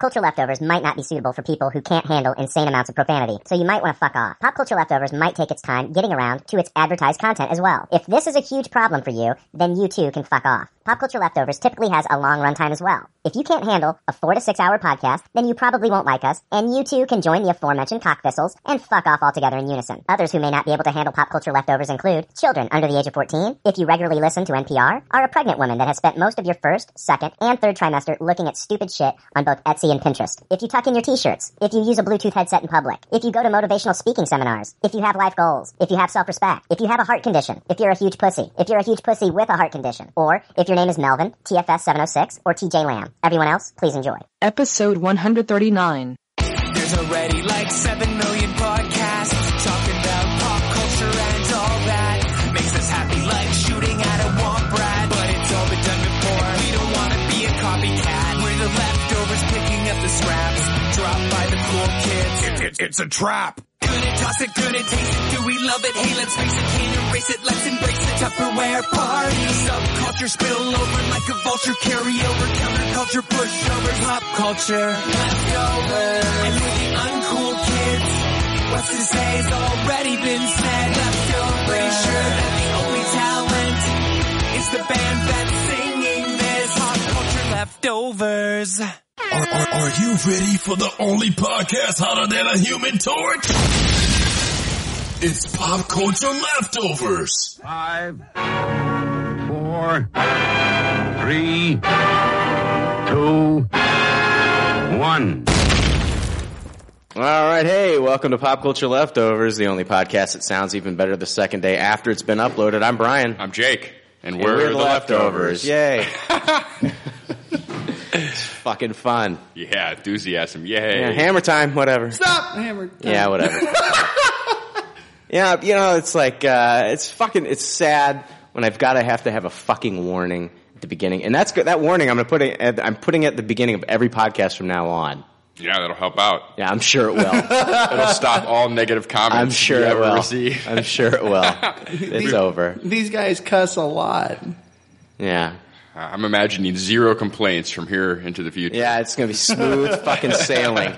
culture leftovers might not be suitable for people who can't handle insane amounts of profanity, so you might want to fuck off. Pop culture leftovers might take its time getting around to its advertised content as well. If this is a huge problem for you, then you too can fuck off. Pop culture leftovers typically has a long runtime as well. If you can't handle a four to six hour podcast, then you probably won't like us, and you too can join the aforementioned cock thistles and fuck off altogether in unison. Others who may not be able to handle pop culture leftovers include children under the age of 14, if you regularly listen to NPR, are a pregnant woman that has spent most of your first, second, and third trimester looking at stupid shit on both Etsy and Pinterest. If you tuck in your t-shirts, if you use a Bluetooth headset in public, if you go to motivational speaking seminars, if you have life goals, if you have self-respect, if you have a heart condition, if you're a huge pussy, if you're a huge pussy with a heart condition, or if your name is Melvin, TFS706, or TJ Lamb. Everyone else, please enjoy. Episode 139. There's already like 7 million podcasts talking about pop culture and all that. Makes us happy like shooting at a womp rat. But it's all been done before. We don't want to be a copycat. We're the leftovers picking up the scraps dropped by the cool kids. it's a trap. Gonna toss it, gonna taste it. Do we love it? Hey, let's face it, can't erase it. Let's embrace the Tupperware party. Subculture spill over like a vulture. Carry over counterculture, pushovers, pop culture. Leftovers. And we're the uncool kids. What's to say's already been said. Leftovers. Pretty sure that the only talent is the band that's singing this. Pop culture leftovers. Are, are, are you ready for the only podcast hotter than a human torch? It's Pop Culture Leftovers. Five, four, three, two, one. All right, hey, welcome to Pop Culture Leftovers, the only podcast that sounds even better the second day after it's been uploaded. I'm Brian. I'm Jake, and we're, the leftovers. Yay. it's fucking fun. Yeah, enthusiasm. Yay. Yeah, hammer time, whatever. Stop, hammer. Yeah, whatever. yeah, you know, it's like, uh, it's fucking, it's sad when I've got to have to have a fucking warning at the beginning. And that's good. That warning I'm going to put it, at- I'm putting at the beginning of every podcast from now on. Yeah, that'll help out. Yeah, I'm sure it will. It'll stop all negative comments I'm sure you it ever will. receive. I'm sure it will. It's over. These guys cuss a lot. Yeah. I'm imagining zero complaints from here into the future. Yeah, it's gonna be smooth fucking sailing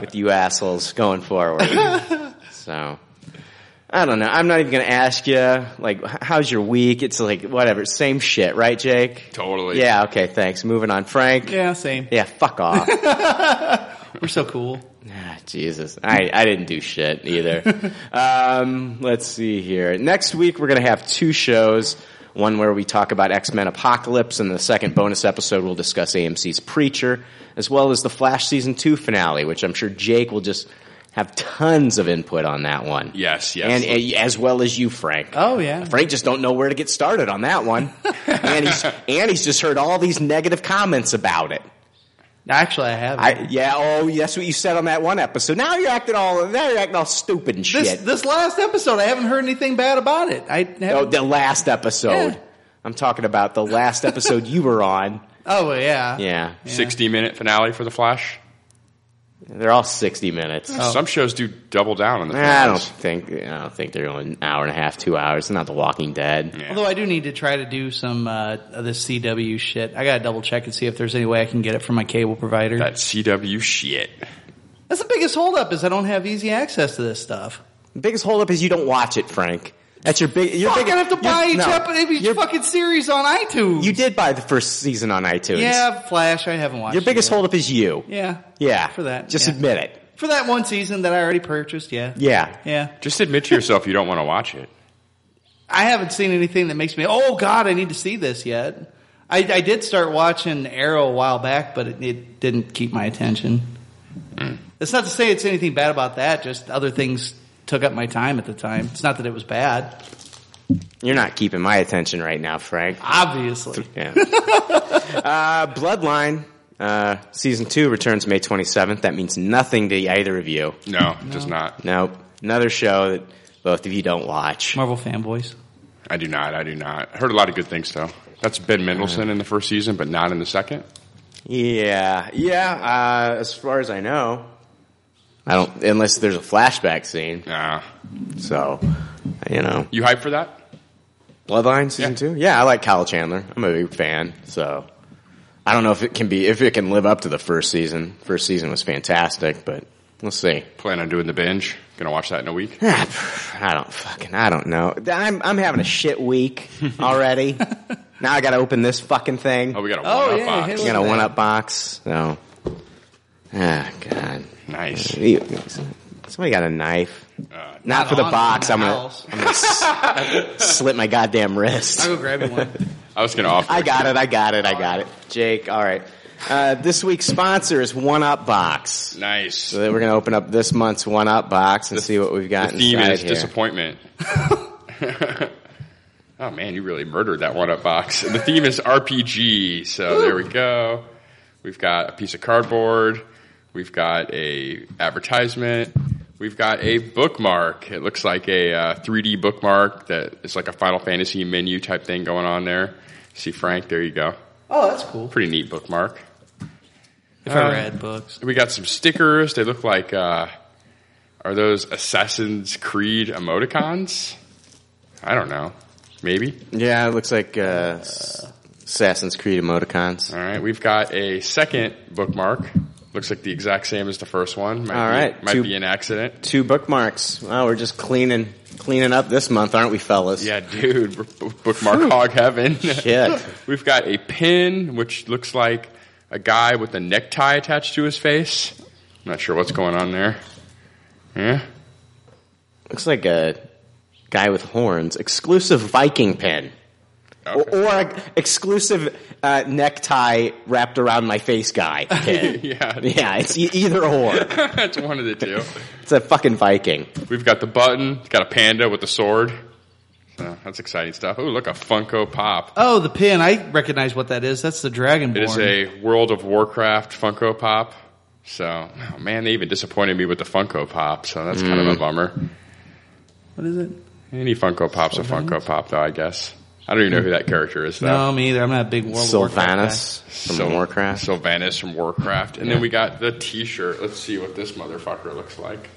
with you assholes going forward. So I don't know. I'm not even gonna ask you like h- how's your week. It's like whatever, same shit, right, Jake? Totally. Yeah. Okay. Thanks. Moving on, Frank. Yeah, same. Yeah. Fuck off. We're so cool. Ah, Jesus, I I didn't do shit either. um, let's see here. Next week we're gonna have two shows. One where we talk about X Men Apocalypse, and the second bonus episode we'll discuss AMC's Preacher, as well as the Flash season two finale, which I'm sure Jake will just have tons of input on that one. Yes, yes. and, and as well as you, Frank. Oh yeah. Frank just don't know where to get started on that one, and he's and he's just heard all these negative comments about it. Actually, I have. I, yeah, oh, that's what you said on that one episode. Now you're acting all now you're acting all stupid and this shit. this last episode, I haven't heard anything bad about it. I haven't, oh, oh, the last episode. Yeah. I'm talking about the last episode you were on. Oh, well, yeah. Yeah, 60 minute finale for The Flash. they're all 60 minutes. Oh. Some shows do double down on the I don't finales. think I don't think they're going an hour and a half, two hours. Not The Walking Dead. Yeah. Although I do need to try to do some uh, of this CW shit. I gotta double check and see if there's any way I can get it from my cable provider. That CW shit. That's the biggest holdup is I don't have easy access to this stuff. The biggest holdup is you don't watch it, Frank. That's your big. Your Fuck, big I have to buy your- each, no, ep- each your- fucking series on iTunes. You did buy the first season on iTunes. yeah, Flash. I haven't watched Your biggest it yet. holdup is you. Yeah, Yeah. For that, Just yeah. admit it. for that one season that I already purchased. Yeah, Yeah. yeah. Just admit to yourself you don't want to watch it. I haven't seen anything that makes me, oh God, I need to see this yet. I, I did start watching Arrow a while back, but it, it didn't keep my attention. It's not to say it's anything bad about that, just other things took up my time at the time. It's not that it was bad, You're not keeping my attention right now, Frank. obviously. Yeah. uh, Bloodline uh, season two returns May 27th. That means nothing to either of you. No, it does not. Nope. Another show that both of you don't watch. Marvel fanboys. I do not. I do not. I heard a lot of good things, though. That's Ben Mendelsohn in the first season, but not in the second. Yeah, yeah. Uh, as far as I know, I don't. Unless there's a flashback scene. Nah. So, you know, You hype for that? Bloodline season Yeah. two. Yeah, I like Kyle Chandler. I'm a big fan. So, I don't know if it can be if it can live up to the first season. First season was fantastic, but we'll see. Plan on doing the binge. Gonna watch that in a week. I don't fucking I don't know. I'm I'm having a shit week already. now I got to open this fucking thing. Oh, we got a Oh, one-up yeah, box. hit I got a one up box. So, ah, god. Nice. Uh, Somebody got a knife. not, for the on box. the I'm gonna, house. I'm gonna s- slit my goddamn wrist. I'll go grab you one. I was gonna offer. I got it. I got it. I got it. Jake. All right. Uh, this week's sponsor is One Up Box. Nice. So then we're gonna open up this month's One Up Box and see what we've got Theme inside is here. disappointment. oh man, you really murdered that one up box. The theme is RPG. So there we go. We've got a piece of cardboard. We've got a advertisement. We've got a bookmark. It looks like a uh, 3D bookmark that is like a Final Fantasy menu type thing going on there. See Frank, there you go. Oh, that's cool. Pretty neat bookmark. If Um, I read books. We got some stickers. They look like uh, are those Assassin's Creed emoticons? I don't know. Maybe. Yeah, it looks like uh, s- Assassin's Creed emoticons. All right. We've got a second bookmark. Looks like the exact same as the first one. Might All be, right, Might two- be an accident. Two bookmarks. Wow, we're just cleaning cleaning up this month, aren't we, fellas? Yeah, dude. We're b- bookmark hog heaven. Shit. We've got a pin, which looks like a guy with a necktie attached to his face. I'm not sure what's going on there. Yeah. Looks like a guy with horns. Exclusive Viking pin. Or, Okay. or a exclusive uh, necktie wrapped around my face guy pin. Yeah. Yeah, it's e- either or. That's one of the two. It's a fucking Viking. We've got the button, got a panda with a sword. So that's exciting stuff. Oh, look, a Funko Pop. Oh, the pin. I recognize what that is. That's the Dragonborn. It is a World of Warcraft Funko Pop. So, oh, man, they even disappointed me with the Funko Pop. So that's kind of a bummer. What is it? Any Funko Pop's a Funko Pop, though, I guess. I don't even know who that character is, though. No, me either. I'm not a big World of Warcraft Sylvanas from Syl- Warcraft. Sylvanas from Warcraft. And then we got the t shirt. Let's see what this motherfucker looks like.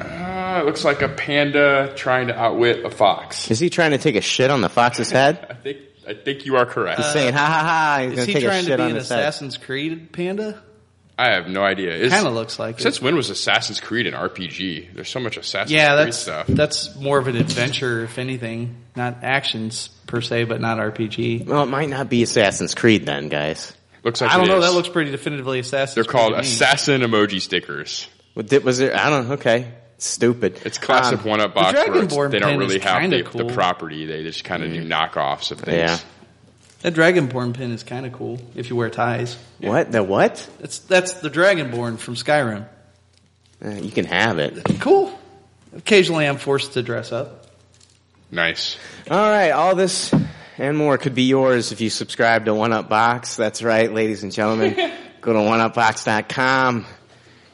Uh, it looks like a panda trying to outwit a fox. Is he trying to take a shit on the fox's head? I think I think you are correct. Saying ha ha ha, he's guy. Uh, Is gonna he take a trying to shit be on an his head. Assassin's Creed panda? I have no idea. Is- Kind of looks like Since it. when was Assassin's Creed an RPG? There's so much Assassin's Yeah, Creed that's stuff. that's more of an adventure, if anything. Not actions per se, but not RPG. Well, it might not be Assassin's Creed then, guys. Looks like I don't it know. is. That looks pretty definitively Assassin's. They're called Creed to me. assassin emoji stickers. What did- Was there? I don't. Okay, stupid. It's classic Um, one up box. where it's- Dragonborn they don't pin really is have kinda the, cool. the property. They just kind of do knockoffs of things. Yeah. That Dragonborn pin is kind of cool if you wear ties. What the what? That's that's the Dragonborn from Skyrim. Uh, you can have it. Cool. Occasionally, I'm forced to dress up. Nice. All right, all this and more could be yours if you subscribe to One Up Box. That's right, ladies and gentlemen. Go to oneupbox.com.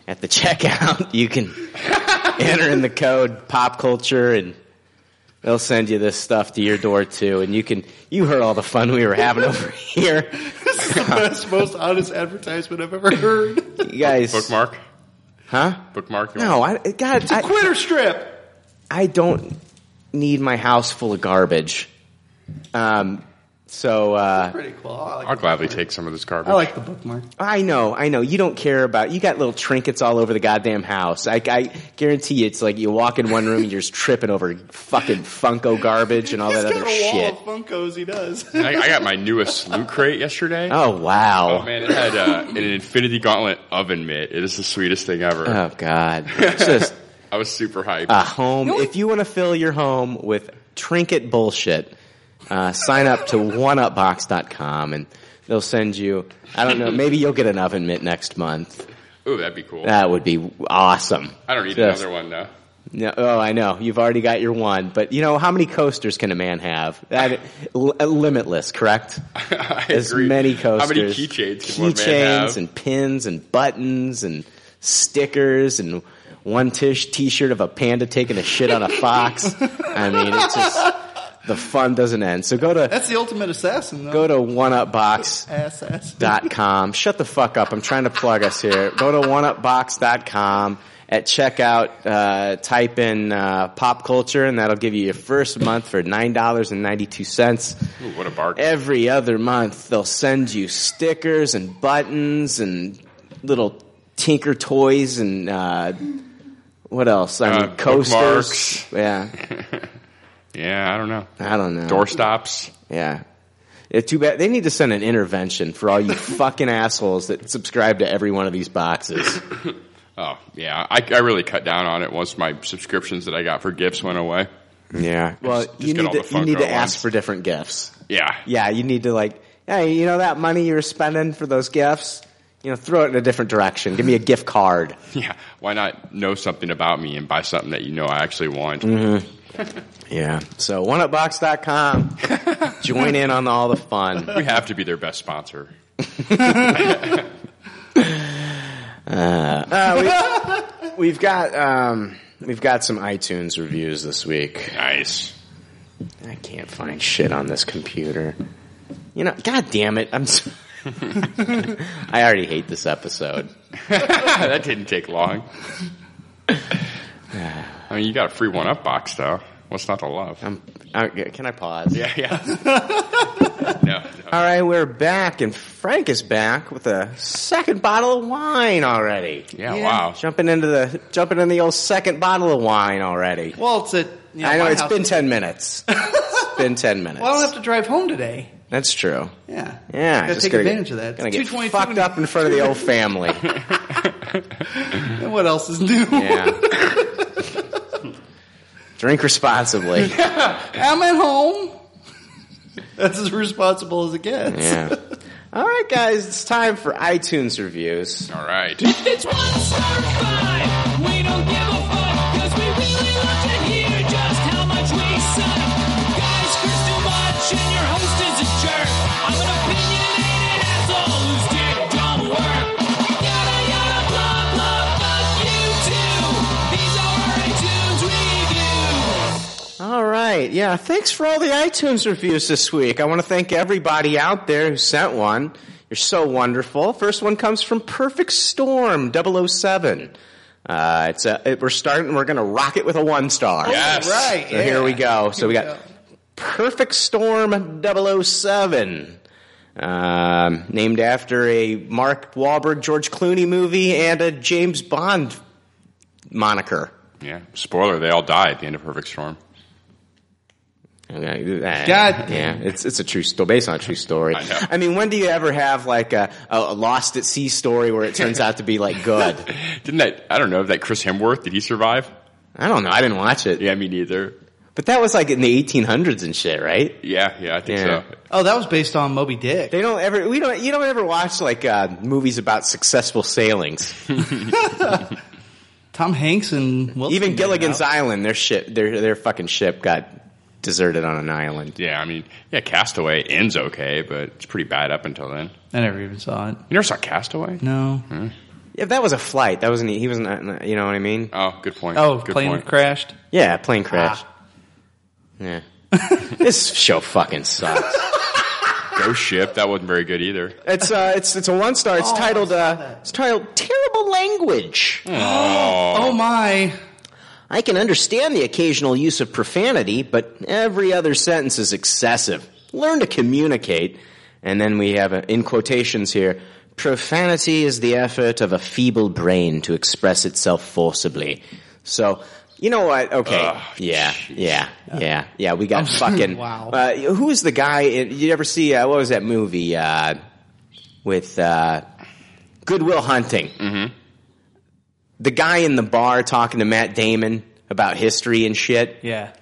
At the checkout, you can enter in the code pop culture and they'll send you this stuff to your door too. And you can, you heard all the fun we were having over here. This is the best, most honest advertisement I've ever heard. You guys, Bookmark. huh? Bookmark. No, I, God, I, Quitter strip. I don't need my house full of garbage. Um, so uh, Pretty cool. I like, I'll gladly take some of this garbage. I like the bookmark. I know, I know. You don't care about. You got little trinkets all over the goddamn house. I, I guarantee you, it's like you walk in one room and you're just tripping over fucking Funko garbage and all that other shit. Funkos. He does. I, I got my newest loot crate yesterday. Oh wow. Man, it had uh, an Infinity Gauntlet oven mitt. It is the sweetest thing ever. Oh god. It's just I was super hyped. a home. If you want to fill your home with trinket bullshit, uh, sign up to oneupbox.com and they'll send you. I don't know. Maybe you'll get an oven mitt next month. Ooh, that'd be cool. That would be awesome. I don't need Just- another one though. No, oh, I know. You've already got your one, but you know how many coasters can a man have? That l- limitless, correct? I As agree. many coasters, How many keychains can one man keychains have? and pins and buttons and stickers and one tish T-shirt of a panda taking a shit on a fox. I mean, it's just the fun doesn't end. So go to That's the ultimate assassin. Though. go to oneupbox.com. assassin. Dot com. Shut the fuck up. I'm trying to plug us here. Go to oneupbox.com At checkout, uh, type in uh, pop culture, and that'll give you your first month for nine dollars and ninety two cents. Ooh, what a bargain. Every other month, they'll send you stickers and buttons and little Tinker toys and uh, what else? I Uh, mean, coasters. bookmarks. Yeah, yeah, I don't know. I don't know. Door stops. Yeah. Yeah, too bad. They need to send an intervention for all you fucking assholes that subscribe to every one of these boxes. Oh, yeah. I, I really cut down on it once my subscriptions that I got for gifts went away. Yeah. Well, Just- just you get need all to, the you need Funko to ask ones. for different gifts. Yeah. Yeah, you need to like, hey, you know that money you were spending for those gifts? You know, throw it in a different direction. Give me a gift card. Yeah. Why not know something about me and buy something that you know I actually want? Mm-hmm. Yeah. So oneupbox.com. Join in on all the fun. We have to be their best sponsor. We've got um, we've got some iTunes reviews this week. Nice. I can't find shit on this computer. You know, god damn it! I'm. So- I already hate this episode. that didn't take long. I mean, you got a free one up box, though. What's not to love? I'm, uh, can I pause? yeah, yeah. no, no. All right, we're back, and Frank is back with a second bottle of wine already. Yeah, wow. Jumping into the jumping in the old second bottle of wine already. Well, it's at you know, I know my it's house. been ten minutes. it's been ten minutes. Well, I don't have to drive home today. That's true. Yeah. Yeah, Gotta just take gonna advantage get, of that. Gonna It's get 222. fucked up in front of the old family. And what else is new? Yeah. Drink responsibly. I'm at home. That's as responsible as it gets. Yeah. All right, guys, it's time for iTunes reviews. All right. It's one star five. We don't give a fuck because we really love to hear just how much we suck. Guys, Kristen Watch and your host is a jerk. I'm an opinionated asshole whose dick don't work. Yada yada blah blah fuck you too. These are our iTunes reviews. All right, yeah, thanks for all the iTunes reviews this week. I want to thank everybody out there who sent one. You're so wonderful. First one comes from Perfect Storm 007. Uh, it's a, it, we're starting, we're going to rock it with a one star. Yes. Right. So here we yeah. go. So we Here got Perfect Storm 007. Um, named after a Mark Wahlberg, George Clooney movie and a James Bond moniker. Yeah. Spoiler, they all die at the end of Perfect Storm. God, God. yeah, it's it's a true story based on a true story. I know. I, mean, when do you ever have like a, a lost at sea story where it turns out to be like good? Didn't that, I don't know, that Chris Hemworth, did he survive? I don't know. I didn't watch it. Yeah, me neither. but that was like in the 1800s and shit, right? Yeah, yeah, I think Yeah. so. Oh, that was based on Moby Dick. They don't ever. We don't. You don't ever watch like uh, movies about successful sailings. Tom Hanks and Wilson Even made it Gilligan's out. Island, their ship, their their fucking ship got deserted on an island. Yeah, I mean, yeah, Castaway ends okay, but it's pretty bad up until then. I never even saw it. You never saw Castaway? No. Hmm. Yeah, that was a flight. That wasn't. He wasn't. uh, You know what I mean? Oh, good point. Oh, good plane point. crashed. Yeah, plane crash. Yeah. this show fucking sucks. Ghost Ship, that wasn't very good either. It's uh, it's it's a one star. It's Oh, I titled saw uh, that. it's titled terrible language. Oh my! I can understand the occasional use of profanity, but every other sentence is excessive. Learn to communicate. And then we have, uh, in quotations here, profanity is the effort of a feeble brain to express itself forcibly. So, you know what? Okay. yeah, yeah, yeah, yeah. We got fucking. Wow. Uh, who is the guy? In, you ever see, uh, what was that movie? Uh, with uh, Goodwill Hunting. Mm-hmm. The guy in the bar talking to Matt Damon about history and shit. Yeah,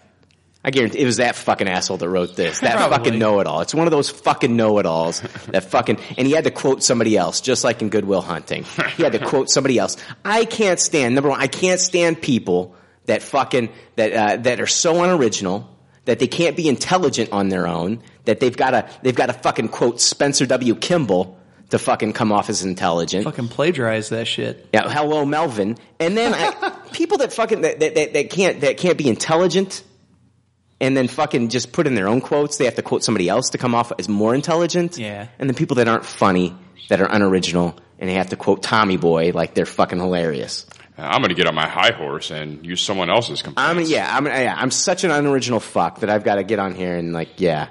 I guarantee it was that fucking asshole that wrote this. That Probably. fucking know-it-all. It's one of those fucking know-it-alls that fucking. And he had to quote somebody else, just like in Goodwill Hunting. He had to quote somebody else. I can't stand number one. I can't stand people that fucking that uh, that are so unoriginal that they can't be intelligent on their own. That they've got to they've got to fucking quote Spencer W. Kimball to fucking come off as intelligent. fucking plagiarized that shit. Yeah, hello Melvin. And then I, people that fucking that, that, that, that can't that can't be intelligent and then fucking just put in their own quotes. They have to quote somebody else to come off as more intelligent. Yeah. And then people that aren't funny, that are unoriginal, and they have to quote Tommy Boy like they're fucking hilarious. I'm going to get on my high horse and use someone else's complaint. I'm yeah, I'm yeah, I'm such an unoriginal fuck that I've got to get on here and like yeah.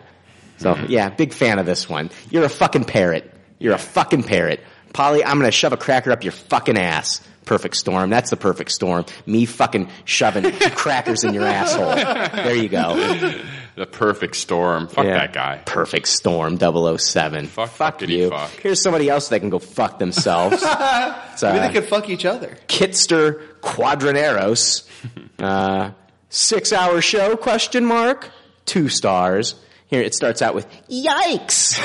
So Mm-hmm. yeah, big fan of this one. You're a fucking parrot. You're a fucking parrot, Polly. I'm gonna shove a cracker up your fucking ass. Perfect storm. That's the perfect storm. Me fucking shoving crackers in your asshole. There you go. The perfect storm. Fuck Yeah. that guy. Perfect storm. 007. Fuck fuckity you. fuck. Here's somebody else that can go fuck themselves. It's, Maybe uh, they could fuck each other. Kitster Quadraneros. Uh, six hour show question mark. Two stars. Here it starts out with yikes.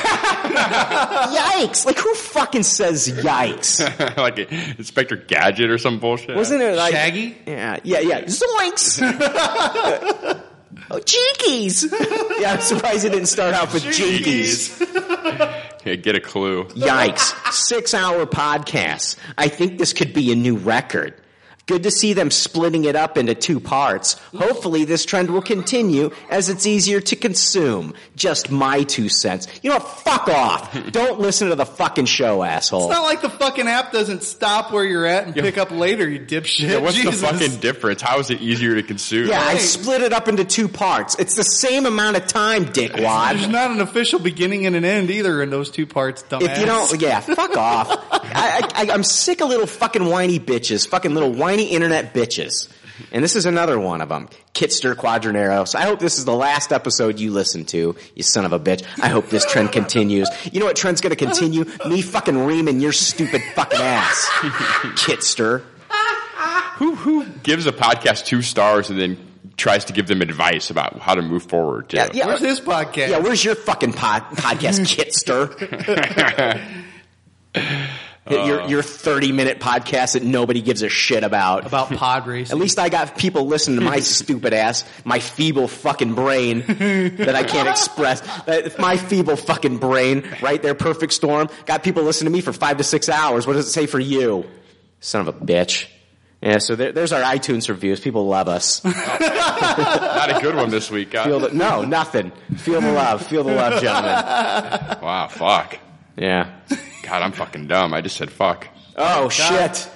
yikes. Like who fucking says yikes? like Inspector Gadget or some bullshit. Wasn't it like Shaggy? Yeah, yeah, yeah. Zoinks. oh, jinkies. Yeah, I'm surprised it didn't start off with jinkies. Yeah, get a clue. Yikes. Six hour podcasts. I think this could be a new record. Good to see them splitting it up into two parts. Hopefully this trend will continue as it's easier to consume. Just my two cents. You know what? Fuck off. Don't listen to the fucking show, asshole. It's not like the fucking app doesn't stop where you're at and pick up later, you dipshit. Yeah, what's Jesus. the fucking difference? How is it easier to consume? yeah, I Right. split it up into two parts. It's the same amount of time, dickwad. There's not an official beginning and an end either in those two parts, dumbass. If you don't, yeah, fuck off. I, I, I, I'm sick of little fucking whiny bitches, fucking little whiny internet bitches. And this is another one of them. Kitster Quadraneros. I hope this is the last episode you listen to, you son of a bitch. I hope this trend continues. You know what trend's gonna continue? Me fucking reaming your stupid fucking ass. Kitster. Who who gives a podcast two stars and then tries to give them advice about how to move forward? Too? Yeah, yeah. Where's this podcast? Yeah, where's your fucking pod, podcast, Kitster? your, your 30 minute podcast that nobody gives a shit about. about pod racing. At least I got people listening to my stupid ass, my feeble fucking brain that I can't express. That- My feeble fucking brain, right there, perfect storm. Got people listening to me for five to six hours. What does it say for you? Son of a bitch. Yeah, so there, there's our iTunes reviews. People love us. Not a good one this week. God. Feel the, no, nothing. Feel the love. Feel the love, gentlemen. wow, fuck. Yeah. God, I'm fucking dumb. I just said fuck. Oh, shit.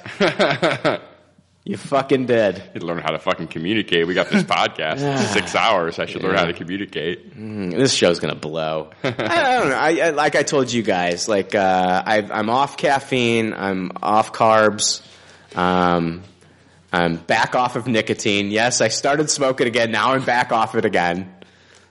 You fucking did. I need to learn how to fucking communicate. We got this podcast. It's Six hours. I should learn how to communicate. this show's gonna blow. I, I don't know. I, I like I told you guys, like uh, I, I'm off caffeine, I'm off carbs, um, I'm back off of nicotine. Yes, I started smoking again. Now I'm back off it again.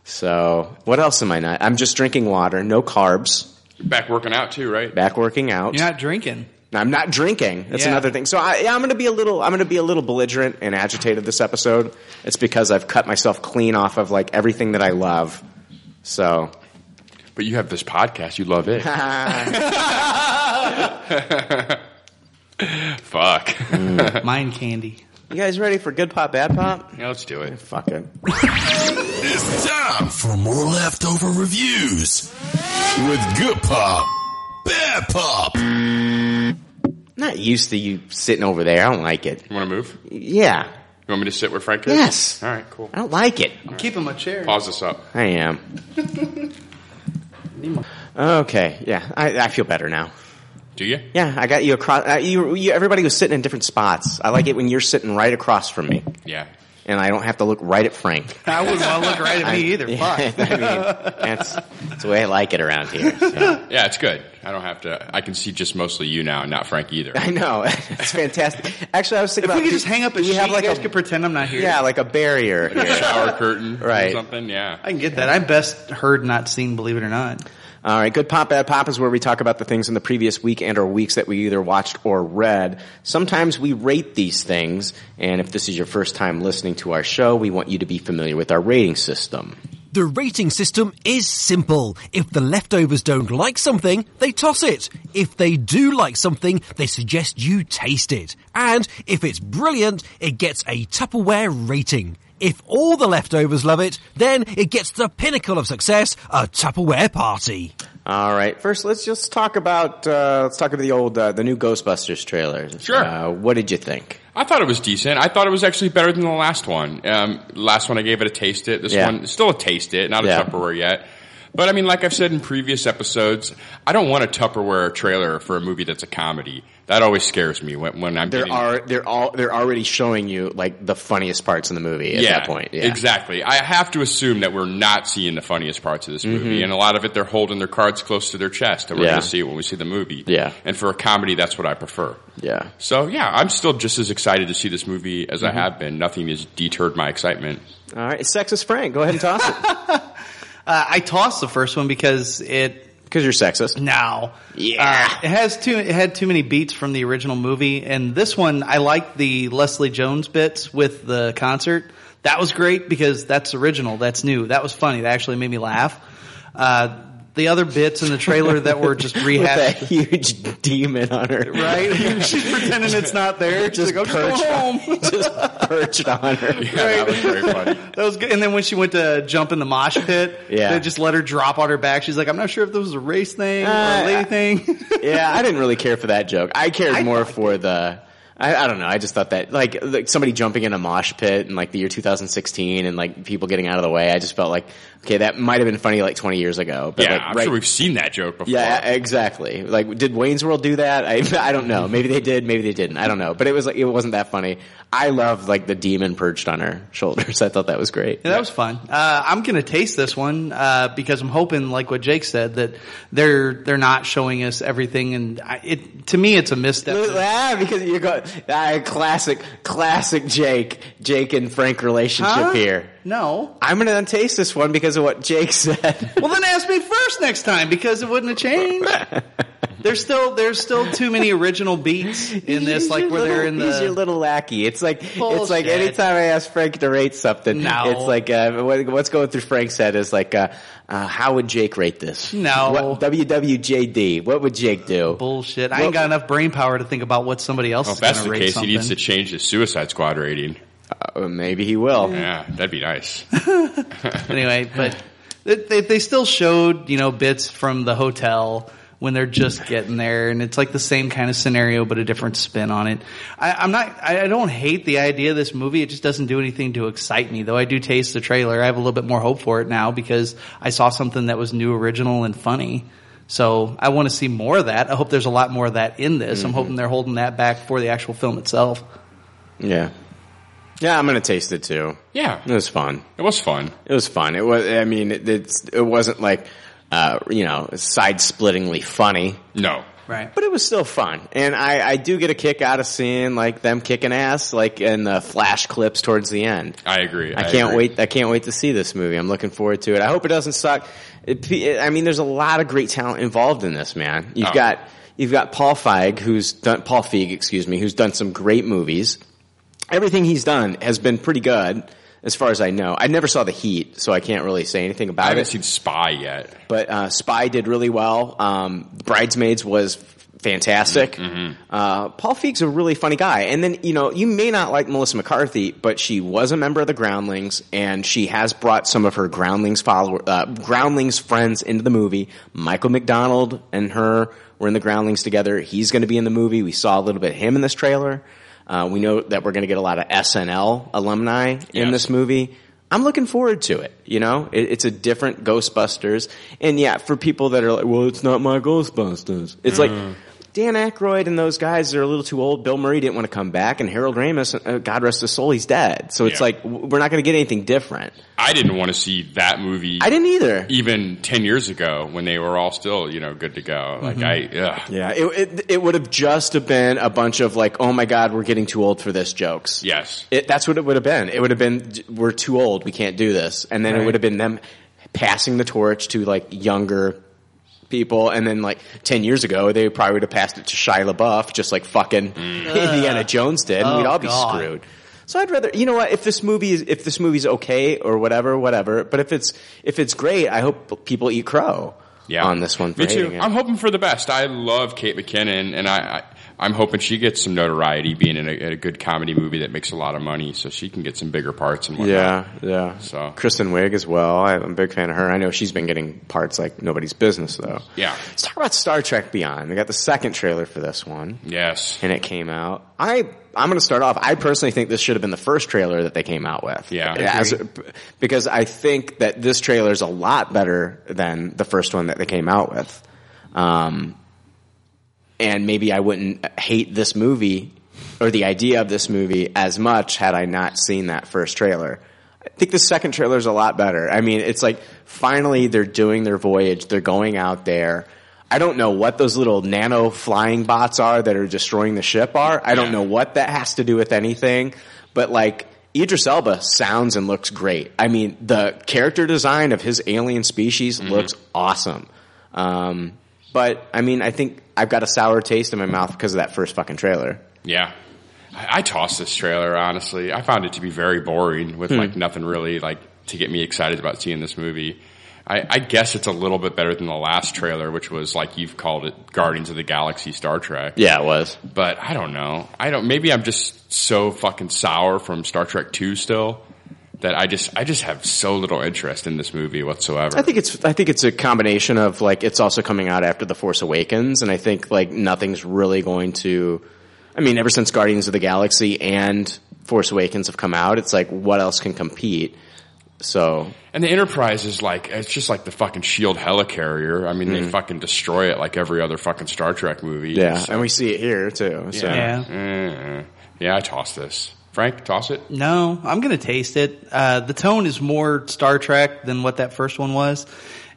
So what else am I not? I'm just drinking water, no carbs. Back working out too, right? Back working out. You're not drinking. I'm not drinking. That's Yeah. another thing. So I, yeah, I'm going to be a little, I'm going to be a little belligerent and agitated this episode. It's because I've cut myself clean off of like everything that I love. So But you have this podcast. You love it. fuck. Mind candy. You guys ready for good pop, bad pop? Yeah, let's do it. Fuck it. It's time for more leftover reviews with Good Pop, Bad Pop. Not used to you sitting over there. I don't like it. You want to move? You Yeah, want me to sit where Frank is? Yes. All right, cool. I don't like it. Keep him a chair. Pause this up. I am. Okay, yeah, I, I feel better now. Do you? Yeah, I got you across. Uh, you, you, everybody was sitting in different spots. I like it when you're sitting right across from me, Yeah. and I don't have to look right at Frank. I wouldn't want to look right at me either. Yeah, Fuck. I mean, that's, that's the way I like it around here. so. Yeah, it's good. I don't have to. I can see just mostly you now, and not Frank either. I know it's fantastic. Actually, I was thinking If about we could do- just hang up a do sheet, you have like you guys a could pretend I'm not here. yeah, like a barrier. Shower curtain, Right. Or something. Yeah. I can get that. I'm best heard, not seen, believe it or not. All right, good pop, bad pop is where we talk about the things in the previous week and or weeks that we either watched or read. Sometimes we rate these things, and if this is your first time listening to our show, we want you to be familiar with our rating system. The rating system is simple. If the leftovers don't like something, they toss it. If they do like something, they suggest you taste it. And if it's brilliant, it gets a Tupperware rating. If all the leftovers love it, then it gets the pinnacle of success, a Tupperware party. All right, first let's just talk about uh, let's talk about the old uh, the new Ghostbusters trailer. Sure. Uh, what did you think? I thought it was decent. I thought it was actually better than the last one. Um, last one I gave it a taste it. This Yeah. one still a taste it, not a Yeah. Tupperware yet. But I mean, like I've said in previous episodes, I don't want a Tupperware trailer for a movie that's a comedy. That always scares me when, when I'm There getting- are they're all they're already showing you like the funniest parts in the movie at that point. Yeah. Exactly. I have to assume that we're not seeing the funniest parts of this movie, and a lot of it they're holding their cards close to their chest, and Mm-hmm. we're Yeah. going to see it when we see the movie. Yeah. And for a comedy, that's what I prefer. Yeah. So yeah, I'm still just as excited to see this movie as Mm-hmm. I have been. Nothing has deterred my excitement. All right, sexist Frank, go ahead and toss it Uh, I tossed the first one because it because you're sexist. now Uh, Yeah. it has too it had too many beats from the original movie, and this one I like the Leslie Jones bits with the concert. That was great because that's original, that's new, that was funny. That actually made me laugh. Uh, the other bits in the trailer that were just With that rehashed, huge demon on her, right? She's pretending it's not there. She's Just like, "I'm just perched going on- home. just perched on her. Yeah, that was very funny. That was good. And then when she went to jump in the mosh pit, Yeah. they just let her drop on her back. She's like, I'm not sure if this was a race thing Uh, or a lady thing. yeah, I didn't really care for that joke. I cared more for the. I, I don't know. I just thought that like, like somebody jumping in a mosh pit in like the year 2016 and like people getting out of the way. I just felt like okay, that might have been funny like 20 years ago. But Yeah, like, I'm right- sure we've seen that joke before. yeah, exactly. Like, did Wayne's World do that? I I don't know. Maybe they did. Maybe they didn't. I don't know. But it was like it wasn't that funny. I loved like the demon perched on her shoulders. I thought that was great. Yeah, that was fun. Uh, I'm gonna taste this one uh, because I'm hoping, like what Jake said, that they're they're not showing us everything, and I, it to me it's a misstep. Ah, because you got ah, classic, classic Jake, Jake and Frank relationship Huh? here. No. I'm gonna untaste this one because of what Jake said. Well, then ask me first next time because it wouldn't have changed. There's still there's still too many original beats in this, He's like your where they're little- in He's your the. little lackey. It's like it's like Bullshit. anytime I ask Frank to rate something, No. it's like uh, what, what's going through Frank's head is like, uh, uh, how would Jake rate this? No. what, WWJD. What would Jake do? Bullshit! I ain't got enough brain power to think about what somebody else Well, is if that's gonna the rate case, something. he needs to change his Suicide Squad rating. Uh, maybe he will. Yeah, that'd be nice. anyway, but they- they, they still showed you know bits from the hotel when they're just getting there, and it's like the same kind of scenario but a different spin on it. I, I'm not. I, I don't hate the idea of this movie. It just doesn't do anything to excite me. Though I do taste the trailer. I have a little bit more hope for it now because I saw something that was new, original, and funny. So I want to see more of that. I hope there's a lot more of that in this. I'm hoping they're holding that back for the actual film itself. Yeah, yeah. I'm gonna taste it too. Yeah, It was fun. it was fun. It was fun. It was. I mean, it, it's, it wasn't like uh, you know side-splittingly funny. No, Right. But it was still fun, and I, I do get a kick out of seeing like them kicking ass, like in the flash clips towards the end. I agree. I can't agree. wait. I can't wait to see this movie. I'm looking forward to it. I hope it doesn't suck. It, it- I mean, there's a lot of great talent involved in this, man. You've Oh. got you've got Paul Feig, who's done Paul Feig, excuse me, who's done some great movies. Everything he's done has been pretty good, as far as I know. I never saw The Heat, so I can't really say anything I about haven't it. seen Spy yet. But uh, Spy did really well. Um, Bridesmaids was f- fantastic. Uh, Paul Feig's a really funny guy. And then you know you may not like Melissa McCarthy, but she was a member of the Groundlings, and she has brought some of her Groundlings follower, uh, Groundlings friends into the movie. Michael McDonald and her were in the Groundlings together. He's going to be in the movie. We saw a little bit of him in this trailer. Uh, we know that we're going to get a lot of SNL alumni in Yes. this movie. I'm looking forward to it. You know, it, it's a different Ghostbusters, and yeah, for people that are like, "Well, it's not my Ghostbusters," it's like Dan Aykroyd and those guys are a little too old. Bill Murray didn't want to come back, and Harold Ramis, uh, God rest his soul, he's dead. So it's Yeah. like w- we're not going to get anything different. I didn't want to see that movie. I didn't either. even ten years ago when they were all still you know good to go. Like I, ugh. Yeah, it it, it would have just have been a bunch of like, "Oh my God, we're getting too old for this" jokes. yes, It, that's what it would have been. It would have been, we're too old. We can't do this. And then it would have been them passing the torch to like younger people. And then like 10 years ago, they probably would have passed it to Shia LaBeouf, just like fucking Mm. Indiana Jones did. And we'd Oh, all be God. screwed. So I'd rather, you know what, if this movie is, if this movie's okay or whatever, whatever, but if it's, if it's great, I hope people eat crow yeah. on this one for Me too. hating it. I'm hoping for the best. I love Kate McKinnon, and I, I I'm hoping she gets some notoriety being in a, in a good comedy movie that makes a lot of money, so she can get some bigger parts and whatnot. Yeah, yeah. So- Kristen Wiig as well. I- I'm a big fan of her. I know she's been getting parts like nobody's business though. Yeah. Let's talk about Star Trek Beyond. They got the second trailer for this one, Yes. and it came out. I I'm going to start off. I personally think this should have been the first trailer that they came out with. Yeah. As- because I think that this trailer is a lot better than the first one that they came out with. Um, and maybe I wouldn't hate this movie or the idea of this movie as much had I not seen that first trailer. I think the second trailer is a lot better. I mean, it's like finally they're doing their voyage. They're going out there. I don't know what those little nano flying bots are that are destroying the ship are. I don't know what that has to do with anything, but like Idris Elba sounds and looks great. I mean, the character design of his alien species looks awesome. Um, but I mean, I think I've got a sour taste in my mouth because of that first fucking trailer. Yeah. I, I tossed this trailer, honestly. I found it to be very boring Hmm. with like nothing really like to get me excited about seeing this movie. I, I guess it's a little bit better than the last trailer, which was like you've called it Guardians of the Galaxy Star Trek. Yeah, it was. But I don't know. I don't maybe I'm just so fucking sour from Star Trek 2 still that I just I just have so little interest in this movie whatsoever. I think it's I think it's a combination of like it's also coming out after The Force Awakens, and I think like nothing's really going to. I mean, ever since Guardians of the Galaxy and Force Awakens have come out, it's like what else can compete? So And the Enterprise is like it's just like the fucking Shield helicarrier. I mean, they fucking destroy it like every other fucking Star Trek movie. yeah, So- and we see it here too. So. Yeah. Mm. yeah, I toss this. Frank, toss it. No, I'm going to taste it. Uh, the tone is more Star Trek than what that first one was.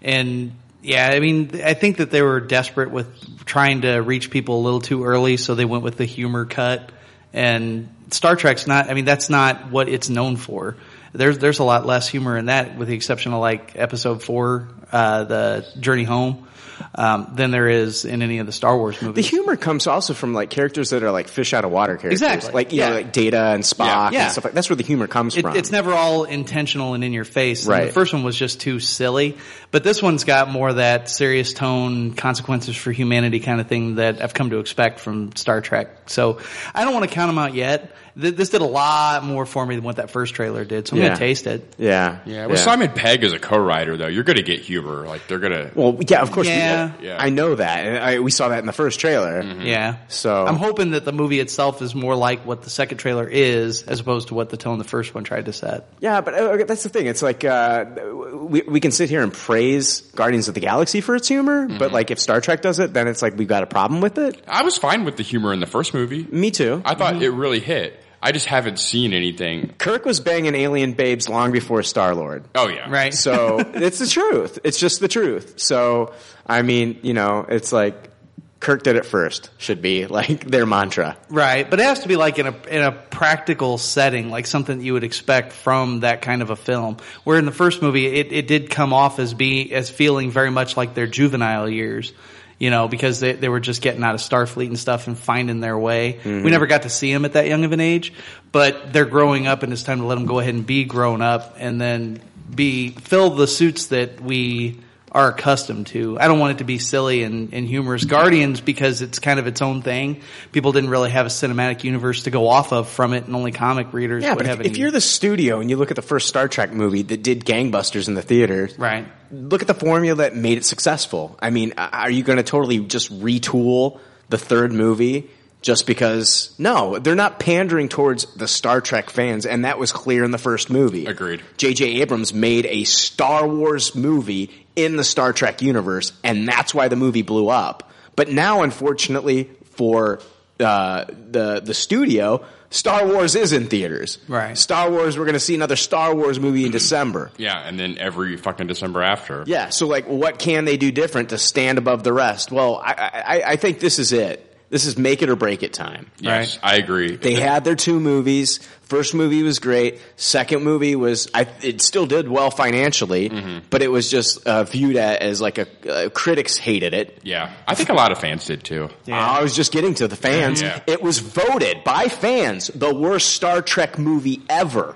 And yeah, I mean, I think that they were desperate with trying to reach people a little too early, so they went with the humor cut. And Star Trek's not, I mean, that's not what it's known for. There's, there's a lot less humor in that, with the exception of like episode four, uh, the journey home, um, than there is in any of the Star Wars The movies. humor comes also from like characters that are like fish out of water characters, Exactly. like you Yeah. know, like Data and Spock Yeah. and stuff like. That's where the humor comes It, from. it's never all intentional and in your face. And Right. the first one was just too silly, but this one's got more of that serious tone, consequences for humanity kind of thing that I've come to expect from Star Trek. So I don't want to count them out yet. Th- this did a lot more for me than what that first trailer did. So I'm Yeah. gonna taste it. yeah, Yeah, with Simon Pegg as a co-writer though, you're gonna get humor. Like they're gonna. Well, yeah, Mm-hmm. of course. we- Yeah. Yeah. I know that. And I, we saw that in the first trailer. Yeah. So- I'm hoping that the movie itself is more like what the second trailer is, as opposed to what the tone the first one tried to set. Yeah, but uh, that's the thing. It's like uh, we we can sit here and praise Guardians of the Galaxy for its humor, but like if Star Trek does it, then it's like we've got a problem with it. I was fine with the humor in the first movie. Me too. I thought it really hit. I just haven't seen anything. Kirk was banging alien babes long before Star Lord. Oh yeah, Right. So it's the truth. It's just the truth. So I mean, you know, it's like Kirk did it first. Should be like their mantra. Right, but it has to be like in a in a practical setting, like something that you would expect from that kind of a film. Where in the first movie, it, it did come off as be as feeling very much like their juvenile years, you know, because they they were just getting out of Starfleet and stuff and finding their way. We never got to see them at that young of an age, but they're growing up, and it's time to let them go ahead and be grown up, and then be fill the suits that we are accustomed to. I don't want it to be silly and, and humorous. Guardians, because it's kind of its own thing. People didn't really have a cinematic universe to go off of from it, and only comic readers Yeah, would but have if, any. if you're the studio and you look at the first Star Trek movie that did gangbusters in the theater, right, look at the formula that made it successful. I mean, a- are you going to totally just retool the third movie just because? No, they're not pandering towards the Star Trek fans, and that was clear in the first movie. Agreed. J.J. Abrams made a Star Wars movie in the Star Trek universe, and that's why the movie blew up. But now, unfortunately, for uh, the the studio, Star Wars is in theaters. Right. Star Wars. We're going to see another Star Wars movie in December. Yeah, and then every fucking December after. Yeah. So, like, what can they do different to stand above the rest? Well, I, I, I think this is it. This is make it or break it time. Yes, I agree. They had their two movies. First movie was great. Second movie was, I, it still did well financially, but it was just uh, viewed a- as like a uh, critics hated it. yeah, I think a lot of fans did too. I was just getting to the fans. Yeah. It was voted by fans the worst Star Trek movie ever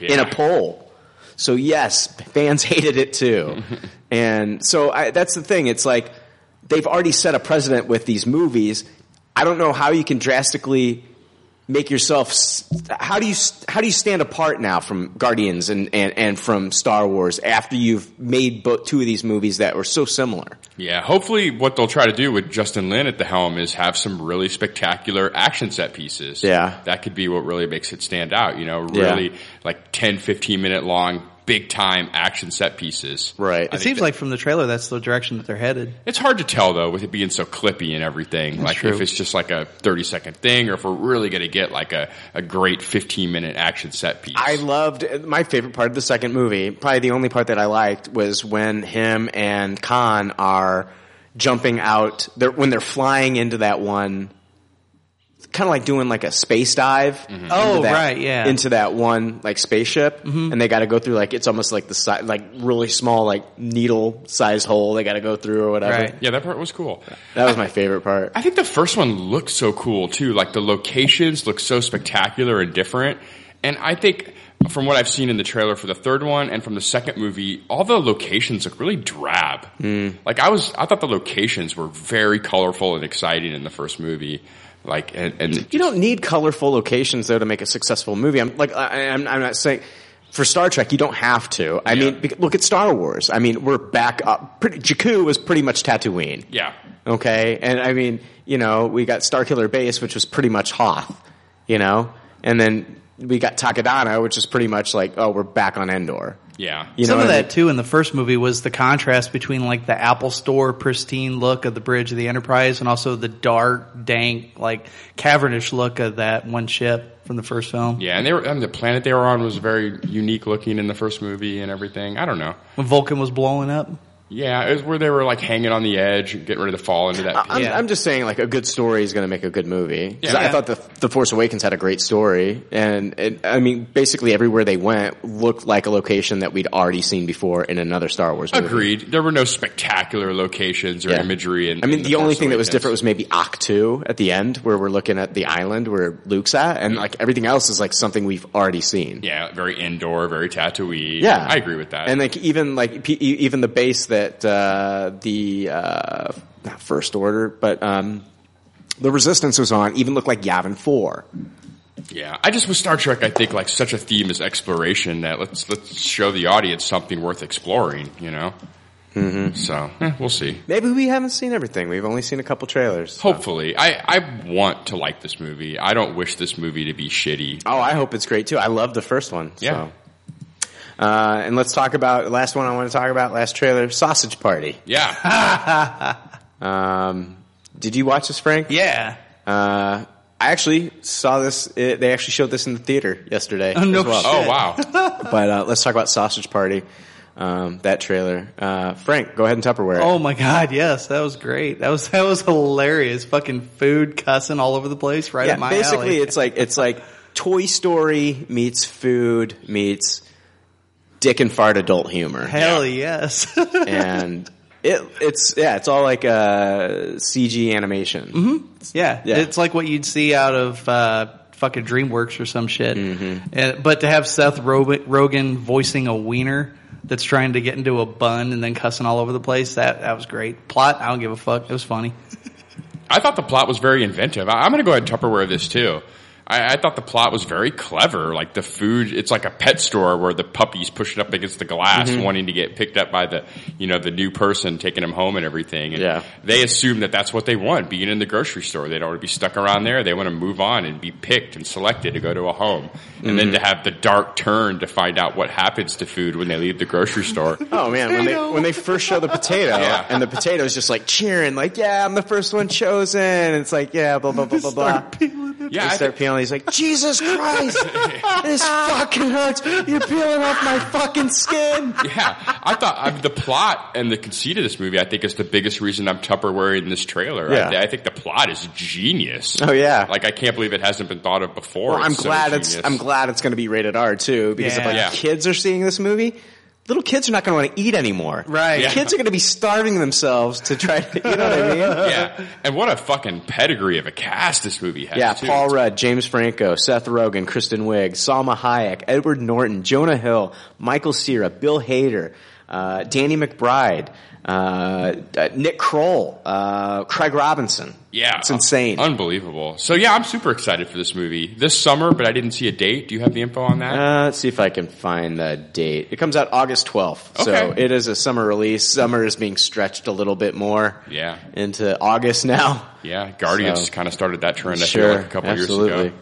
in a poll. So yes, fans hated it too. and so I, that's the thing. It's like they've already set a precedent with these movies. I don't know how you can drastically make yourself s- how do you s- how do you stand apart now from Guardians and and, and from Star Wars after you've made bo- two of these movies that were so similar. Yeah, hopefully what they'll try to do with Justin Lin at the helm is have some really spectacular action set pieces. Yeah. That could be what really makes it stand out, you know, Yeah. really like 10, 15 minute long big time action set pieces. Right. I It think seems that- like from the trailer that's the direction that they're headed. it's hard to tell though with it being so clippy and everything. like if it's just like a thirty second thing, or if we're really going to get like a, a great fifteen minute action set piece. I loved my favorite part of the second movie. Probably the only part that I liked was when him and Khan are jumping out. They're, when they're flying into that one, kind of like doing like a space dive. into Oh, that- right, yeah. Mm-hmm. Into that one like spaceship, and they got to go through like it's almost like the si- like really small like needle sized hole they got to go through or whatever. Right. yeah, that part was cool. That was my favorite part. I think the first one looked so cool too. Like the locations look so spectacular and different. And I think from what I've seen in the trailer for the third one and from the second movie, all the locations look really drab. Hmm. Like I was, I thought the locations were very colorful and exciting in the first movie. Like and, and You don't need colorful locations though to make a successful movie. I'm like, I, I'm, I'm not saying for Star Trek you don't have to. I Yeah. mean, bec- look at Star Wars. I mean, we're back up. Pretty, Jakku was pretty much Tatooine. yeah, Okay, and I mean, you know, we got Starkiller Base, which was pretty much Hoth. You know, and then we got Takadana, which is pretty much like, oh, we're back on Endor. yeah, You know Some of what I that too in the first movie was the contrast between like the Apple Store pristine look of the bridge of the Enterprise and also the dark, dank, like cavernish look of that one ship from the first film. yeah. And they were and the planet they were on was very unique looking in the first movie and everything. I don't know. When Vulcan was blowing up. Yeah, it was where they were like hanging on the edge, getting ready to fall into that. I- I'm, Yeah. I'm just saying, like a good story is going to make a good movie. 'Cause Yeah. I thought the the Force Awakens had a great story, and it, I mean, basically everywhere they went looked like a location that we'd already seen before in another Star Wars movie. Agreed. There were no spectacular locations or Yeah. imagery. And I mean, the, only thing that was different was maybe Octu at the end, where we're looking at the island where Luke's at, and like everything else is like something we've already seen. yeah, very indoor, very Tatooine. Yeah, I agree with that. And like even like pe- e- even the base that uh, the uh, not first order, but um, the resistance was on, even looked like Yavin Four. yeah, I just with Star Trek, I think like such a theme is exploration that let's let's show the audience something worth exploring. You know, mm-hmm. so eh, we'll see. Maybe we haven't seen everything. We've only seen a couple trailers. Hopefully, I I want to like this movie. I don't wish this movie to be shitty. Oh, I hope it's great too. I love the first one. Yeah. So. Uh, and let's talk about last one I want to talk about last trailer Sausage Party. Oh, Yeah, Um, did you watch this, Frank? Yeah. Uh, I actually saw this. It, they actually showed this in the theater yesterday. Oh, no as well. oh wow. But uh, let's talk about Sausage Party. Um, that trailer. Uh, Frank, go ahead and Tupperware. it. Oh my god, yes, that was great. That was that was hilarious. Fucking food cussing all over the place right yeah. at my Basically, alley. it's like it's like Toy Story meets food meets dick and fart adult humor. Hell yes. and it it's yeah, it's all like uh, CG animation. Yeah, Yeah. it's like what you'd see out of uh, fucking DreamWorks or some shit. Mm-hmm. And, but to have Seth Rogen, Rogen voicing a wiener that's trying to get into a bun and then cussing all over the place, that that was great. Plot, I don't give a fuck. It was funny. I thought the plot was very inventive. I, I'm going to go ahead and Tupperware this too. I, I thought the plot was very clever. Like the food, it's like a pet store where the puppy's pushing up against the glass, wanting to get picked up by the, you know, the new person taking him home and everything. And Yeah. they assume that that's what they want, being in the grocery store. They don't want to be stuck around there. They want to move on and be picked and selected to go to a home. And then to have the dark turn to find out what happens to food when they leave the grocery store. Oh man, when they when they first show the potato Yeah. and the potato's just like cheering, like yeah, I'm the first one chosen. And it's like yeah, blah blah blah blah blah. yeah. They I start think- peeling. He's like, Jesus Christ, this fucking hurts. You're peeling off my fucking skin. yeah, I thought I, the plot and the conceit of this movie, I think, is the biggest reason I'm Tupperware in this trailer. I- Yeah. I, think the plot is genius. Oh, yeah. like I can't believe it hasn't been thought of before. Well, I'm so glad it's genius. I'm glad it's going to be rated R too because if Yeah. like Yeah. kids are seeing this movie, little kids are not going to want to eat anymore. Right. Yeah. Kids are going to be starving themselves to try to, you know what I mean? Yeah, and what a fucking pedigree of a cast this movie has. Yeah, too. Paul Rudd, James Franco, Seth Rogen, Kristen Wiig, Salma Hayek, Edward Norton, Jonah Hill, Michael Cera, Bill Hader, uh, Danny McBride, uh, uh, Nick Kroll, uh, Craig Robinson. Yeah, it's insane. unbelievable. So yeah, I'm super excited for this movie this summer, but I didn't see a date. Do you have the info on that? uh, let's see if I can find the date. It comes out August 12th, so Okay. it is a summer release. Summer is being stretched a little bit more Yeah. into August now. yeah, Guardians so- kind of started that trend. I feel sure, like a couple absolutely. years ago.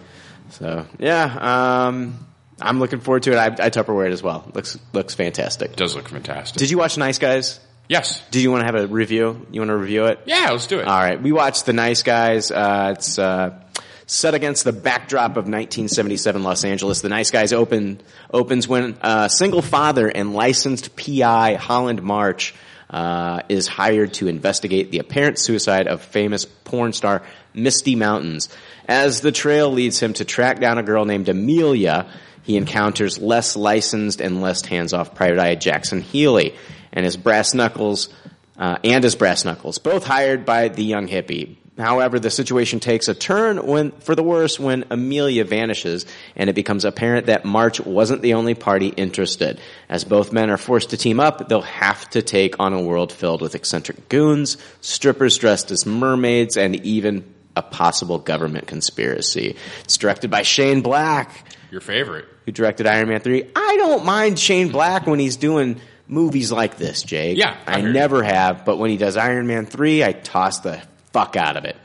So yeah, um, I'm looking forward to it. I, I Tupperware it as well. Looks looks fantastic. Does look fantastic. Did you watch Nice Guys? yes. Do you want to have a review? You want to review it? Yeah, let's do it. All right, we watched The Nice Guys. Uh, it's uh, set against the backdrop of 1977 Los Angeles. The Nice Guys open opens when a single father and licensed PI Holland March uh, is hired to investigate the apparent suicide of famous porn star Misty Mountains. As the trail leads him to track down a girl named Amelia, he encounters less licensed and less hands-off private eye Jackson Healy and his brass knuckles uh, and his brass knuckles, both hired by the young hippie. However, the situation takes a turn when, for the worse when Amelia vanishes, and it becomes apparent that March wasn't the only party interested. As both men are forced to team up, they'll have to take on a world filled with eccentric goons, strippers dressed as mermaids, and even a possible government conspiracy. It's directed by Shane Black Your favorite. who directed Iron Man 3. I don't mind Shane Black when he's doing movies like this, Jake. Yeah, I I, hear you. never have, but when he does Iron Man 3, I toss the fuck out of it.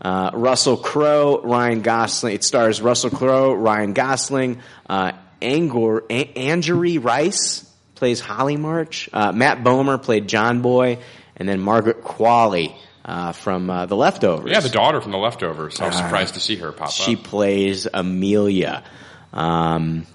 Uh, Russell Crowe, Ryan Gosling. It stars Russell Crowe, Ryan Gosling, uh, Angor, A- Angerie Rice plays Holly March, uh, Matt Bomer played John Boy, and then Margaret Qualley uh, from uh, The Leftovers. Yeah, the daughter from The Leftovers. I was surprised to see her pop She up. plays Amelia. Um,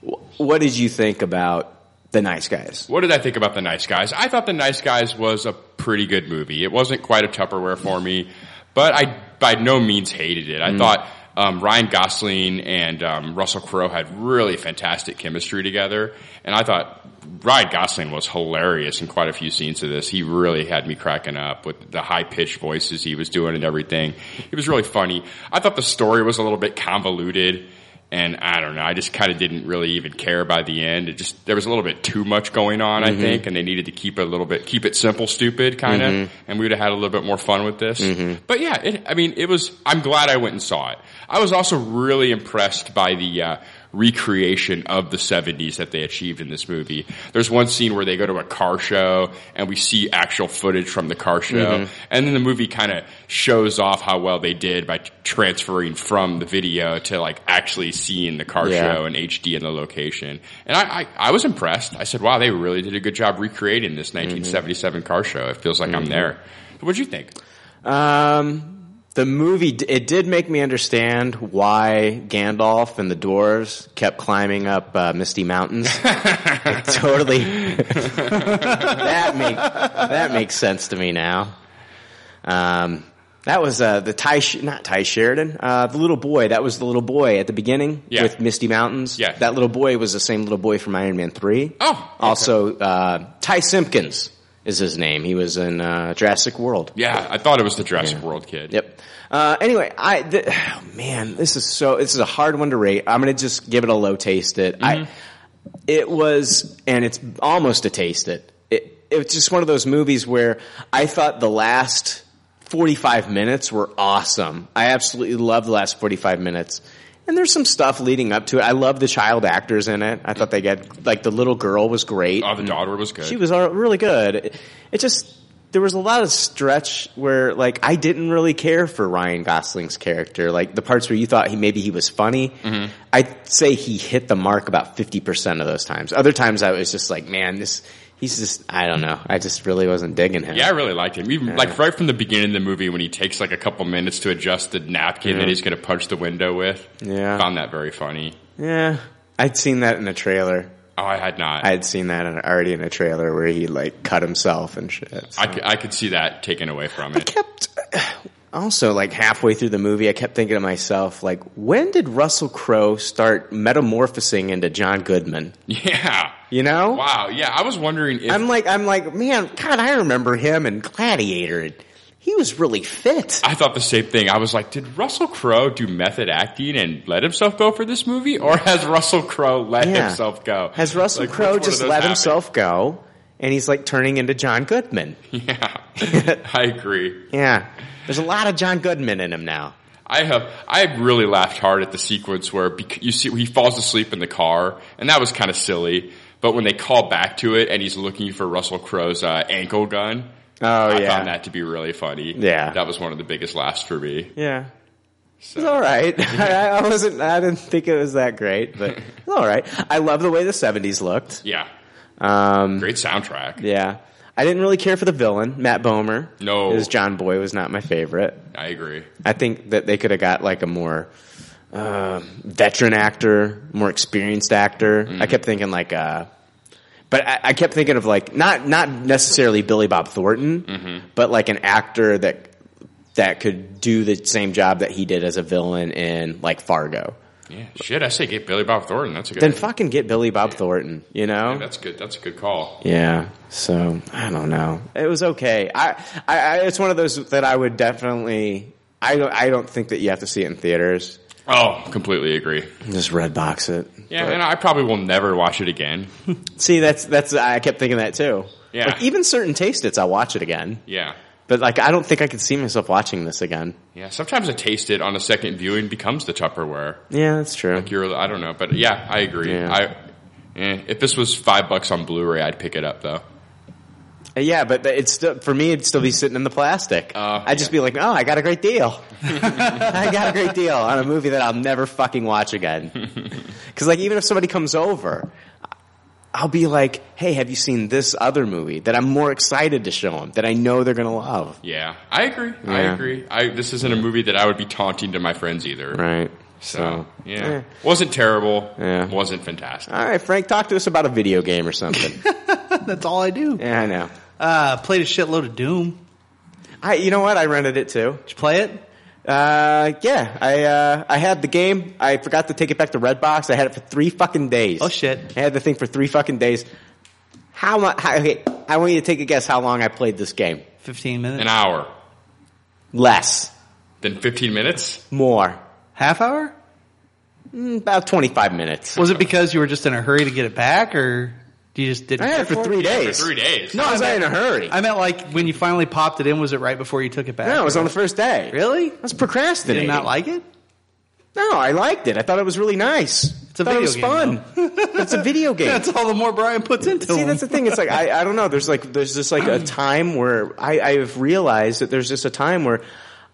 wh- what did you think about the Nice Guys? What did I think about The Nice Guys? I thought The Nice Guys was a pretty good movie. It wasn't quite a Tupperware for me, but I by no means hated it. I thought um, Ryan Gosling and um, Russell Crowe had really fantastic chemistry together, and I thought Ryan Gosling was hilarious in quite a few scenes of this. He really had me cracking up with the high pitched voices he was doing and everything. It was really funny. I thought the story was a little bit convoluted. and I don't know. I just kind of didn't really even care by the end. It just there was a little bit too much going on, I think, and they needed to keep it a little bit keep it simple, stupid kind of. And we would have had a little bit more fun with this. But yeah, it, I mean, it was. I'm glad I went and saw it. I was also really impressed by the. Uh, recreation of the 70s that they achieved in this movie. There's one scene where they go to a car show and we see actual footage from the car show. Mm-hmm. And then the movie kind of shows off how well they did by t- transferring from the video to like actually seeing the car Yeah. show in HD in the location. And I, I, I was impressed. I said, wow, they really did a good job recreating this Mm-hmm. 1977 car show. It feels like I'm there. What'd you think? Um, the movie d- it did make me understand why Gandalf and the dwarves kept climbing up uh, Misty Mountains. It totally, that make that makes sense to me now. Um, that was uh, the Ty, Sh- not Ty Sheridan, uh, the little boy. That was the little boy at the beginning Yeah. with Misty Mountains. Yeah. that little boy was the same little boy from Iron Man Three. Oh, okay. also uh, Ty Simpkins is his name. He was in uh, Jurassic World. Yeah, I thought it was the Jurassic World kid. Yep. Uh, anyway, I th- oh, man, this is so this is a hard one to rate. I'm gonna just give it a low taste. It I it was, and it's almost a taste. It it it's just one of those movies where I thought the last 45 minutes were awesome. I absolutely love the last 45 minutes. And there's some stuff leading up to it. I love the child actors in it. I thought they got like the little girl was great. Oh, the daughter was good. Mm-hmm. She was all- really good. It- It just there was a lot of stretch where like I didn't really care for Ryan Gosling's character. Like the parts where you thought he maybe he was funny, I'd say he hit the mark about fifty percent of those times. Other times I was just like, man, this he's just I don't know. I just really wasn't digging him. Yeah, I really liked him. Even like right from the beginning of the movie when he takes like a couple minutes to adjust the napkin that he's going to punch the window with. Yeah. Found that very funny. yeah. I'd seen that in a trailer. Oh, I had not. I I, had seen that in, already in a trailer where he like cut himself and shit. so. c- I could see that taken away from I it. kept also like halfway through the movie, I kept thinking to myself, like, when did Russell Crowe start metamorphosing into John Goodman? Yeah. You know, Wow. Yeah. I was wondering if. I'm like, I'm like, man, God, I remember him in Gladiator. He was really fit. I thought the same thing. I was like, did Russell Crowe do method acting and let himself go for this movie? Or has Russell Crowe let Yeah. himself go? Has Russell Like, which Crowe one of just those let happened? himself go, and he's like turning into John Goodman? Yeah. I agree. yeah, there's a lot of John Goodman in him now. I have I really laughed hard at the sequence where bec- you see he falls asleep in the car, and that was kind of silly. But when they call back to it, and he's looking for Russell Crowe's uh, ankle gun, Oh I yeah, found that to be really funny. Yeah. that was one of the biggest laughs for me. yeah. It's all right. I, I wasn't. I didn't think it was that great, but it's all right. I love the way the '70s looked. Yeah. Um, Great soundtrack. yeah, I didn't really care for the villain, Matt Bomer. No. his John Boy was not my favorite. I agree. I think that they could have got like a more uh, veteran actor, more experienced actor. Mm-hmm. I kept thinking like, uh, but I, I kept thinking of like not not necessarily Billy Bob Thornton, Mm-hmm. but like an actor that that could do the same job that he did as a villain in like Fargo. Yeah. Shit, I say get Billy Bob Thornton. That's a good. Then fucking get Billy Bob Thornton, you know? That's good. That's a good call. Yeah. So I don't know. It was okay. I, I, I it's one of those that I would definitely. I don't, I don't think that you have to see it in theaters. Oh, completely agree. Just red box it. Yeah, But- and I probably will never watch it again. see, that's that's. I kept thinking that too. Yeah. Like, even certain taste it's, I'll watch it again. Yeah. But like, I don't think I could see myself watching this again. Yeah. Sometimes a taste it on a second viewing becomes the Tupperware. Yeah, that's true. You're, I don't know, but yeah, I agree. Yeah. I, eh, if this was five bucks on Blu-ray, I'd pick it up though. Uh, Yeah, but th- it's still for me. It'd still be sitting in the plastic. Oh, I'd just be like, "Oh, I got a great deal. I got a great deal on a movie that I'll never fucking watch again." Because like, even if somebody comes over, I'll be like, "Hey, have you seen this other movie that I'm more excited to show them that I know they're gonna love?" Yeah, I agree. I Yeah. agree. I, this isn't a movie that I would be taunting to my friends either. Right. So yeah, eh. wasn't terrible. Yeah. wasn't fantastic. All right, Frank, talk to us about a video game or something. That's all I do. yeah, I know. Uh, played a shitload of Doom. I, you know what? I rented it too. Did you play it? Uh, yeah, I uh, I had the game. I forgot to take it back to Redbox. I had it for three fucking days. Oh, shit. I had the thing for three fucking days. How much? How, okay, I want you to take a guess how long I played this game. Fifteen minutes. An hour, Less, then fifteen minutes. more, Mm, Half hour? about twenty five minutes. Was it because you were just in a hurry to get it back, or you just I didn't? had it for three For days. three days. No, I was in a hurry. I meant like when you finally popped it in. Was it right before you took it back? no, it was on the first day. Really? I was You procrastinating. did not like it? No, I liked it. I thought it was really nice. It's a I thought video it was fun. it's a video game. That's all the more Brian puts into See, him. that's the thing. It's like I, I don't know. There's like there's just like a time where I, I have realized that there's just a time where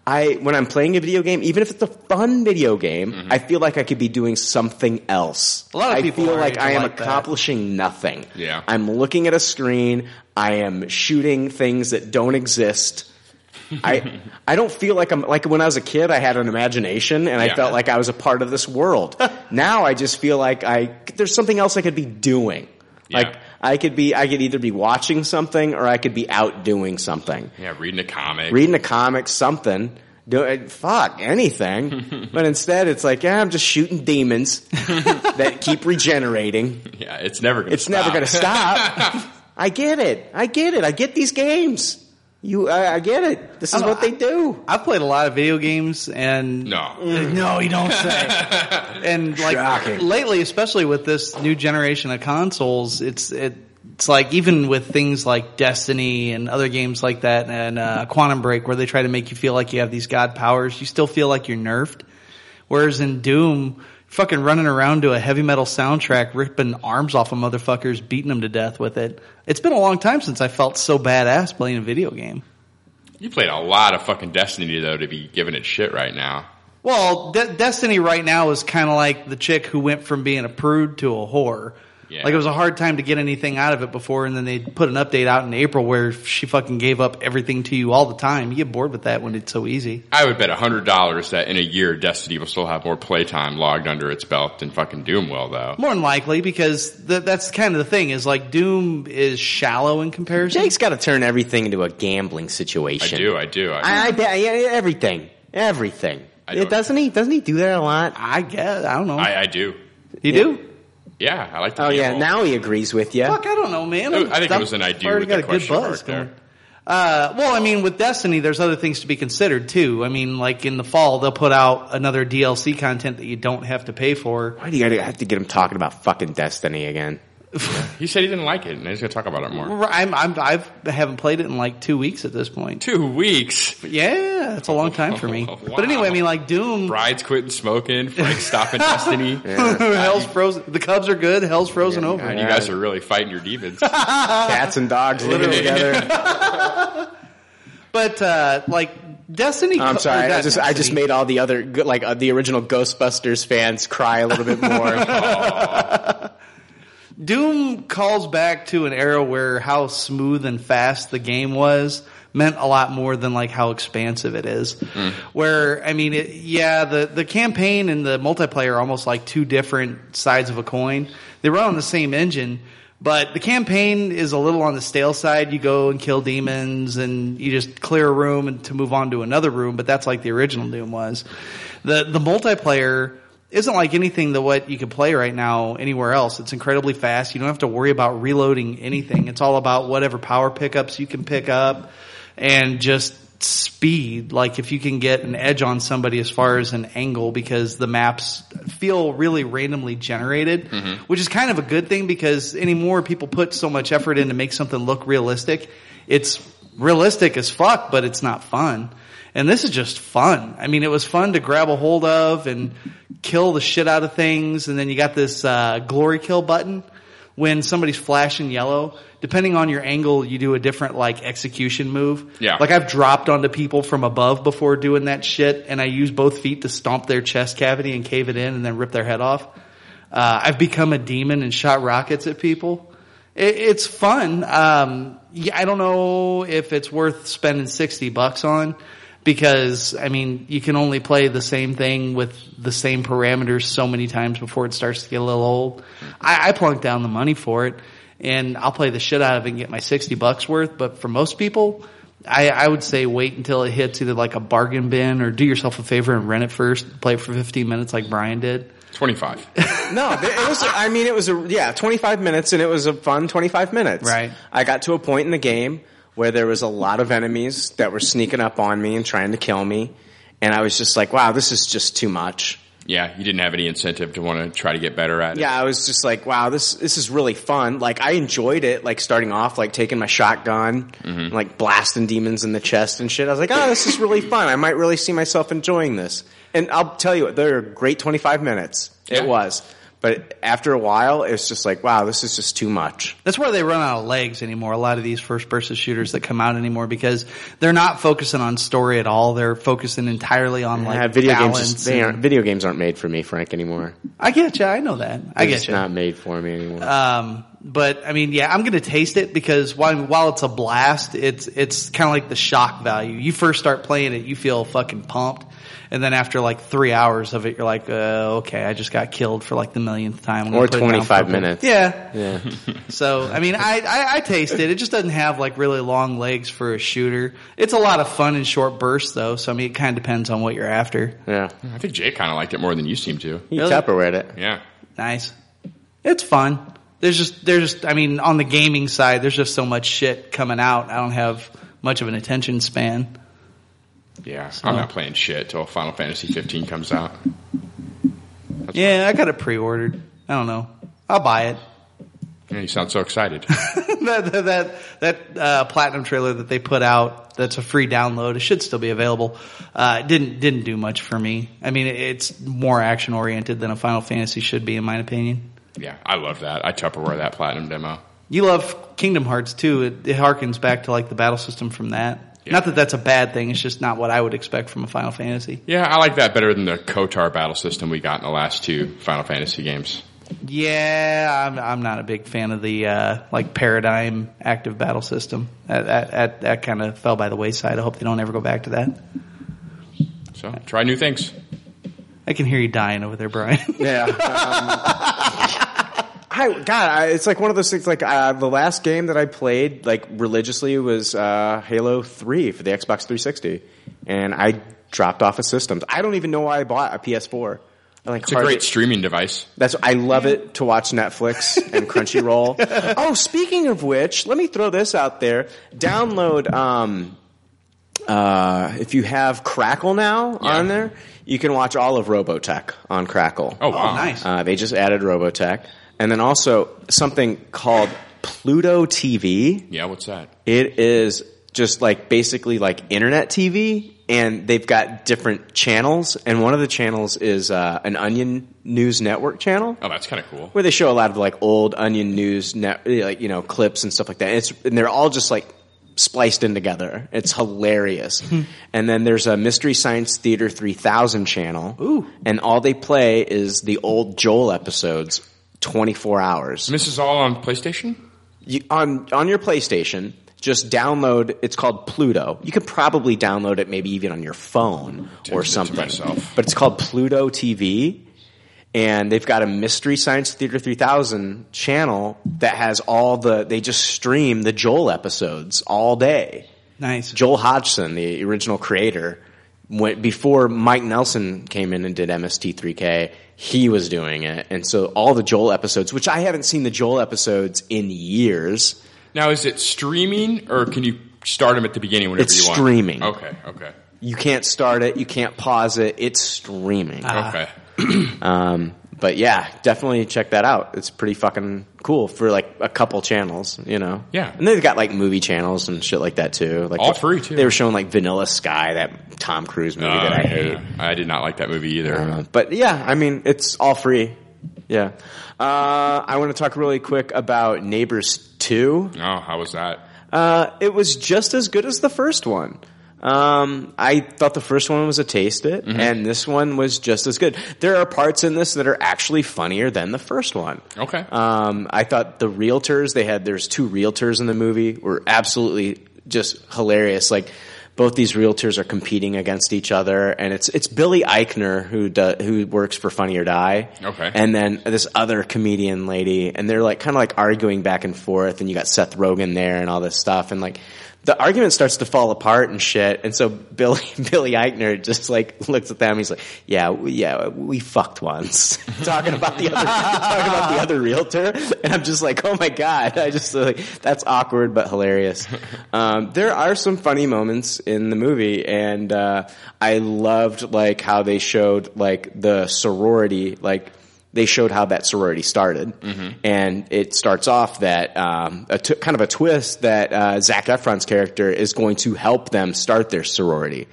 I when I'm playing a video game, even if it's a fun video game, I feel like I could be doing something else. Mm-hmm. A lot of I people feel are like into I am like that. accomplishing nothing. Yeah. I'm looking at a screen. I am shooting things that don't exist. I I don't feel like I'm like when I was a kid I had an imagination and I Yeah. felt like I was a part of this world. now I just feel like I there's something else I could be doing. Yeah. Like I could be I could either be watching something or I could be out doing something. Yeah, reading a comic. Reading a comic, something. Do, uh, fuck anything, but instead it's like yeah, I'm just shooting demons that keep regenerating. yeah, it's never. Gonna It's never going to stop. I get it. I get it. I get these games. You, I, I get it. This is Oh, what they I- do. I've played a lot of video games and no. No, you don't say. and like Shocking. lately, especially with this new generation of consoles, it's it, it's like even with things like Destiny and other games like that, and uh, Quantum Break, where they try to make you feel like you have these god powers, you still feel like you're nerfed. Whereas in Doom, fucking running around to a heavy metal soundtrack, ripping arms off of motherfuckers, beating them to death with it. It's been a long time since I felt so badass playing a video game. You played a lot of fucking Destiny though to be giving it shit right now. Well, De- Destiny right now is kind of like the chick who went from being a prude to a whore. Yeah. Like it was a hard time to get anything out of it before, and then they put an update out in April where she fucking gave up everything to you all the time. You get bored with that when it's so easy. I would bet hundred dollars that in a year Destiny will still have more playtime logged under its belt than fucking Doom will though. More than likely, because th- that's kind of the thing is like Doom is shallow in comparison. Jake's got to turn everything into a gambling I situation. do, I do. I, I, I, bet- yeah, yeah, everything, everything. I don't- doesn't he? Doesn't he do that a lot? I guess I don't know. I, I do. you do? Yeah, I like. To Oh yeah, gamble. now he agrees with you. Fuck, I don't know, man. I think it I'm- was an I've idea already with the got a good question buzz mark there. going. Uh, well, I mean, with Destiny, there's other things to be considered too. I mean, like in the fall, they'll put out another DLC content that you don't have to pay for. Why do you gotta have to get him talking about fucking Destiny again? He said he didn't like it, and he's gonna talk about it more. I'm, I'm, I've I haven't played it in like two weeks at this point. Two weeks. Yeah, it's a long time for me. Wow. But anyway, I mean, like Doom, Brides quitting smoking. Frank stopping Destiny. Hell's frozen. The Cubs are good. Hell's frozen over. And you guys are really fighting your demons. Uh, Cats and dogs living together. But uh, like Destiny. I'm Co- or sorry. I not just I just Destiny. made all the other go- like uh, the original Ghostbusters fans cry a little bit more. Doom calls back to an era where how smooth and fast the game was meant a lot more than like how expansive it is. Where I mean, it, yeah, the the campaign and the multiplayer are almost like two different sides of a coin. They run on the same engine, but the campaign is a little on the stale side. You go and kill demons and you just clear a room and to move on to another room, but that's like the original Doom was. The the multiplayer isn't like anything that what you could play right now anywhere else. It's incredibly fast. You don't have to worry about reloading anything. It's all about whatever power pickups you can pick up and just speed. Like if you can get an edge on somebody as far as an angle because the maps feel really randomly generated, which is kind of a good thing because anymore people put so much effort in to make something look realistic. It's realistic as fuck, but it's not fun. And this is just fun. I mean, it was fun to grab a hold of and kill the shit out of things. And then you got this uh, glory kill button when somebody's flashing yellow. Depending on your angle, you do a different like execution move. Yeah. Like I've dropped onto people from above before doing that shit, and I use both feet to stomp their chest cavity and cave it in, and then rip their head off. Uh, I've become a demon and shot rockets at people. It, it's fun. Um, yeah, I don't know if it's worth spending 60 bucks on because, I mean, you can only play the same thing with the same parameters so many times before it starts to get a little old. I, I plunked down the money for it and I'll play the shit out of it and get my 60 bucks worth. But for most people, I, I would say wait until it hits either like a bargain bin or do yourself a favor and rent it first, play it for 15 minutes like Brian did. 25. no, but it was. I mean, it was a yeah, 25 minutes, and it was a fun 25 minutes. Right. I got to a point in the game where there was a lot of enemies that were sneaking up on me and trying to kill me, and I was just like, wow, this is just too much. Yeah, you didn't have any incentive to want to try to get better at it. Yeah, I was just like, wow, this this is really fun. Like I enjoyed it, like starting off, like taking my shotgun, and, like blasting demons in the chest and shit. I was like, oh, this is really fun. I might really see myself enjoying this. And I'll tell you what, they're a great twenty five minutes. Yeah. It was. But after a while, it's just like, wow, this is just too much. That's why they run out of legs anymore. A lot of these first person shooters that come out anymore because they're not focusing on story at all. They're focusing entirely on like Yeah, video games, balance. just, they and- aren't, video games aren't made for me, Frank, anymore. I get you. I know that. I They're get just you. not made for me anymore. Um, but I mean, yeah, I'm going to taste it because while, while it's a blast, it's, it's kind of like the shock value. You first start playing it, you feel fucking pumped. And then after like three hours of it, you're like, uh, okay, I just got killed for like the millionth time. I'm gonna Or put it down 25 for a- minutes. Yeah. yeah. So, I mean, I, I, I taste it. It just doesn't have like really long legs for a shooter. It's a lot of fun in short bursts though. So, I mean, it kind of depends on what you're after. Yeah. I think Jay kind of liked it more than you seem to. He Really? Tupperware it. Yeah. Nice. It's fun. There's just there's just I mean on the gaming side there's just so much shit coming out. I don't have much of an attention span. Yeah. I'm not playing shit till Final Fantasy 15 comes out. Yeah, I got it pre-ordered. I don't know. I'll buy it. Yeah, you sound so excited. that that that, that uh, platinum trailer that they put out that's a free download. It should still be available. Uh, it didn't didn't do much for me. I mean, it's more action oriented than a Final Fantasy should be in my opinion. yeah, I love that. I Tupperware that platinum demo. You love Kingdom Hearts too. It, it harkens back to like the battle system from that. Not that that's a bad thing. It's just not what I would expect from a Final Fantasy. Yeah, I like that better than the Kotar battle system we got in the last two Final Fantasy games. Yeah, I'm, I'm not a big fan of the uh, like paradigm active battle system. That that, that, that kind of fell by the wayside. I hope they don't ever go back to that. So try new things. I can hear you dying over there, Brian. Yeah. Um, I God, I, it's like one of those things. Like uh, the last game that I played like religiously was uh, Halo Three for the Xbox 360, and I dropped off of systems. I don't even know why I bought a PS4. I, like It's a great streaming device. That's I love it to watch Netflix and Crunchyroll. oh, speaking of which, let me throw this out there. Download um, uh, if you have Crackle now on there, you can watch all of Robotech on Crackle. Oh, wow. nice. Uh, they just added Robotech. And then also something called Pluto TV. Yeah, what's that? It is just like basically like internet TV, and they've got different channels. And one of the channels is uh, an Onion News Network channel. Oh, that's kind of cool. Where they show a lot of like old Onion News, net, like you know, clips and stuff like that. And, it's, and they're all just like spliced in together. It's hilarious. and then there's a Mystery Science Theater 3000 channel. Ooh. And all they play is the old Joel episodes 24 hours. This is all on PlayStation. You, on on your PlayStation, just download. It's called Pluto. You could probably download it, maybe even on your phone or it to something. myself. But it's called Pluto TV, and they've got a Mystery Science Theater 3000 channel that has all the. They just stream the Joel episodes all day. Nice. Joel Hodgson, the original creator, went before Mike Nelson came in and did MST3K. He was doing it, and so all the Joel episodes, which I haven't seen the Joel episodes in years. Now, is it streaming or can you start them at the beginning whenever It's you want? streaming. Okay. Okay. You can't start it, you can't pause it. It's streaming. okay. Um, but yeah, definitely check that out. It's pretty fucking cool for like a couple channels, you know. Yeah. and they've got like movie channels and shit like that too. Like All the- free, too. They were showing like Vanilla Sky, that Tom Cruise movie that I Uh, hate. yeah. I did not like that movie either. Uh, but yeah, I mean, it's all free. Yeah. Uh, I want to talk really quick about Neighbors 2. oh, how was that? Uh, it was just as good as the first one. Um, I thought the first one was a taste it, and this one was just as good. There are parts in this that are actually funnier than the first one. Okay. Um, I thought the realtors they had there's two realtors in the movie were absolutely just hilarious. Like both these realtors are competing against each other, and it's it's Billy Eichner who do, who works for Funny or Die, Okay. and then this other comedian lady, and they're like kind of like arguing back and forth, and you got Seth Rogen there and all this stuff, and like. The argument starts to fall apart and shit, and so Billy Billy Eichner just like looks at them. He's like, "Yeah, we- yeah, we fucked once." talking about the other talking about the other realtor, and I'm just like, oh my god, I just like that's awkward but hilarious. Um, there are some funny moments in the movie, and uh, I loved like how they showed like the sorority, like they showed how that sorority started, and it starts off that um, a t- kind of a twist that uh, Zach Efron's character is going to help them start their sorority.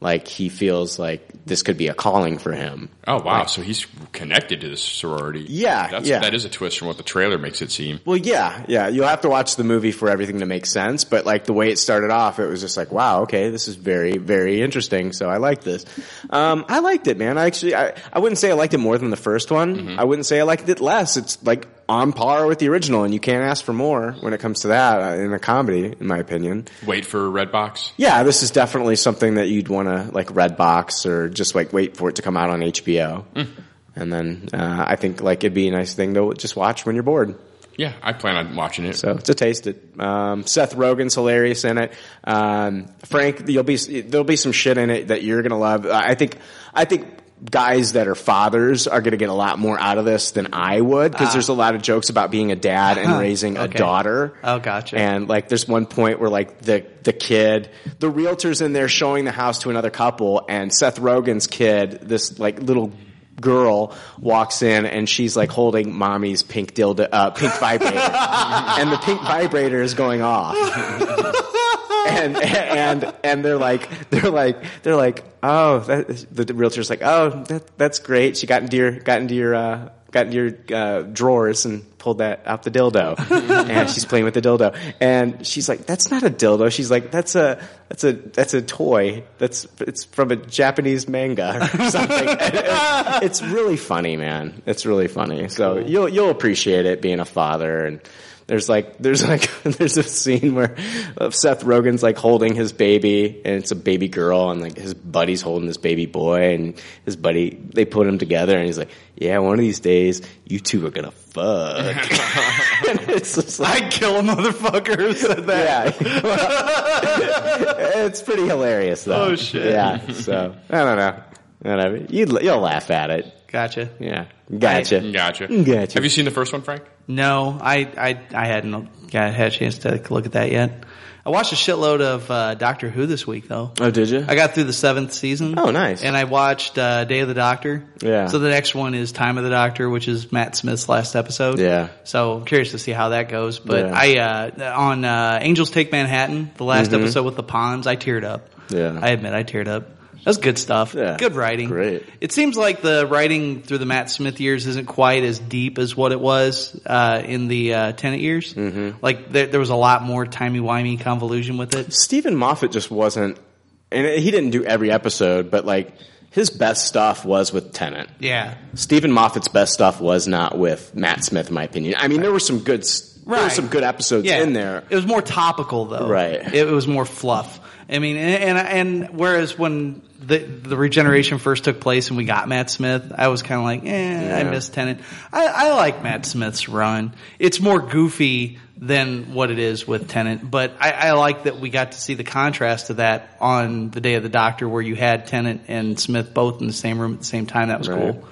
Like he feels like this could be a calling for him. oh, wow. so he's connected to this sorority. Yeah, That's, yeah. That is a twist from what the trailer makes it seem. Well, yeah, yeah. You'll have to watch the movie for everything to make sense. But like the way it started off, it was just like, wow, okay, this is very, very interesting. So I like this. Um, I liked it, man. I actually, I, I wouldn't say I liked it more than the first one. I wouldn't say I liked it less. It's like on par with the original, and you can't ask for more when it comes to that uh, in a comedy, in my opinion. Wait for Redbox. Yeah, this is definitely something that you'd want to like Redbox or just like wait for it to come out on HBO. And then uh, I think like it'd be a nice thing to just watch when you're bored. Yeah, I plan on watching it. So it's a taste. It. Um, Seth Rogen's hilarious in it. Um, Frank, you'll be there'll be some shit in it that you're gonna love. I think I think guys that are fathers are gonna get a lot more out of this than I would because there's a lot of jokes about being a dad and raising a Okay. daughter. Oh, gotcha. And like, there's one point where like the the kid, the realtor's in there showing the house to another couple, and Seth Rogen's kid, this like little girl, walks in and she's like holding mommy's pink dildo, uh, pink vibrator, and the pink vibrator is going off. And, and and they're like they're like they're like oh that, is- the realtor's like oh that that's great she got into your got into your uh, got into your uh, drawers and pulled that out the dildo and she's playing with the dildo and she's like that's not a dildo she's like that's a that's a that's a toy that's it's from a Japanese manga or something it's really funny man it's really funny so you'll you'll appreciate it being a father and there's like there's like there's a scene where of Seth Rogen's like holding his baby and it's a baby girl and like his buddy's holding this baby boy and his buddy they put him together and he's like yeah one of these days you two are gonna fuck and it's just like I kill a motherfucker who said that. yeah it's pretty hilarious though Oh, shit. yeah so I don't know I don't know you'd, you'll laugh at it Gotcha. yeah gotcha Mm, Mm, Gotcha. Gotcha. Have you seen the first one, Frank? No, I, I, I hadn't got, had a chance to look at that yet. I watched a shitload of uh, Doctor Who this week, though. oh did you I got through the seventh season. Oh, nice. And I watched uh, Day of the Doctor. Yeah. So the next one is Time of the Doctor, which is Matt Smith's last episode. Yeah. So I'm curious to see how that goes. But Yeah. I uh, on uh, Angels Take Manhattan, the last episode with the Palms, I teared up. Mm-hmm. Yeah. I admit I teared up. That's good stuff. Yeah. Good writing. Great. It seems like the writing through the Matt Smith years isn't quite as deep as what it was uh, in the uh, Tenant years. Mm-hmm. Like there, there was a lot more timey wimey convolution with it. Stephen Moffat just wasn't, and he didn't do every episode, but like his best stuff was with Tennant. Yeah. Stephen Moffat's best stuff was not with Matt Smith, in my opinion. I mean, there were some good, s there were Right. some good episodes Yeah. in there. It was more topical though. Right. It, was more fluff. I mean, and, and and whereas when the the regeneration first took place and we got Matt Smith, I was kind of like, eh, I Yeah. miss Tennant. I, I like Matt Smith's run. It's more goofy than what it is with Tennant, but I, I like that we got to see the contrast to that on the Day of the Doctor, where you had Tennant and Smith both in the same room at the same time. That was cool.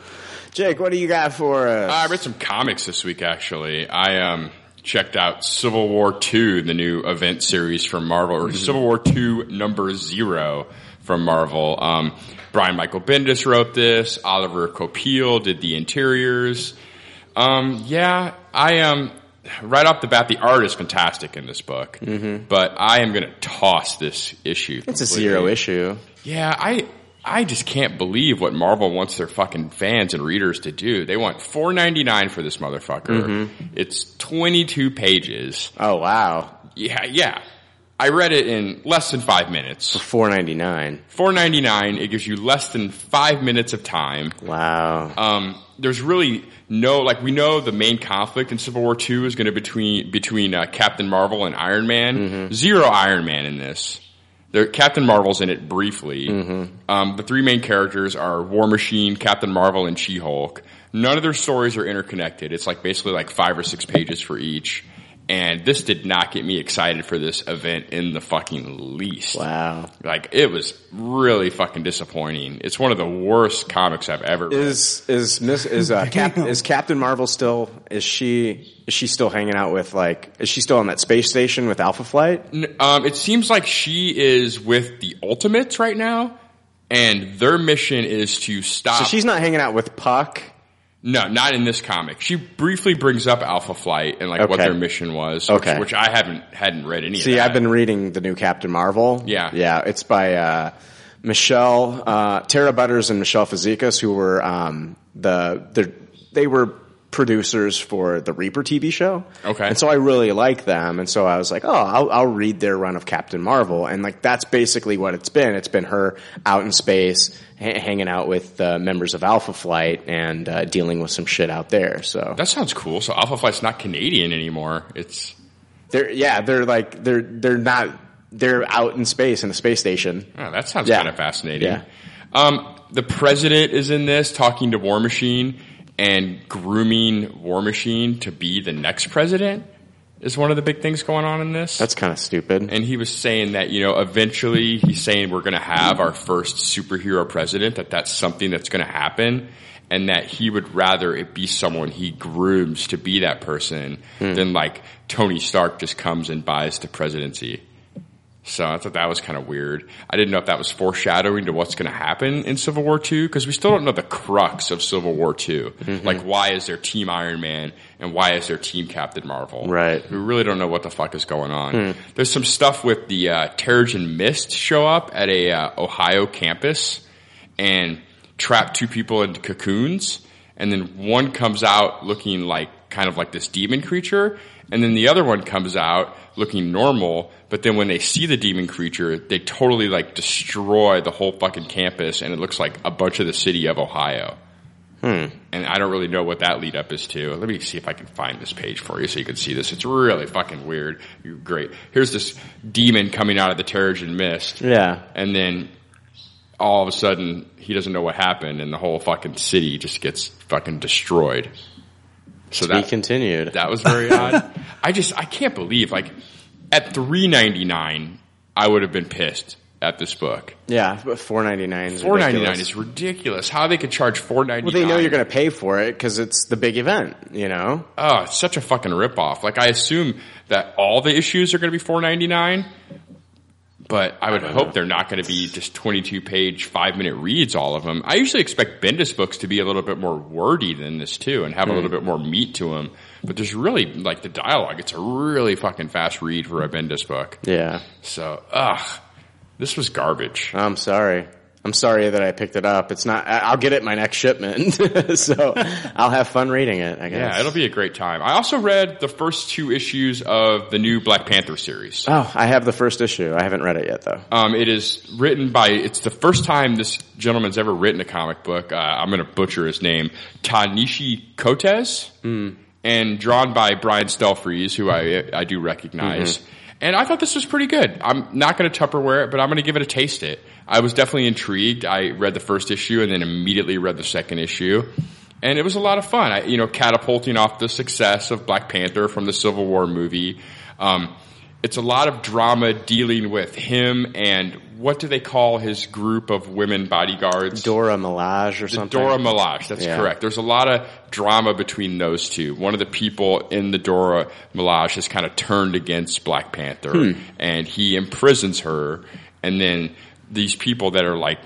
Jake, what do you got for us? I read some comics this week, actually. I um, checked out Civil War II, the new event series from Marvel, Mm-hmm. or Civil War II number zero from Marvel. Um, Brian Michael Bendis wrote this. Oliver Copeal did the interiors. Um, yeah, I Um, Right off the bat, the art is fantastic in this book, but I am going to toss this issue. Mm-hmm. it's a completely. zero issue. Yeah, I I just can't believe what Marvel wants their fucking fans and readers to do. They want four ninety nine for this motherfucker. It's twenty two pages. Oh wow, Yeah, yeah. I read it in less than five minutes. four ninety nine. Four ninety nine. It gives you less than five minutes of time. Wow. Uh, Um, there's really no like we know the main conflict in Civil War Two is going to between between uh, Captain Marvel and Iron Man. Zero Iron Man in this. There, Captain Marvel's in it briefly. Um, the three main characters are War Machine, Captain Marvel, and She Hulk. None of their stories are interconnected. It's like basically like five or six pages for each. And this did not get me excited for this event in the fucking least. wow. Like it was really fucking disappointing. It's one of the worst comics I've ever read. Is is Miss is uh, Cap, is Captain Marvel still? Is she is she still hanging out with like? Is she still on that space station with Alpha Flight? N- Um, it seems like she is with the Ultimates right now, and their mission is to stop. So she's not hanging out with Puck. no, not in this comic. She briefly brings up Alpha Flight and like what Okay. their mission was, Okay. which, which I haven't hadn't read any. See, of that. I've been reading the new Captain Marvel. Yeah. yeah. It's by uh, Michelle uh, Tara Butters and Michelle Fazekas, who were um, the the they were producers for the Reaper TV show. Okay. and so I really like them, and so I was like, oh, I'll, I'll read their run of Captain Marvel, and like that's basically what it's been. It's been her out in space, ha- hanging out with uh, members of Alpha Flight and uh, dealing with some shit out there. So That sounds cool. So Alpha Flight's not Canadian anymore. It's they're yeah, they're like they're they're not. They're out in space in a space station. oh, that sounds Yeah. kind of fascinating. Yeah. Um, the president is in this talking to War Machine and grooming War Machine to be the next president. Is one of the big things going on in this? That's kind of stupid. and he was saying that you know eventually he's saying we're going to have our first superhero president that that's something that's going to happen and that he would rather it be someone he grooms to be that person than like Tony Stark just comes and buys the presidency. So I thought that was kind of weird. I didn't know if that was foreshadowing to what's going to happen in Civil War Two because we still don't know the crux of Civil War 2 Like, why is there Team Iron Man and why is there Team Captain Marvel? Right. We really don't know what the fuck is going on. There's some stuff with the uh, Terrigen Mist show up at a uh, Ohio campus and trap two people into cocoons, and then one comes out looking like kind of like this demon creature, and then the other one comes out looking normal. But then when they see the demon creature, they totally like destroy the whole fucking campus, and it looks like a bunch of the city of Ohio. And I don't really know what that lead up is to. Let me see if I can find this page for you so you can see this. It's really fucking weird. You're great. Here's this demon coming out of the Terrigen Mist. Yeah. And then all of a sudden, he doesn't know what happened, and the whole fucking city just gets fucking destroyed. So Be that continued. that was very odd. I just I can't believe like at three ninety nine, I would have been pissed at this book. yeah, but four ninety nine. Four ninety nine is ridiculous. How they could charge four ninety Well, nine? they know you're going to pay for it because it's the big event. You know. oh, it's such a fucking ripoff. Like I assume that all the issues are going to be four ninety nine, but I would hope they're not going to be just twenty two page five minute reads all of them. I usually expect Bendis books to be a little bit more wordy than this too, and have a little bit more meat to them. But there's really like the dialogue. It's a really fucking fast read for a Bendis book. Yeah. So ugh, this was garbage. I'm sorry. I'm sorry that I picked it up. It's not. I- I'll get it my next shipment, so I'll have fun reading it. I guess. Yeah, it'll be a great time. I also read the first two issues of the new Black Panther series. Oh, I have the first issue. I haven't read it yet though. Um, it is written by. It's the first time this gentleman's ever written a comic book. Uh, I'm going to butcher his name, Tanishi Cotes, and drawn by Brian Stelfreeze, who I I do recognize. And I thought this was pretty good. I'm not going to Tupperware it, but I'm going to give it a taste. It. I was definitely intrigued. I read the first issue and then immediately read the second issue. And it was a lot of fun, I, you know, catapulting off the success of Black Panther from the Civil War movie. Um, it's a lot of drama dealing with him and what do they call his group of women bodyguards? Dora Milaje or something. Dora Milaje, that's Yeah. correct. There's a lot of drama between those two. One of the people in the Dora Milaje has kind of turned against Black Panther, Hmm. and he imprisons her. And then these people that are like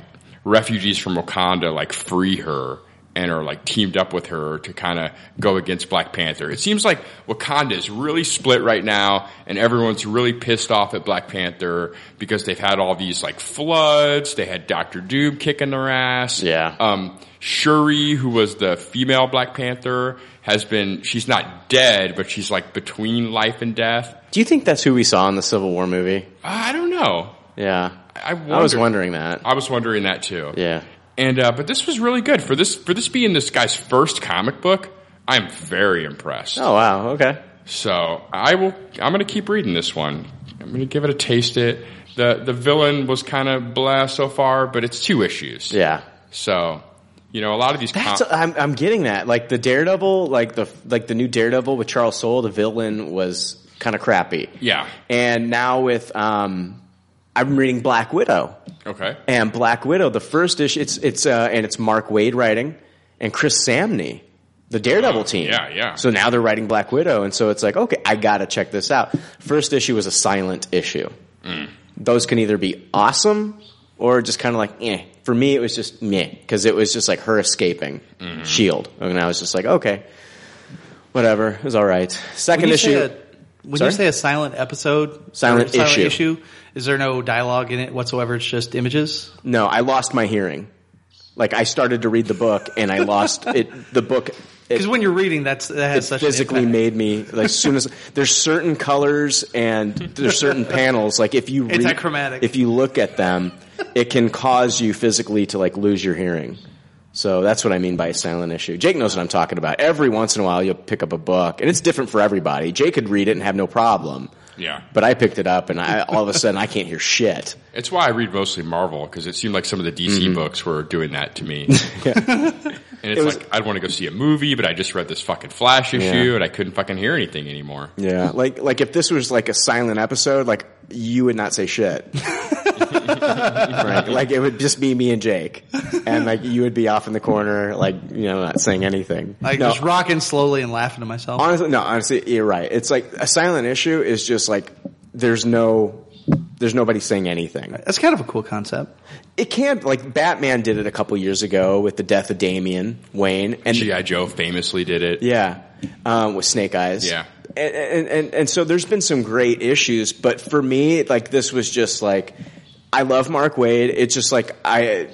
refugees from Wakanda like free her and are like teamed up with her to kind of go against Black Panther. It seems like Wakanda is really split right now and everyone's really pissed off at Black Panther because they've had all these like floods. They had Doctor Doom kicking their ass. Yeah. Um, Shuri, who was the female Black Panther, has been, she's not dead, but she's like between life and death. Do you think that's who we saw in the Civil War movie? I don't know. Yeah. I I was wondered- wondering that. I was wondering that too. Yeah. And uh, but this was really good for this for this being this guy's first comic book. I'm very impressed. Oh wow. Okay. So I will. I'm going to keep reading this one. I'm going to give it a taste. It the the villain was kind of blah so far, but it's two issues. Yeah. So you know a lot of these. That's, com- I'm, I'm getting that. Like the Daredevil, like the like the new Daredevil with Charles Soule, the villain was kind of crappy. yeah. And now with um, I'm reading Black Widow, Okay. and Black Widow, the first issue, it's it's uh, and it's Mark Wade writing and Chris Samney, the Daredevil Oh, team. yeah, yeah. So now they're writing Black Widow, and so it's like, okay, I gotta check this out. First issue was a silent issue. Mm. Those can either be awesome or just kind of like, eh. For me, it was just meh because it was just like her escaping Mm-hmm. Shield, and I was just like, okay, whatever, it was all right. Second When you issue, say a, when Sorry? you say a silent episode, Silent or issue. is there no dialogue in it whatsoever? It's just images. No, I lost my hearing. Like I started to read the book and I lost it. The book it, Because when you're reading, that's that has it such physically an made impact. me like as soon as there's certain colors and there's certain panels. Like if you read, Antichromatic. if you look at them, it can cause you physically to like lose your hearing. So that's what I mean by a silent issue. Jake knows what I'm talking about. Every once in a while, you'll pick up a book, and it's different for everybody. Jake could read it and have no problem, Yeah. but I picked it up, and I all of a sudden I can't hear shit. It's why I read mostly Marvel because it seemed like some of the DC Mm-hmm. books were doing that to me. and it's was- like I'd want to go see a movie, but I just read this fucking Flash issue and I couldn't fucking hear anything anymore. Yeah, like like if this was like a silent episode, like you would not say shit. right? Like it would just be me and Jake, and like you would be off in the corner, like you know, not saying anything. Like no, just rocking slowly and laughing to myself. honestly, no, honestly, you're right. It's like a silent issue is just like there's no there's nobody saying anything. that's kind of a cool concept. It can't like Batman did it a couple years ago with the death of Damian Wayne, and GI Joe famously did it. Yeah, um, with Snake Eyes. Yeah. and, and and and so there's been some great issues, but for me, like this was just like I love Mark Wade. It's just like I.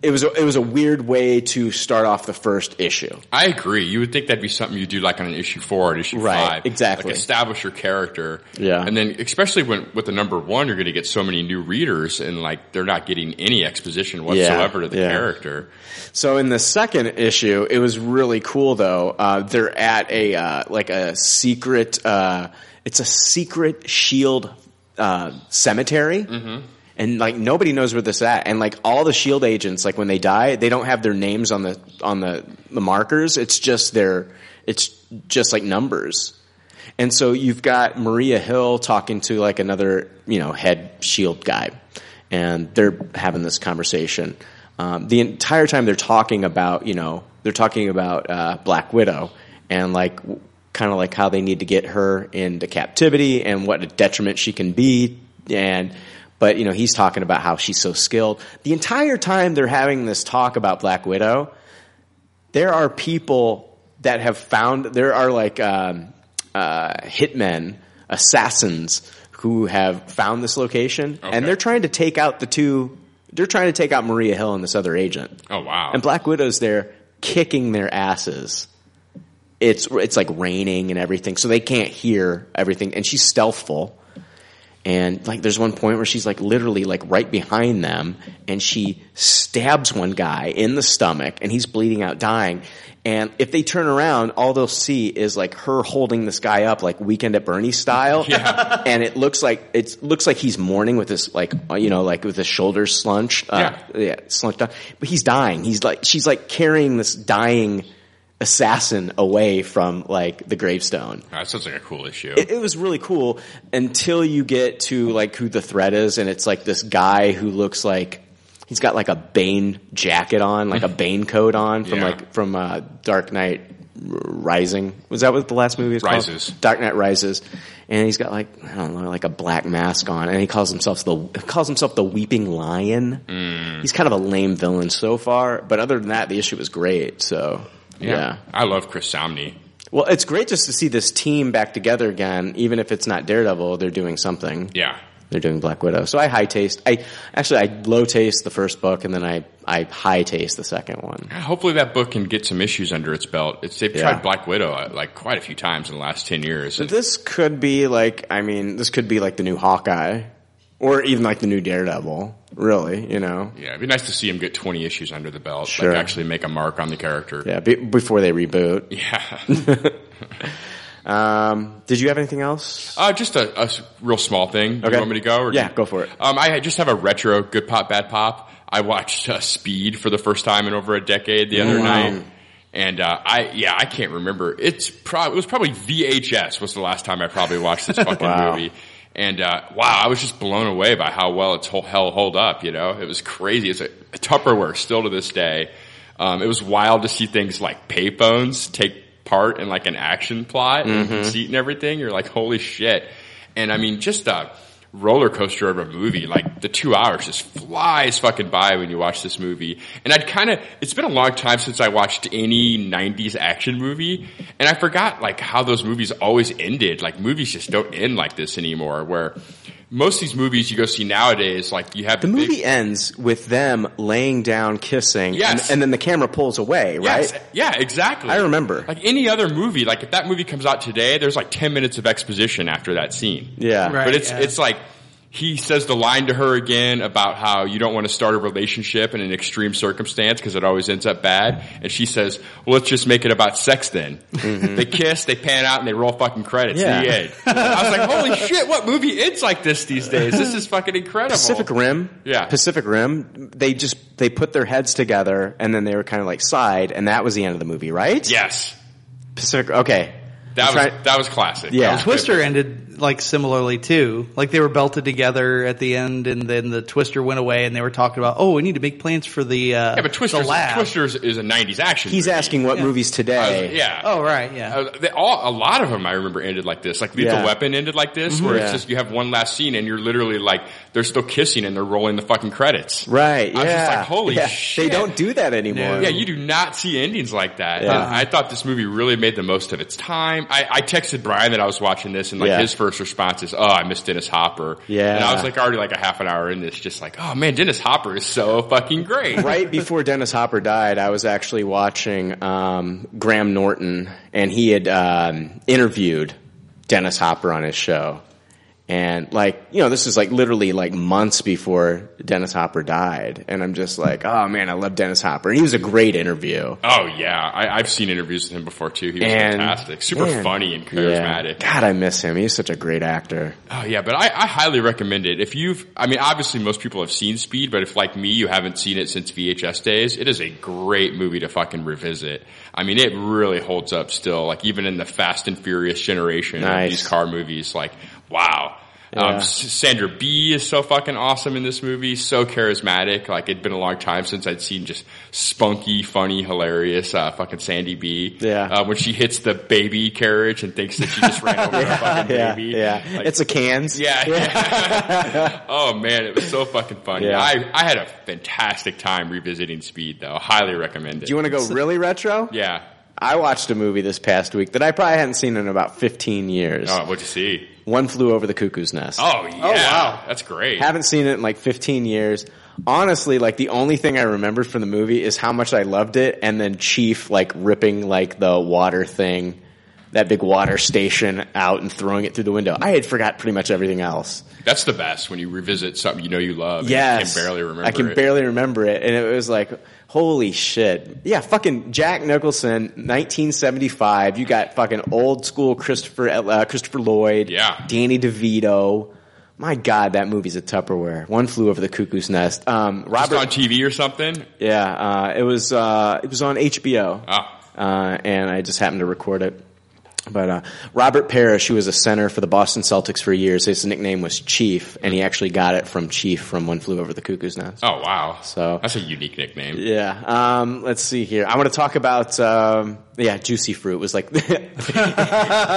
It was a, it was a weird way to start off the first issue. I agree. You would think that'd be something you do like on an issue four or issue Right, five. exactly. Like establish your character. Yeah. And then especially when with the number one, you're gonna get so many new readers and like they're not getting any exposition whatsoever to the yeah. character. So in the second issue, it was really cool though. Uh, they're at a uh, like a secret. Uh, it's a secret shield uh, cemetery, and like nobody knows where this at. And like all the shield agents, like when they die, they don't have their names on the on the, the markers. It's just their. It's just like numbers. And so you've got Maria Hill talking to like another, you know, head shield guy, and they're having this conversation. Um, the entire time they're talking about, you know, they're talking about uh, Black Widow and like kind of like how they need to get her into captivity and what a detriment she can be. And but you know, he's talking about how she's so skilled. The entire time they're having this talk about Black Widow, there are people that have found there are like um, uh, hitmen, assassins who have found this location, and they're trying to take out the two They're trying to take out Maria Hill and this other agent. Oh wow. And Black Widow's there kicking their asses. It's it's like raining and everything, so they can't hear everything. And she's stealthful. And like there's one point where she's like literally like right behind them and she stabs one guy in the stomach and he's bleeding out dying. And if they turn around, all they'll see is like her holding this guy up like weekend at Bernie style. And it looks like it looks like he's mourning with his like uh, you know, like with his shoulders slunched. Uh, Yeah. yeah, slunched down. But he's dying. He's like she's like carrying this dying assassin away from like the gravestone that sounds like a cool issue. it, it was really cool until you get to like who the threat is and it's like this guy who looks like he's got like a bane jacket on like a bane coat on from Yeah. like from uh, dark knight R- rising was that what the last movie was Rises. called dark knight rises and he's got like i don't know like a black mask on and he calls himself the calls himself the weeping lion Mm. he's kind of a lame villain so far but other than that the issue was great so yeah. I love Chris Somney. Well, it's great just to see this team back together again. Even if it's not Daredevil, they're doing something. Yeah. They're doing Black Widow. So I high taste. I actually I low taste the first book, and then I I high taste the second one. Hopefully that book can get some issues under its belt. It's, they've Yeah. tried Black Widow uh, like quite a few times in the last ten years. And This could be like I mean, this could be like the new Hawkeye, or even like the new Daredevil. Really, you know? yeah, it'd be nice to see him get twenty issues under the belt, Sure. like actually make a mark on the character. Yeah. Be, before they reboot. Yeah. Um, did you have anything else? Uh, just a, a s- real small thing. Do Okay. you want me to go? Or Yeah, go for it. Um, I just have a retro good pop, bad pop. I watched uh, Speed for the first time in over a decade the other night. And uh, I, yeah, I can't remember. It's probably it was probably VHS was the last time I probably watched this fucking Wow. movie. And uh, wow, I was just blown away by how well it's whole hell hold up. You know, it was crazy. It's a, a Tupperware still to this day. Um, it was wild to see things like payphones take part in like an action plot and conceit and everything. You're like, holy shit! And I mean, just uh, a roller coaster of a movie. Like the two hours just flies fucking by when you watch this movie. And I'd kind of it's been a long time since I watched any '90s action movie, and I forgot like how those movies always ended. Like movies just don't end like this anymore. Where most of these movies you go see nowadays, like you have The big- movie ends with them laying down, kissing, Yes. and, and then the camera pulls away, right? Yes. Yeah, exactly. I remember. Like any other movie, like if that movie comes out today, there's like 10 minutes of exposition after that scene. Yeah. Right. But it's yeah. it's like he says the line to her again about how you don't want to start a relationship in an extreme circumstance because it always ends up bad. And she says, well, let's just make it about sex then. they kiss, they pan out, and they roll fucking credits. Mm-hmm. Yeah. The end. I was like, holy shit, what movie ends like this these days? This is fucking incredible. Pacific Rim. Yeah. Pacific Rim. They just they put their heads together and then they were kind of like side and that was the end of the movie, right? Yes. Pacific. Okay. That That's was, right. that was classic. Yeah. That was good. Twister ended like similarly too. Like they were belted together at the end, and then the Twister went away, and they were talking about, oh, we need to make plans for the uh, Yeah, but Twister's, the lab. Twister's is a '90s action. He's movie. asking what movies I today. was- Uh, yeah. Oh right, yeah. Uh, they all a lot of them I remember ended like this. Like Lethal Yeah. Mm-hmm. Weapon ended like this, where it's Yeah. just you have one last scene and you're literally like they're still kissing and they're rolling the fucking credits. Right. I yeah. was just like, holy Yeah. They shit. don't do that anymore. Yeah, you do not see endings like that. Yeah. And I thought this movie really made the most of its time. I, I texted Brian that I was watching this, and like Yeah. his first response is, "Oh, I miss Dennis Hopper." Yeah. and I was like already like a half an hour in this, just like, "Oh man, Dennis Hopper is so fucking great." right before Dennis Hopper died, I was actually watching um, Graham Norton, and he had um, interviewed Dennis Hopper on his show. And like, you know, this is like literally like months before Dennis Hopper died. And I'm just like, oh man, I love Dennis Hopper. And he was a great interview. Oh yeah, I, I've seen interviews with him before too. He was And- fantastic, super man. funny and Yeah. charismatic. God, I miss him. He's such a great actor. Oh yeah, but I, I highly recommend it. If you've, I mean, obviously most people have seen Speed, but if like me, you haven't seen it since VHS days, it is a great movie to fucking revisit. I mean, it really holds up still. Like even in the Fast and Furious generation Nice. of these car movies, like wow. Um, Yeah. S- Sandra Bee is so fucking awesome in this movie, so charismatic. Like it'd been a long time since I'd seen just spunky, funny, hilarious, uh, fucking Sandy Bee. Yeah. Uh, when she hits the baby carriage and thinks that she just ran over a fucking Yeah. baby. Yeah. Like, it's a cans. yeah. oh man, it was so fucking funny. Yeah. I, I had a fantastic time revisiting Speed though. Highly recommend it. Do you want to go really retro? yeah. I watched a movie this past week that I probably hadn't seen in about 15 years. Oh, what'd you see? One flew over the cuckoo's nest. Oh yeah. wow. That's great. Haven't seen it in like 15 years. honestly, like the only thing I remembered from the movie is how much I loved it, and then Chief like ripping like the water thing, that big water station out and throwing it through the window. I had forgot pretty much everything else. That's the best when you revisit something you know you love. and Yes, you can barely remember. I can it. barely remember it, and it was like, holy shit! Yeah, fucking Jack Nicholson, 1975. You got fucking old school Christopher uh, Christopher Lloyd, Yeah. Danny DeVito. My God, that movie's a Tupperware. One flew over the cuckoo's nest. Um, Just Robert, on TV or something. yeah, uh, it was uh, it was on HBO, Ah. uh, and I just happened to record it. But uh, Robert Parrish, who was a center for the Boston Celtics for years, his nickname was Chief, and he actually got it from Chief from One Flew Over the Cuckoo's Nest. Oh wow. So- that's a unique nickname. Yeah. Um, let's see here. I want to talk about um, yeah, juicy fruit was like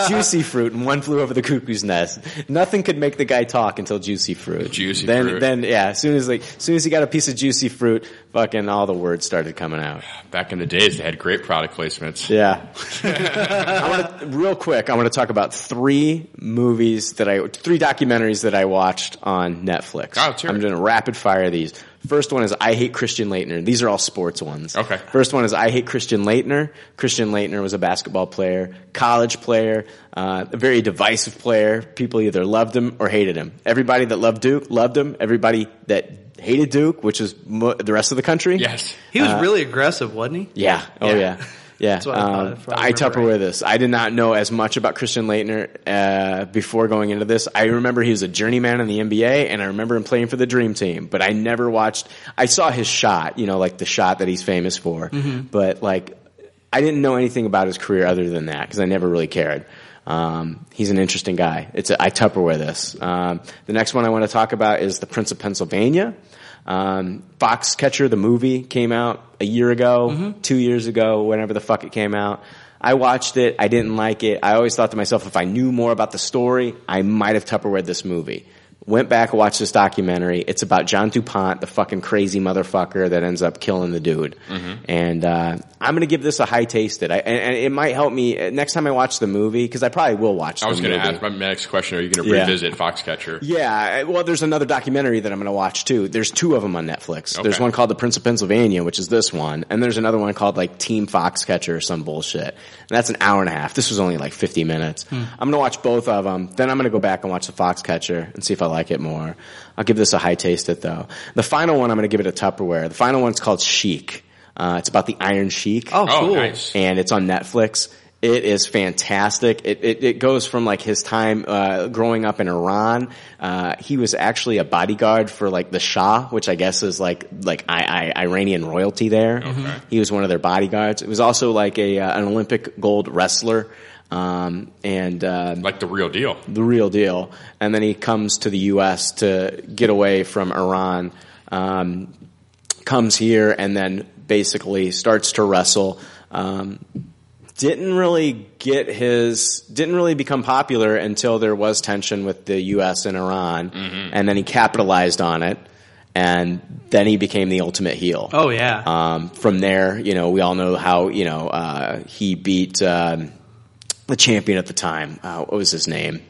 juicy fruit, and one flew over the cuckoo's nest. Nothing could make the guy talk until juicy fruit. Juicy then, fruit. Then yeah, as soon as like as soon as he got a piece of juicy fruit, fucking all the words started coming out. Back in the days, they had great product placements. Yeah. I want to real quick. I want to talk about three movies that I, three documentaries that I watched on Netflix. Oh, sure. I'm going to rapid fire these. First one is I Hate Christian Leitner. These are all sports ones. Okay. First one is I Hate Christian Leitner. Christian Leitner was a basketball player, college player, uh, a very divisive player. People either loved him or hated him. Everybody that loved Duke loved him. Everybody that hated Duke, which is mo- the rest of the country. Yes. He was really aggressive, wasn't he? Uh, Yeah. Oh yeah. Yeah. Yeah. what I thought, Um, if I I, remember Tupperware this. I did not know as much about Christian Leitner uh, before going into this. I remember he was a journeyman in the NBA, and I remember him playing for the Dream Team. But I never watched. I saw his shot, you know, like the shot that he's famous for. Mm-hmm. But like, I didn't know anything about his career other than that because I never really cared. Um, he's an interesting guy. It's a, I Tupperware this. Um, the next one I want to talk about is the Prince of Pennsylvania. Um, Foxcatcher, the movie, came out a year ago, Mm-hmm. two years ago, whenever the fuck it came out. I watched it. I didn't like it. I always thought to myself, if I knew more about the story, I might have Tupperware this movie. Went back, watched this documentary. It's about John DuPont, the fucking crazy motherfucker that ends up killing the dude. Mm-hmm. And uh, I'm gonna give this a high taste. It I, and, and it might help me uh, next time I watch the movie because I probably will watch. I was the going to movie. ask my next question: Are you going to Yeah. revisit Foxcatcher? Yeah, I- well, there's another documentary that I'm going to watch too. There's two of them on Netflix. There's Okay. one called The Prince of Pennsylvania, which is this one, and there's another one called like Team Foxcatcher or some bullshit. And that's an hour and a half. This was only like 50 minutes. I'm going to watch both of them. Then I'm going to go back and watch The Foxcatcher and see if I like it more. I'll give this a high taste it though. The final one, I'm going to give it a Tupperware. The final one's called Chic. Uh, it's about the Iron Sheik Oh, Oh, cool. nice. and it's on Netflix. It is fantastic. It, it, it goes from like his time uh, growing up in Iran. Uh, he was actually a bodyguard for like the Shah, which I guess is like like I, I, Iranian royalty there. He was one of their bodyguards. It was also like a uh, an Olympic gold wrestler. Um, and uh, Like the real deal. the real deal. And then he comes to the U.S. to get away from Iran, um, comes here, and then basically starts to wrestle. Um, didn't really get his didn't really become popular until there was tension with the U.S. and Iran, and then he capitalized on it, and then he became the ultimate heel. Oh yeah. Um, from there, you know, we all know how you know uh, he beat um, the champion at the time. Uh, what was his name?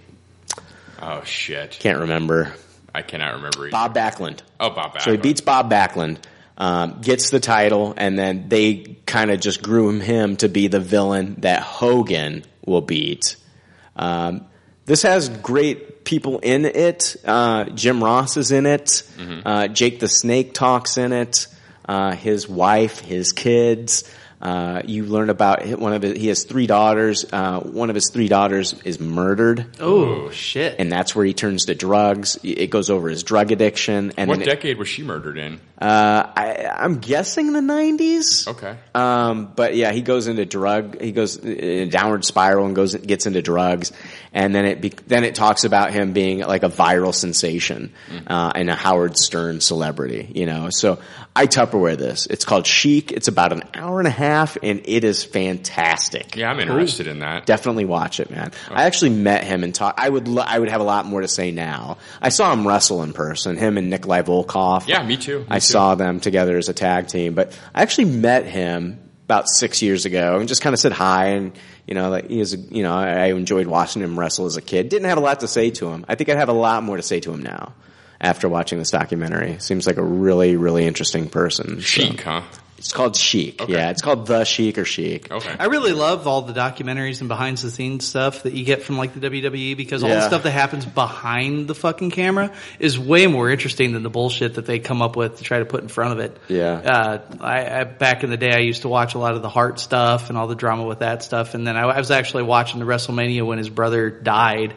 Oh shit! Can't remember. I cannot remember. either. Bob Backlund. Oh, Bob. So he Backlund. beats Bob Backlund, um, gets the title, and then they kind of just groom him to be the villain that Hogan will beat. Um, this has great people in it. Uh, Jim Ross is in it. Uh, Jake the Snake talks in it. Uh, his wife, his kids. Uh, you learn about hi- one of his, he has three daughters. Uh, one of his three daughters is murdered, oh shit. and that's where he turns to drugs. It goes over his drug addiction, and What then it- decade was she murdered in? uh, I, I'm guessing the 90s. Okay. Um, but yeah, he goes into drug. He goes in a downward spiral and goes gets into drugs, and then it be, then it talks about him being like a viral sensation Mm-hmm. uh, and a Howard Stern celebrity. You know, so I Tupperware this. It's called Chic. It's about an hour and a half, and it is fantastic. Yeah, I'm interested in that. Definitely watch it, man. I actually met him and talked. I would lo- I would have a lot more to say now. I saw him wrestle in person. Him and Nikolai Volkov. Yeah, me too. Me I too. saw them together as a tag team, but I actually met him about six years ago and just kind of said hi and, you know, like he is, a- you know, I I enjoyed watching him wrestle as a kid. Didn't have a lot to say to him. I think I'd have a lot more to say to him now. after watching this documentary. Seems like a really, really interesting person. so. Chic, huh? It's called Chic. Yeah, it's called The Chic or Chic. Okay. I really love all the documentaries and behind the scenes stuff that you get from like the WWE because all the Yeah. stuff that happens behind the fucking camera is way more interesting than the bullshit that they come up with to try to put in front of it. Yeah. Uh, I, I back in the day I used to watch a lot of the heart stuff and all the drama with that stuff, and then I, I was actually watching the WrestleMania when his brother died.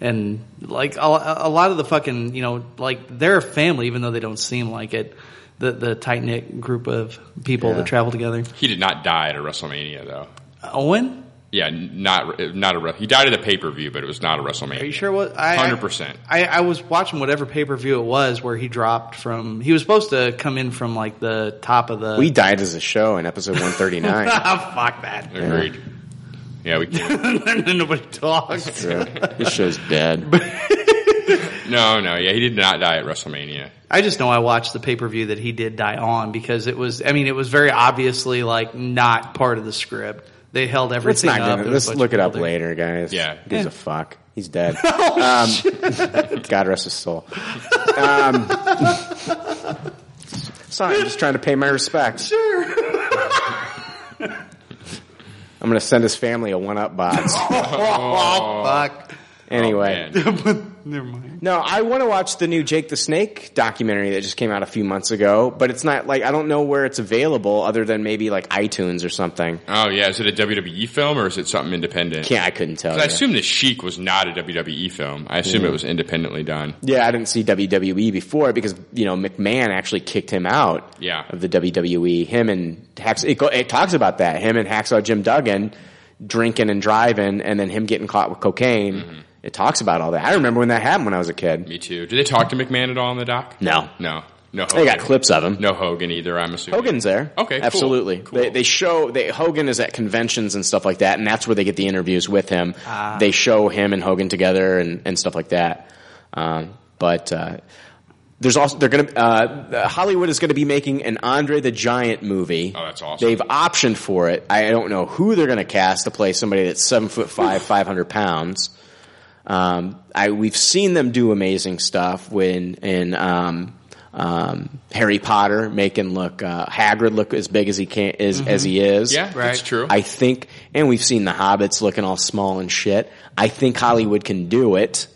And like a, a lot of the fucking, you know, like they're a family, even though they don't seem like it. The the tight knit group of people Yeah. that travel together. He did not die at a WrestleMania though. Owen, Yeah, n- not not a re- he died at a pay per view, but it was not a WrestleMania. Are you sure? What I 100%. I, I was watching whatever pay per view it was where he dropped from. He was supposed to come in from like the top of the. We died as a show in episode 139. Ah, fuck that. Agreed. Yeah, we can't. Nobody talks. Yeah. This show's dead. no, no, yeah, he did not die at WrestleMania. I just know I watched the pay per view that he did die on because it was. I mean, it was very obviously like not part of the script. They held Let's everything not up. get There it. was Let's a bunch look of it up people there. later, guys. Yeah. Who gives a fuck? He's dead. Oh, Um, God rest his soul. Um, sorry, I'm just trying to pay my respects. Sure. I'm going to send his family a one-up box. Oh, fuck. Anyway, Oh, Man, Never mind. no, I want to watch the new Jake the Snake documentary that just came out a few months ago, but it's not like I don't know where it's available other than maybe like iTunes or something. oh yeah, is it a WWE film or is it something independent? Can't I couldn't tell. I you. assume the Sheik was not a WWE film. I assume it was independently done. Yeah, I didn't see WWE before because you know McMahon actually kicked him out. Yeah. of the WWE. Him and Hacks. It, go, it talks about that. Him and Hacksaw Jim Duggan drinking and driving, and then him getting caught with cocaine. It talks about all that. I remember when that happened when I was a kid. Me too. Did they talk to McMahon at all in the doc? No, No. No. Hogan. they got clips of him. No Hogan either. I'm assuming. Hogan's there. Okay, cool. absolutely. Cool. They, they show they, Hogan is at conventions and stuff like that, and that's where they get the interviews with him. They show him and Hogan together and, and stuff like that. Um, but uh, there's also they're going to uh, Hollywood is going to be making an Andre the Giant movie. Oh, that's awesome. They've optioned for it. I don't know who they're going to cast to play somebody that's seven foot five, five hundred pounds. Um, I we've seen them do amazing stuff when in um, um, Harry Potter, making look uh, Hagrid look as big as he can is as he is. Yeah, that's true. I think, and we've seen the Hobbits looking all small and shit. I think Hollywood can do it.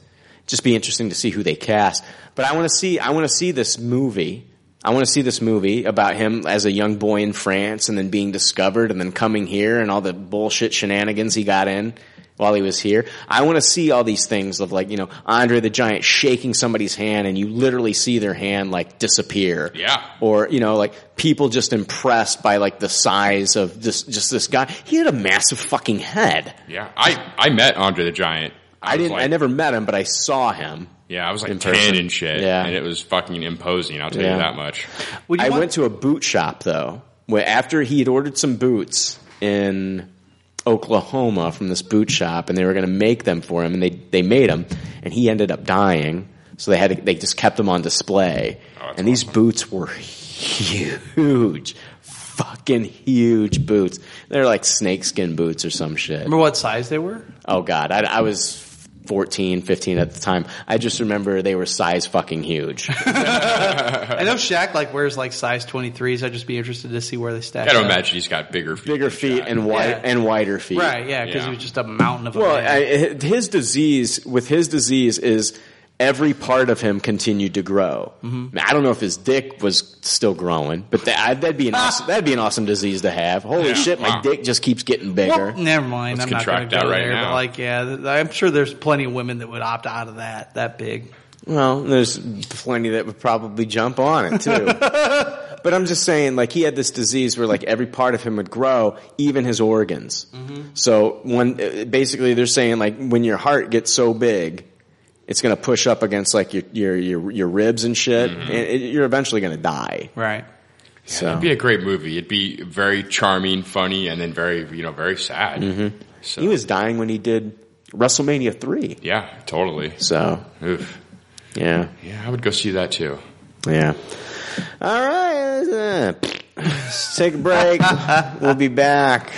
Just be interesting to see who they cast. But I want to see. I want to see this movie. I want to see this movie about him as a young boy in France and then being discovered and then coming here and all the bullshit shenanigans he got in while he was here. I want to see all these things of like, you know, Andre the Giant shaking somebody's hand and you literally see their hand like disappear Yeah. or you know like people just impressed by like the size of this just this guy he had a massive fucking head yeah. I I met Andre the Giant. i, was didn't i like- never met him but i saw him Yeah, I was in like person. ten and shit. Yeah. And it was fucking imposing. I'll tell Yeah. you that much. Would you i want- went to a boot shop though where after he had ordered some boots in oklahoma from this boot shop and they were going to make them for him and they they made them and he ended up dying so they had to, they just kept them on display Oh, and these boots were huge fucking huge boots they're like snakeskin boots or some shit Remember what size they were? Oh God, I, I was 14, 15 at the time. I just remember they were size fucking huge. Uh, I know Shaq like wears like size twenty threes. I'd just be interested to see where they stack. I don't up. imagine he's got bigger feet. Bigger feet and wide Yeah. and wider feet. Right? Yeah, because Yeah. he was just a mountain of a Well, man. I, his disease with his disease is every part of him continued to grow. Mm-hmm. I don't know if his dick was still growing, but that, that'd be an awesome, that'd be an awesome disease to have. Holy Yeah, shit, my wow. dick just keeps getting Well, bigger. never mind. Let's I'm not going contract to go that right there. But now. like, yeah, th- I'm sure there's plenty of women that would opt out of that. That big. Well, there's plenty that would probably jump on it too. but I'm just saying, like he had this disease where like every part of him would grow, even his organs. So when uh, basically they're saying like when your heart gets so big, it's going to push up against like your your your, your ribs and shit, and it, you're eventually going to die. Right. So It'd be a great movie. It'd be very charming, funny, and then very you know very sad. So Mm-hmm. he was dying when he did WrestleMania three. yeah, totally. So Oof. yeah, Yeah, I would go see that too. Yeah. All right. uh, Let's take a break. we'll be back.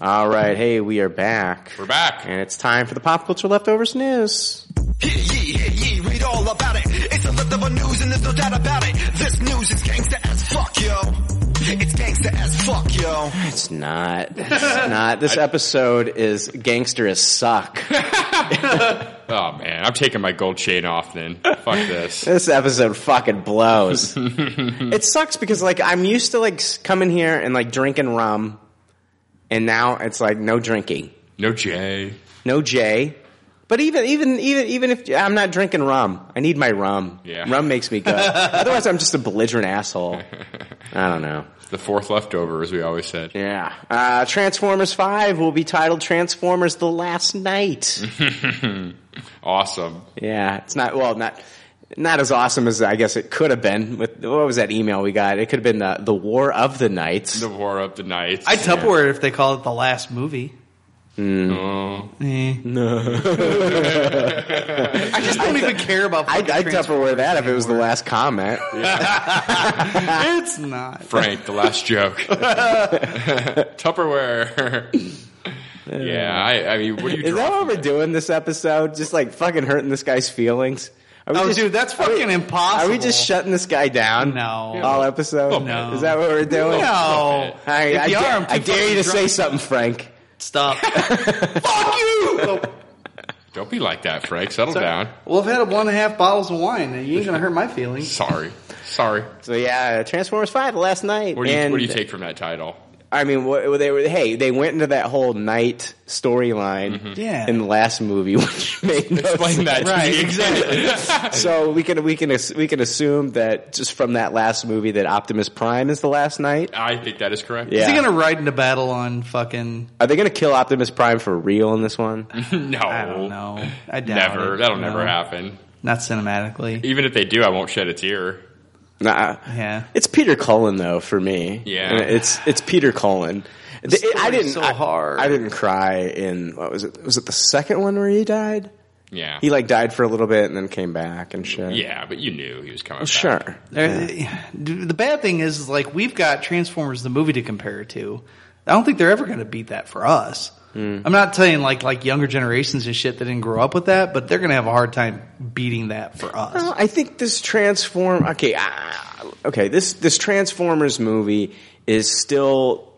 All right, hey, we are back. We're back. And it's time for the pop culture leftovers news. Yeah, yeah, yeah, yeah, read all about it. It's a leftover news and there's no doubt about it. This news is gangsta as fuck, yo. It's gangsta as fuck, yo. It's not. It's not. This episode is gangster as suck. Oh man, I'm taking my gold chain off then. Fuck this. This episode fucking blows. it sucks because like I'm used to like s- coming here and like drinking rum, and now it's like no drinking, No Jay. no Jay. But even even even even if I'm not drinking rum, I need my rum. Yeah. Rum makes me good. Otherwise, I'm just a belligerent asshole. I don't know. The fourth leftover, as we always said. Yeah. Uh, Transformers Five will be titled Transformers: The Last Night. Mm-hmm. Awesome. Yeah, it's not well, not not as awesome as I guess it could have been. With what was that email we got? It could have been the the War of the Nights. The War of the Knights. I Tupperware it if they call it the last movie. Oh. Eh. No. I just don't even care about. I'd, fucking I'd Tupperware that if it was the last comment. Transformers. It's not. Frank, the last joke. Tupperware. yeah, I, I mean, what are Is you that drawing? what we're doing this episode? Just like fucking hurting this guy's feelings? Are we Oh, just- dude, that's are we- fucking impossible. Are we just shutting this guy down? No. All episode? No. Is that what we're doing? No. I, If I, you da- are, I'm too I dare you to fucking say drunk. something, Frank. Stop. Fuck you. Don't be like that, Frank. Settle down. Well, I've had one and a half bottles of wine, and you ain't gonna hurt my feelings. Sorry. Sorry. So yeah, Transformers Five last night. What do, you, and what do you take from that title? I mean, what, they were. Hey, they went into that whole night storyline Yeah. in the last movie, which made no sense. Explain that to me. Exactly. So we can we can ass- we can assume that just from that last movie that Optimus Prime is the last night. I think that is correct. Yeah. Is he gonna ride into battle on fucking? Are they going to kill Optimus Prime for real in this one? Mm-hmm. No. I don't know. I doubt Never. it. That'll No. never happen. Not cinematically. Even if they do, I won't shed a tear. Nah. Yeah. It's Peter Cullen though for me. Yeah. And it's it's Peter Cullen. Th- I story's didn't so I- hard. I didn't cry in what was it? Was it the second one where he died? Yeah. He like died for a little bit and then came back and shit. yeah, but you knew he was coming. Back. Sure. There- The bad thing is, is like we've got Transformers the movie to compare it to. I don't think they're ever going to beat that for us. I'm not telling like like younger generations and shit that didn't grow up with that, but they're going to have a hard time beating that for us. Well, I think this transform. Okay, ah, okay. This this Transformers movie is still.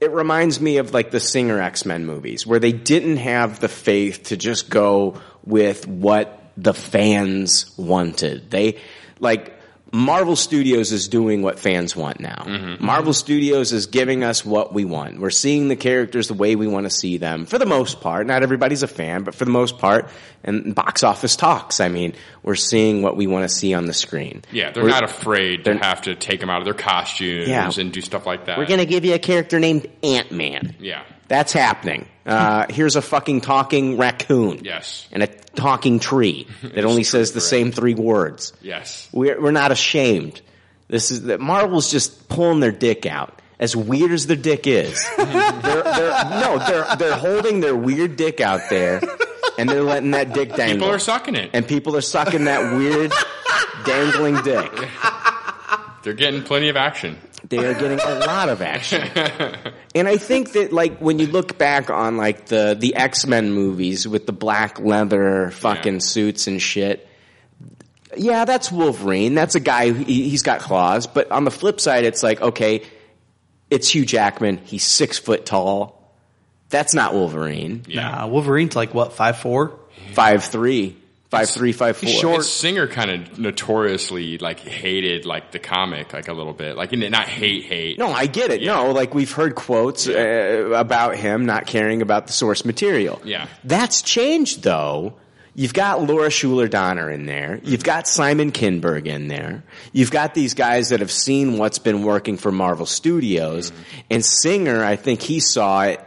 It reminds me of like the Singer X Men movies, where they didn't have the faith to just go with what the fans wanted. They like Marvel Studios is doing what fans want now. Marvel Studios is giving us what we want. We're seeing the characters the way we want to see them for the most part. Not everybody's a fan, but for the most part, and box office talks. I mean, we're seeing what we want to see on the screen. Yeah, they're We're- not afraid to they're- have to take them out of their costumes Yeah. and do stuff like that. We're gonna give you a character named Ant Man. yeah. That's happening. Uh, here's a fucking talking raccoon. Yes. And a talking tree that only says the same three words. Yes. We're, we're not ashamed. This is that Marvel's just pulling their dick out. As weird as their dick is, they're, they're, no, they're they're holding their weird dick out there, and they're letting that dick dangle. People are sucking it. and people are sucking that weird dangling dick. They're getting plenty of action. They are getting a lot of action. And I think that like when you look back on like the the X Men movies with the black leather fucking Yeah. suits and shit. Yeah, that's Wolverine. That's a guy. who- He, he's got claws. But on the flip side, it's like okay, it's Hugh Jackman. He's six foot tall. That's not Wolverine. Nah, Wolverine's like what five four. Five three, five three, five four. Or Singer kind of notoriously like hated like the comic like a little bit. Like and not hate hate. No, I get it. No, like we've heard quotes uh, about him not caring about the source material. Yeah. That's changed though. You've got Laura Schuler Donner in there. You've got Simon Kinberg in there. You've got these guys that have seen what's been working for Marvel Studios. And Singer, I think he saw it,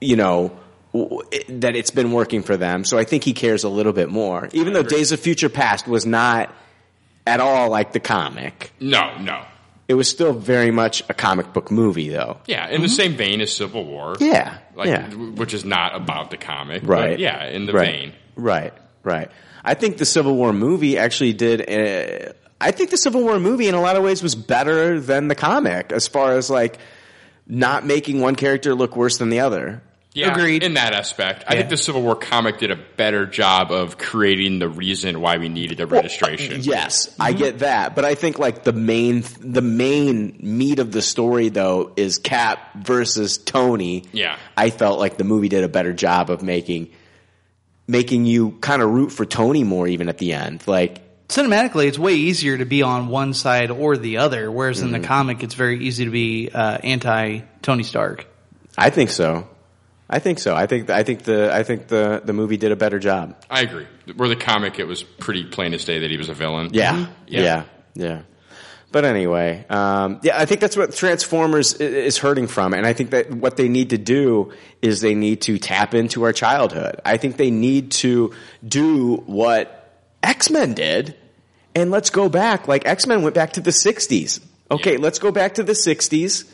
you know, w- it- that it's been working for them. So I think he cares a little bit more. Even though Days of Future Past was not at all like the comic. No, no. It was still very much a comic book movie, though. Yeah, in the same vein as Civil War. Mm-hmm. Yeah, Like yeah. w- which is not about the comic. Right. But yeah, in the right. vein. Right, right. I think the Civil War movie actually did. Uh, I think the Civil War movie, in a lot of ways, was better than the comic as far as like not making one character look worse than the other. Yeah, Agreed. In that aspect, I think the Civil War comic did a better job of creating the reason why we needed the registration. Yes, I get that, but I think like the main the main meat of the story though is Cap versus Tony. Yeah. I felt like the movie did a better job of making making you kind of root for Tony more even at the end. Like Cinematically, it's way easier to be on one side or the other, whereas in the comic, it's very easy to be uh, anti Tony Stark. I think so. I think so. I think I think the I think the the movie did a better job. I agree. Where the comic, it was pretty plain as day that he was a villain. Yeah. Yeah. Yeah. Yeah. But anyway, um, yeah, I think that's what Transformers i- is hurting from, and I think that what they need to do is they need to tap into our childhood. I think they need to do what X Men did, and let's go back. Like X Men went back to the '60s. Okay, Yeah. let's go back to the '60s,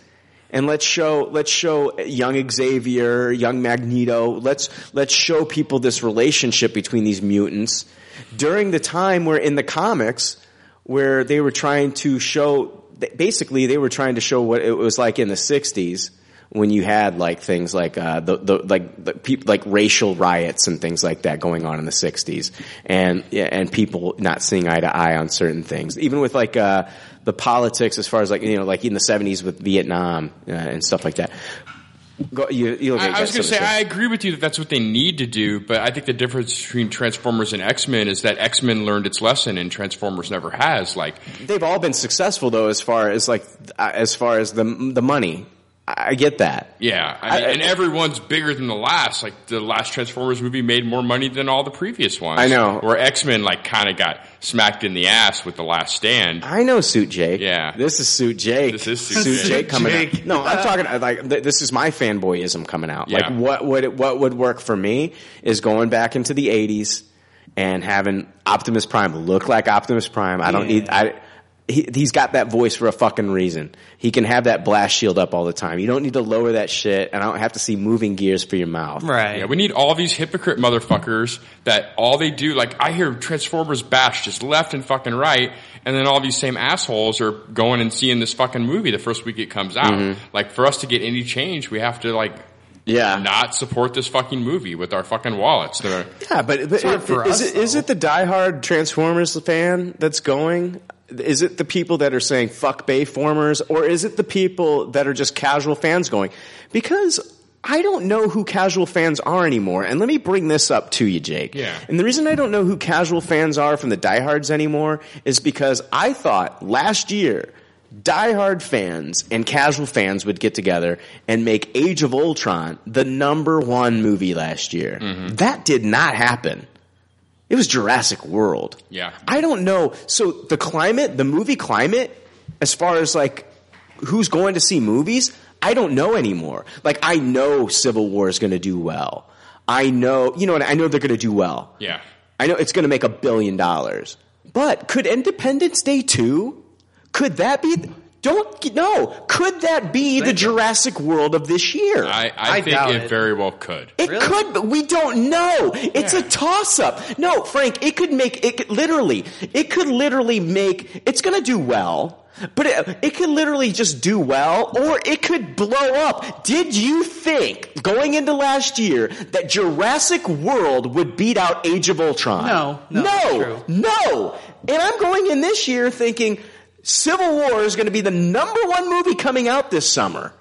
and let's show let's show young Xavier, young Magneto. Let's let's show people this relationship between these mutants during the time where in the comics where they were trying to show basically they were trying to show what it was like in the 60s when you had like things like uh, the, the like the peop like racial riots and things like that going on in the 60s and yeah, and people not seeing eye to eye on certain things even with like uh, the politics as far as like you know like in the 70s with Vietnam uh, and stuff like that Go, you, you look at I, I was that going to sort say of I stuff. agree with you that that's what they need to do, but I think the difference between Transformers and X Men is that X Men learned its lesson and Transformers never has. Like, they've all been successful though as far as like uh, as far as the the money I I get that yeah, I mean, I- and everyone's bigger than the last. Like, the last Transformers movie made more money than all the previous ones. I know. Where X Men like kind of got smacked in the ass with the Last Stand. I know Suit Jake. Yeah. this is Suit Jake. This is Suit Jake. coming Jake. out. No, I'm talking like th- this is my fanboyism coming out. Yeah. Like what would it, what would work for me is going back into the '80s and having Optimus Prime look like Optimus Prime. I don't need I. He, he's got that voice for a fucking reason. He can have that blast shield up all the time. You don't need to lower that shit, and I don't have to see moving gears for your mouth. Right. Yeah, we need all these hypocrite motherfuckers that all they do, like I hear Transformers bash just left and fucking right, and then all these same assholes are going and seeing this fucking movie the first week it comes out. Like for us to get any change, we have to like Yeah. not support this fucking movie with our fucking wallets. They're- Yeah, but, but hard i- for is, us, it, is though. it the diehard Transformers fan that's going? Is it the people that are saying fuck Bayformers, or is it the people that are just casual fans going? Because I don't know who casual fans are anymore. And let me bring this up to you, Jake. Yeah. And the reason I don't know who casual fans are from the diehards anymore is because I thought last year diehard fans and casual fans would get together and make Age of Ultron the number one movie last year. That did not happen. It was Jurassic World. Yeah. I don't know. So the climate, the movie climate, as far as like who's going to see movies, I don't know anymore. Like I know Civil War is going to do well. I know, you know, and I know they're going to do well. yeah. I know it's going to make a billion dollars. But could Independence Day 2? Could that be Don't no, could that be the Jurassic World of this year? I, I, I think doubt it it. very well could. It Really? could, but we don't know. It's a toss up. No, Frank, it could make, it could literally, it could literally make, it's gonna do well, but it, it could literally just do well, or it could blow up. Did you think, going into last year, that Jurassic World would beat out Age of Ultron? No, no, that's true. No, no. And I'm going in this year thinking Civil War is going to be the number one movie coming out this summer.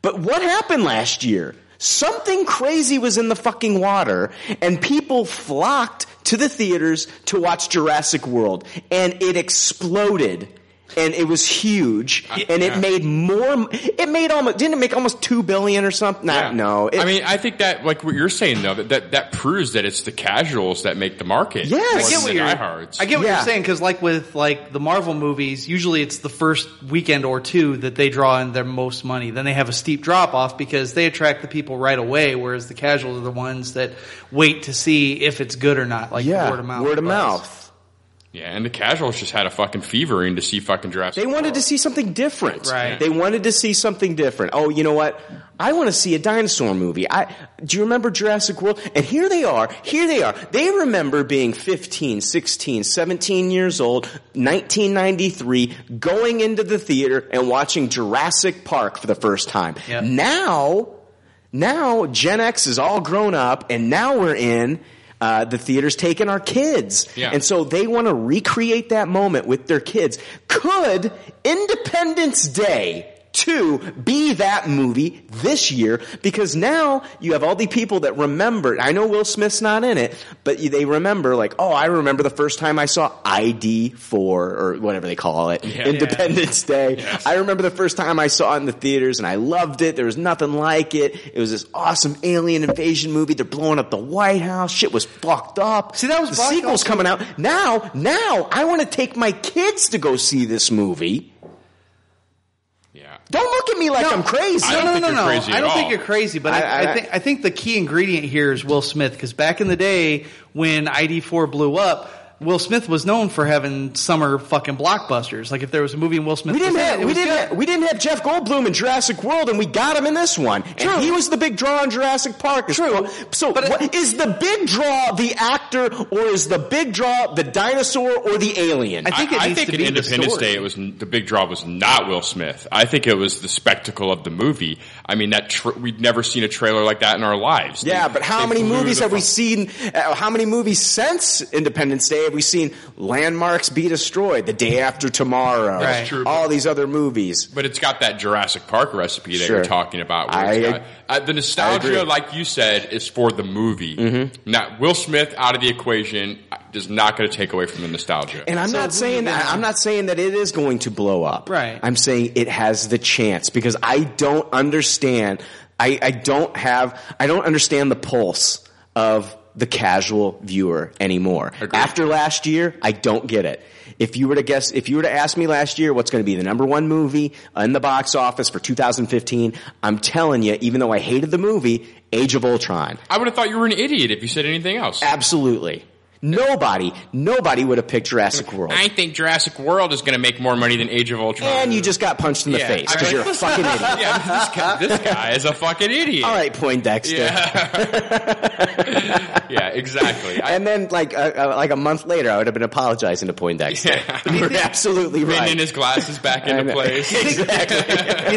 But what happened last year? Something crazy was in the fucking water and people flocked to the theaters to watch Jurassic World and it exploded and it was huge and it yeah. made more it made almost didn't it make almost 2 billion or something? Nah, Yeah. no. It, I mean, I think that like what you're saying though, that, that that proves that it's the casuals that make the market. Yes. more I get than what the you're- diehards. I get what Yeah. you're saying because, like with like the Marvel movies, usually it's the first weekend or two that they draw in their most money. Then they have a steep drop off because they attract the people right away, whereas the casuals are the ones that wait to see if it's good or not. Like yeah, word of mouth. Word of buzz. mouth. Yeah, and the casuals just had a fucking fevering to see fucking Jurassic. They wanted World. to see something different. Right. They wanted to see something different. Oh, you know what? I want to see a dinosaur movie. I do you remember Jurassic World? And here they are. Here they are. They remember being 15, 16, 17 years old, 1993, going into the theater and watching Jurassic Park for the first time. Yep. Now Now Gen X is all grown up, and now we're in. Uh, the theater's taking our kids. Yeah. And so they want to recreate that moment with their kids. Could Independence Day 2 be that movie this year? Because now you have all the people that remember, I know Will Smith's not in it, but you- they remember like, oh, I remember the first time I saw ID4 or whatever they call it. Independence Day. I remember the first time I saw it in the theaters and I loved it. There was nothing like it. It was this awesome alien invasion movie. They're blowing up the White House. Shit was fucked up. See, that was the Black sequel's Ops. coming out. Now, now I want to take my kids to go see this movie. Yeah. Don't look at me like I'm crazy. I don't no, think no, you're no, crazy at I don't all. think you're crazy, but I, I- I- I, think I think the key ingredient here is Will Smith because back in the day when ID4 blew up, Will Smith was known for having summer fucking blockbusters. Like if there was a movie and Will Smith, We didn't was in it, have it we was didn't good. have, we didn't have Jeff Goldblum in Jurassic World, and we got him in this one. True. And he was the big draw in Jurassic Park. True. So But it- what- is the big draw the actor, or is the big draw the dinosaur or the alien? I think it I, I needs think to in be the Independence story. Day, it was the big draw was not Will Smith. I think it was the spectacle of the movie. I mean, that tr we'd never seen a trailer like that in our lives. yeah, They- but how they many blew movies the have we fu- seen? Uh, how many movies since Independence Day have we seen? Landmarks be destroyed, The Day After Tomorrow, That's Right. true, all but- these other movies. But it's got that Jurassic Park recipe that Sure. you're talking about. Where it's I- got, uh, the I nostalgia, agree. like you said, is for the movie. Mm-hmm. Now, Will Smith out of the equation uh, is not going to take away from the nostalgia. And I'm not saying that, I'm not saying that it is going to blow up. Right. I'm saying it has the chance because I don't understand. I, I don't have. I don't understand the pulse of the casual viewer anymore. Agreed. After last year, I don't get it. If you were to guess, if you were to ask me last year what's going to be the number one movie in the box office for 2015, I'm telling you, even though I hated the movie, Age of Ultron. I would have thought you were an idiot if you said anything else. Absolutely. Nobody, nobody would have picked Jurassic World. I think Jurassic World is going to make more money than Age of Ultron. and you just got punched in the Yeah, face I because mean- you're a fucking idiot. yeah, this guy, this guy is a fucking idiot. All right, Poindexter. Yeah, exactly. I, And then, like, uh, uh, like a month later, I would have been apologizing to Poindexter. You're absolutely bending right. his glasses back into know. place. Do you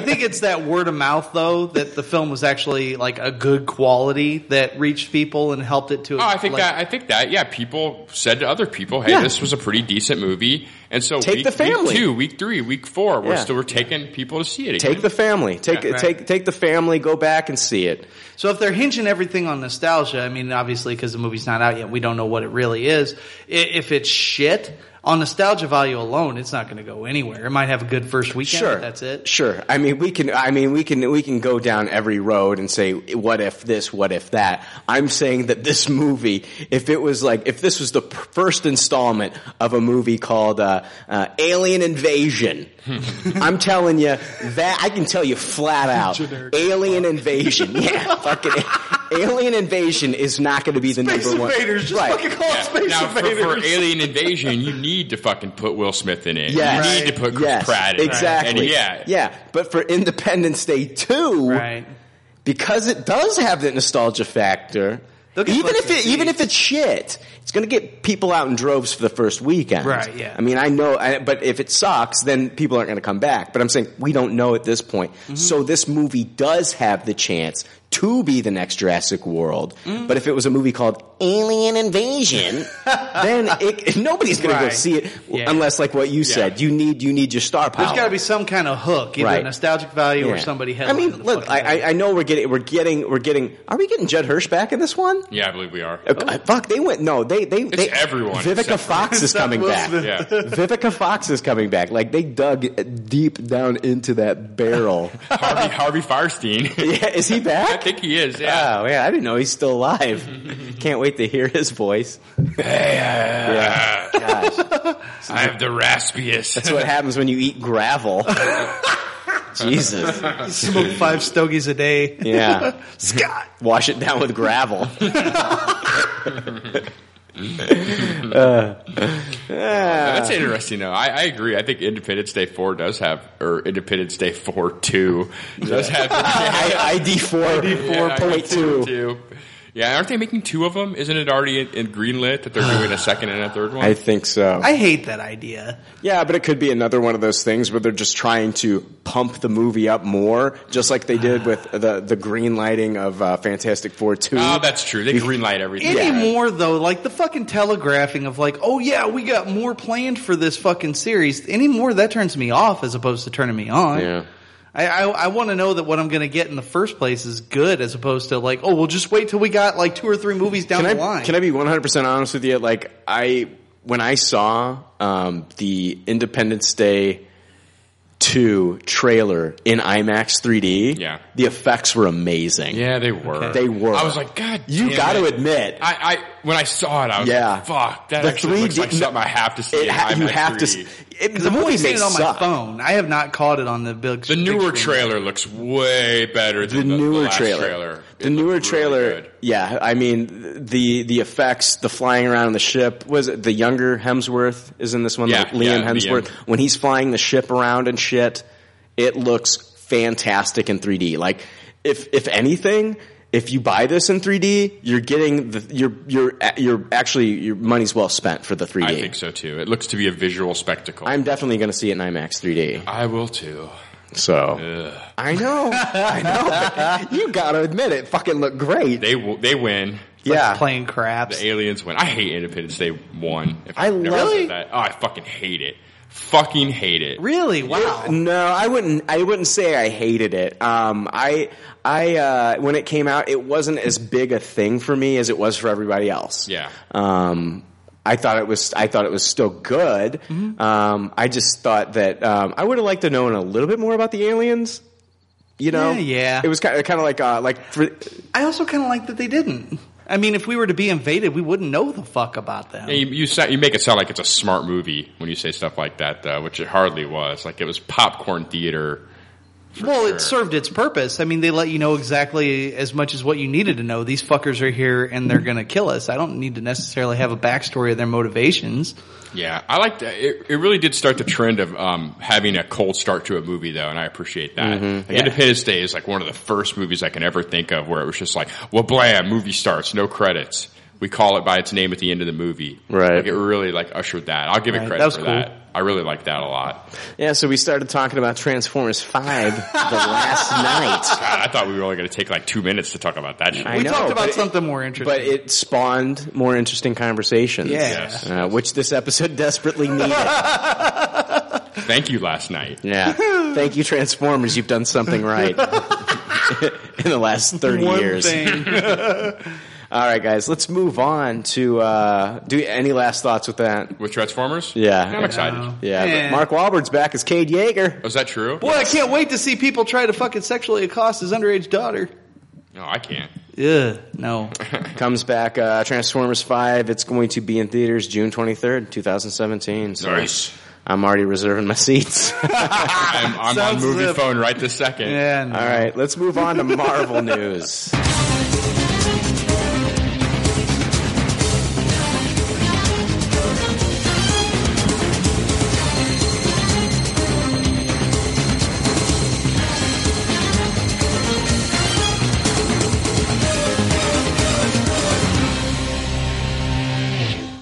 think it's that word of mouth though that the film was actually like a good quality that reached people and helped it to? Oh, I think like, that I think that yeah, people said to other people, "Hey, Yeah. this was a pretty decent movie." And so Take week, the family. week two, week three, week four, we're Yeah. still we're taking people to see it. Again. Take the family. Take Yeah, right. take take the family. Go back and see it. So if they're hinging everything on nostalgia, I mean, obviously because the movie's not out yet, we don't know what it really is. I- If it's shit on nostalgia value alone, it's not going to go anywhere. It might have a good first weekend. Sure, but that's it. Sure. I mean, we can. I mean, we can. We can go down every road and say, "What if this? What if that?" I'm saying that this movie, if it was like, if this was the p- first installment of a movie called uh, uh, Alien Invasion, I'm telling you that I can tell you flat out, Alien Invasion. Yeah, fucking. Alien Invasion is not going to be the number one. Right. call it Space now for, for Alien Invasion, you need to fucking put Will Smith in it. Yes. You need to put Chris Yes. Pratt in it. Exactly. And yeah, Yeah. But for Independence Day 2, Right. because it does have that nostalgia factor. They'll get even butts if in it, even if seats. it's shit, it's going to get people out in droves for the first weekend. Right, yeah. I mean, I know, I, but if it sucks, then people aren't going to come back. But I'm saying we don't know at this point. Mm-hmm. So this movie does have the chance to be the next Jurassic World. Mm. But if it was a movie called Alien Invasion, then it, nobody's going to go Right. see it Yeah. unless, like what you said, you need you need your star power. There's got to be some kind of hook, either Right. nostalgic value or Yeah. somebody. I headlining mean, the look, fucking I, thing. I, I know we're getting, we're getting, we're getting. Are we getting Judd Hirsch back in this one? yeah, I believe we are. Oh. Uh, Fuck, they went. No, they, they, they everyone Vivica except for- Fox is coming Will back. Smith. Yeah. Vivica Fox is coming back. Like they dug deep down into that barrel. Harvey Harvey Farstein. yeah, is he I back? think he is. Yeah. Oh yeah, I didn't know he's still alive. Can't wait to hear his voice. yeah, I have the raspiest. that's what happens when you eat gravel. Jesus. smoke five stogies a day. Yeah. Scott. Wash it down with gravel. That's interesting, though. I, I agree. I think Independence Day Four does have, or Independence Day Four Two does have I, ID four Yeah, point two. two. Yeah, aren't they making two of them? Isn't it already in, in greenlit that they're doing a second and a third one? I think so. I hate that idea. yeah, but it could be another one of those things where they're just trying to pump the movie up more, just like they did with the the green lighting of uh, Fantastic Four two. oh, that's true. They greenlight everything. Anymore though, like the fucking telegraphing of like, oh yeah, we got more planned for this fucking series. Anymore that turns me off as opposed to turning me on. yeah. I, I, I want to know that what I'm going to get in the first place is good as opposed to like, oh, we'll just wait till we got like two or three movies down can the I, line. Can I be 100% honest with you? Like, I, when I saw, um, the Independence Day 2 trailer in IMAX 3D, Yeah. the effects were amazing. Yeah, they were. They were. I was like, God, You damn got to it. admit. I, I when I saw it, I was Yeah. like, "Fuck, that The actually looks 3D like something I have to see." it in ha- you IMAX have to, 3D. s- it, the I've only movie seen may it on suck. my phone. I have not caught it on the big. The newer big screen. trailer looks way better The than the, newer last trailer. It The newer looked really trailer. good. yeah, I mean the the effects, the flying around the ship. Was it the younger Hemsworth is in this one? Yeah, like Liam yeah, Hemsworth Liam. when he's flying the ship around and shit. It looks fantastic in 3D. Like if if anything. If you buy this in 3D, you're getting the you're you're you're actually your money's well spent for the 3D. I think so too. It looks to be a visual spectacle. am definitely going to see it in IMAX 3D. I will too. So Ugh. I know, I know. but you got to admit it, fucking looked great. They w- they win. yeah, Playing craps. The aliens win. I hate Independence Day one. If I I've never really- said that. Oh, I fucking hate it. Fucking hate it. Really? Wow. No, I wouldn't. I wouldn't say I hated it. Um, I, I, uh, when it came out, it wasn't as big a thing for me as it was for everybody else. Yeah. Um, I thought it was. I thought it was still good. Um, I just thought that um, I would have liked to know a little bit more about the aliens. You know, Yeah, yeah. It was kind of, kind of like, uh, like for, I also kind of like that they didn't. I mean, if we were to be invaded, we wouldn't know the fuck about them. And you, you, sa- you make it sound like it's a smart movie when you say stuff like that, though, which it hardly was. Like it was popcorn theater. for well, sure. it served its purpose. I mean, they let you know exactly as much as what you needed to know. These fuckers are here and they're going to kill us. I don't need to necessarily have a backstory of their motivations. Yeah, I liked that. It, it really did start the trend of um, having a cold start to a movie, though, and I appreciate that. Mm-hmm. Like, Independence Day is like one of the first movies I can ever think of where it was just like, well, blam, movie starts, no credits. We call it by its name at the end of the movie. Right. Like it really like ushered that. I'll give it Right, credit that was for cool. that. I really like that a lot. yeah. So we started talking about Transformers Five the last night. God, I thought we were only going to take like two minutes to talk about that. shit. I We know, talked but about it- something more interesting. but it spawned more interesting conversations. Yeah. Yes. uh, which this episode desperately needed. Thank you last night. yeah, thank you, Transformers. You've done something right in the last thirty One years. thing. All right, guys, let's move on to uh, do any last thoughts with that? With Transformers? Yeah. I'm excited. Yeah, but Yeah. Mark Wahlberg's back as Cade Yeager. Oh, is that true? Boy, I can't wait to see people try to fucking sexually accost his underage daughter. No, I can't. Ugh, no. Comes back uh, Transformers Five. It's going to be in theaters June twenty third, two thousand seventeen. So Nice. I'm already reserving my seats. I'm, I'm on Sounds movie lit. phone right this second. Yeah, no. All right, let's move on to Marvel news.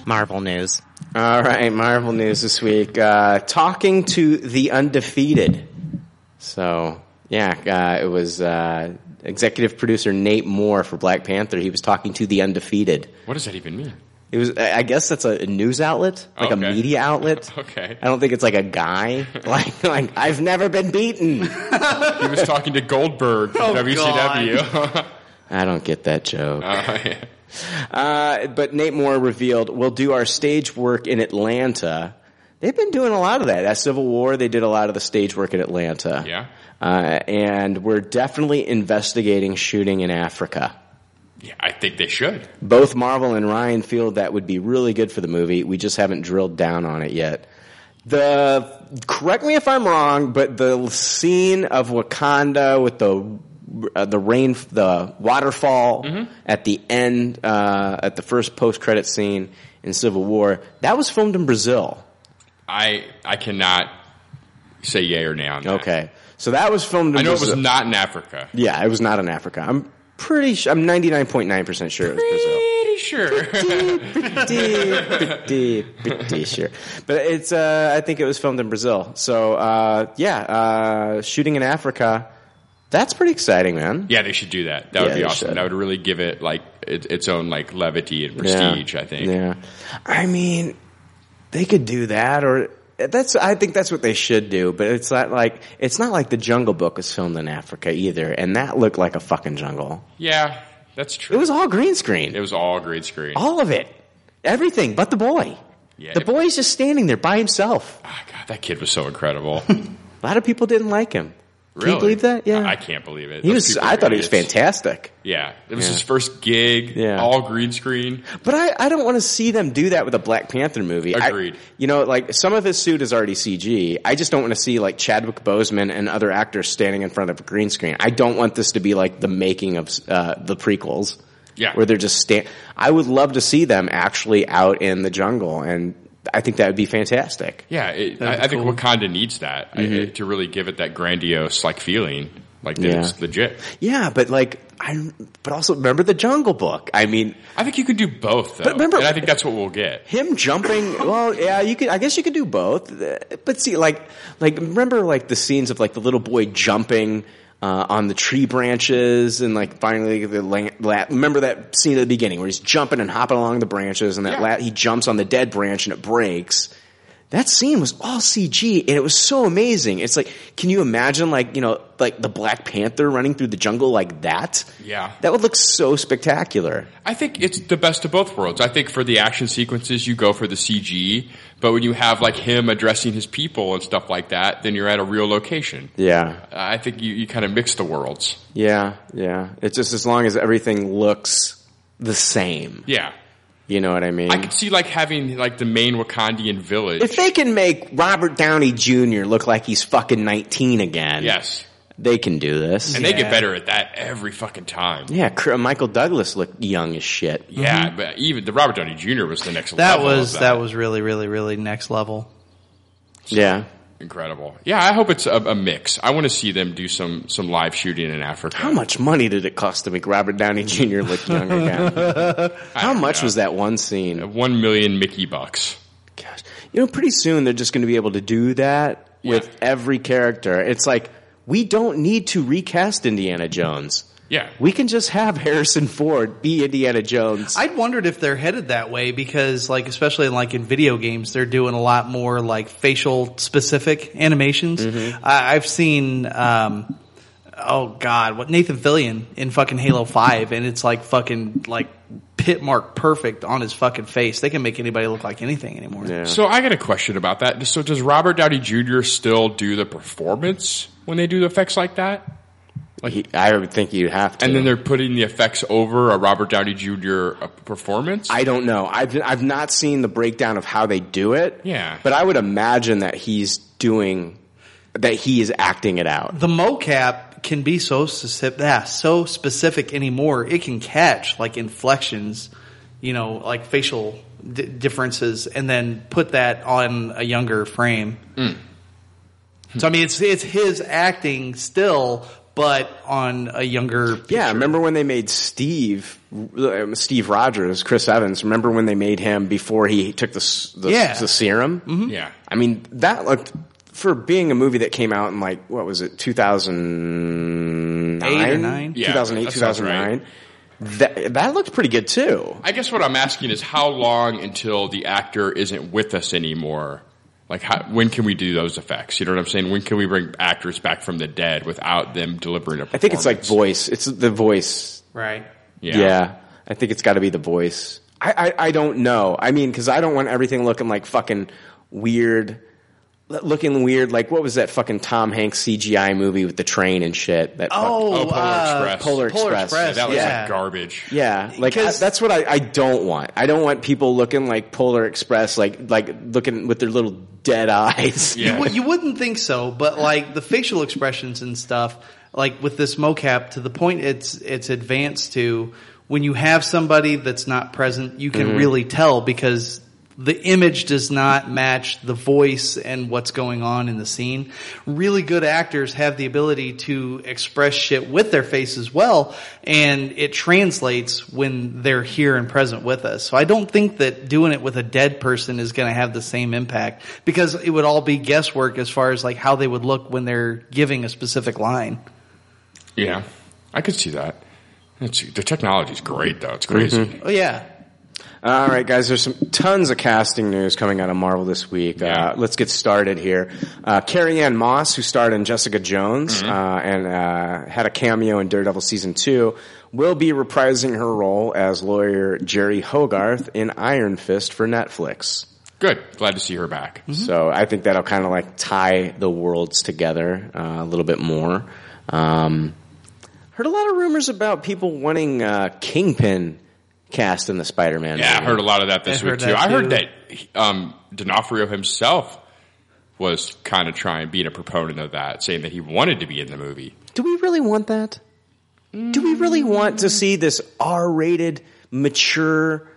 Marvel news. All right, Marvel news this week. Uh, talking to the undefeated. So yeah, uh, it was uh, executive producer Nate Moore for Black Panther. He was talking to the undefeated. What does that even mean? It was, I I guess, that's a news outlet, like Okay. a media outlet. Okay. I don't think it's like a guy. Like, like I've never been beaten. He was talking to Goldberg from WCW. I don't get that joke. Oh, yeah. Uh, but Nate Moore revealed, we'll do our stage work in Atlanta. They've been doing a lot of that. That Civil War, they did a lot of the stage work in Atlanta. Yeah. Uh, and we're definitely investigating shooting in Africa. Yeah, I think they should. Both Marvel and Ryan feel that would be really good for the movie. We just haven't drilled down on it yet. The, correct me if I'm wrong, but the scene of Wakanda with the uh, the rain, the waterfall Mm-hmm. at the end, uh, at the first post credit scene in Civil War, that was filmed in Brazil. I I cannot say yay or nay on that. Okay, so that was filmed. in I know it Brazil. was not in Africa. Yeah, it was not in Africa. I'm Pretty sure. I'm 99.9% sure it was Brazil. Pretty sure. pretty, pretty, pretty sure. But it's, uh, I think it was filmed in Brazil. So, uh, yeah, uh, shooting in Africa, that's pretty exciting, man. Yeah, they should do that. That Yeah, would be they awesome. should. That would really give it like it, its own like levity and prestige. I think. Yeah. I mean, they could do that or. That's. I think that's what they should do, but it's not like it's not like the Jungle Book was filmed in Africa either, and that looked like a fucking jungle. Yeah, that's It true. was all green screen. It was all green screen. all of it, everything but the boy. Yeah, the it- boy's just standing there by himself. Ah, God, that kid was so incredible. A lot of people didn't like him. Can Really? you believe that? Yeah. I, I can't believe it. He Those was. people I are thought he was idiots. fantastic. Yeah, it was Yeah. his first gig. Yeah. all green screen. But I, I don't want to see them do that with a Black Panther movie. I- Agreed. you know, like some of his suit is already CG. I just don't want to see like Chadwick Boseman and other actors standing in front of a green screen. I don't want this to be like the making of uh, the prequels. Yeah. Where they're just stand. I would love to see them actually out in the jungle, and I think that would be fantastic. Yeah, it, I, That'd be I think cool. Wakanda needs that I- to really give it that grandiose like feeling, like that Yeah. it's legit. Yeah, but like I, but also remember the Jungle Book. I mean, I think you could do both, though, But remember- and I think that's what we'll get. him jumping well yeah you could i guess you could do both Uh, but see like like remember like the scenes of like the little boy jumping uh, on the tree branches and like finally the la- la- remember that scene at the beginning where he's jumping and hopping along the branches and that Yeah. la- he jumps on the dead branch and it breaks that scene was all CG and it was so amazing. It's like, can you imagine like, you know, like the Black Panther running through the jungle like that? Yeah. That would look so spectacular. I think it's the best of both worlds. I think for the action sequences, you go for the CG, but when you have like him addressing his people and stuff like that, then you're at a real location. Uh, Yeah. I think you, you kind of mix the worlds. Yeah, yeah. It's just as long as everything looks the same. Yeah. You know what I mean? I could see like having like the main Wakandian village. if they can make Robert Downey Jr. look like he's fucking 19 again, yes. they can do this. And they get better at that every fucking time. yeah, Cr- Michael Douglas looked young as shit. Yeah, but even the Robert Downey Jr. was the next That level. of was that was really really really next level. Yeah. incredible. Yeah, I hope it's a, a mix. I want to see them do some some live shooting in Africa. How much money did it cost to make Robert Downey Jr. look young again? How much was that one scene? One million Mickey bucks. Gosh. You know, pretty soon they're just going to be able to do that with Yeah. every character. It's like, we don't need to recast Indiana Jones. Yeah, We can just have Harrison Ford be Indiana Jones. I'd wondered if they're headed that way because, like, especially like in video games, they're doing a lot more like facial specific animations. I, I've seen, um, oh god, what Nathan Fillion in fucking Halo Five, and it's like fucking like pit mark perfect on his fucking face. They can make anybody look like anything anymore. So I got a question about that. So does Robert Downey Jr. still do the performance when they do the effects like that? He- I would think you'd have to. And then they're putting the effects over a Robert Downey Jr. uh, performance? I don't know. I've I've not seen the breakdown of how they do it. Yeah. but I would imagine that he's doing that. He is acting it out. The mocap can be so specific, yeah, so specific anymore. It can catch like inflections, you know, like facial d- differences, and then put that on a younger frame. So I mean, it's it's his acting still, but on a younger. Yeah, remember when they made Steve um, Steve Rogers, Chris Evans? Remember when they made him before he took the s- the, Yeah. the serum? Mm-hmm. yeah. I mean, that looked for being a movie that came out in like what was it, two thousand Eight or nine? Yeah, two thousand eight, that two sounds thousand right. nine. That that looked pretty good too. I guess what I'm asking is how long until the actor isn't with us anymore? Like, how, when can we do those effects? You know what I'm saying? When can we bring actors back from the dead without them delivering a I think it's like performance? voice. It's the voice. Right. Yeah, I think it's got to be the voice. I, I I don't know. I mean, because I don't want everything looking like fucking weird, looking weird. Like what was that fucking Tom Hanks CGI movie with the train and shit? That fuck- Oh, Oh, Polar uh, Express. Polar, Polar Express. Express, Yeah, that looks yeah. like garbage. Yeah, like I, Because- that's what I, I don't want. I don't want people looking like Polar Express, like like looking with their little dead eyes. Yeah. Well, you wouldn't think so, but like the facial expressions and stuff, like with this mocap, to the point it's it's advanced to when you have somebody that's not present, you can really tell because the image does not match the voice and what's going on in the scene. Really good actors have the ability to express shit with their face as well, and it translates when they're here and present with us. So I don't think that doing it with a dead person is going to have the same impact because it would all be guesswork as far as like how they would look when they're giving a specific line. Yeah, I could see that. It's, the technology's great though. It's crazy. Oh yeah. All right, guys. There's some tons of casting news coming out of Marvel this week. Uh, let's get started here. Uh, Carrie Ann Moss, who starred in Jessica Jones uh, and uh, had a cameo in Daredevil season two, will be reprising her role as lawyer Jerry Hogarth in Iron Fist for Netflix. Good. Glad to see her back. So I think that'll kind of like tie the worlds together uh, a little bit more. Um, heard a lot of rumors about people wanting uh, Kingpin cast in the Spider-Man. Yeah, I movie. heard a lot of that this I week heard too. that, I heard too. that um, D'Onofrio himself was kind of trying, being a proponent of that, saying that he wanted to be in the movie. Do we really want that? Do we really want to see this R-rated, mature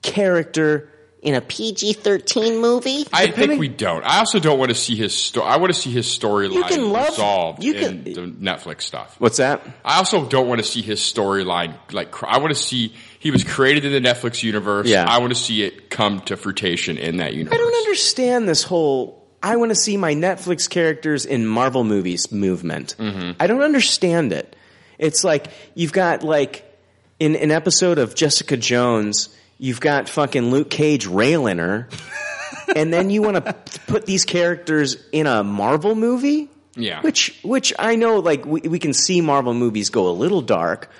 character in a PG-13 movie? I think we don't. I also don't want to see his story. I want to see his can storyline love- resolved you can- in the Netflix stuff. What's that? I also don't want to see his storyline. Like, cr- I want to see he was created in the Netflix universe. Yeah. I want to see it come to fruition in that universe. I don't understand this whole I want to see my Netflix characters in Marvel movies movement. Mm-hmm. I don't understand it. It's like you've got like in an episode of Jessica Jones, you've got fucking Luke Cage railing her. and then you want to put these characters in a Marvel movie? Yeah. Which which I know like we, we can see Marvel movies go a little dark,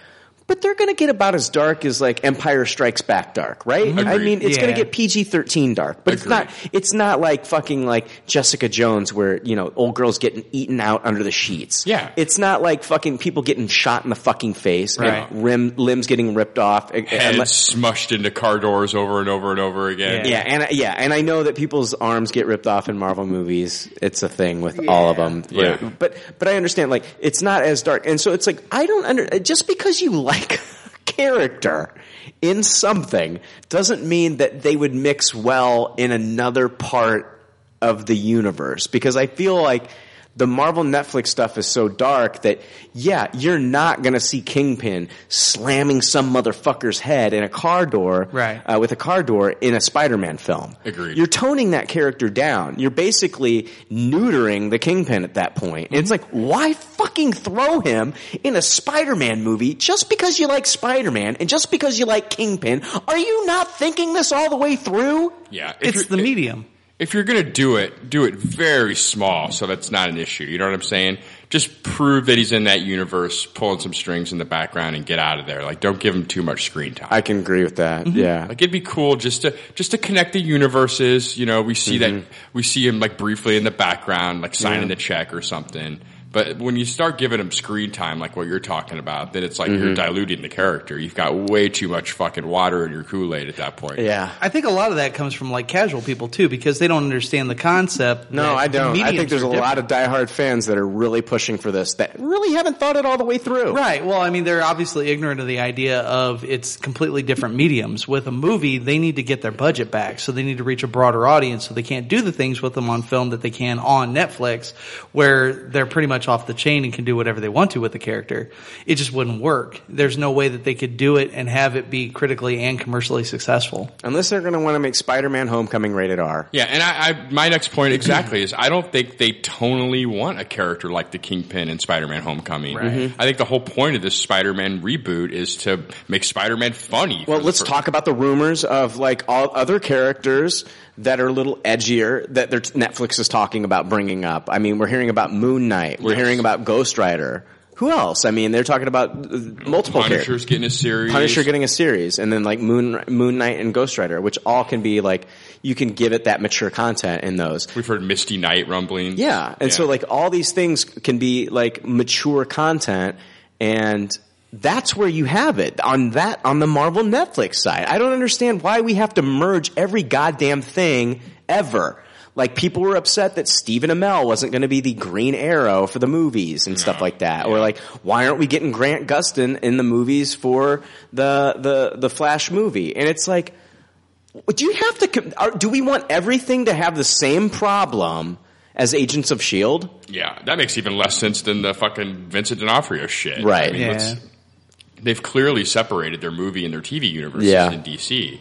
but they're going to get about as dark as like Empire Strikes Back dark, right? I Agreed. mean, it's going Yeah. to get PG thirteen dark, but it's not. It's not like fucking like Jessica Jones, where you know old girls getting eaten out under the sheets. Yeah. it's not like fucking people getting shot in the fucking face Right. and rim, limbs getting ripped off. eh, eh, Head unless- smushed into car doors over and over and over again. yeah, and I- yeah, and I know that people's arms get ripped off in Marvel movies. It's a thing with all of them. Yeah. But but I understand like it's not as dark. And so it's like I don't under uh, just because you like a character in something doesn't mean that they would mix well in another part of the universe because I feel like the Marvel Netflix stuff is so dark that yeah, you're not going to see Kingpin slamming some motherfucker's head in a car door Right. uh, with a car door in a Spider-Man film. Agreed. You're toning that character down. You're basically neutering the Kingpin at that point. And It's like, why fucking throw him in a Spider-Man movie just because you like Spider-Man and just because you like Kingpin? Are you not thinking this all the way through? yeah. If It's you're- the if- medium. If you're gonna do it, do it very small, so that's not an issue. You know what I'm saying? Just prove that he's in that universe, pulling some strings in the background, and get out of there. Like, don't give him too much screen time. can agree with that. Yeah. Like it'd be cool just to just to connect the universes. You know, we see that Mm-hmm. we see him like briefly in the background, like signing the check or something. But when you start giving him screen time, like what you're talking about, then it's like Mm-hmm. you're diluting the character. You've got way too much fucking water in your Kool Aid at that point. yeah. I think a lot of that comes from like casual people too, because they don't understand the concept. No, that I don't. I mediums think there's are a different. lot of diehard fans that are really pushing for this that really haven't thought it all the way through. Right. Well, I mean, they're obviously ignorant of the idea of it's completely different mediums. With a movie, they need to get their budget back, so they need to reach a broader audience. So they can't do the things with them on film that they can on Netflix, where they're pretty much off the chain and can do whatever they want to with the character. It just wouldn't work. There's no way that they could do it and have it be critically and commercially successful. Unless they're going to want to make Spider-Man Homecoming rated R. Yeah, and I, I my next point exactly is I don't think they tonally want a character like the Kingpin in Spider-Man: Homecoming. Mm-hmm. I think the whole point of this Spider-Man reboot is to make Spider-Man funny. Well, let's talk about the rumors of like all other characters that are a little edgier that their Netflix is talking about bringing up. I mean, we're hearing about Moon Knight. We're Yes. hearing about Ghost Rider. Who else? I mean, they're talking about uh, multiple characters. Punisher's getting a series. Punisher getting a series, and then like Moon Moon Knight and Ghost Rider, which all can be like you can give it that mature content in those. We've heard Misty Knight rumbling. Yeah, and so Mm-hmm. Yeah. like all these things can be like mature content, and that's where you have it on that on the Marvel Netflix side. I don't understand why we have to merge every goddamn thing ever. Like people were upset that Stephen Amell wasn't going to be the Green Arrow for the movies and stuff like that, or like why aren't we getting Grant Gustin in the movies for the the the Flash movie? And it's like Do you have to? com- Are, do we want everything to have the same problem as Agents of Shield? Yeah, that makes even less sense than the fucking Vincent D'Onofrio shit. Right. I mean, Yeah. let's- they've clearly separated their movie and their TV universes Yeah. in DC.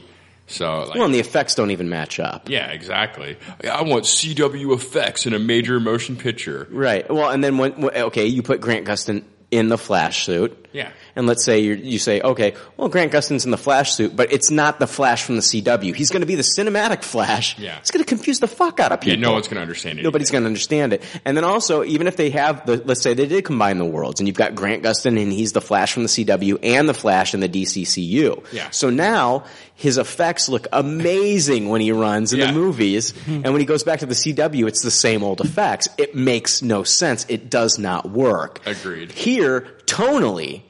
So, like, Well, and the effects don't even match up. yeah, exactly. I want CW effects in a major motion picture. Right. Well, and then when wh- okay, you put Grant Gustin in the Flash suit. Yeah. And let's say you you say okay, well Grant Gustin's in the Flash suit, but it's not the Flash from the CW. He's going to be the cinematic Flash. Yeah. It's going to confuse the fuck out of people. Yeah, no one's going to understand it. Nobody's going to understand it. And then also, even if they have the, let's say they did combine the worlds and you've got Grant Gustin and he's the Flash from the CW and the Flash in the DCCU. Yeah. So now his effects look amazing when he runs in Yeah. Mm-hmm. the movies. and when he goes back to the CW, it's the same old effects. It makes no sense. It does not work. Agreed. Here, tonally,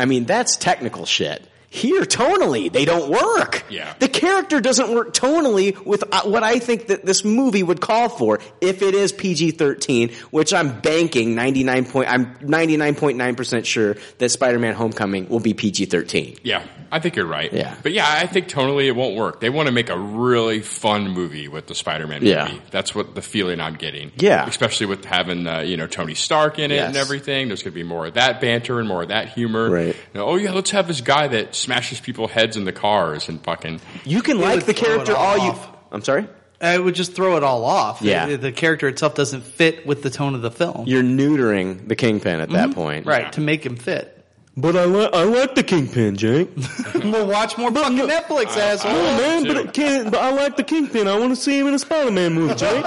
I mean, that's technical shit. Here, tonally, they don't work. Yeah. The character doesn't work tonally with uh, what I think that this movie would call for if it is PG-13, which I'm banking 99 point, I'm 99.9% sure that Spider-Man Homecoming will be PG-13. Yeah, I think you're right. Yeah. But yeah, I think totally it won't work. They want to make a really fun movie with the Spider-Man movie. Yeah. That's what the feeling I'm getting. Yeah. Especially with having, uh, you know, Tony Stark in it and Yes. everything. There's going to be more of that banter and more of that humor. Right. You know, oh yeah, let's have this guy that smashes people heads in the cars and fucking, You can like would the throw it character all all you, off. I'm sorry? I would just throw it all off. Yeah. The, the character itself doesn't fit with the tone of the film. You're neutering the Kingpin at that point. Mm-hmm. right. To make him fit. But I, li- I like the Kingpin, Jake. Well, watch more fucking Netflix, asshole. Oh man, too. but it can't. But I like the Kingpin. I want to see him in a Spider-Man movie, Jake.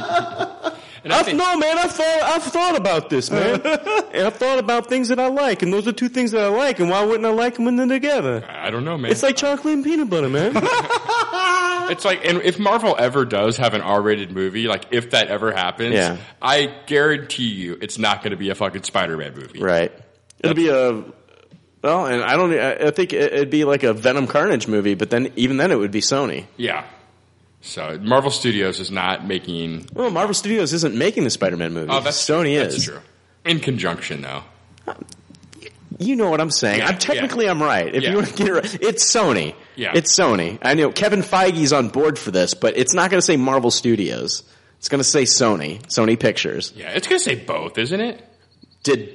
and I I've, think, no, man, I've thought, I've thought about this, man. and I've thought about things that I like, and those are two things that I like, and why wouldn't I like them when they're together? I don't know, man. It's like chocolate and peanut butter, man. It's like, and if Marvel ever does have an R-rated movie, like if that ever happens, Yeah. I guarantee you, it's not going to be a fucking Spider-Man movie. right. It'll be a, well, and I don't, I I think it- it'd be like a Venom Carnage movie, but then, even then it would be Sony. Yeah. So Marvel Studios is not making. Well, Marvel Studios isn't making the Spider-Man movie. Oh, that's Sony that's is. true. In conjunction, though. You know what I'm saying. Yeah, I'm technically yeah. I'm right. If Yeah. you want to get it right, it's Sony. Yeah. It's Sony. I know Kevin Feige's on board for this, but it's not going to say Marvel Studios. It's going to say Sony. Sony Pictures. Yeah, it's gonna say both, isn't it? Did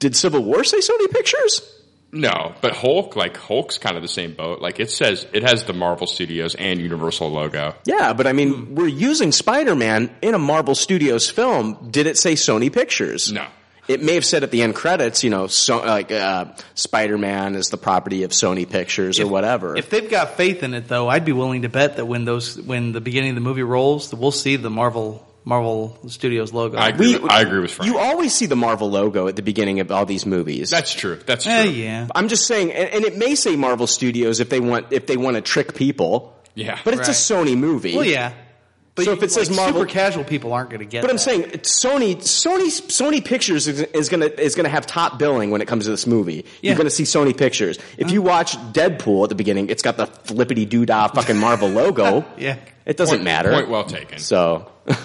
did Civil War say Sony Pictures? No, but Hulk, like Hulk's kind of the same boat. Like it says, it has the Marvel Studios and Universal logo. Yeah, but I mean, Hmm. we're using Spider-Man in a Marvel Studios film. Did it say Sony Pictures? No. It may have said at the end credits, you know, so, like uh, Spider-Man is the property of Sony Pictures or whatever. If they've got faith in it, though, I'd be willing to bet that when those when the beginning of the movie rolls, that we'll see the Marvel Marvel Studios logo. I agree. with, I agree with Frank. you always see the Marvel logo at the beginning of all these movies. That's true. That's true. Eh, yeah. I'm just saying, and, and it may say Marvel Studios if they want if they want to trick people. Yeah. but it's a Right. Sony movie. Well, yeah. But So if it says like, Marvel- super casual people aren't going to get. But I'm that. saying it's Sony, Sony, Sony Pictures is, is gonna is gonna have top billing when it comes to this movie. You're Yeah. gonna see Sony Pictures. If you watch Deadpool at the beginning, it's got the flippity doo dah fucking Marvel logo. Yeah. it doesn't matter. Point well taken. So, all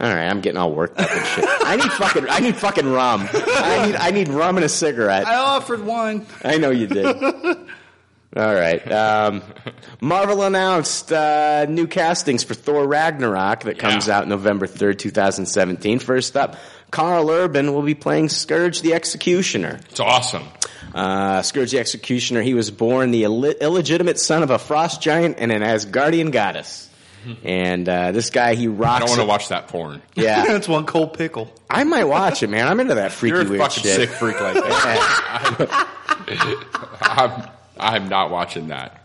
right, I'm getting all worked up and shit. I need fucking, I need fucking rum. I need, I need rum and a cigarette. I offered one. I know you did. All right. Um, Marvel announced uh, new castings for Thor Ragnarok that comes Yeah. out November 3rd, 2017. First up, Carl Urban will be playing Scourge the Executioner. it's awesome. Uh, Scourge the Executioner, he was born the Ill- illegitimate son of a frost giant and an Asgardian goddess. And uh, this guy, he I rocks. don't want to it- watch that porn. Yeah, That's one cold pickle. I might watch it, man. I'm into that freaky You're a weird fucking shit. sick freak like that. Yeah. I'm, I'm not watching that.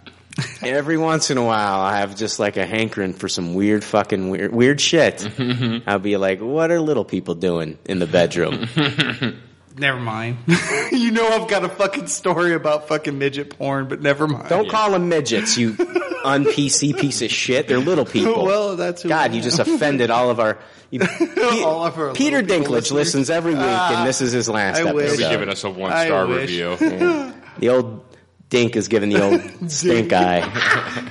Every once in a while, I have just like a hankering for some weird fucking weird, weird shit. Mm-hmm. I'll be like, what are little people doing in the bedroom? Never mind. you know I've got a fucking story about fucking midget porn, but never mind. Don't call them midgets, you un-PC piece of shit. They're little people. Well, that's who God, we you are. just offended all of our... You, Pe- All of our Peter Dinklage little people listeners. listens every week, Ah, and this is his last I episode. wish. You'll be giving us a one star wish. review. the old dink is giving the old stink eye.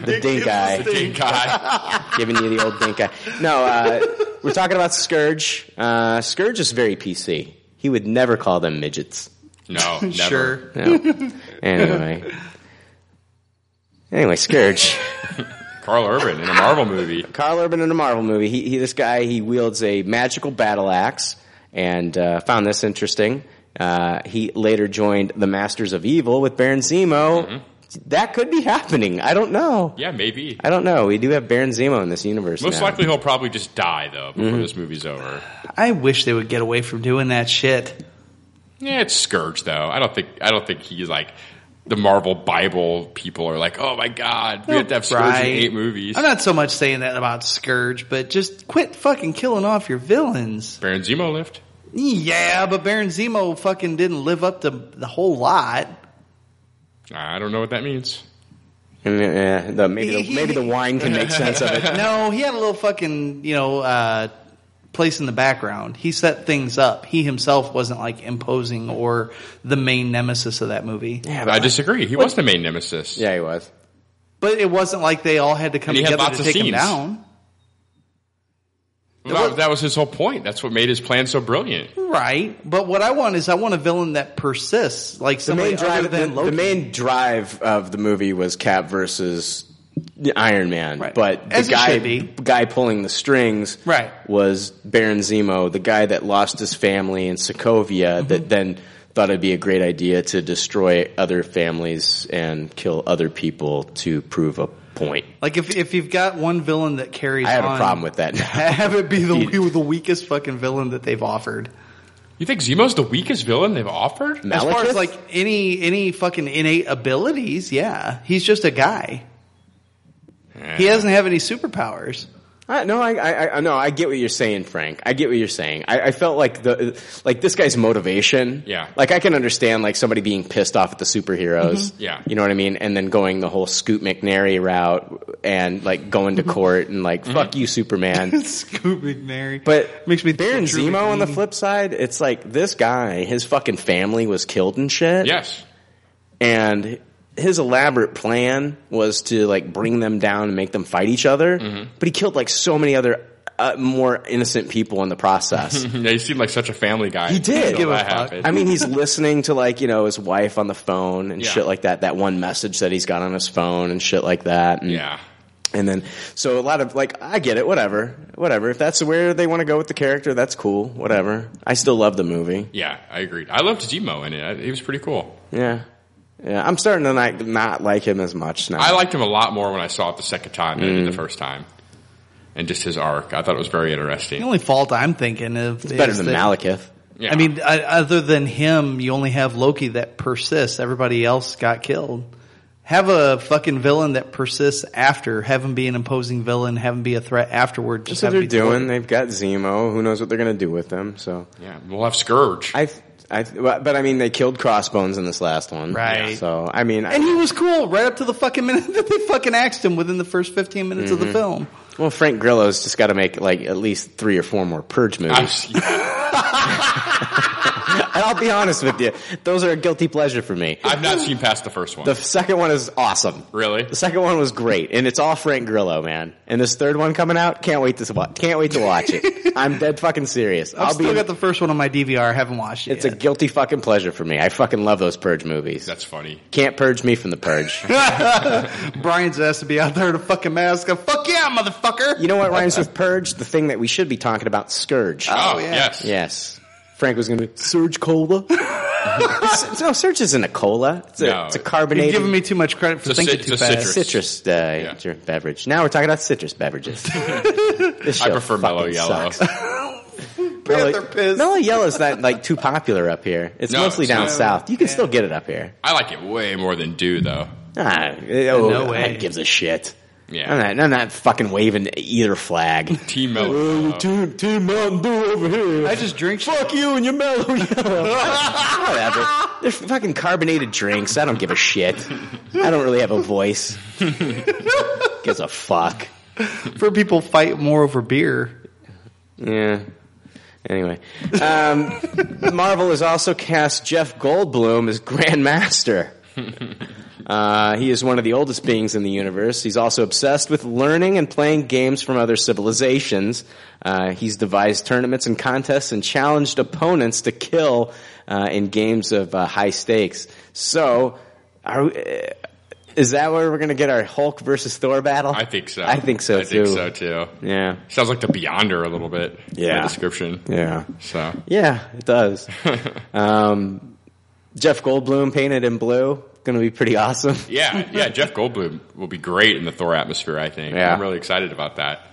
The dink eye. Dink eye. giving you the old dink eye. No, uh, we're talking about Scourge. Uh, Scourge is very PC. He would never call them midgets. No, never. Sure. No. Anyway. Anyway, Scourge. Carl Urban in a Marvel movie. Carl Urban in a Marvel movie. He, he this guy he wields a magical battle axe, and uh, found this interesting. Uh, he later joined the Masters of Evil with Baron Zemo. That could be happening. I don't know. Yeah, maybe. I don't know. We do have Baron Zemo in this universe. Most now. likely he'll probably just die though before Mm-hmm. this movie's over. I wish they would get away from doing that shit. Yeah, it's Scourge though. I don't think I don't think he's like the Marvel Bible people are like, oh my god, we have to have Scourge Right. in eight movies. I'm not so much saying that about Scourge, but just quit fucking killing off your villains. Baron Zemo left. Yeah, but Baron Zemo fucking didn't live up to the whole lot. I don't know what that means. Mm, yeah, the- maybe the, He- maybe the wine can make sense of it. No, he had a little fucking, you know, uh, place in the background. He set things up. He himself wasn't like imposing or the main nemesis of that movie. Yeah, I but- disagree. He was the main nemesis. yeah, he was. But it wasn't like they all had to come And he had together lots to of take him scenes. down. Well, that, that was his whole point. That's what made his plan so brilliant. Right. But what I want is I want a villain that persists, like The somebody main other drive. The, than Loki. the main drive of the movie was Cap versus Iron Man, Right. but the As it guy should be. guy pulling the strings Right. was Baron Zemo, the guy that lost his family in Sokovia, Mm-hmm. that then thought it'd be a great idea to destroy other families and kill other people to prove a point. Like if if you've got one villain that carries, I have on, a problem with that. now. Have it be the the weakest fucking villain that they've offered. You think Zemo's the weakest villain they've offered? As far Malekith? as like any any fucking innate abilities, yeah, he's just a guy. He doesn't have any superpowers. I, no, I, I, I, no, I get what you're saying, Frank. I get what you're saying. I, I felt like the, like this guy's motivation. Yeah. Like I can understand like somebody being pissed off at the superheroes. Mm-hmm. Yeah. You know what I mean? And then going the whole Scoot McNary route and like going to Mm-hmm. court and like, fuck you, Superman. Scoop Mm-hmm. McNary, But makes me think Baron of Drew Zemo on the McNeely. flip side, it's like this guy, his fucking family was killed and shit. Yes. And his elaborate plan was to like bring them down and make them fight each other. Mm-hmm. But he killed like so many other uh, more innocent people in the process. Yeah, he seemed like such a family guy. He did. until Give a that fuck. happened. I mean, he's listening to like, you know, his wife on the phone and Yeah. shit like that, that one message that he's got on his phone and shit like that. And yeah. and then, so a lot of like, I get it, whatever, whatever. If that's where they want to go with the character, that's cool, whatever. I still love the movie. Yeah, I agreed. I loved Zemo in it. I- He was pretty cool. Yeah, yeah. I'm starting to like not like him as much now. I liked him a lot more when I saw it the second time than I Mm. did the first time. And just his arc. I thought it was very The interesting. only fault I'm thinking of is better than that- Malekith. Yeah. I mean, I, other than him, you only have Loki that persists. Everybody else got killed. Have a fucking villain that persists after. Have him be an imposing villain. Have him be a threat afterward. Just That's what have they're him be doing. told- They've got Zemo. Who knows what they're gonna do with them? So yeah, we'll have Scourge. I, I, but I mean, they killed Crossbones in this last one, Right. So I mean, And he was cool right up to the fucking minute that they fucking axed him within the first 15 minutes Mm-hmm. of the film. well, Frank Grillo's just got to make like at least three or four more Purge I movies. was- I've, and I'll be honest with you, those are a guilty pleasure for me. not seen past the first one. The second one is awesome. Really? The second one was great, and it's all Frank Grillo, man. And this third one coming out, can't wait to watch. Can't wait to watch it. I'm dead fucking serious. I've I'll still be. got the first one on my DVR. I haven't watched it it's a yet. guilty fucking pleasure for me. I fucking love those purge movies. That's funny. Can't purge me from the purge. Brian's ass to be out there in a fucking mask. Fuck yeah, motherfucker! you know what rhymes with purge? The thing that we should be talking about, scourge. Oh, yeah. yes. Yes. Frank was going to be Surge Cola. S- no, Surge isn't a cola. It's a, No. it's a You're carbonated giving me too much credit for It's a thinking cit- too it's a fast. citrus. citrus uh, Yeah. beverage. Now we're talking about citrus beverages. This I show prefer mellow fucking yellow. sucks. Panther piss. Mellow yellow's not like too popular up here. It's No, mostly it's down not. south. You can still get it up here. I like it way more than Dew, though. Ah, eh, oh, No way. that gives a shit. Yeah. I'm not, I'm not fucking waving either flag. Team Mellow. Yellow. team, team Mountain Dew over here. I just drink Fuck you and your mellow yellow. Whatever. They're fucking carbonated drinks. I don't give a shit. I don't really have a voice. Gives a fuck. for people fight more over beer. Yeah. Anyway, um, Marvel has also cast Jeff Goldblum as Grand Master. Uh, he is one of the oldest beings in the universe. He's also obsessed with learning and playing games from other civilizations. Uh, he's devised tournaments and contests and challenged opponents to kill uh, in games of uh, high stakes. So, are we, uh, Is that where we're going to get our Hulk versus Thor battle? I think so. I think so I too. think so too. Yeah. Sounds like the Beyonder a little bit. Yeah. The description. Yeah. So Yeah, it does. um, Jeff Goldblum painted in blue. Going to be pretty awesome. yeah, yeah. Jeff Goldblum will be great in the Thor atmosphere. I think. Yeah. I'm really excited about that.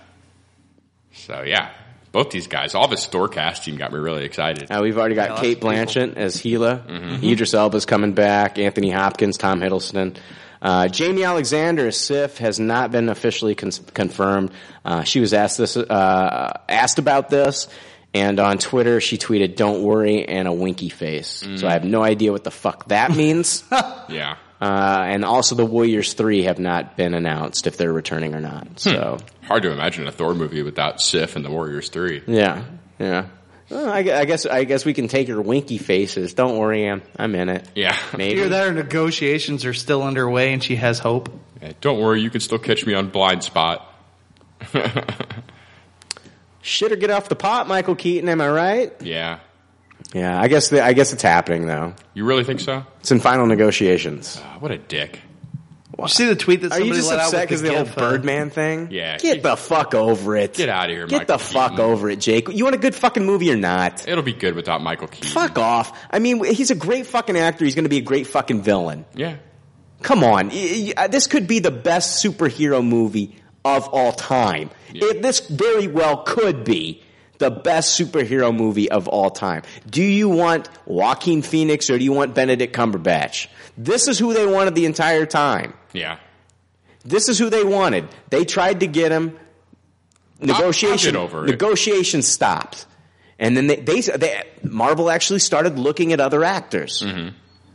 So yeah, both these guys, all this Thor cast team got me really excited. Uh, we've already got that's Kate Blanchett as Gila. Mm-hmm. Idris Elba's coming back. Anthony Hopkins, Tom Hiddleston. Uh, Jamie Alexander as Sif has not been officially cons- confirmed. Uh, she was asked this, uh, asked about this, and on Twitter she tweeted, "Don't worry," and a winky face. So I have no idea what the fuck that means. Yeah. Uh, and also, the Warriors Three have not been announced if they're returning or not. So Hard to imagine a Thor movie without Sif and the Warriors Three. yeah, yeah. Well, I, gu- I guess I guess we can take your winky faces. Don't worry, I'm I'm in it. Yeah. Maybe. Either that or negotiations are still underway and she has hope. Uh, Don't worry, you can still catch me on Blind Spot. Shit or get off the pot, Michael Keaton. Am I right? Yeah. Yeah, I guess the, I guess it's happening though. You really think so? It's in final negotiations. Uh, what a dick. Did you see the tweet that Are somebody you just let upset out with because the, whole gif of- Birdman thing? Yeah. Get the fuck over it. Get outta here, Get the Michael fuck Keaton. over it, Jake. You want a good fucking movie or not? It'll be good without Michael Keaton. Fuck off. I mean, he's a great fucking actor. He's going to be a great fucking villain. Yeah. Come on, Y- y- uh, this could be the best superhero movie of all time. It, this very well could be the best superhero movie of all time. Do you want Joaquin Phoenix or do you want Benedict Cumberbatch? This is who they wanted the entire time. Yeah. This is who they wanted. They tried to get him. Negotiation I'll get over it. negotiation stopped, and then they, they, they Marvel actually started looking at other actors, Mm-hmm.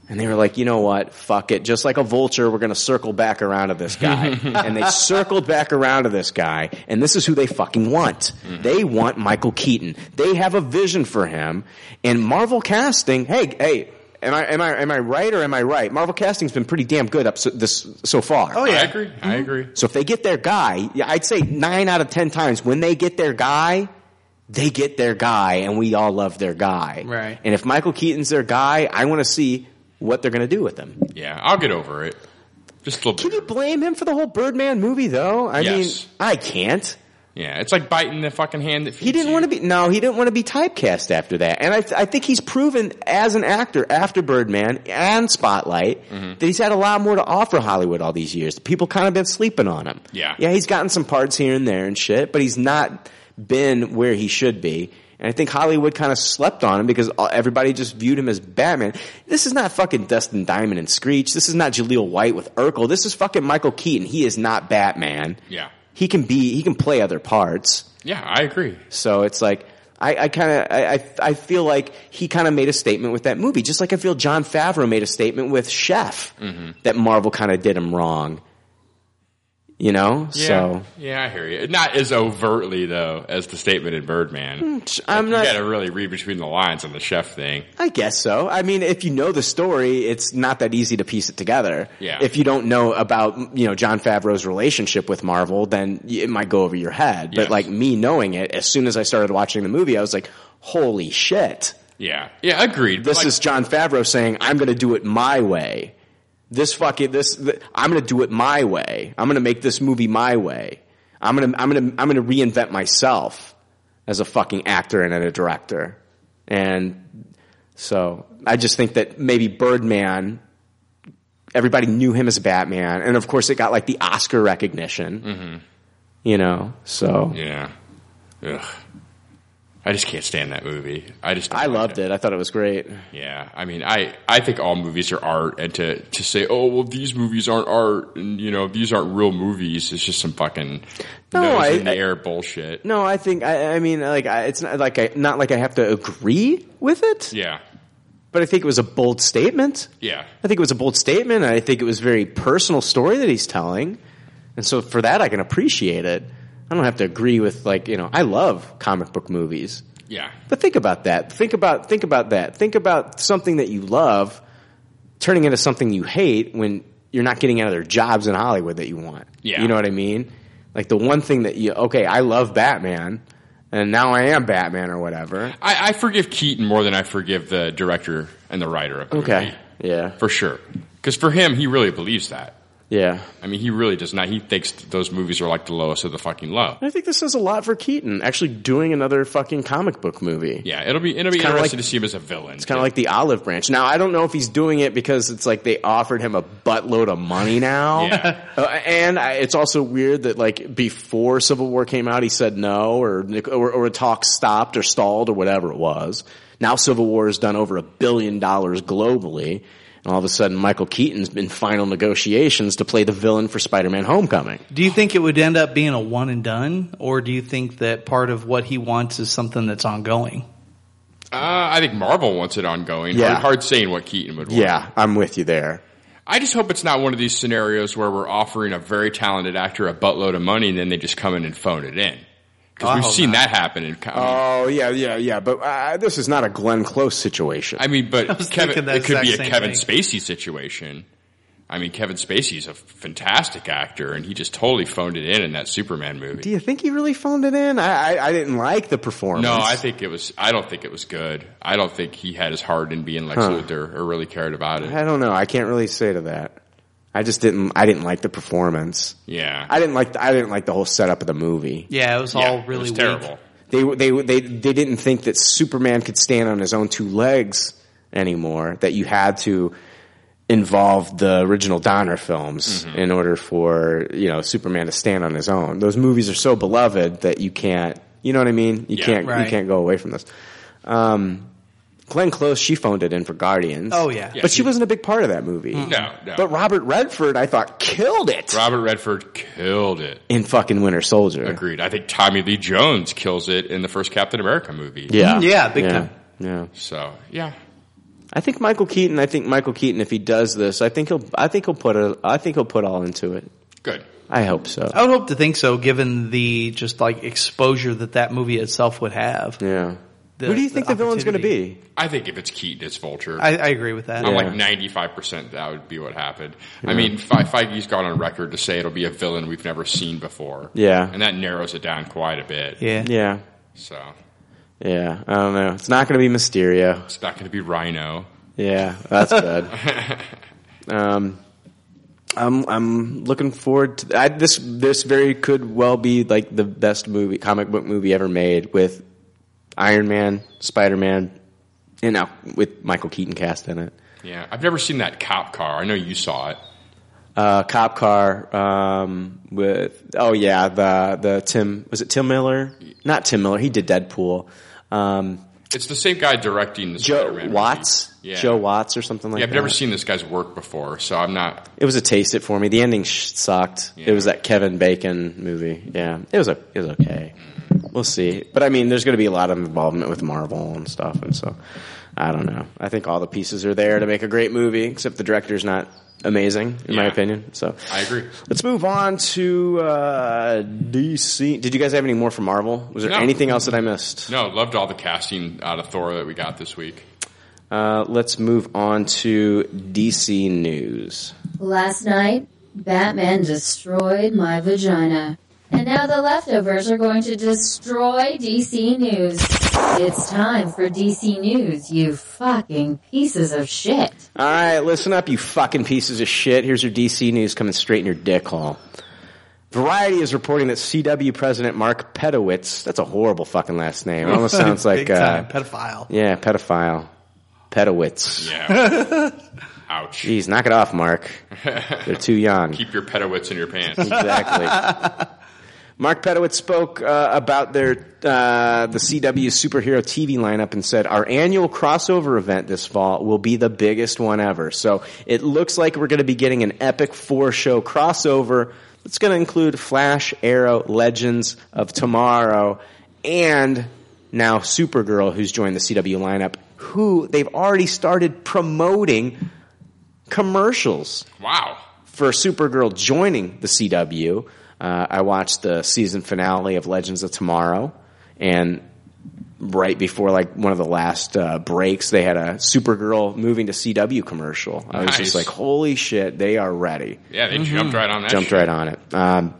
and they were like, you know what, fuck it. Just like a vulture, we're going to circle back around to this guy, and they circled back around to this guy, and this is who they fucking want. Mm. They want Michael Keaton. They have a vision for him, and Marvel casting. Hey, hey. Am I am I am I right or am I right? Marvel casting's been pretty damn good up so, this so far. Oh, I yeah. agree. I agree. So if they get their guy, yeah, I'd say nine out of ten times when they get their guy, they get their guy, and we all love their guy. Right. And if Michael Keaton's their guy, I want to see what they're going to do with him. Yeah. I'll get over it. Just a little Can you bit. blame him for the whole Birdman movie, though? I Yes. mean, I can't. Yeah. It's like biting the fucking hand that feeds He didn't you. want to be. No, he didn't want to be typecast after that. And I, I think he's proven as an actor after Birdman and Spotlight Mm-hmm. that he's had a lot more to offer Hollywood all these years. People kind of been sleeping on him. Yeah. yeah, he's gotten some parts here and there and shit, but he's not been where he should be. And I think Hollywood kind of slept on him because all- everybody just viewed him as Batman. This is not fucking Dustin Diamond and Screech. This is not Jaleel White with Urkel. This is fucking Michael Keaton. He is not Batman. Yeah. He can be, he can play other parts. Yeah. I agree. So it's like I, I kind of I, I I feel like he kind of made a statement with that movie, just like I feel John Favreau made a statement with Chef Mm-hmm. that Marvel kind of did him wrong. You know, Yeah. so Yeah. I hear you. Not as overtly though as the statement in Hmm, Birdman. I'm You not. gotta really read between the lines on the chef thing. I guess so. I mean, if you know the story, it's not that easy to piece it together. Yeah. If you don't know about you know John Favreau's relationship with Marvel, then y- it might go over your head. But Yes. like me knowing it, as soon as I started watching the movie, I was like, "Holy shit!" Yeah. Yeah. Agreed. But This like- is John Favreau saying, "I'm going to do it my way." This fucking this. Th- I'm going to do it my way. I'm going to make this movie my way. I'm going to I'm going to I'm going to reinvent myself as a fucking actor and a director. And so I just think that maybe Birdman. Everybody knew him as Batman, and of course, it got like the Oscar recognition. You know, so Mm-hmm. Yeah. Ugh. I just can't stand that movie. I just don't I like loved it. I thought it was great. Yeah, I mean, I, I think all movies are art, and to, to say, oh, well, these movies aren't art, and you know, these aren't real movies, it's just some fucking No, nose I- in the I- air bullshit. No, I think I, I mean like I, it's not like I not like I have to agree with it, Yeah, but I think it was a bold statement. yeah, I think it was a bold statement. and I think it was a very personal story that he's telling, and so for that I can appreciate it. I don't have to agree with like you know I love comic book movies, yeah, but think about that. Think about think about that. Think about something that you love turning into something you hate when you're not getting out of their jobs in Hollywood that you want. Yeah. You know what I mean? Like the one thing that you okay, I love Batman and now I am Batman or whatever. I, I forgive Keaton more than I forgive the director and the writer of the Okay. movie, Yeah. for sure, because for him, he really believes that. Yeah. I mean, he really does not. He thinks those movies are like the lowest of the fucking low. I think this says a lot for Keaton actually doing another fucking comic book movie. Yeah, it'll be it'll be kinda interesting like- to see him as a villain. It's kind of like the olive branch. Now I don't know if he's doing it because it's like they offered him a buttload of money now, Yeah. Uh, and I, it's also weird that like before Civil War came out, he said no, or Nic- or, or talks stopped or stalled or whatever it was. Now Civil War has done over a billion dollars globally, and all of a sudden Michael Keaton's in final negotiations to play the villain for Spider-Man: Homecoming. Do you think it would end up being a one and done, or do you think that part of what he wants is something that's ongoing? uh, I think Marvel wants it ongoing. Yeah. Hard, hard saying what Keaton would want. Yeah, I'm with you there. I just hope it's not one of these scenarios where we're offering a very talented actor a buttload of money and then they just come in and phone it in. Because we've hope seen that happen in comedy. Oh yeah, yeah, yeah. But uh, this is not a Glenn Close situation. I mean, but was thinking Kevin, the it could be a exact same Kevin thing. Spacey situation. I mean, Kevin Spacey's a fantastic actor, and he just totally phoned it in in that Superman movie. Do you think he really phoned it in? I, I, I didn't like the performance. No, I think it was. I don't think it was good. I don't think he had his heart in being Lex Luthor or really cared about it. I don't know. I can't really say to that. I just didn't. I didn't like the performance. Yeah, I didn't like. The, I didn't like the whole setup of the movie. Yeah, it was Yeah, all it really was Weak. terrible. They they they they didn't think that Superman could stand on his own two legs anymore. That you had to involve the original Donner films Mm-hmm. in order for you know Superman to stand on his own. Those movies are so beloved that you can't. You know what I mean? You Yeah. can't. Right. You can't go away from this. Um, Glenn Close, she phoned it in for Guardians. Oh yeah. Yeah. but she wasn't a big part of that movie. No, no. But Robert Redford, I thought, killed it Robert Redford killed it. in fucking Winter Soldier. Agreed. I think Tommy Lee Jones kills it in the first Captain America movie. Yeah, Yeah, big yeah. time. Yeah, So yeah, I think Michael Keaton. I think Michael Keaton, if he does this, I think he'll. I think he'll put a. I think he'll put all into it. good. I hope so. I would hope to think so, given the just like exposure that that movie itself would have. Yeah. The- Who do you think the, villain's going to opportunity. be? I think if it's Keaton, it's Vulture. I, I agree with that. I'm Yeah. like 95% that would be what happened. I mean, Fe- Feige's gone on record to say it'll be a villain we've never seen before. Yeah. And that narrows it down quite a bit. Yeah. Yeah. So Yeah. I don't know. It's not going to be Mysterio. it's not going to be Rhino. Yeah, that's good. um, I'm I'm looking forward to I, this. This very could well be like the best movie, comic book movie ever made with Iron Man, Spider Man, and now with Michael Keaton cast in it. Yeah. I've never seen that cop car. I know you saw it. Uh, cop car um, with oh yeah the the Tim was it Tim Miller? Not Tim Miller. He did Deadpool. Um, It's the same guy directing the Joe Spider-Man movie. Watts, Yeah. Joe Watts or something like Yeah, I've that. never seen this guy's work before, so I'm not. It was a taste it for me. The ending sh- sucked. It Yeah. was that Kevin Bacon movie. Yeah, it was a, it was okay. We'll see. But I mean, there's going to be a lot of involvement with Marvel and stuff, and so I don't know. I think all the pieces are there to make a great movie, except the director's not amazing, in my Yeah. opinion. So I agree. Let's move on to uh, DC. Did you guys have any more for Marvel? Was there No. anything else that I missed? No, loved all the casting out of Thor that we got this week. Uh, let's move on to DC news. Last night, Batman destroyed my vagina. And now the leftovers are going to destroy DC News. It's time for DC News, you fucking pieces of shit. All right, listen up, you fucking pieces of shit. Here's your DC news coming straight in your dick hole. Variety is reporting that CW President Mark Pedowitz, that's a horrible fucking last name. It almost sounds like, big time uh, pedophile. yeah, pedophile. Pedowitz. Yeah. Ouch. Jeez, knock it off, Mark. They're too young. Keep your pedowits in your pants. exactly. Mark Pedowitz spoke uh, about their uh, the CW superhero TV lineup and said our annual crossover event this fall will be the biggest one ever. So it looks like we're going to be getting an epic four show crossover that's going to include Flash, Arrow, Legends of Tomorrow, and now Supergirl, who's joined the CW lineup. Who they've already started promoting commercials Wow. for Supergirl joining the CW, uh, I watched the season finale of Legends of Tomorrow, and right before like one of the last uh, breaks, they had a Supergirl moving to CW commercial. I was just like, Nice. "Holy shit, they are ready!" Yeah, they jumped right on Mm-hmm. that. Jumped shit. right on it. Um,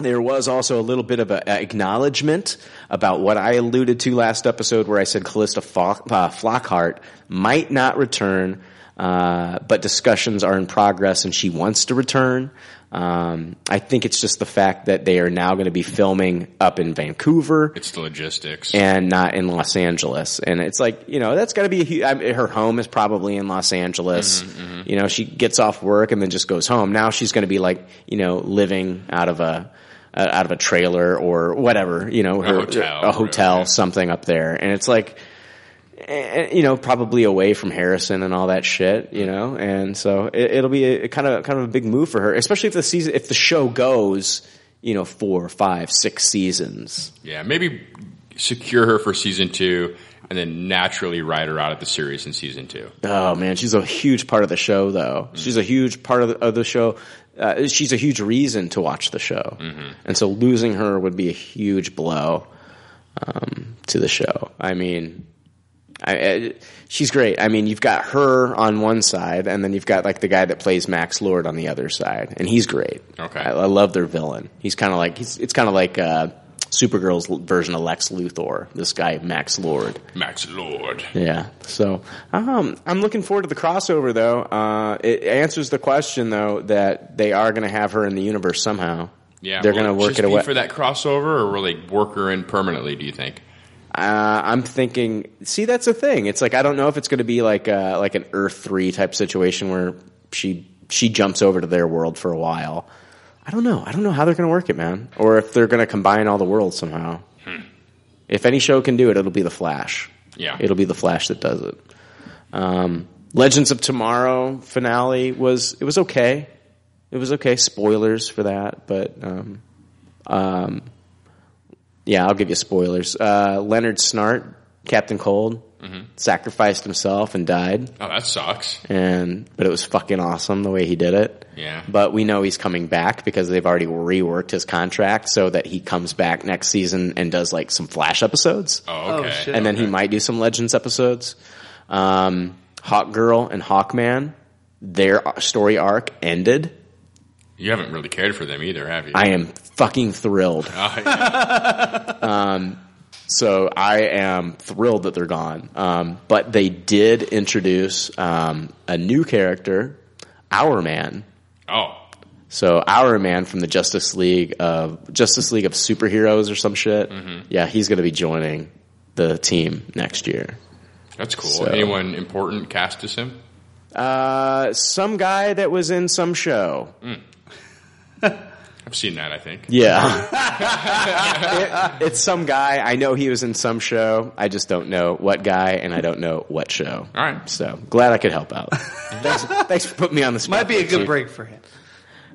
there was also a little bit of a, a acknowledgement about what I alluded to last episode, where I said Callista Fo- uh, Flockhart might not return. Uh, but discussions are in progress and she wants to return. Um, I think it's just the fact that they are now going to be filming up in Vancouver It's the logistics. and not in Los Angeles. And it's like, you know, that's got to be a huge, I mean, her home is probably in Los Angeles. You know, she gets off work and then just goes home. Now she's going to be like, you know, living out of a, uh, out of a trailer or whatever, you know, her, hotel, a hotel, something up there. And it's like, eh, you know, probably away from Harrison and all that shit, you know, and so it, it'll be a, kind of kind of a big move for her, especially if the season, if the show goes, you know, four, five, six seasons. Yeah, maybe secure her for season two, and then naturally ride her out of the series in season two. Oh man, she's a huge part of the show, though. She's a huge part of the, of the show. Uh, she's a huge reason to watch the show, and so losing her would be a huge blow um, to the show. I mean, I, I, she's great. I mean, you've got her on one side, and then you've got like the guy that plays Max Lord on the other side, and he's great. Okay. I, I love their villain. He's kind of like he's, it's kind of like uh, Supergirl's l- version of Lex Luthor. This guy Max Lord. Max Lord. Yeah. So um, I'm looking forward to the crossover, though. Uh, it answers the question, though, that they are going to have her in the universe somehow. Yeah, they're will going to work just it be away. for that crossover, or will they work her in permanently? Do you think? Uh, I'm thinking. See, that's the thing. It's like I don't know if it's going to be like uh like an Earth three type situation where she she jumps over to their world for a while. I don't know. I don't know how they're going to work it, man, or if they're going to combine all the worlds somehow. Hmm. If any show can do it, it'll be the Flash. Yeah. it'll be the Flash that does it. Um, Legends of Tomorrow finale was it was okay. It was okay. Spoilers for that, but um, um, yeah, I'll give you spoilers. Uh, Leonard Snart, Captain Cold, Mm-hmm. sacrificed himself and died, Oh, that sucks. and but it was fucking awesome the way he did it. Yeah. But we know he's coming back because they've already reworked his contract so that he comes back next season and does like some Flash episodes Oh, okay. Oh, shit. and then he might do some Legends episodes. Um, Hawk Girl and Hawkman, their story arc ended. you haven't really cared for them either, have you? I am fucking thrilled. Um, So I am thrilled that they're gone. Um, but they did introduce um, a new character, Our Man. oh, So Our Man from the Justice League of Justice League of Superheroes or some shit. Yeah, he's going to be joining the team next year. that's cool. So- Anyone important cast as him? Uh, some guy that was in some show. I've seen that. I think. Yeah. It- it's some guy. I know he was in some show. I just don't know what guy and I don't know what show. All right. So glad I could help out. thanks, thanks for putting me on the spot. Might be a Chief. good break for him.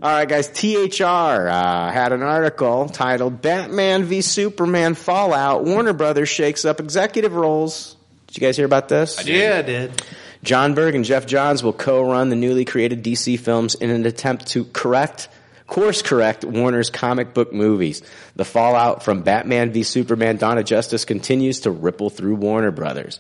All right, guys. THR uh, had an article titled "Batman v Superman Fallout." Warner Brothers shakes up executive roles. Did you guys hear about this? I did. Yeah, I did. John Berg and Jeff Johns will co-run the newly created DC films in an attempt to correct course correct Warner's comic book movies. The fallout from Batman v Superman Dawn of Justice continues to ripple through Warner Brothers.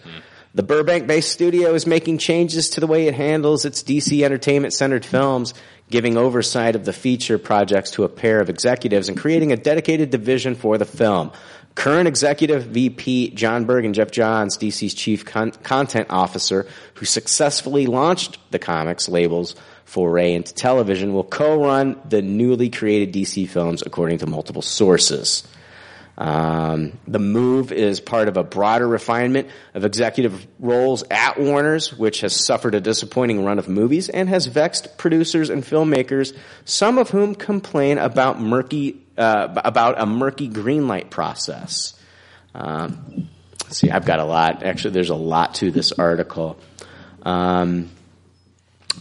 The Burbank-based studio is making changes to the way it handles its DC entertainment-centered films, giving oversight of the feature projects to a pair of executives and creating a dedicated division for the film. Current executive VP John Berg and Jeff Johns, DC's chief con- content officer, who successfully launched the comics labels foray into television, will co-run the newly created DC films, according to multiple sources. Um, the move is part of a broader refinement of executive roles at Warner's, which has suffered a disappointing run of movies and has vexed producers and filmmakers, some of whom complain about murky uh, about a murky greenlight process. Um, see, I've got a lot. Actually, there's a lot to this article. Um,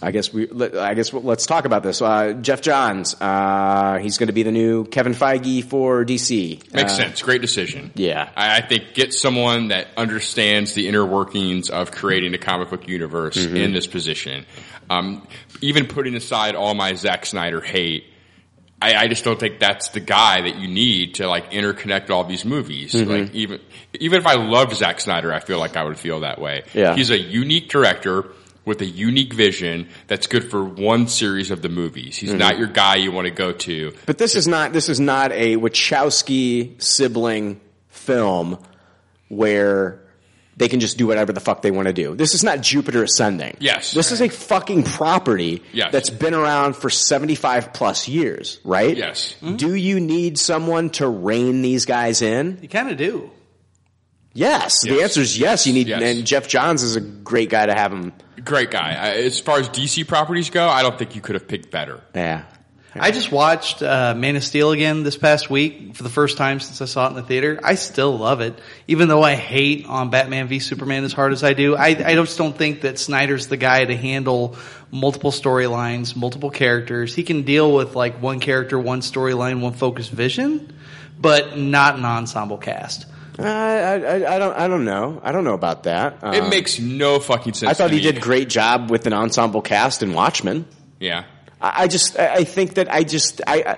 I guess we. let- I guess we'll- let's talk about this. Uh, Jeff Johns. Uh, he's going to be the new Kevin Feige for DC. Makes Uh, sense. Great decision. Yeah. I, I think get someone that understands the inner workings of creating a comic book universe in this position. Um, even putting aside all my Zack Snyder hate, I, I just don't think that's the guy that you need to like interconnect all these movies. Like even even if I love Zack Snyder, I feel like I would feel that way. Yeah. He's a unique director with a unique vision that's good for one series of the movies. He's not your guy you want to go to. But this is not this is not a Wachowski sibling film where they can just do whatever the fuck they want to do. This is not Jupiter ascending. Yes. This is a fucking property Yes. that's been around for 75 plus years, right? Mm-hmm. Yes. Do you need someone to rein these guys in? You kind of do. Yes. The answer is yes. You need, Yes. and Jeff Johns is a great guy to have him. Great guy. I, as far as DC properties go, I don't think you could have picked better. Yeah. I just watched uh, Man of Steel again this past week for the first time since I saw it in the theater. I still love it, even though I hate on Batman v Superman as hard as I do. I, I just don't think that Snyder's the guy to handle multiple storylines, multiple characters. He can deal with like one character, one storyline, one focused vision, but not an ensemble cast. I, I, I- I don't I don't know I don't know about that. It Um, makes no fucking sense. I thought to he me. did great job with an ensemble cast in Watchmen. Yeah. I I just, I I think that I just, I, I-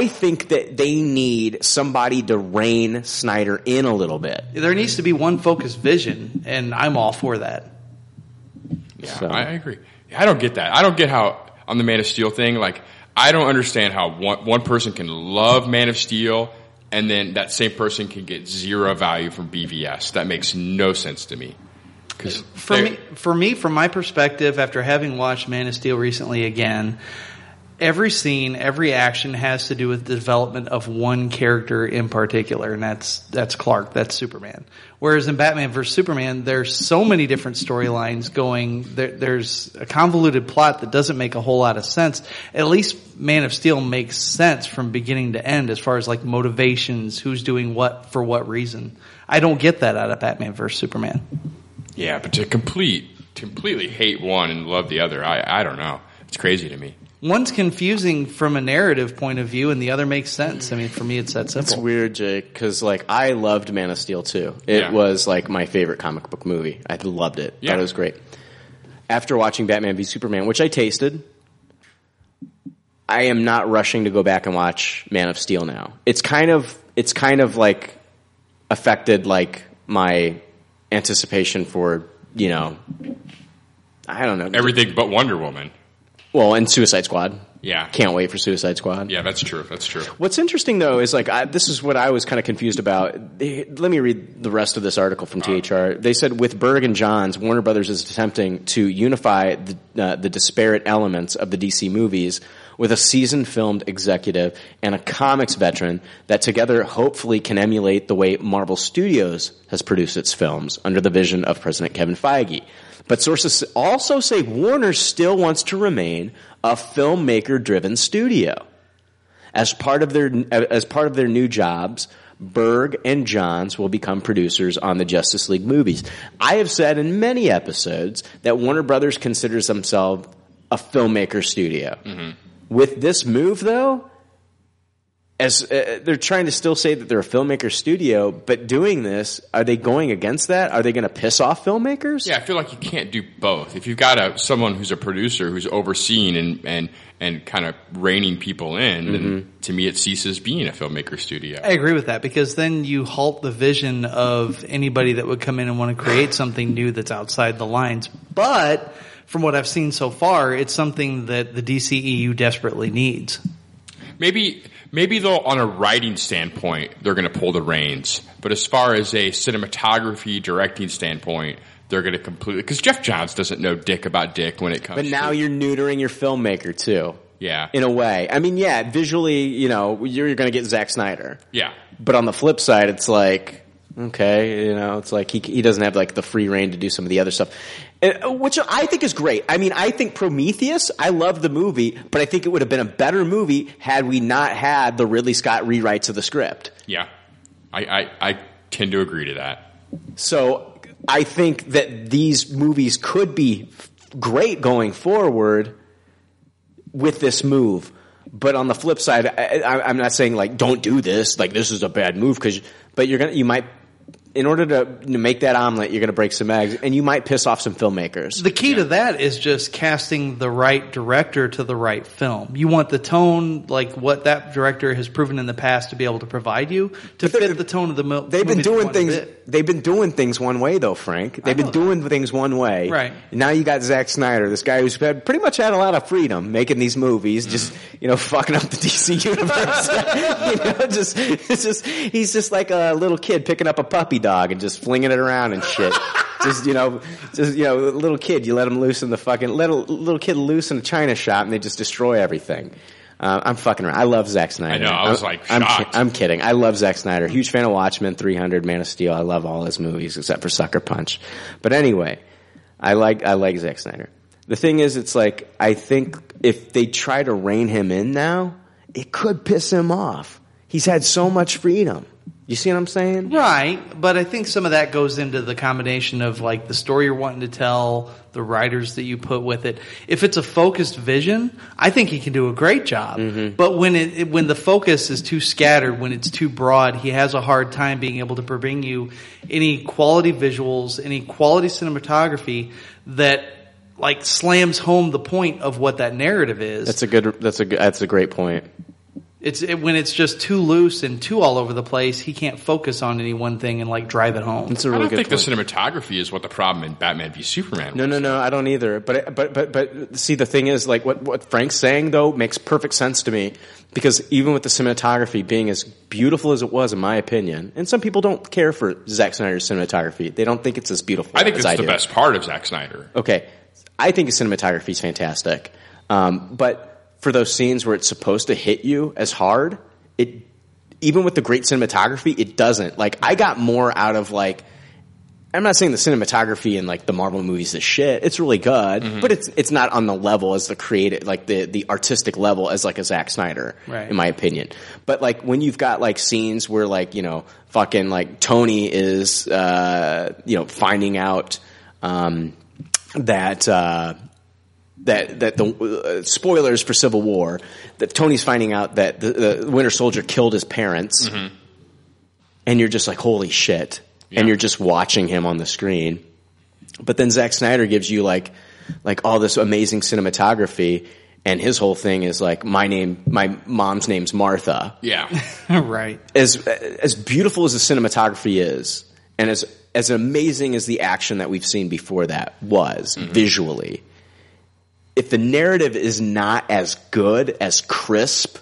I think that they need somebody to rein Snyder in a little bit. There needs to be one focused vision, and I'm all for that. Yeah, So- I, I agree. I don't get that. I don't get how on the Man of Steel thing. Like, I don't understand how one one person can love Man of Steel and then that same person can get zero value from BVS. That makes no sense to me. Because for me, for me, from my perspective, after having watched Man of Steel recently again, every scene, every action has to do with the development of one character in particular, and that's that's Clark, that's Superman. Whereas in Batman vs Superman, there's so many different storylines going. There, there's a convoluted plot that doesn't make a whole lot of sense. At least Man of Steel makes sense from beginning to end, as far as like motivations, who's doing what for what reason. I don't get that out of Batman vs Superman. yeah, but to complete completely hate one and love the other, I I don't know. It's crazy to me. One's confusing from a narrative point of view, and the other makes sense. I mean, for me, it's that simple. It's weird, Jake, because like I loved Man of Steel too. It Yeah. was like my favorite comic book movie. I loved it. Yeah. Thought it was great. After watching Batman v Superman, which I tasted, I am not rushing to go back and watch Man of Steel now. It's kind of it's kind of like affected like my anticipation for you know I don't know Everything but Wonder Woman. Well, and Suicide Squad. Yeah. Can't wait for Suicide Squad. Yeah, that's true. That's true. What's interesting though is like I, this is what I was kind of confused about. They- Let me read the rest of this article from THR. They said with Berg and Johns, Warner Brothers is attempting to unify the, uh, the disparate elements of the DC movies with a seasoned filmed executive and a comics veteran that together hopefully can emulate the way Marvel Studios has produced its films under the vision of President Kevin Feige. But sources also say Warner still wants to remain a filmmaker driven studio. As part of their as part of their new jobs, Berg and Johns will become producers on the Justice League movies. I have said in many episodes that Warner Brothers considers themselves a filmmaker studio. Mm-hmm. With this move, though, as uh, they're trying to still say that they're a filmmaker studio, but doing this, are they going against that? Are they going to piss off filmmakers? Yeah, I feel like you can't do both. If you've got a someone who's a producer who's overseeing and and and kind of reining people in, then Mm-hmm. to me it ceases being a filmmaker studio. I agree with that because then you halt the vision of anybody that would come in and want to create something new that's outside the lines. But from what I've seen so far, it's something that the DCEU desperately needs. Maybe maybe they'll on a writing standpoint they're going to pull the reins, but as far as a cinematography directing standpoint, they're going to completely because Jeff Johns doesn't know dick about dick when it comes. But now to, you're neutering your filmmaker too. yeah In a way. I mean, yeah, visually, you know, you're, you're going to get Zack Snyder. yeah But on the flip side, it's like, okay, you know, it's like he, he doesn't have like the free reign to do some of the other stuff, Uh, which I think is great. I mean, I think Prometheus, I love the movie, but I think it would have been a better movie had we not had the Ridley Scott rewrites of the script. yeah. I, I I tend to agree to that. So I think that these movies could be f- great going forward with this move. But on the flip side, I, I, I'm not saying like don't do this. Like this is a bad move because, but you're gonna you might in order to you know, make that omelet, you're gonna break some eggs and you might piss off some filmmakers. The key to that is just casting the right director to the right film. You want the tone, like what that director has proven in the past to be able to provide you, to But they've fit been- the tone of the mo- They've been movie that you doing want to things fit. they've been doing things one way though, Frank. They've been doing things one way. Right. Now you got Zack Snyder, this guy who's had pretty much had a lot of freedom making these movies, just you know, fucking up the DC universe. you know, just it's just he's just like a little kid picking up a puppy dog and just flinging it around and shit. just you know, just you know, a little kid. You let him loose in the fucking let a little kid loose in a china shop and they just destroy everything. Uh, I'm fucking around. I love Zack Snyder. I know, I was, I'm- like, I'm, shocked. I'm kidding. I love Zack Snyder. Huge fan of Watchmen, 300, Man of Steel. I love all his movies except for Sucker Punch. But anyway, I like I like Zack Snyder. The thing is, it's like I think if they try to rein him in now, it could piss him off. He's had so much freedom. You see what I'm saying? Right, but I think some of that goes into the combination of like the story you're wanting to tell, the writers that you put with it. If it's a focused vision, I think he can do a great job. Mm-hmm. But when it it- when the focus is too scattered, when it's too broad, he has a hard time being able to bring you any quality visuals, any quality cinematography that like slams home the point of what that narrative is. That's a good. That's a good- that's a great point. It's it, when it's just too loose and too all over the place. He can't focus on any one thing and like drive it home. It's a I really don't good. think point. the cinematography is what the problem in Batman v Superman. No, was. no, no, I don't either. But but but but see, the thing is, like what what Frank's saying though makes perfect sense to me because even with the cinematography being as beautiful as it was, in my opinion, and some people don't care for Zack Snyder's cinematography, they don't think it's as beautiful. I think as that's I the do. best part of Zack Snyder. Okay, I think his cinematography is fantastic, um, but for those scenes where it's supposed to hit you as hard, it even with the great cinematography, it doesn't. Like I got more out of like I'm not saying the cinematography in like the Marvel movies is shit. It's really good, but it's it's not on the level as the creative, like the the artistic level as like a Zack Snyder, Right. in my opinion. But like when you've got like scenes where like you know fucking like Tony is uh, you know finding out um, that. Uh, that that the uh, spoilers for Civil War that Tony's finding out that the, the Winter Soldier killed his parents, and you're just like, holy shit, and you're just watching him on the screen. But then Zack Snyder gives you like like all this amazing cinematography, and his whole thing is like, my name, my mom's name's Martha. Yeah, right. As as beautiful as the cinematography is, and as as amazing as the action that we've seen before that was Mm-hmm. visually, if the narrative is not as good, as crisp,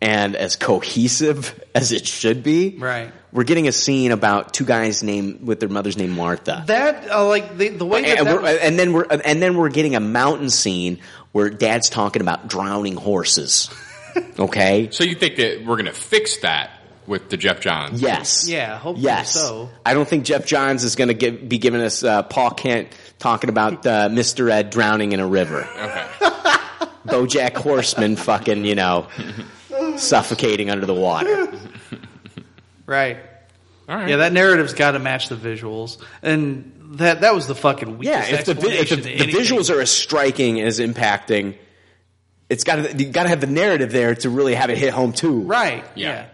and as cohesive as it should be, Right. We're getting a scene about two guys named with their mother's name Martha, That uh, like the the way that, and, that we're, uh, and then we're and then we're getting a mountain scene where Dad's talking about drowning horses. Okay. so you think that we're going to fix that with the Jeff Johns? Yes. yeah, hopefully Yes. so. I don't think Jeff Johns is going to give, be giving us uh, Paul Kent talking about uh, Mr. Ed drowning in a river. Okay. Bojack Horseman fucking, you know, suffocating under the water. Right. All right. Yeah, that narrative's got to match the visuals, and that that was the fucking Yeah, weakest if the, vi- if the, explanation to the anything. visuals are as striking as impacting, it's got to you got to have the narrative there to really have it hit home too. right. Yeah. Yeah.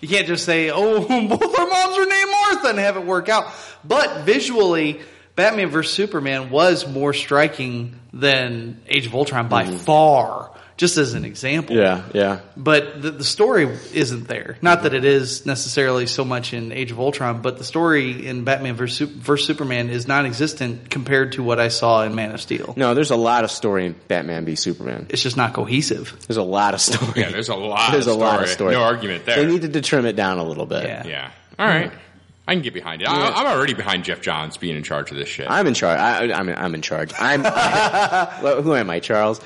You can't just say, "Oh, both our moms are named Martha," and have it work out. But visually, Batman vs Superman was more striking than Age of Ultron by far. Just as an example. Mm-hmm. Yeah, yeah. but the, the story isn't there. Not that it is necessarily so much in Age of Ultron, but the story in Batman versus, Sup- versus Superman is non-existent compared to what I saw in Man of Steel. No, there's a lot of story in Batman v Superman. It's just not cohesive. There's a lot of story. Yeah, there's a lot There's of a lot of story. story. No argument there. They needed to trim it down a little bit. Yeah. Yeah. All right. I can get behind it. I, I'm already behind Jeff Johns being in charge of this shit. I'm in charge. I, I'm, in, I'm in charge. I'm. well, who am I, Charles?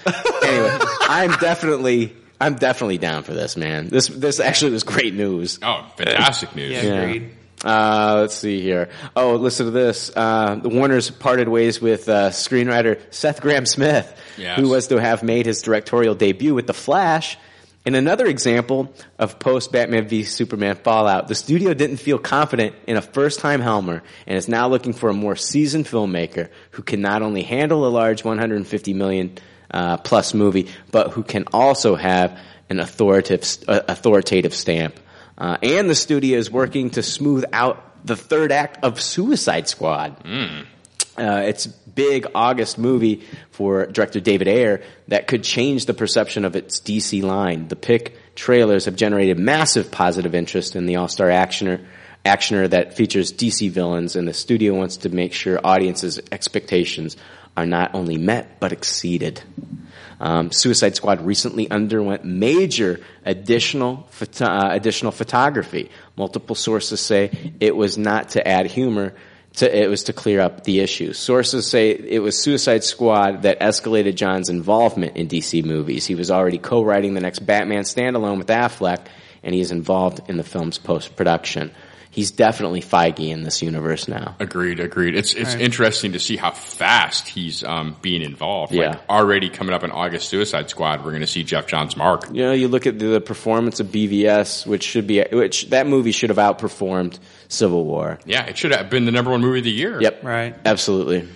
Anyway, I'm definitely. I'm definitely down for this, man. This this actually was great news. oh, fantastic news. Yeah, Yeah. agreed. Uh, let's see here. Oh, listen to this. Uh, the Warners parted ways with uh, screenwriter Seth Graham Smith, Yes. who was to have made his directorial debut with The Flash. In another example of post Batman v Superman fallout, the studio didn't feel confident in a first time Helmer and is now looking for a more seasoned filmmaker who can not only handle a large 150 million uh, plus movie, but who can also have an authoritative, uh, authoritative stamp uh, and the studio is working to smooth out the third act of Suicide Squad. Uh, it's big August movie for director David Ayer that could change the perception of its DC line. The pick trailers have generated massive positive interest in the all-star actioner, actioner that features DC villains, and the studio wants to make sure audiences' expectations are not only met but exceeded. Um, Suicide Squad recently underwent major additional photo- uh, additional photography. Multiple sources say it was not to add humor. To, it was to clear up the issue. Sources say it was Suicide Squad that escalated John's involvement in DC movies. He was already co-writing the next Batman standalone with Affleck, and he is involved in the film's post-production. He's definitely Feige in this universe now. Agreed, agreed. It's it's Alright. interesting to see how fast he's um, being involved. Yeah. Like already coming up in August Suicide Squad, we're going to see Jeff John's mark. You know, you look at the, the performance of BVS, which should be which that movie should have outperformed Civil War. Yeah, it should have been the number one movie of the year. Yep. Right. Absolutely.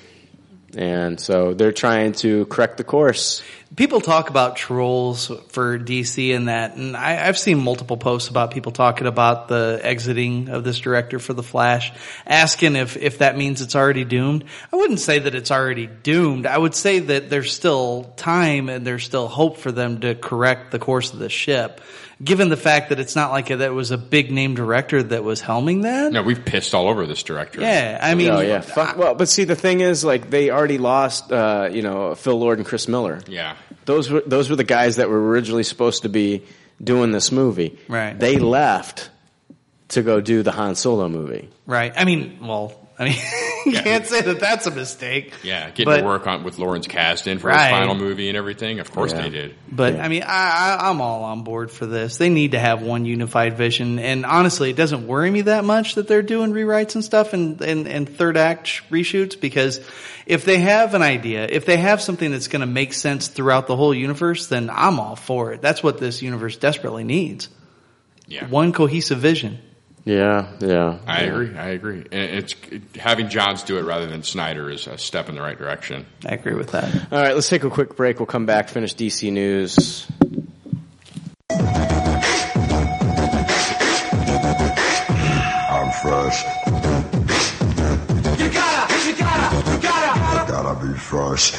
And so they're trying to correct the course. People talk about trolls for DC and that, and I, I've seen multiple posts about people talking about the exiting of this director for The Flash, asking if, if that means it's already doomed. I wouldn't say that it's already doomed. I would say that there's still time and there's still hope for them to correct the course of the ship, given the fact that it's not like that it was a big name director that was helming that. No, we've pissed all over this director. Yeah, I mean, oh yeah, fuck. Well, but see, the thing is, like, they already lost, uh, you know, Phil Lord and Chris Miller. Yeah. Those were those were the guys that were originally supposed to be doing this movie. Right. They left to go do the Han Solo movie. Right. I mean, well, I mean, you can't say that that's a mistake. Yeah, getting But- to work on with Lawrence Kasdan for Right. his final movie and everything. Of course Yeah. they did. But I mean, I, I, I'm all on board for this. They need to have one unified vision. And honestly, it doesn't worry me that much that they're doing rewrites and stuff and, and, and third act sh- reshoots because if they have an idea, if they have something that's going to make sense throughout the whole universe, then I'm all for it. That's what this universe desperately needs. Yeah. One cohesive vision. Yeah, yeah. I yeah. agree. I agree. And it's having Johns do it rather than Snyder is a step in the right direction. I agree with that. All right, let's take a quick break. We'll come back, finish DC news. I'm fresh. You gotta, you gotta, you gotta. Gotta be fresh.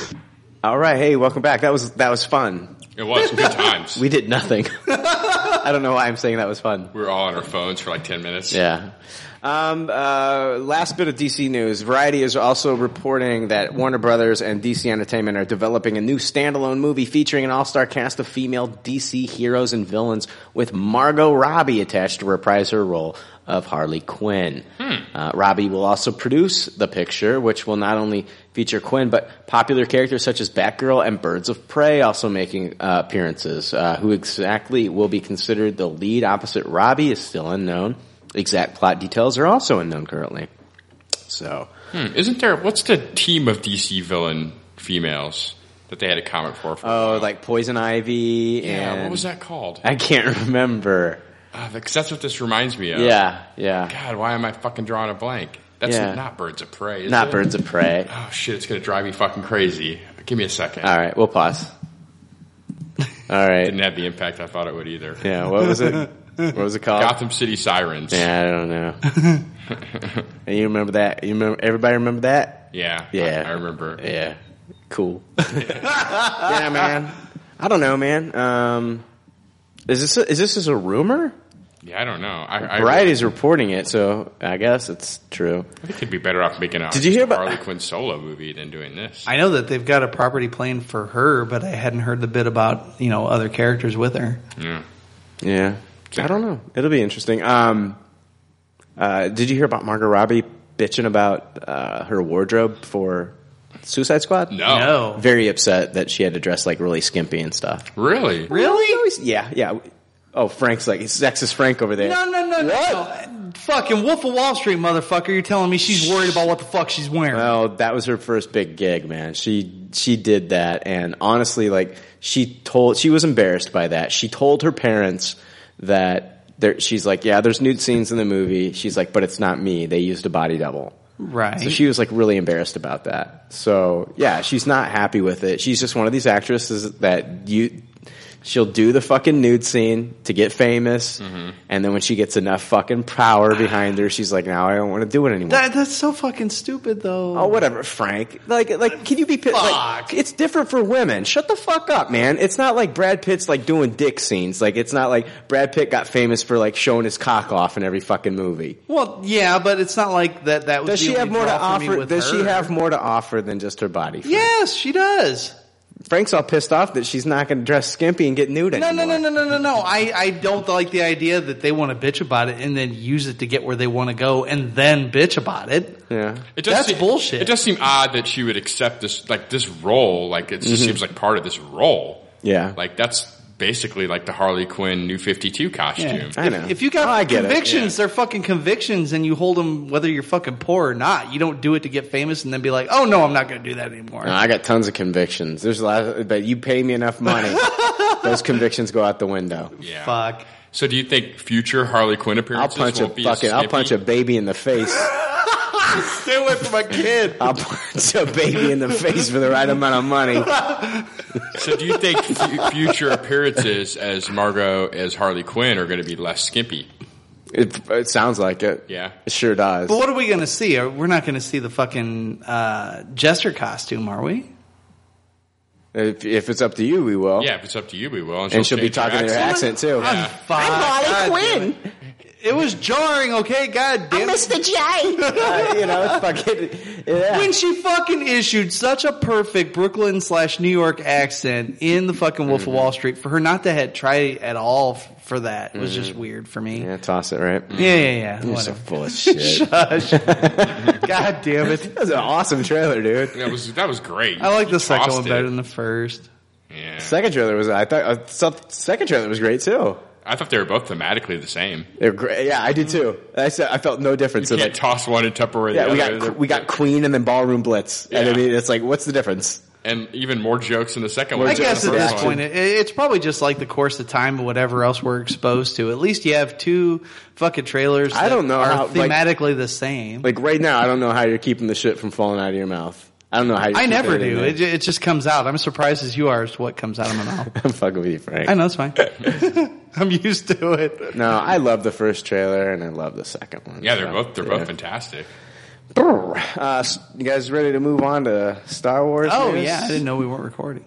All right, hey, welcome back. That was that was fun. It was good times. We did nothing. I don't know why I'm saying that was fun. We were all on our phones for like 10 minutes. Yeah. Um, uh, last bit of DC news. Variety is also reporting that Warner Brothers and DC Entertainment are developing a new standalone movie featuring an all-star cast of female DC heroes and villains with Margot Robbie attached to reprise her role of Harley Quinn. Uh, Robbie will also produce the picture, which will not only feature Quinn, but popular characters such as Batgirl and Birds of Prey also making uh, appearances. Uh, who exactly will be considered the lead opposite Robbie is still unknown. Exact plot details are also unknown currently. So, Hmm, isn't there, what's the team of DC villain females that they had a comic for? for oh, like Poison Ivy. yeah, and what was that called? I can't remember. Because that's what this reminds me of. Yeah, yeah. God, why am I fucking drawing a blank? That's Yeah. not Birds of Prey. Is Not it? Birds of Prey. Oh shit, it's gonna drive me fucking crazy. Give me a second. All right, we'll pause. All right. Didn't have the impact I thought it would either. Yeah, what was it? What was it called? Gotham City Sirens. Yeah, I don't know. and you remember that? You remember? Everybody remember that? Yeah. Yeah. I, I remember. Yeah. Cool. yeah, man. I don't know, man. Um, is this a, is this is a rumor? Yeah, I don't know. I, I, Variety's reporting it, so I guess it's true. I think it'd be better off making a Did you hear about- Harley Quinn solo movie than doing this. I know that they've got a property plan for her, but I hadn't heard the bit about, you know, other characters with her. Yeah. Yeah. I don't know. It'll be interesting. Um, uh, did you hear about Margot Robbie bitching about uh, her wardrobe for Suicide Squad? No. No. Very upset that she had to dress like really skimpy and stuff. Really? Really? Yeah, yeah. Oh, Frank's like sexist Frank over there. No, no, no, no, What? no. Fucking Wolf of Wall Street, motherfucker. You're telling me she's worried about what the fuck she's wearing. Well, Oh, that was her first big gig, man. She she did that, and honestly, like she told, she was embarrassed by that. She told her parents that there, she's like, yeah, there's nude scenes in the movie. She's like, but it's not me. They used a body double. right. So she was like really embarrassed about that. So yeah, she's not happy with it. She's just one of these actresses that you She'll do the fucking nude scene to get famous, and then when she gets enough fucking power behind her, she's like, "Now I don't want to do it anymore." That, that's so fucking stupid, though. Oh, whatever, Frank. Like, like, can you be pissed? Like, it's different for women. Shut the fuck up, man. It's not like Brad Pitt's like doing dick scenes. Like, it's not like Brad Pitt got famous for like showing his cock off in every fucking movie. Well, yeah, but it's not like that. That Does was the she have only more to draw for me offer? with Does she her. have more to offer than just her body? Yes, she does. Frank's all pissed off that she's not going to dress skimpy and get nude No, anymore. no, no, no, no, no, no. I, I don't like the idea that they want to bitch about it and then use it to get where they want to go and then bitch about it. Yeah. It does That's seem, bullshit. It does seem odd that she would accept this, like this role. Like it just Mhm. seems like part of this role. Yeah. Like that's basically like the Harley Quinn New Fifty Two costume. If- If, you Oh, got get it. convictions, they're fucking convictions, and you hold them whether you're fucking poor or not. You don't do it to get famous and then be like, "Oh no, I'm not going to do that anymore." No, I got tons of convictions. There's a lot, of, but you pay me enough money, those convictions go out the window. Yeah. Fuck. So do you think future Harley Quinn I'll appearances punch a won't be as fucking, I'll snippy? punch a baby in the face. Stay away from my kid. I'll punch a baby in the face for the right amount of money. So do you think fu- future appearances as Margot as Harley Quinn are going to be less skimpy? Oh. It, it sounds like it. Yeah. It sure does. But what are we going to see? Are- We're not going to see the fucking uh, jester costume, are we? If, if it's up to you, we will. Yeah, if it's up to you, we will. And she'll be talking in her accent too. I'm Harley Quinn. It was jarring, okay? God damn it. Mr. J. you know, fucking. Yeah. When she fucking issued such a perfect Brooklyn slash New York accent in the fucking Wolf Mm-hmm. of Wall Street, for her not to have try at all f- for that was just weird for me. Mm. Yeah, toss it, right? Yeah, yeah, yeah. You're so Whatever. full of shit. Shush. God damn it. That was an awesome trailer, dude. That was that was great. I like the You second tossed one it. better than the first. Yeah. Second trailer was I thought uh, so- second trailer was great too. I thought they were both thematically the same. They were great. Yeah, I did too. I said I felt no difference. You So, can't like, toss one in Tupperware. yeah, the we other. got we got Queen and then Ballroom Blitz, and I Yeah. mean it's like what's the difference? and even more jokes in the second one. I than the guess at first this one. point, it, it's probably just like the course of time and whatever else we're exposed to. At least you have two fucking trailers. I that don't know are how, like- thematically the same. Like right now, I don't know how you're keeping the shit from falling out of your mouth. I don't know how. You I keep never it in do. there. It, ju- it just comes out. I'm as surprised as you are as to what comes out of my mouth. I'm fucking with you, Frank. I know it's fine. I'm used to it. No, I love the first trailer and I love the second one. Yeah, they're So, both they're yeah. both fantastic. Brr. Uh, s- you guys ready to move on to Star Wars? Oh news? yeah, I didn't know we weren't recording.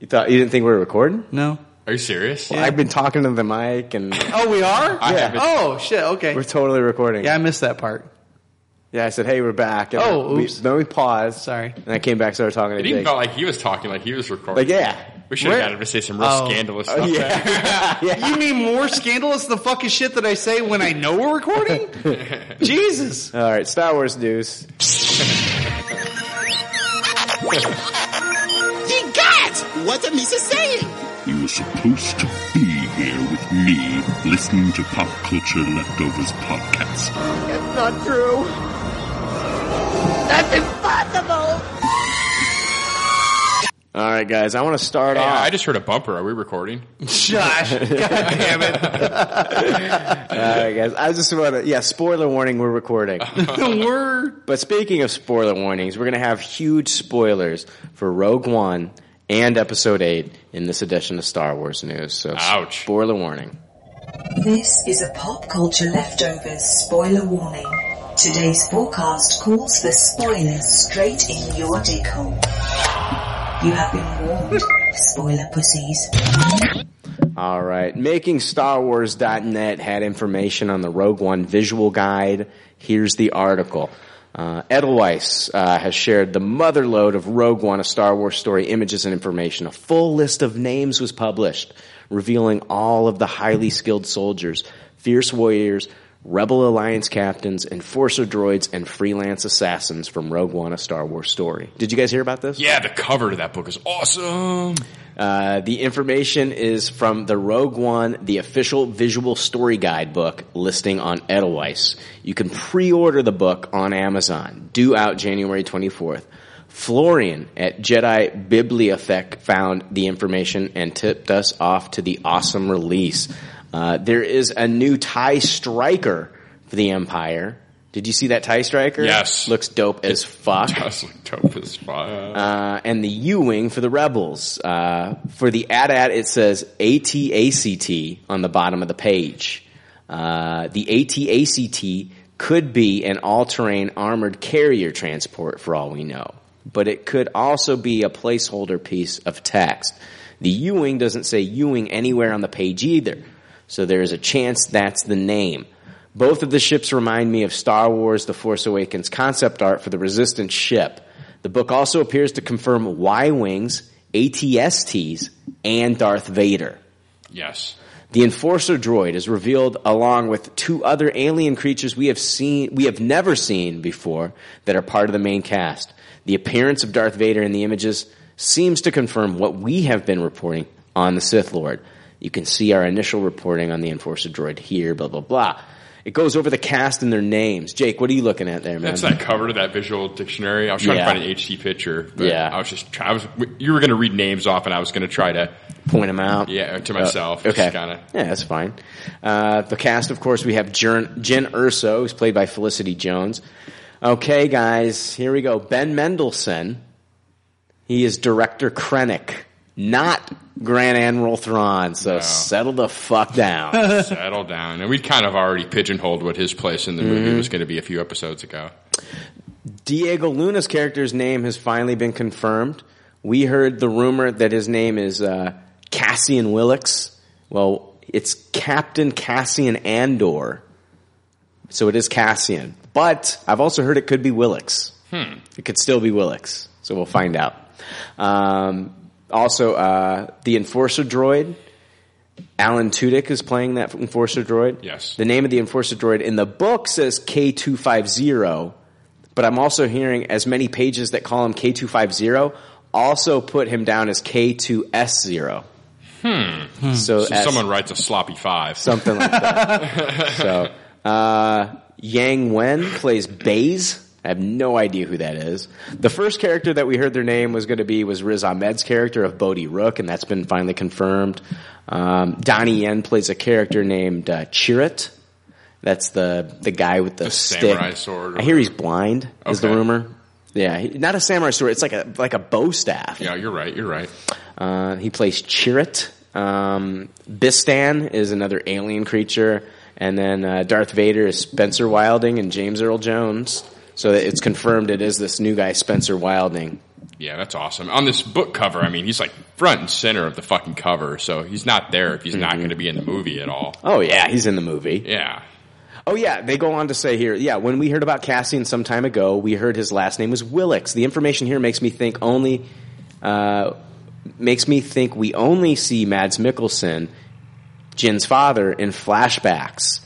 You thought you didn't think we were recording? No. Are you serious? Well, I've been talking to the mic and Oh, we are. I haven't. Oh shit. Okay. we're totally recording. Yeah, I missed that part. Yeah, I said, "Hey, we're back." And Oh, we- oops. then we paused. Sorry. And I came back, started talking to It even Jake. felt like he was talking, like he was recording. Like, yeah, we should have Where- got him to say some real Oh. scandalous oh, stuff. yeah. You mean more scandalous the fucking shit that I say when I know we're recording? Jesus. All right, Star Wars news. You guys, what the miss is saying? You were supposed to be here with me, listening to Pop Culture Leftovers podcast. That's not true. That's impossible. All right, guys, I want to start Hey, off. I just heard a bumper. Are we recording? Josh. God damn All right, guys, I just want to. Yeah, spoiler warning: we're recording. it. we're but speaking of spoiler warnings, we're going to have huge spoilers for Rogue One and Episode Eight in this edition of Star Wars news. So, Ouch. spoiler warning. This is a pop culture leftovers spoiler warning. Today's forecast calls for spoilers straight in your dick hole. You have been warned, spoiler pussies. All right. Making MakingStarWars.net had information on the Rogue One visual guide. Here's the article. Uh, Edelweiss uh, has shared the motherlode of Rogue One, a Star Wars story, images and information. A full list of names was published, revealing all of the highly skilled soldiers, fierce warriors, Rebel Alliance captains, enforcer droids, and freelance assassins from Rogue One, a Star Wars story. Did you guys hear about this? Yeah, the cover to that book is awesome. Uh, the information is from the Rogue One, the official visual story guide book listing on Edelweiss. You can pre-order the book on Amazon, due out January 24th. Florian at Jedi Bibliothek found the information and tipped us off to the awesome release. Uh, there is a new TIE Striker for the Empire Did you see that tie striker? Yes. Looks dope as fuck. does look dope as fuck. Uh, and the U wing for the Rebels. Uh, for the AT-AT, it says ATACT on the bottom of the page. Uh, the ATACT could be an all-terrain armored carrier transport, for all we know, but it could also be a placeholder piece of text. The U wing doesn't say Ewing anywhere on the page either, so there is a chance that's the name. Both of the ships remind me of Star Wars The Force Awakens concept art for the Resistance ship. The book also appears to confirm Y Wings, ATSTs, and Darth Vader. Yes. The Enforcer droid is revealed along with two other alien creatures we have seen, we have never seen before that are part of the main cast. The appearance of Darth Vader in the images seems to confirm what we have been reporting on the Sith Lord. You can see our initial reporting on the Enforcer droid here, blah, blah, blah. It goes over the cast and their names. Jake, what are you looking at there, man? That's that cover to that visual dictionary. I was Um, trying Yeah. to find an HT picture, but Yeah. I was just try- I was you were going to read names off, and I was going to try to point them out. Yeah, to Uh, myself. okay. kind of Yeah, that's fine. Uh, the cast, of course, we have Jern, Jen Urso, who's played by Felicity Jones. Okay, guys, here we go. Ben Mendelsohn. He is director Krennic, not Grand Admiral Thrawn. So settle the fuck down. settle down, and we kind of already pigeonholed what his place in the movie Mhm. was going to be a few episodes ago. Diego Luna's character's name has finally been confirmed. We heard the rumor that his name is uh, Cassian Willix. Well, it's Captain Cassian Andor. So it is Cassian. But I've also heard it could be Willix. Hmm. It could still be Willix. So we'll find out. Um, also, uh, the Enforcer droid, Alan Tudyk is playing that Enforcer droid. Yes. The name of the Enforcer droid in the book says K250, but I'm also hearing as many pages that call him K250 also put him down as K2S0. Hmm. So, So as- someone writes a sloppy five. Something like that. so, uh, Yang Wen plays Baze. I have no idea who that is. The first character that we heard their name was going to be was Riz Ahmed's character of Bodhi Rook, and that's been finally confirmed. Um, Donnie Yen plays a character named uh, Chirrut. That's the the guy with the, stick. samurai sword or I hear he's blind. Is the Okay. rumor? Yeah, he- not a samurai sword. It's like a like a bow staff. Yeah, you're right. You're right. Uh, he plays Chirrut. Um, Bistan is another alien creature, and then uh, Darth Vader is Spencer Wilding and James Earl Jones. So it's confirmed it is this new guy, Spencer Wilding. Yeah, that's awesome. On this book cover, I mean, he's like front and center of the fucking cover, so he's not there if he's Mm-hmm. not going to be in the movie at all. Oh yeah, he's in the movie. Yeah. Oh yeah, they go on to say here, yeah, when we heard about Cassian some time ago, we heard his last name was Willix. The information here makes me think only uh, makes me think we only see Mads Mikkelsen, Jin's father, in flashbacks.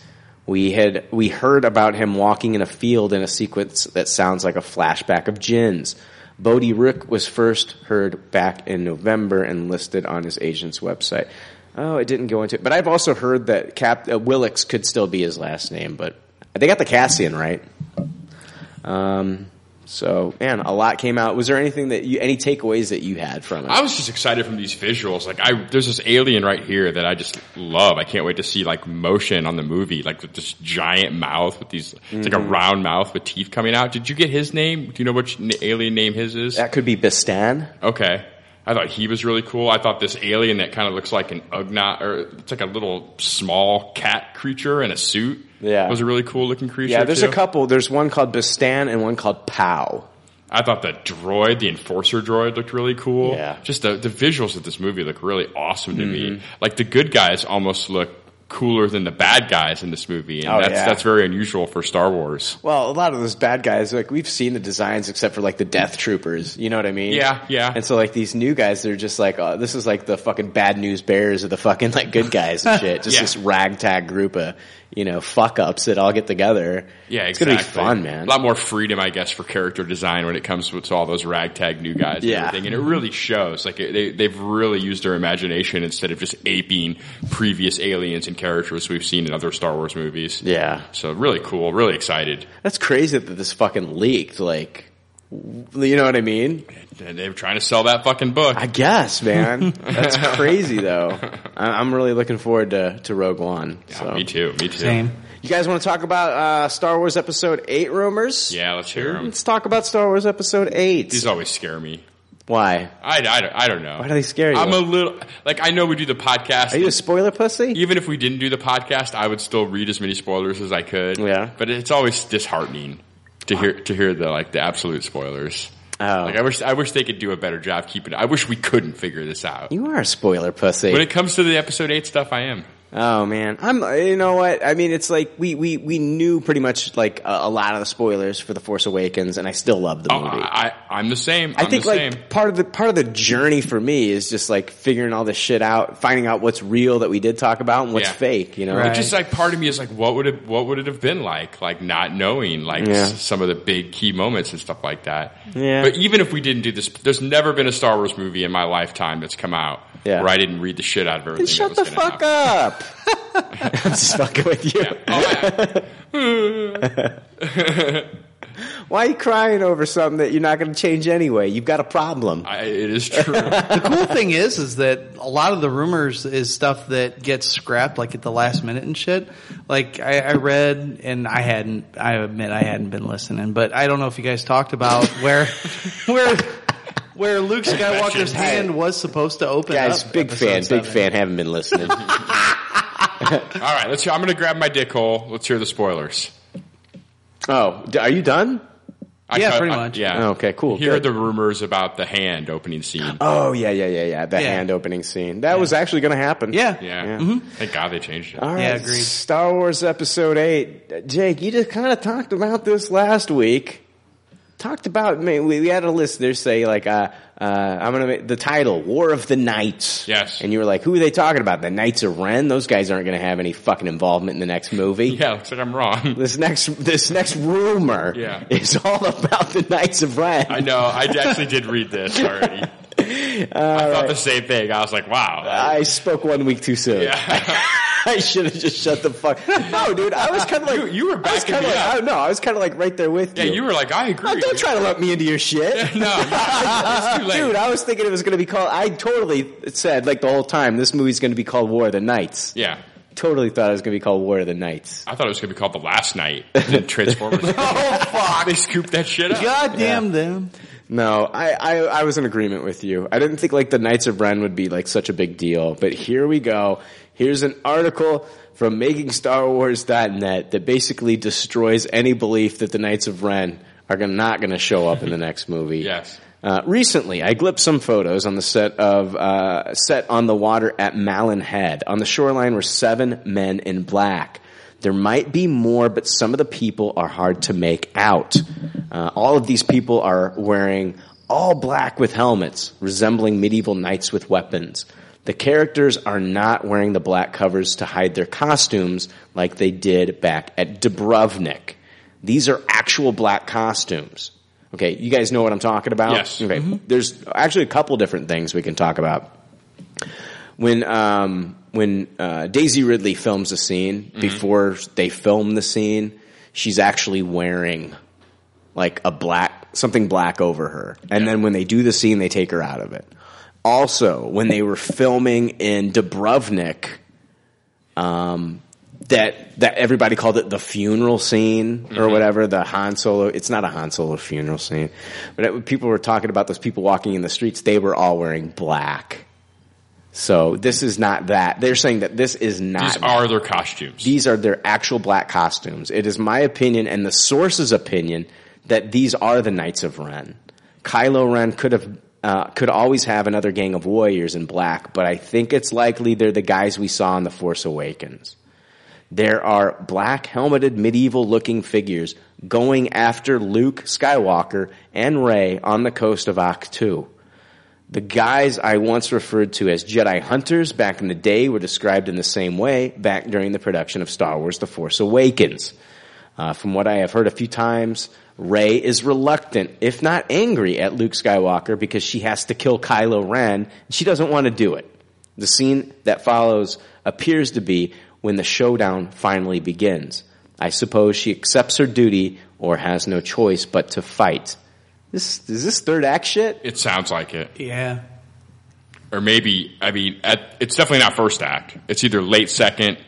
We had we heard about him walking in a field in a sequence that sounds like a flashback of Jin's. Bodhi Rook was first heard back in November and listed on his agent's website. Oh, it didn't go into it. But I've also heard that Cap uh, Willix could still be his last name, but they got the Cassian right. Um, so man, a lot came out. Was there anything that you any takeaways that you had from it? I was just excited from these visuals. Like, I there's this alien right here that I just love. I can't wait to see like motion on the movie, like with this giant mouth with these it's like a Mhm. round mouth with teeth coming out. Did you get his name? Do you know which n- alien name his is? That could be Bistan. Okay. I thought he was really cool. I thought this alien that kind of looks like an Ugnat, or it's like a little small cat creature in a suit. Yeah. was a really cool looking creature. Yeah, there's too. a couple. There's one called Bistan and one called Pow. I thought the droid, the enforcer droid, looked really cool. Yeah. Just the, the visuals of this movie look really awesome to Mm-hmm. me. Like the good guys almost look cooler than the bad guys in this movie, and Oh, that's yeah. that's very unusual for Star Wars. Well, a lot of those bad guys, like we've seen the designs except for like the Death Troopers. You know what I mean? Yeah, yeah. And so like these new guys, they're just like, oh, this is like the fucking bad news bears of the fucking like good guys and shit. Just Yeah. this ragtag group of you know fuck ups that all get together. Yeah, it's exactly. gonna be fun, man. A lot more freedom, I guess, for character design when it comes to all those ragtag new guys. Yeah. and everything. and it really shows. Like it- they they've really used their imagination instead of just aping previous aliens and characters we've seen in other Star Wars movies. Yeah, so really cool. Really excited. That's crazy that this fucking leaked. Like, w- you know what I mean? And they're trying to sell that fucking book. I guess, man. That's crazy though. I- I'm really looking forward to to Rogue One. so. Me too. Me too. Same. You guys want to talk about uh, Star Wars Episode Eight rumors? Yeah, let's hear 'em. Let's talk about Star Wars Episode Eight. These always scare me. Why? I, I, don't- I don't know. Why do they scare you? I'm a little like I know we do the podcast. Are you a spoiler pussy? Even if we didn't do the podcast, I would still read as many spoilers as I could. Yeah, but it's always disheartening to hear to hear the like the absolute spoilers. Oh. Like I wish I wish they could do a better job keeping. I wish we couldn't figure this out. You are a spoiler pussy. When it comes to the episode eight stuff, I am. Oh man, I'm. You know what? I mean, it's like we we we knew pretty much like a, a lot of the spoilers for the Force Awakens, and I still love the movie. Oh, I, I I'm the same. I I'm think the like same. part of the part of the journey for me is just like figuring all this shit out, finding out what's real that we did talk about and what's Yeah. fake. You know, But just like part of me is like, what would it what would it have been like, like not knowing like Yeah. s- some of the big key moments and stuff like that. Yeah. But even if we didn't do this, there's never been a Star Wars movie in my lifetime that's come out Yeah. where I didn't read the shit out of Then everything. that shut was the gonna fuck up. I'm just fucking with you. Oh, Why are you crying over something that you're not going to change anyway? You've got a problem. it is true. the cool thing is, is that a lot of the rumors is stuff that gets scrapped like at the last minute and shit. Like I, I read, and I hadn't. I admit I hadn't been listening, but I don't know if you guys talked about where, where, where Luke Skywalker's hand was supposed to open. Guys, up big episode fan, seven. big fan. Haven't been listening. All right, let's. Hear, I'm going to grab my dick hole. Let's hear the spoilers. Oh, d- are you done? I Yeah, cut- pretty I- much. yeah. Oh, okay, cool, Here good. are the rumors about the hand opening scene. Oh yeah, yeah, yeah, yeah. That Yeah. hand opening scene that was actually going to happen. Yeah, yeah. Mm-hmm. Thank God they changed it. All right. Star Wars Episode Eight. Uh, Jake, you just kind of talked about this last week. Talked about. I mean, we, we had a listener say like, uh, uh, "I'm going to make the title War of the Knights." Yes. And you were like, "Who are they talking about? The Knights of Ren? Those guys aren't going to have any fucking involvement in the next movie." Yeah, looks like I'm wrong. This next this next rumor Yeah. is all about the Knights of Ren. I know. I actually did read this already. I thought the same thing. I was like, wow. I spoke one week too soon. I should have just shut the fuck. No, dude, I was kind of like you, were I was kind of me like up. I don't know. I was kind of like right there with Yeah, you. you were like, I agree. Oh, don't try to let me into your shit. Uh, no, it's too late. dude, I was thinking it was going to be called. I totally said like the whole time this movie's going to be called War of the Knights. Yeah. Oh. Totally thought it was going to be called War of the Knights. I thought it was going to be called The Last Night. The Transformers. oh fuck! They scooped that shit up. God damn them. No, I, I, I was in agreement with you. I didn't think like the Knights of Ren would be like such a big deal, but here we go. Here's an article from MakingStarWars.net that basically destroys any belief that the Knights of Ren are gonna, not going to show up in the next movie. Yes. Uh, recently, I glimpsed some photos on the set of uh, set on the water at Malin Head. On the shoreline were seven men in black. There might be more, but some of the people are hard to make out. Uh, all of these people are wearing all black with helmets, resembling medieval knights with weapons. The characters are not wearing the black covers to hide their costumes like they did back at Dubrovnik. These are actual black costumes. Okay, you guys know what I'm talking about? Yes. Okay, there's actually a couple different things we can talk about. When um, when uh, Daisy Ridley films a scene, Mhm. before they film the scene, she's actually wearing like a black something black over her, and then when they do the scene, they take her out of it. Also, when they were filming in Dubrovnik, um, that that everybody called it the funeral scene or whatever the Han Solo. It's not a Han Solo funeral scene, but it, people were talking about those people walking in the streets. They were all wearing black. So this is not that. They're saying that this is not. These are their costumes. These are their actual black costumes. It is my opinion and the source's opinion that these are the Knights of Ren. Kylo Ren could have uh, could always have another gang of warriors in black, but I think it's likely they're the guys we saw in The Force Awakens. There are black helmeted medieval looking figures going after Luke Skywalker and Rey on the coast of Aktu. The guys I once referred to as Jedi hunters back in the day were described in the same way back during the production of Star Wars The Force Awakens. Uh, from what I have heard a few times, Rey is reluctant, if not angry, at Luke Skywalker because she has to kill Kylo Ren. She doesn't want to do it. The scene that follows appears to be when the showdown finally begins. I suppose she accepts her duty or has no choice but to fight. This is this third act shit? It sounds like it. Yeah. Or maybe, I mean, at, it's definitely not first act. It's either late second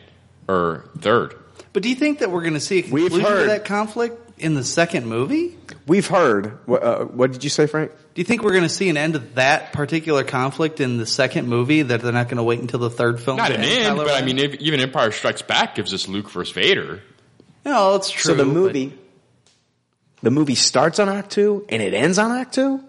or third. But do you think that we're going to see a conclusion to heard. that conflict in the second movie? We've heard. What, uh, what did you say, Frank? Do you think we're going to see an end of that particular conflict in the second movie? That they're not going to wait until the Oh, third film? Not to an end end, Kylo but I Ren? mean, if, even Empire Strikes Back gives us Luke versus Vader. no, it's true. So the movie, the movie starts on Act Two and it ends on Act Two.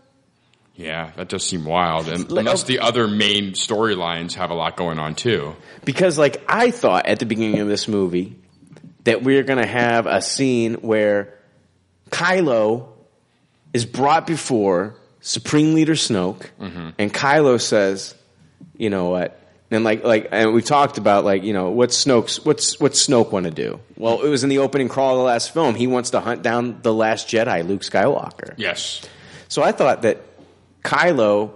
Yeah, that does seem wild. And oh. unless the other main storylines have a lot going on too. Because like I thought at the beginning of this movie that we are going to have a scene where Kylo is brought before Supreme Leader Snoke, and Kylo says, "You know what?" And like like and we talked about like you know what's Snoke's what's what's Snoke want to do? Well, it was in the opening crawl of the last film. He wants to hunt down the last Jedi, Luke Skywalker. Yes. So I thought that Kylo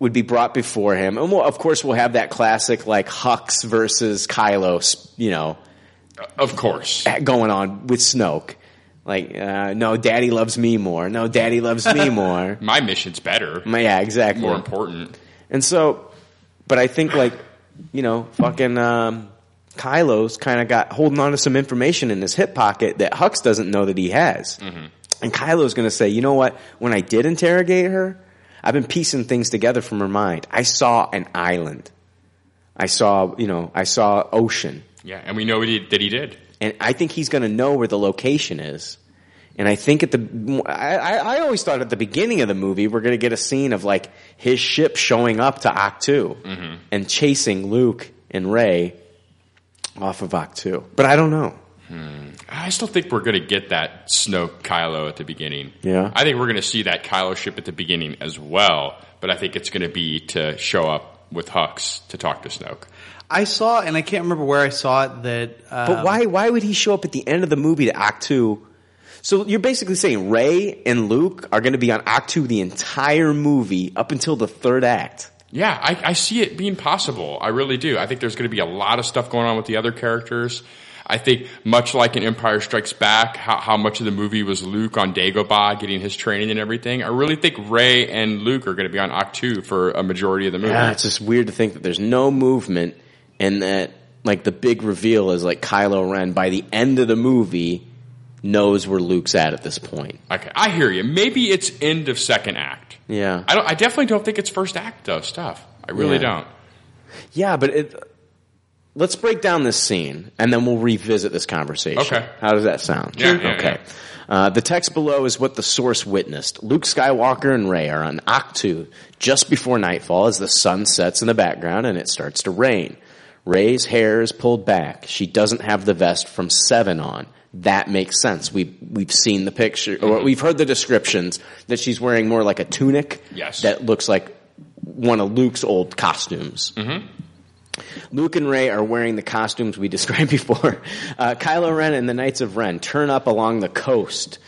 would be brought before him, and we'll, of course we'll have that classic like Hux versus Kylo, s- you know, Uh, of course, going on with Snoke. Like, uh, no, Daddy loves me more. No, Daddy loves me more. My mission's better. My- yeah, exactly. More important. And so, but I think like, you know, fucking um, Kylo's kind of got holding on to some information in his hip pocket that Hux doesn't know that he has. And Kylo's going to say, you know what? When I did interrogate her, I've been piecing things together from her mind. I saw an island. I saw, you know, I saw ocean. Yeah, and we know what he, that he did. And I think he's going to know where the location is. And I think at the, I, I I always thought at the beginning of the movie we're going to get a scene of like his ship showing up to Octu and chasing Luke and Ray off of Octu. But I don't know. I still think we're going to get that Snoke Kylo at the beginning. Yeah. I think we're going to see that Kylo ship at the beginning as well, but I think it's going to be to show up with Hux to talk to Snoke. I saw, and I can't remember where I saw it. That, um, But why why would he show up at the end of the movie to Octu? So you're basically saying Ray and Luke are going to be on Octu the entire movie up until the third act. Yeah, I, I see it being possible. I really do. I think there's going to be a lot of stuff going on with the other characters. I think much like in Empire Strikes Back, how, how much of the movie was Luke on Dagobah getting his training and everything. I really think Ray and Luke are going to be on Octu for a majority of the movie. Yeah, it's just weird to think that there's no movement and that like the big reveal is like Kylo Ren by the end of the movie knows where Luke's at at this point. Okay, I hear you. Maybe it's end of second act. Yeah. I don't. I definitely don't think it's first act though stuff. I really Yeah. don't. Yeah, but it, let's break down this scene and then we'll revisit this conversation. Okay. How does that sound? Yeah, yeah, okay. Uh, the text below is what the source witnessed. Luke Skywalker and Rey are on Octu just before nightfall as the sun sets in the background and it starts to rain. Rey's hair is pulled back. She doesn't have the vest from seven on. That makes sense. We've, we've seen the picture, Mm-hmm. or we've heard the descriptions that she's wearing more like a tunic. Yes. That looks like one of Luke's old costumes. Mm-hmm. Luke and Ray are wearing the costumes we described before. Uh, Kylo Ren and the Knights of Ren turn up along the coast.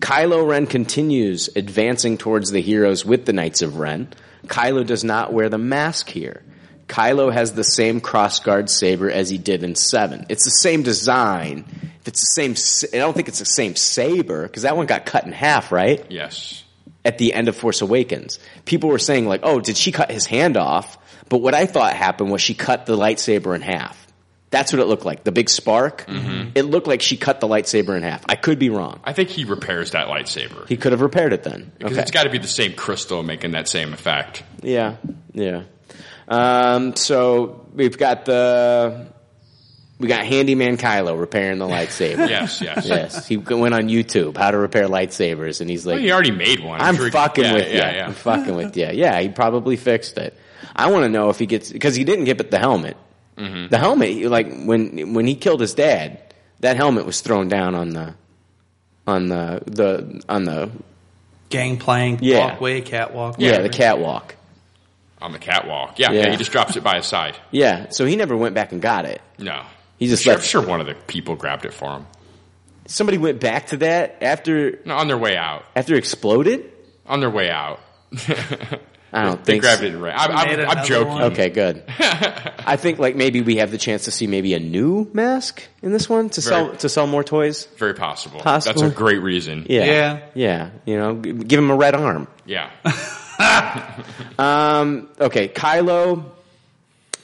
Kylo Ren continues advancing towards the heroes with the Knights of Ren. Kylo does not wear the mask here. Kylo has the same crossguard saber as he did in Seven. It's the same design. If it's the same, s- I don't think it's the same saber because that one got cut in half, right? Yes. at the end of Force Awakens. People were saying like, "Oh, did she cut his hand off?" But what I thought happened was she cut the lightsaber in half. That's what it looked like. The big spark. It looked like she cut the lightsaber in half. I could be wrong. I think he repairs that lightsaber He could have repaired it then. because it's got to be the same crystal making that same effect. Yeah, yeah. Um, so we've got the we got handyman Kylo repairing the lightsaber. Yes, yes. yes. He went on YouTube how to repair lightsabers, and he's like, Well, he already made one. I'm sure he- fucking yeah, with yeah, you. yeah. I'm fucking with you. Yeah, he probably fixed it. I want to know if he gets because he didn't get the helmet. Mhm. The helmet, he- like when when he killed his dad, that helmet was thrown down on the on the the on the gangplank, Yeah. walkway, catwalk. yeah the whatever. catwalk. on the catwalk. Yeah, Yeah. yeah, He just drops it by his side. Yeah, so he never went back and got it. No, He just sure, left. sure one of the people grabbed it for him. Somebody went back to that after No, on their way out. after it exploded. On their way out. I don't They think grabbed so. it and ran. I'm, I'm, I'm joking. Okay, good. I think like maybe we have the chance to see maybe a new mask in this one to Very- sell to sell more toys. Very possible. Possible. That's a great reason. Yeah. Yeah. You know, g- give him a red arm. Yeah. Um, okay, Kylo.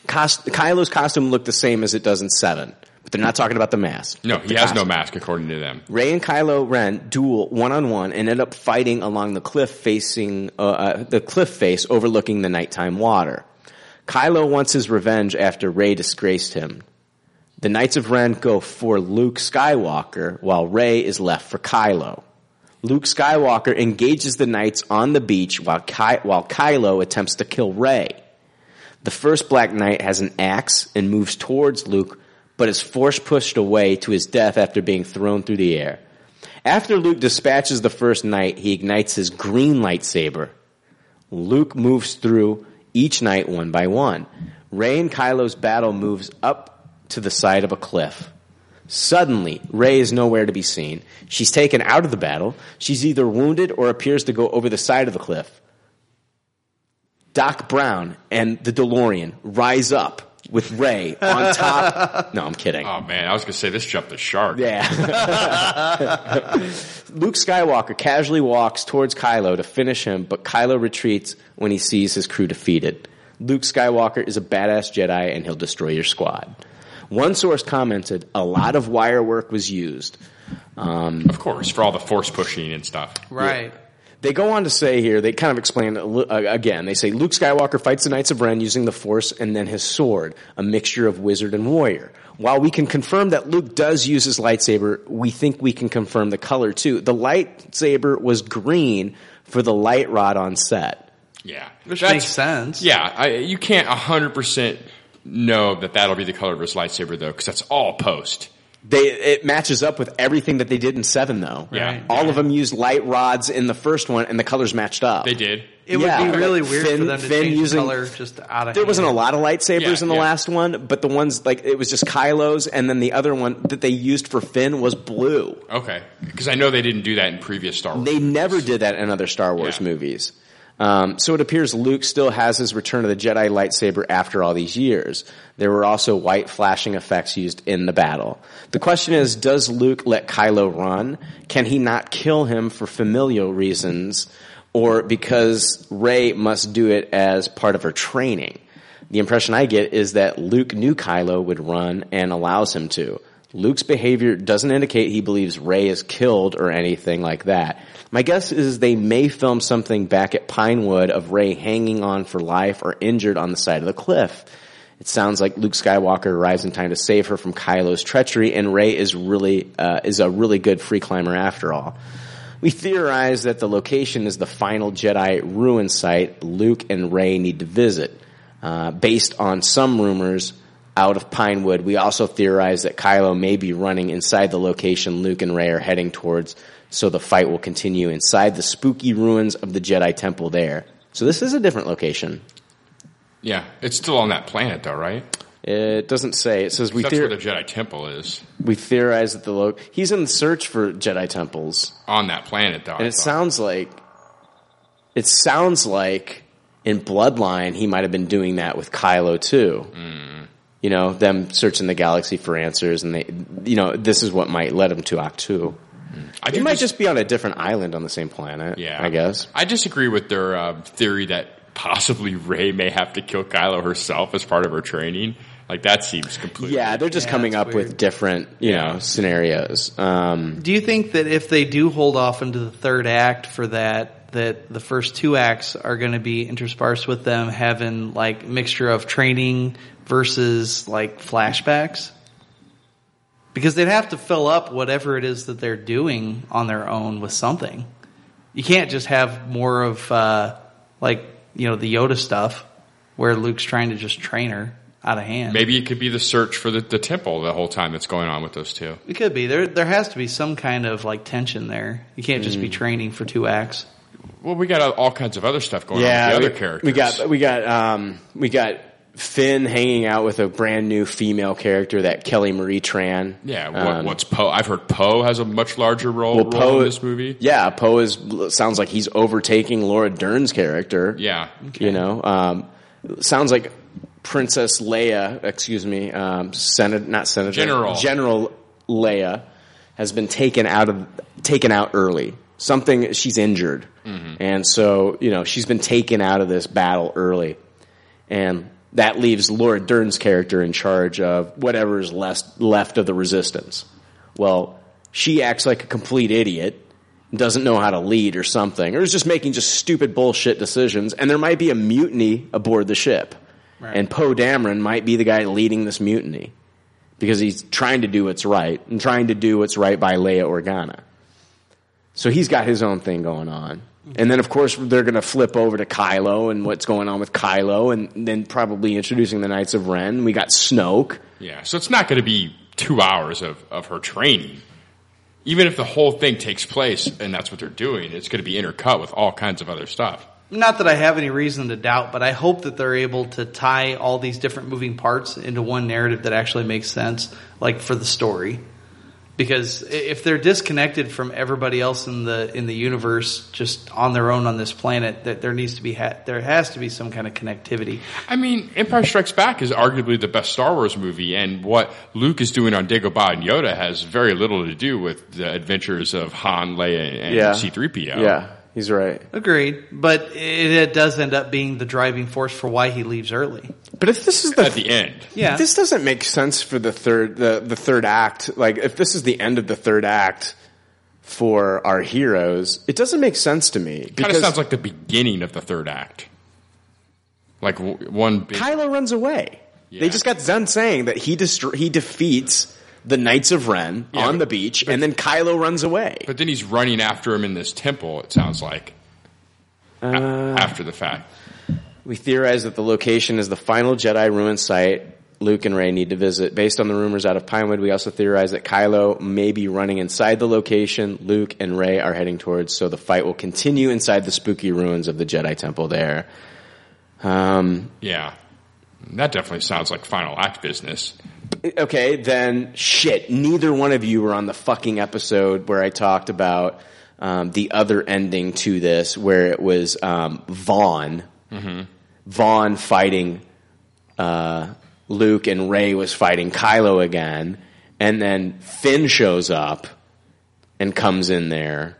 Cost, Kylo's costume looked the same as it does in Seven, but They're not talking about the mask. No, he has no costume. mask according to them. Ray and Kylo Ren duel one on one and end up fighting along the cliff facing uh, uh, the cliff face overlooking the nighttime water. Kylo wants his revenge after Ray disgraced him. The Knights of Ren go for Luke Skywalker while Ray is left for Kylo. Luke Skywalker engages the Knights on the beach while, Ky- while Kylo attempts to kill Ray. The first Black Knight has an axe and moves towards Luke, but is force pushed away to his death after being thrown through the air. After Luke dispatches the first knight, he ignites his green lightsaber. Luke moves through each knight one by one. Ray and Kylo's battle moves up to the side of a cliff. Suddenly, Ray is nowhere to be seen. She's taken out of the battle. She's either wounded or appears to go over the side of the cliff. Doc Brown and the DeLorean rise up with Ray on top. No, I'm kidding. Oh man, I was gonna say this jumped the shark. Yeah. Luke Skywalker casually walks towards Kylo to finish him, but Kylo retreats when he sees his crew defeated. Luke Skywalker is a badass Jedi and he'll destroy your squad. One source commented, a lot of wire work was used. Um, Of course, for all the force pushing and stuff. Right. they go on to say here, they kind of explain a li- uh, again. They say Luke Skywalker fights the Knights of Ren using the Force and then his sword, a mixture of wizard and warrior. While we can confirm that Luke does use his lightsaber, we think we can confirm the color too. The lightsaber was green for the light rod on set. Yeah. Which makes sense. Yeah, I, you can't 100% know that that'll be the color of his lightsaber, though, because that's all post. They it matches up with everything that they did in Seven, though. Yeah. all of them used light rods in the first one, and the colors matched up. They did. It Yeah. would be really weird Finn- for them to Finn change using- the color just out of. There wasn't a hand. lot of lightsabers Yeah, in the yeah. last one, but the ones like it was just Kylo's, and then the other one that they used for Finn was blue. Okay. Because I know they didn't do that in previous Star Wars. They never did that in other Star Wars movies. Um, so it appears Luke still has his Return of the Jedi lightsaber after all these years. There were also white flashing effects used in the battle. The question is, does Luke let Kylo run? Can he not kill him for familial reasons, or because Rey must do it as part of her training? The impression I get is that Luke knew Kylo would run and allows him to. Luke's behavior doesn't indicate he believes Rey is killed or anything like that. My guess is they may film something back at Pinewood of Rey hanging on for life or injured on the side of the cliff. It sounds like Luke Skywalker arrives in time to save her from Kylo's treachery, and Rey is really uh, is a really good free climber after all. We theorize that the location is the final Jedi ruin site Luke and Rey need to visit. Uh, based on some rumors out of Pinewood, we also theorize that Kylo may be running inside the location Luke and Rey are heading towards, so the fight will continue inside the spooky ruins of the Jedi Temple there. So this is a different location. Yeah. It's still on that planet, though, right? It doesn't say. It says we that's theor- where the Jedi Temple is. we theorize that the lo- he's in search for Jedi temples. On that planet, though. and it sounds like it sounds like in Bloodline he might have been doing that with Kylo too. Mm. You know, them searching the galaxy for answers, and they, you know, this is what might lead them to Octu. I He might just, be on a different island on the same planet. Yeah, I guess. I disagree with their uh, theory that possibly Rey may have to kill Kylo herself as part of her training. Like, that seems completely. Yeah, they're just coming up with different, you know, scenarios. Um, Do you think that if they do hold off into the third act for that, that the first two acts are going to be interspersed with them having like mixture of training versus like flashbacks? Because they'd have to fill up whatever it is that they're doing on their own with something. You can't just have more of uh, like you know the Yoda stuff where Luke's trying to just train her out of hand. Maybe it could be the search for the, the temple the whole time that's going on with those two. It could be there. There has to be some kind of like tension there. You can't just be training for two acts. Well, we got uh, all kinds of other stuff going on with the we, other characters. we got we got um, we got Finn hanging out with a brand new female character that Kelly Marie Tran. Yeah, what, Um, what's Poe? I've heard Poe has a much larger role, Well, role Poe- in this movie. Yeah, Poe is sounds like he's overtaking Laura Dern's character. Yeah. you know, um, sounds like Princess Leia. Excuse me, um, Senate, not Senator, General. General Leia has been taken out of taken out early. Something she's injured, and so you know she's been taken out of this battle early. And that leaves Laura Dern's character in charge of whatever is less, left of the resistance. Well, she acts like a complete idiot, doesn't know how to lead or something, or is just making just stupid bullshit decisions, and there might be a mutiny aboard the ship. And Poe Dameron might be the guy leading this mutiny because he's trying to do what's right and trying to do what's right by Leia Organa. So he's got his own thing going on. And then, of course, they're going to flip over to Kylo and what's going on with Kylo, and then probably introducing the Knights of Ren. We got Snoke. Yeah, so it's not going to be two hours of, of her training. Even if the whole thing takes place and that's what they're doing, it's going to be intercut with all kinds of other stuff. Not that I have any reason to doubt, but I hope that they're able to tie all these different moving parts into one narrative that actually makes sense, like for the story. Because i- if they're disconnected from everybody else in the in the universe, just on their own on this planet, that there needs to be ha- there has to be some kind of connectivity. I mean, Empire Strikes Back is arguably the best Star Wars movie, and what Luke is doing on Dagobah and Yoda has very little to do with the adventures of Han, Leia, and Yeah. C-3PO. Yeah, he's right. Agreed, but it, it does end up being the driving force for why he leaves early. But if this is the, at the end, Yeah. this doesn't make sense for the third the, the third act. Like if this is the end of the third act for our heroes, it doesn't make sense to me Kind of sounds like the beginning of the third act. Like w- one big Kylo runs away. They just got done saying that he destro- he defeats the Knights of Ren on the beach, and then Kylo runs away. But then he's running after him in this temple, it sounds like. a- Uh. after the fact. We theorize that the location is the final Jedi ruin site Luke and Ray need to visit. Based on the rumors out of Pinewood, we also theorize that Kylo may be running inside the location Luke and Ray are heading towards, so the fight will continue inside the spooky ruins of the Jedi Temple there. Um, Yeah. That definitely sounds like final act business. okay, then shit, neither one of you were on the fucking episode where I talked about um, the other ending to this, where it was um, Vaughn Mm-hmm. Vaughn fighting uh, Luke and Ray was fighting Kylo again, and then Finn shows up and comes in there.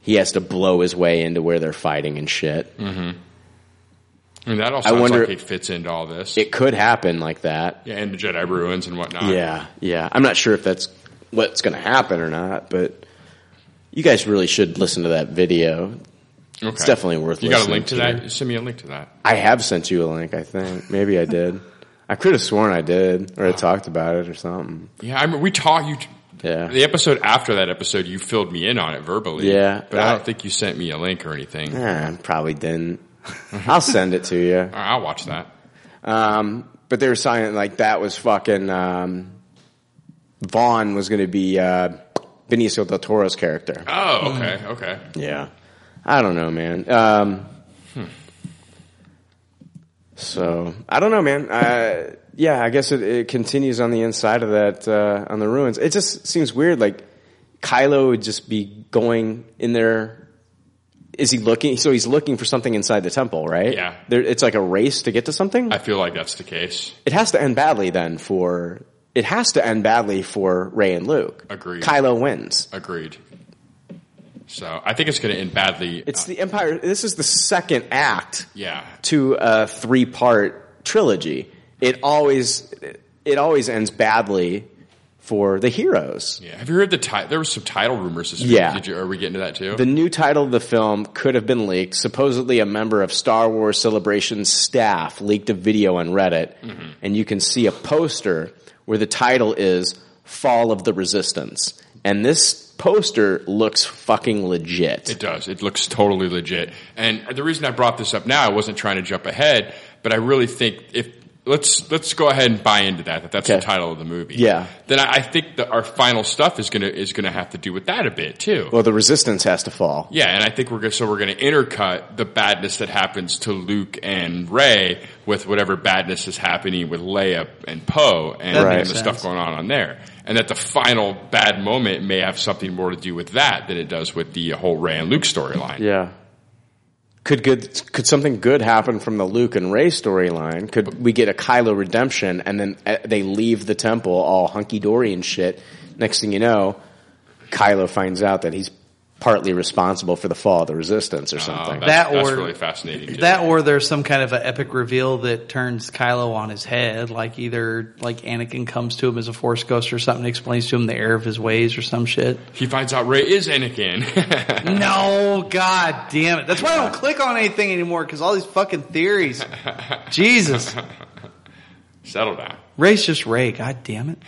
He has to blow his way into where they're fighting and shit. Mm-hmm. And that all I sounds wonder- like it fits into all this. It could happen like that. Yeah, and the Jedi ruins and whatnot. Yeah, yeah. I'm not sure if that's what's going to happen or not, but you guys really should listen to that video. Okay. It's definitely worth. You got a listening link to that? Send me a link to that. I have sent you a link. I think maybe I did. I could have sworn I did, or I talked about it, or something. Yeah, I mean, we taught you. Yeah. The episode after that episode, you filled me in on it verbally. Yeah. But I, don't think you sent me a link or anything. Eh, probably didn't. I'll send it to you. I'll watch that. Um, but they were signing like that was fucking um, Vaughn was going to be uh, Benicio del Toro's character. Oh, okay, okay. Yeah, I don't know, man. Um, So I don't know, man. Uh, yeah, I guess it, it continues on the inside of that uh, on the ruins. It just seems weird. Like Kylo would just be going in there. Is he looking? So he's looking for something inside the temple, right? Yeah. There, it's like a race to get to something. I feel like that's the case. It has to end badly then for. It has to end badly for Ray and Luke. Agreed. Kylo wins. Agreed. So I think it's going to end badly. It's the Empire. This is the second act. Yeah. To a three-part trilogy. It always it always ends badly for the heroes. Yeah. Have you heard the title? There was some title rumors this week. Yeah. Did you, are we getting to that too? The new title of the film could have been leaked. Supposedly, a member of Star Wars Celebration staff leaked a video on Reddit, and you can see a poster where the title is "Fall of the Resistance," and this poster looks fucking legit. It does. It looks totally legit. And the reason I brought this up now, I wasn't trying to jump ahead, but I really think if let's let's go ahead and buy into that that that's the title of the movie. Yeah. Then I, I think that our final stuff is gonna is gonna have to do with that a bit too. Well, the resistance has to fall. Yeah, and I think we're gonna so we're gonna intercut the badness that happens to Luke and Ray with whatever badness is happening with Leia and Poe and, That and makes the sense. stuff going on on there, and that the final bad moment may have something more to do with that than it does with the whole Ray and Luke storyline. Yeah. Could good could something good happen from the Luke and Ray storyline? Could we get a Kylo redemption and then uh, they leave the temple all hunky dory and shit? Next thing you know, Kylo finds out that he's partly responsible for the fall of the resistance Oh, or Um, something. that or That or there's some kind of an epic reveal that turns Kylo on his head, like either like Anakin comes to him as a Force ghost or something, explains to him the error of his ways or some shit. He finds out Ray is Anakin. no, god damn it! That's why I don't click on anything anymore because all these fucking theories. Jesus, Settle down. Ray's just Ray. God damn it!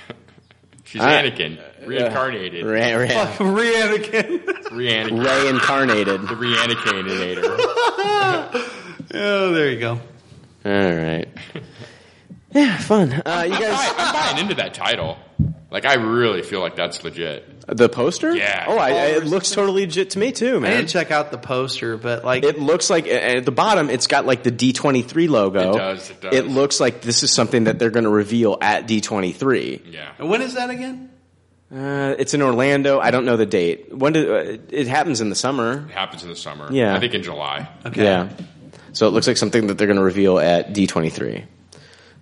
She's All right. Anakin reincarnated. Ray- Ray- Fuck, Anakin. Re-Anakin. Reincarnated. The Reanacanator. oh, there you go. All right. Yeah, fun. Uh, you guys, I'm buying into that title. Like, I really feel like that's legit. The poster? Yeah. Oh, I, I, it looks totally legit to me too, man. didn't check out the poster, but like it looks like at the bottom, it's got like the D twenty three logo. It does, it does. It looks like this is something that they're going to reveal at D twenty three. Yeah. And when is that again? Uh, it's in Orlando. I don't know the date. When do, uh, it happens in the summer? It happens in the summer. Yeah. I think in July. Yeah. So it looks like something that they're going to reveal at D23.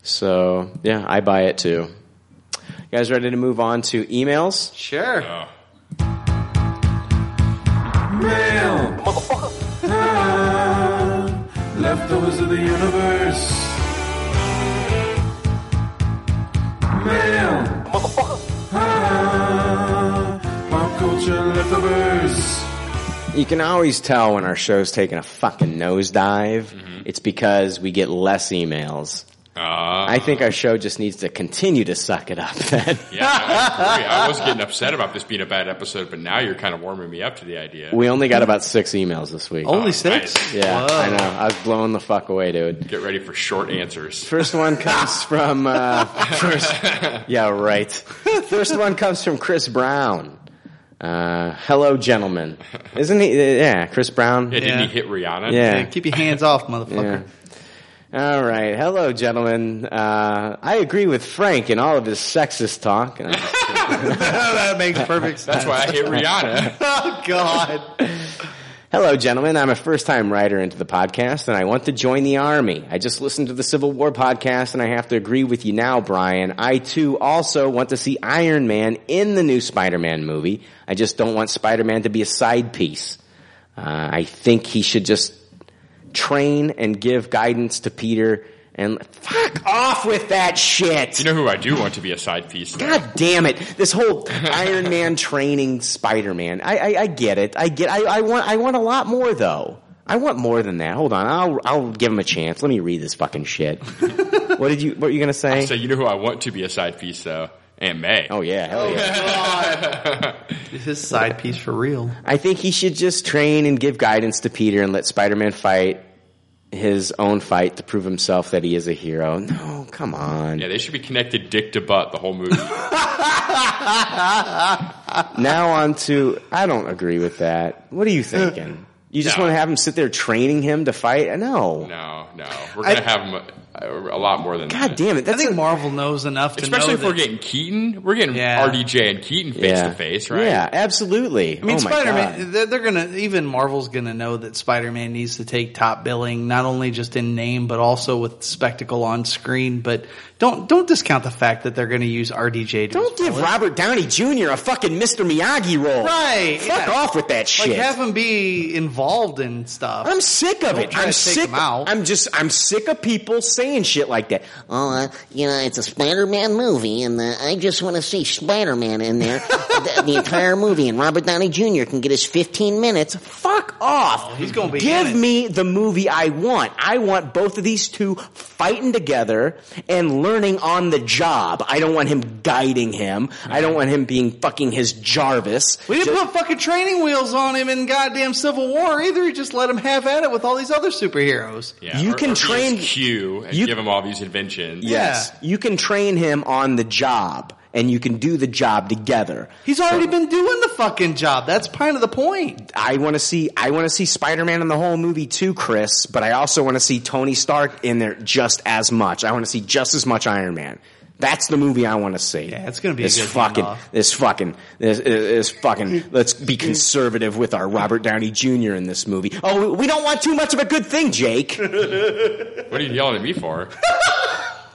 So, yeah, I buy it too. You guys ready to move on to emails? Sure. Oh, Mail. Ah, Leftovers of the universe. Mail. Ah, Pop culture leftovers. You can always tell when our show's taking a fucking nosedive. Mm-hmm. It's because we get less emails. uh, I think our show just needs to continue to suck it up then. Yeah, I, agree. I was getting upset about this being a bad episode, but now you're kind of warming me up to the idea. We only got about six emails this week. Only six? nice. Yeah, Oh, Whoa. I know. I was blowing the fuck away, dude. Get ready for short answers. First one comes from uh, first. Yeah, right. First one comes from Chris Brown. Uh, hello, gentlemen. Isn't he? uh, Yeah, Chris Brown. Yeah, didn't he hit Rihanna? Yeah. Keep your hands off, motherfucker. All right. Hello, gentlemen. Uh, I agree with Frank in all of his sexist talk. And I'm- Oh, that makes perfect sense. That's why I hit Rihanna. oh God. Hello, gentlemen. I'm a first time writer into the podcast and I want to join the army. I just listened to the Civil War podcast and I have to agree with you now, Brian. I too also want to see Iron Man in the new Spider-Man movie. I just don't want Spider-Man to be a side piece. Uh, I think he should just train and give guidance to Peter and fuck off with that shit. You know who I do want to be a side piece? though? God damn it! This whole Iron Man training Spider Man. I, I I get it. I get. I, I want. I want a lot more though. I want more than that. Hold on. I'll I'll give him a chance. Let me read this fucking shit. what did you? What are you gonna say? So you know who I want to be a side piece though? Aunt May. Oh yeah, hell yeah. Is his side piece for real? I think he should just train and give guidance to Peter and let Spider Man fight his own fight to prove himself that he is a hero. No, come on. Yeah, they should be connected dick to butt the whole movie. now on to I don't agree with that. What are you thinking? You just want to have him sit there training him to fight? No. no, no, we're gonna have 'em have them a, a lot more than God damn it! I think Marvel knows enough to Especially know if we're that- getting Keaton, we're getting RDJ and Keaton face Yeah. to face, right? Yeah, absolutely. I mean, oh my Spider God. Man. They're, they're gonna even Marvel's gonna know that Spider Man needs to take top billing, not only just in name, but also with spectacle on screen. But don't don't discount the fact that they're gonna use RDJ. To Don't give Robert Downey Jr. a fucking Mr. Miyagi role. Right, Fuck yeah. off with that shit. like have him be involved in stuff. I'm sick of Don't it. try I'm to take sick. him out. I'm just. I'm sick of people saying shit like that. Oh, uh, you know, it's a Spider-Man movie, and uh, I just want to see Spider-Man in there the, the entire movie, and Robert Downey Jr. can get his 15 minutes. Fuck off. Oh, he's gonna be Give in it. me the movie I want. I want both of these two fighting together and learning on the job. I don't want him guiding him. I don't want him being fucking his Jarvis. Mm-hmm. We didn't put fucking training wheels on him in goddamn Civil War either. He just let him have at it with all these other superheroes. Yeah, You or- can or be his train- Q and give him all these inventions. Yes. You can train him on the job and you can do the job together. He's already been doing the fucking job. That's kind of the point. I want to see I want to see Spider-Man in the whole movie too, Chris, but I also want to see Tony Stark in there just as much. I want to see just as much Iron Man. That's the movie I want to see. Yeah, it's gonna be a this good fucking, handoff. this fucking, this, this fucking. Let's be conservative with our Robert Downey Jr. in this movie. Oh, we don't want too much of a good thing, Jake. What are you yelling at me for?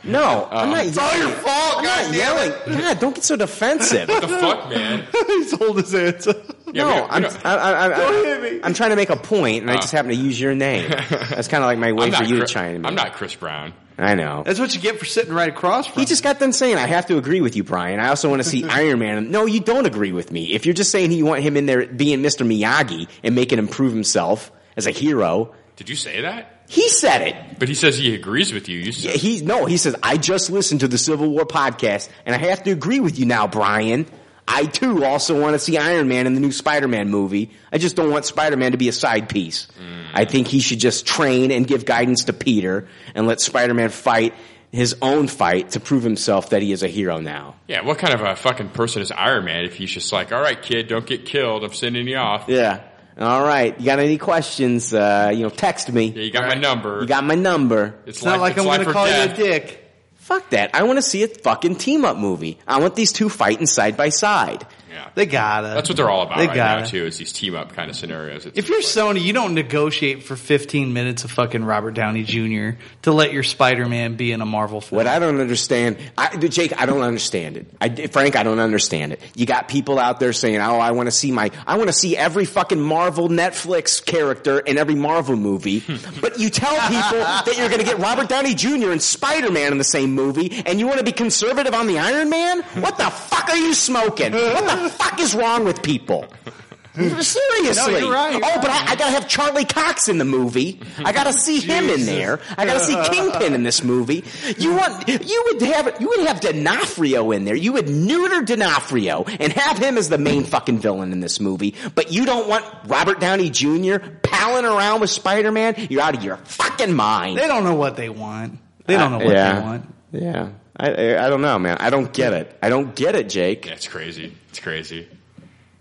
No, I'm not. It's Uh-huh. all your fault. I'm not yelling. God, don't get so defensive. what the fuck, man? He's holding his hands up. Yeah, no, we don't- we I'm, don't- I, I, I, Don't hit I, am trying to make a point, and I Ah. just happen to use your name. That's kind of like my way I'm for not you to Chri- chime in. I'm not Chris Brown. I know. That's what you get for sitting right across from He just got done saying, I have to agree with you, Brian. I also want to see Iron Man. No, you don't agree with me. If you're just saying you want him in there being Mr. Miyagi and making him prove himself as a hero, Did you say that? he said it. But he says he agrees with you. You Yeah, said he no, he says I just listened to the Civil War podcast, and I have to agree with you now, Brian. I too also want to see Iron Man in the new Spider-Man movie. I just don't want Spider-Man to be a side piece. I think he should just train and give guidance to Peter and let Spider-Man fight his own fight to prove himself that he is a hero now. Yeah, what kind of a fucking person is Iron Man if he's just like, all right, kid, don't get killed. I'm sending you off. Yeah. All right. You got any questions? Uh, you know, text me. Yeah, you got my number. You got my number. It's, not like I'm going to call you a dick. Fuck that. I want to see a fucking team up movie. I want these two fighting side by side. Yeah. They gotta. That's what they're all about They right gotta. now too. Is these team up kind of scenarios? It's, If you're Sony, you don't negotiate for 15 minutes of fucking Robert Downey Jr. to let your Spider-Man be in a Marvel film. What I don't understand, I, Jake, I don't understand it. I, Frank, I don't understand it. You got people out there saying, "Oh, I want to see my, I want to see every fucking Marvel Netflix character in every Marvel movie," Hmm. but you tell people that you're going to get Robert Downey Jr. and Spider Man in the same movie, and you want to be conservative on the Iron Man? What the fuck are you smoking? What the fuck is wrong with people? Seriously. No, you're right, you're oh, but I, I gotta have Charlie Cox in the movie. I gotta see him in there. I gotta see Kingpin in this movie. You want you would have you would have D'Onofrio in there. You would neuter D'Onofrio and have him as the main fucking villain in this movie. But you don't want Robert Downey Jr. palling around with Spider Man. You're out of your fucking mind. They don't know what they want. They don't know what yeah. they want. Yeah. I, I I don't know, man. I don't get it. I don't get it, Jake. yeah, it's crazy. It's crazy.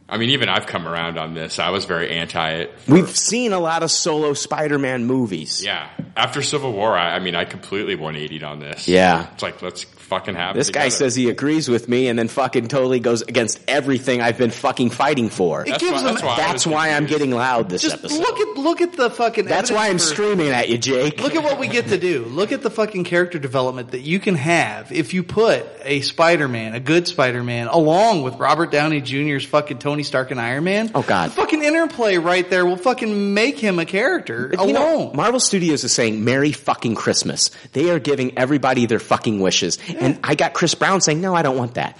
I mean, even I've come around on this. I was very anti it. We've seen a lot of solo Spider-Man movies. Yeah. After Civil War, I, I mean, I completely 180 on this. Yeah. It's like let's fucking have This it guy together. says he agrees with me and then fucking totally goes against everything I've been fucking fighting for. It That's gives why- him- that's that's why, why I was I'm getting loud this Just episode. look at look at the fucking. That's why I'm evidence for- screaming at you, Jake. Look at what we get to do. Look at the fucking character development that you can have if you put a Spider-Man, a good Spider-Man, along with Robert Downey Jr.'s fucking Tony Stark and Iron Man. Oh God. The fucking interplay right there will fucking make him a character But alone. you know, Oh, Marvel Studios is saying Merry fucking Christmas. They are giving everybody their fucking wishes. And I got Chris Brown saying, no, I don't want that.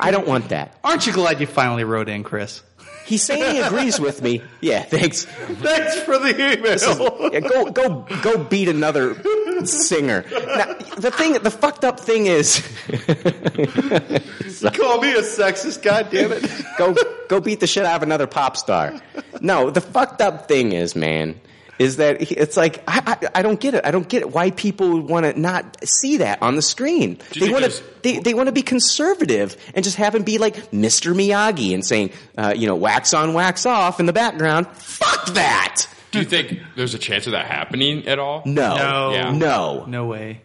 I don't want that. Aren't you glad you finally wrote in, Chris? He's saying he agrees with me. Yeah, thanks. Thanks for the email. This is- yeah, go, go, go beat another singer. Now, the thing, the fucked up thing is, Call me a sexist, God damn it. go go beat the shit out of another pop star. No, the fucked up thing is, man, is that he- it's like I, I, I don't get it. I don't get it why people would want to not see that on the screen. They think want there's- to they, they want to be conservative and just have him be like Mr. Miyagi and saying, uh, you know, wax on, wax off in the background. Fuck that. Do you think there's a chance of that happening at all? No, Yeah. no, No way.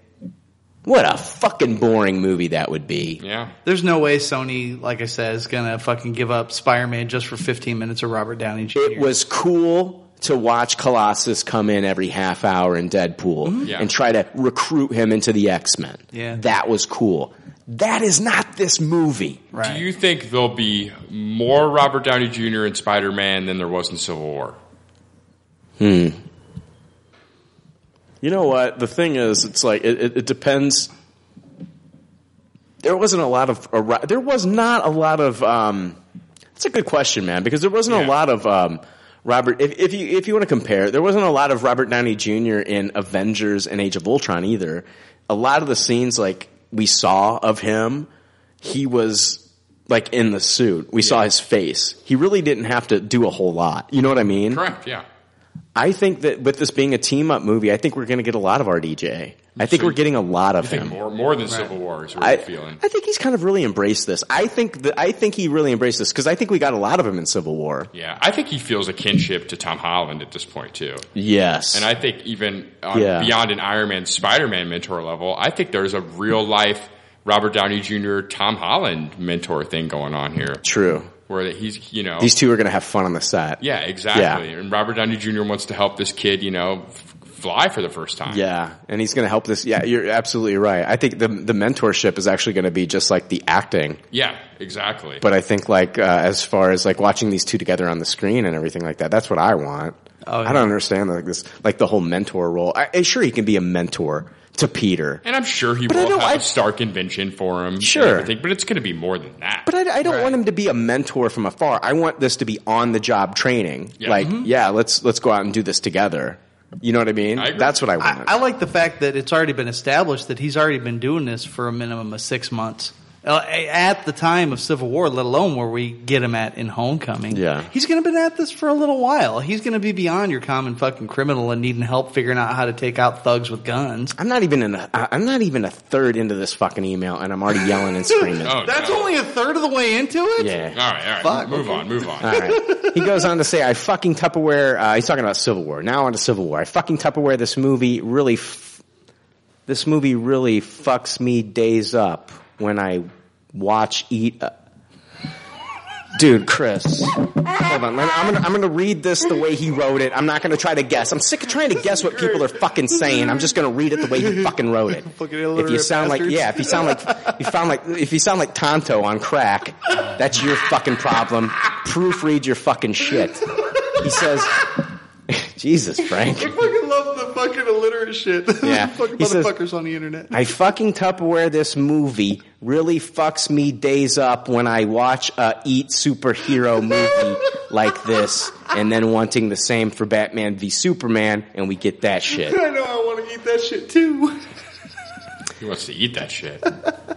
What a fucking boring movie that would be. Yeah. There's no way Sony, like I said, is gonna fucking give up Spider-Man just for 15 minutes of Robert Downey Jr. It was cool to watch Colossus come in every half hour in Deadpool Yeah. and try to recruit him into the X Men. Yeah. That was cool. That is not this movie. Do you think there'll be more Robert Downey Jr. in Spider Man than there was in Civil War? Hmm. You know what? The thing is, it's like it, it, it depends. There wasn't a lot of ar- there was not a lot of. Um, that's a good question, man, because there wasn't a lot of um, Robert. If, if you if you want to compare, there wasn't a lot of Robert Downey Jr. in Avengers and Age of Ultron either. A lot of the scenes like we saw of him, he was like in the suit. We saw his face. He really didn't have to do a whole lot. You know what I mean? Correct. Yeah. I think that with this being a team up movie, I think we're going to get a lot of RDJ. I think So we're getting a lot of You think him. more more than Civil War is what I, you're feeling. I think he's kind of really embraced this. I think that I think he really embraced this because I think we got a lot of him in Civil War. Yeah, I think he feels a kinship to Tom Holland at this point too. Yes. and I think even on, Yeah. beyond an Iron Man, Spider Man mentor level, I think there's a real life Robert Downey Jr. Tom Holland mentor thing going on here, True. where he's you know These two are going to have fun on the set. yeah exactly, and Robert Downey Jr. wants to help this kid you know f- fly for the first time. Yeah, and he's going to help this. Yeah, you're absolutely right. I think the the mentorship is actually going to be just like the acting, Yeah, exactly. but I think like uh, as far as like watching these two together on the screen and everything like that, that's what I want. Oh, I don't understand like this like the whole mentor role. I, and sure, he can be a mentor to Peter, and I'm sure he But I will don't- have I- a star convention for him. and Sure. everything, but it's going to be more than that. But I, I don't want him to be a mentor from afar. I want this to be on the job training. Yeah. Like, Mhm. yeah, let's let's go out and do this together. You know what I mean? That's what I want. I like the fact that it's already been established that he's already been doing this for a minimum of six months. Uh, At the time of Civil War, let alone where we get him at in Homecoming. yeah. He's going to been at this for a little while. He's going to be beyond your common fucking criminal and needing help figuring out how to take out thugs with guns. I'm not even in a, I- I'm not even a third into this fucking email, and I'm already yelling and screaming. That's only a third of the way into it. Yeah. All Oh, right, all right. Move on, move on. All right. He goes on to say, I fucking Tupperware, uh, he's talking about Civil War. Now on to Civil War. I fucking Tupperware this movie really, f- this movie really fucks me days up when I watch, eat, uh, dude, Chris. Hold on. I'm gonna, I'm gonna read this the way he wrote it. I'm not gonna try to guess. I'm sick of trying to guess what people are fucking saying. I'm just gonna read it the way he fucking wrote it. If you illiterate sound like, bastards. yeah, if you sound like, you found like, if you sound like Tonto on crack, that's your fucking problem. Proofread your fucking shit. He says, Jesus, Frank. I fucking love the fucking illiterate shit. Yeah. fucking He says- motherfuckers on the internet. I fucking Tupperware this movie really fucks me days up when I watch a eat superhero movie like this and then wanting the same for Batman v Superman and we get that shit. I know I want to eat that shit too. He wants to eat that shit.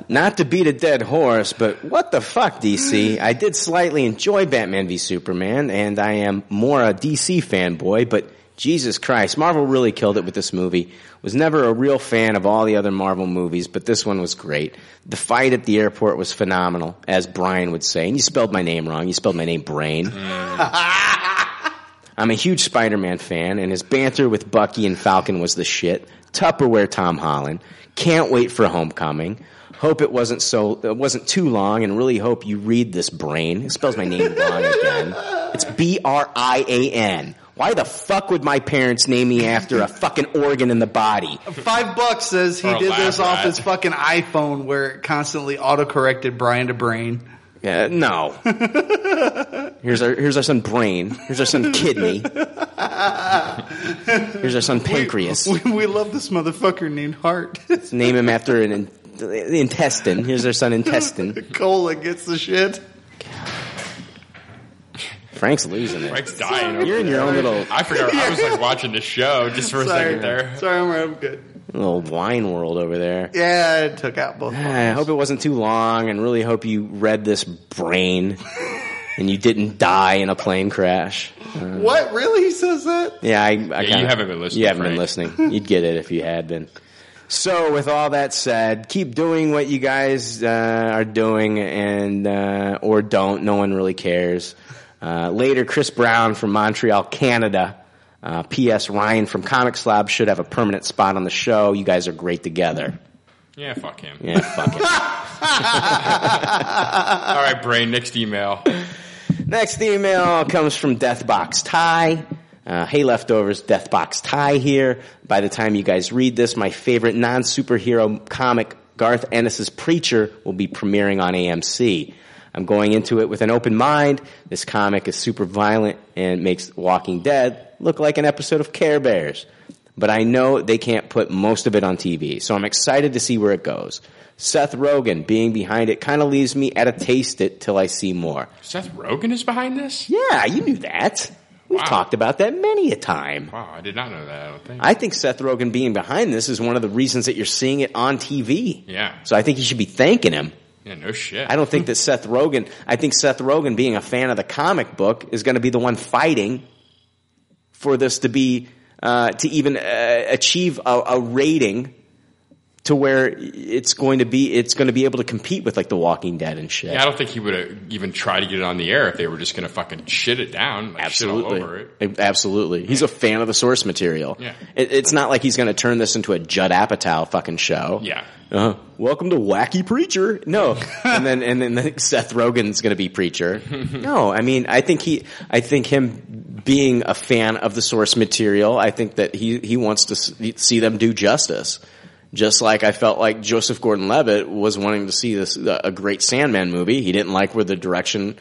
Not to beat a dead horse, but what the fuck, DC? I did slightly enjoy Batman v Superman, and I am more a DC fanboy, but Jesus Christ, Marvel really killed it with this movie. Was never a real fan of all the other Marvel movies, but this one was great. The fight at the airport was phenomenal, as Brian would say. And you spelled my name wrong. You spelled my name Brain. I'm a huge Spider-Man fan, and his banter with Bucky and Falcon was the shit. Tupperware Tom Holland. Can't wait for Homecoming. Hope it wasn't so. It wasn't too long, and really hope you read this brain. It spells my name wrong again. It's B R I A N. Why the fuck would my parents name me after a fucking organ in the body? Five bucks says he Or a did this laugh off at. his fucking iPhone where it constantly autocorrected Brian to Brain. Yeah, Uh, no. Here's our here's our son brain. Here's our son kidney. Here's our son pancreas. We, we love this motherfucker named Hart. Let's name him after an in- intestine. Here's their son, intestine. Cola gets the shit. Frank's losing it. Frank's dying. over You're in your there. own little- I forgot. I was like watching the show just for a Sorry. second there. Sorry, I'm, I'm good. Little wine world over there. Yeah, it took out both. I hope it wasn't too long, and really hope you read this brain, and you didn't die in a plane crash. Uh, What? Really? He says that? Yeah, I, I you kinda- haven't been listening, You haven't been Frank. listening. You'd get it if you had been. So, with all that said, keep doing what you guys uh, are doing, and uh, or don't. No one really cares. Uh, later, Chris Brown from Montreal, Canada. Uh, P.S. Ryan from Comic Slob should have a permanent spot on the show. You guys are great together. Yeah, fuck him. Yeah, fuck it. All right, brain. Next email. Next email comes from Deathbox Ty. Uh, hey leftovers, Deathbox Ty here. By the time you guys read this, my favorite non-superhero comic, Garth Ennis's Preacher, will be premiering on AMC. I'm going into it with an open mind. This comic is super violent and makes Walking Dead look like an episode of Care Bears. But I know they can't put most of it on TV, so I'm excited to see where it goes. Seth Rogen being behind it kind of leaves me at a taste it till I see more. Seth Rogen is behind this. Yeah, you knew that. We've talked about that many a time. Wow, I did not know that. I don't think. I think Seth Rogen being behind this is one of the reasons that you're seeing it on TV. Yeah. So I think you should be thanking him. Yeah. No shit. I don't think that Seth Rogen, I think Seth Rogen being a fan of the comic book is going to be the one fighting for this to be, uh, to even uh, achieve a, a rating to where it's going to be, it's going to be able to compete with like The Walking Dead and shit. Yeah, I don't think he would have even tried to get it on the air if they were just going to fucking shit it down. Like, Shit all over it. Absolutely. Absolutely. He's a fan of the source material. Yeah. It, it's not like he's going to turn this into a Judd Apatow fucking show. Yeah. Uh, welcome to Wacky Preacher. No. and then, and then Seth Rogen's going to be Preacher. No, I mean, I think he, I think him being a fan of the source material, I think that he, he wants to s- see them do justice. Just like I felt like Joseph Gordon-Levitt was wanting to see this uh, a great Sandman movie. He didn't like where the direction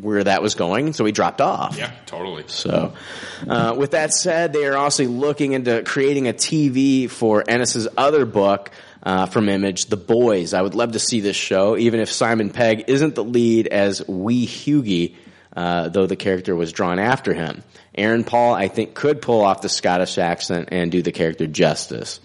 where that was going, so he dropped off. Yeah, totally. So, uh, with that said, they are also looking into creating a TV for Ennis's other book uh, from Image, The Boys. I would love to see this show, even if Simon Pegg isn't the lead as Wee Hughie, uh, though the character was drawn after him. Aaron Paul, I think, could pull off the Scottish accent and do the character justice.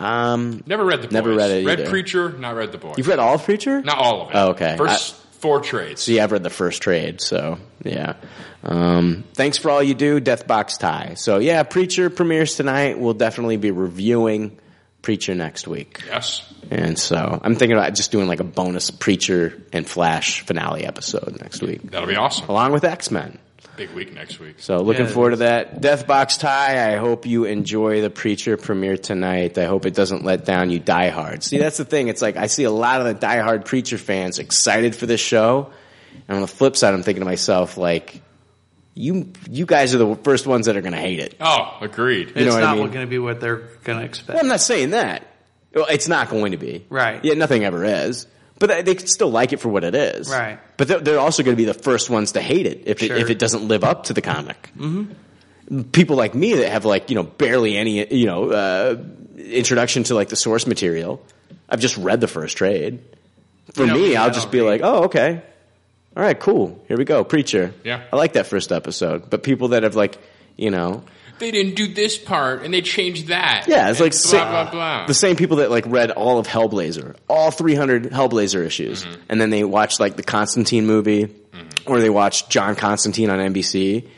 Um, Never read the never boys. read it Read either. Preacher, not read the boy. You've read all of Preacher? Not all of it. Oh, okay. First I- four trades. See, I've read the first trade, so yeah. Um, thanks for all you do, Deathbox Tie. So yeah, Preacher premieres tonight. We'll definitely be reviewing Preacher next week. Yes. And so I'm thinking about just doing like a bonus Preacher and Flash finale episode next week. That'll be awesome. Along with X Men. Big week next week. So looking Yeah. forward to that. Deathbox Tie, I hope you enjoy the Preacher premiere tonight. I hope it doesn't let down you diehards. See, that's the thing. It's like I see a lot of the diehard Preacher fans excited for this show. And on the flip side, I'm thinking to myself, like, you you guys are the first ones that are going to hate it. Oh, agreed. You know it's what I not mean? going to be what they're going to expect. Well, I'm not saying that. Well, it's not going to be. Right. Yeah, nothing ever is. But they- they could still like it for what it is. Right. But they're, they're also going to be the first ones to hate it if, Sure. it if it doesn't live up to the comic. people like me that have like you know barely any you know uh, introduction to like the source material. I've just read the first trade. For Yeah, me, yeah, I'll just be like, oh okay, all right, cool. Here we go, preacher. Yeah. I like that first episode. But people that have like you know They didn't do this part and they changed that. yeah, it's and like sa- blah blah blah. the same people that like read all of Hellblazer, all 300 Hellblazer issues, Mm-hmm. and then they watched like the Constantine movie, or they watched John Constantine on NBC.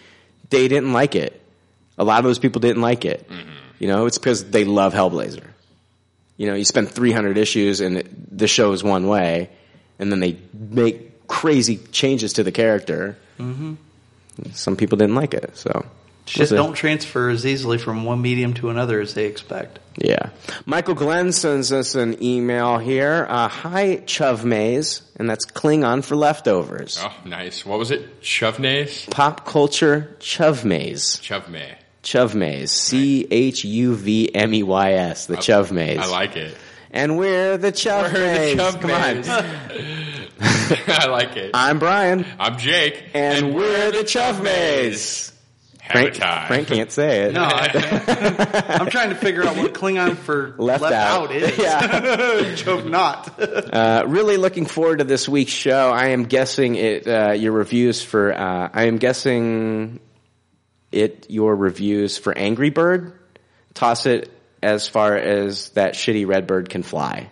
They didn't like it. A lot of those people didn't like it. Mm-hmm. You know, it's because they love Hellblazer. You know, you spend 300 issues and it, the show is one way, and then they make crazy changes to the character. hmm Some people didn't like it, so Shit We'll see. don't transfer as easily from one medium to another as they expect. Yeah. Michael Glenn sends us an email here. Uh, hi, Chuv Maze, and that's Klingon for leftovers. Oh, nice. What was it? Chuvnays? Pop culture Chuv Maze. Chuvmay. Chuv Maze. C H U V M E Y S. The Chuv Maze. I like it. And we're the Chuv Maze. Come on. I like it. I'm Brian. I'm Jake. And, we're the Chuv Maze. Frank, Frank can't say it. No, I, I'm trying to figure out what Klingon for left, Left out. out. is. Choke not. Uh, really looking forward to this week's show. I am guessing it. Uh, your reviews for. Uh, I am guessing it. Your reviews for Angry Bird. Toss it as far as that shitty red bird can fly.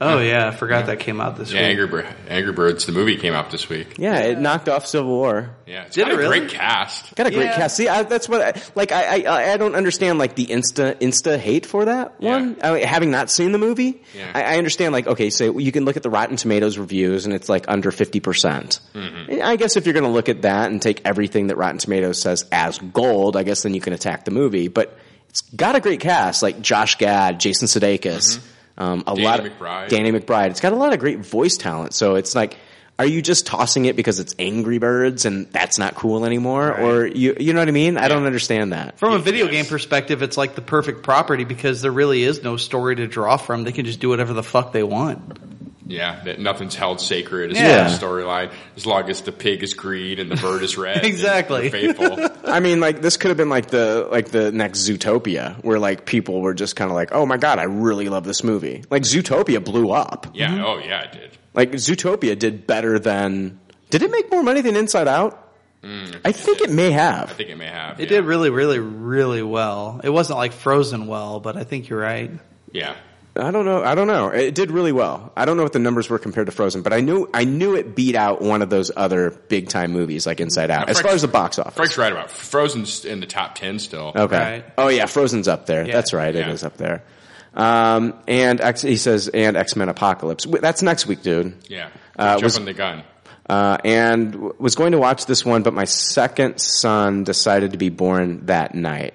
Oh yeah, I forgot that came out this Yeah, week. Angry, Bir- Angry Birds, the movie came out this week. Yeah, it knocked off Civil War. Yeah, it's Did got it a really? great cast. Got a great cast. See, I, that's what I, like. I, I I don't understand like the insta insta hate for that one. I mean, having not seen the movie, Yeah. I, I understand. Like, okay, so you can look at the Rotten Tomatoes reviews, and it's like under fifty percent. I guess if you're going to look at that and take everything that Rotten Tomatoes says as gold, I guess then you can attack the movie. But it's got a great cast, like Josh Gad, Jason Sudeikis, um, a lot of McBride. Danny McBride. It's got a lot of great voice talent. So it's like, are you just tossing it because it's Angry Birds and that's not cool anymore, or you you know what I mean? I don't understand that. From a video game perspective, it's like the perfect property because there really is no story to draw from. They can just do whatever the fuck they want. Yeah, that nothing's held sacred as Yeah. far as storyline, as long as the pig is green and the bird is red. Exactly. and they're faithful. I mean, like this could have been like the like the next Zootopia, where like people were just kind of like, oh my god, I really love this movie. Like Zootopia blew up. Yeah, oh yeah, I did. Like Zootopia did better than. Did it make more money than Inside Out? Mm, I think it may have. I think it may have. It did really, really, really well. It wasn't like Frozen well, but I think you're right. Yeah. I don't know. I don't know. It did really well. I don't know what the numbers were compared to Frozen, but I knew I knew it beat out one of those other big time movies like Inside Out. As far as the box office, Frank's right about it. Frozen's in the top ten still. Okay. Oh yeah, Frozen's up there. That's right. It is up there. Um, and X, he says, and X Men Apocalypse. Wait, That's next week, dude. Yeah. Uh, Jumping was- the gun. Uh, and w- was going to watch this one, but my second son decided to be born that night.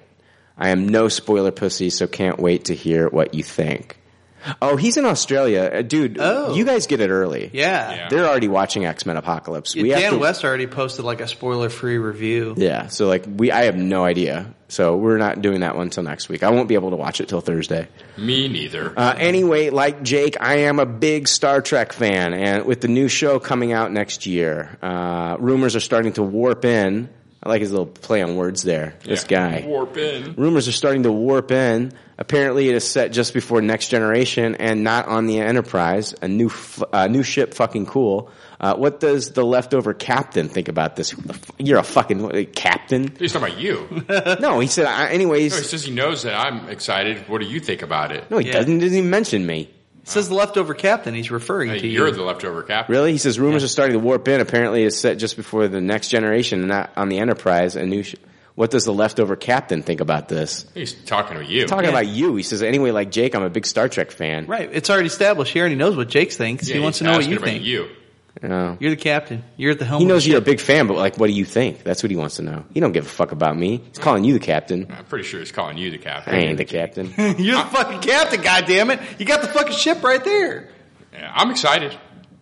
I am no spoiler pussy, so can't wait to hear what you think. Oh, he's in Australia, Uh, dude. Oh. you guys get it early. Yeah. Yeah. they're already watching X Men Apocalypse. Yeah, have Dan to- West already posted like a spoiler-free review. Yeah, so like we, I have no idea. So we're not doing that one till next week. I won't be able to watch it till Thursday. Me neither. Uh, anyway, like Jake, I am a big Star Trek fan, and with the new show coming out next year, uh, rumors are starting to warp in. I like his little play on words there. This guy. Warp in. Rumors are starting to warp in. Apparently, it is set just before Next Generation and not on the Enterprise. A new f- uh, new ship, fucking cool. Uh, what does the leftover captain think about this? Who the f- You're a fucking uh, captain. He's talking about you. No, he said. I, anyways, No, he says he knows that I'm excited. What do you think about it? no, he doesn't. Doesn't even mention me. It says the leftover captain. He's referring to You're you. the leftover captain. Really? He says rumors are starting to warp in. Apparently, it's set just before the next generation, and not on the Enterprise. A new. Sh- what does the leftover captain think about this? He's talking to you. Talking about you, he says. Anyway, like Jake, I'm a big Star Trek fan. Right. It's already established. He already knows what Jake thinks. he wants to know what you think. You. No. You're the captain. You're at the helm. He of the knows ship. you're a big fan, but like, what do you think? That's what he wants to know. He don't give a fuck about me. He's calling you the captain. I'm pretty sure he's calling you the captain. I ain't the captain. You're the fucking captain, goddammit. You got the fucking ship right there. Yeah, I'm excited. I-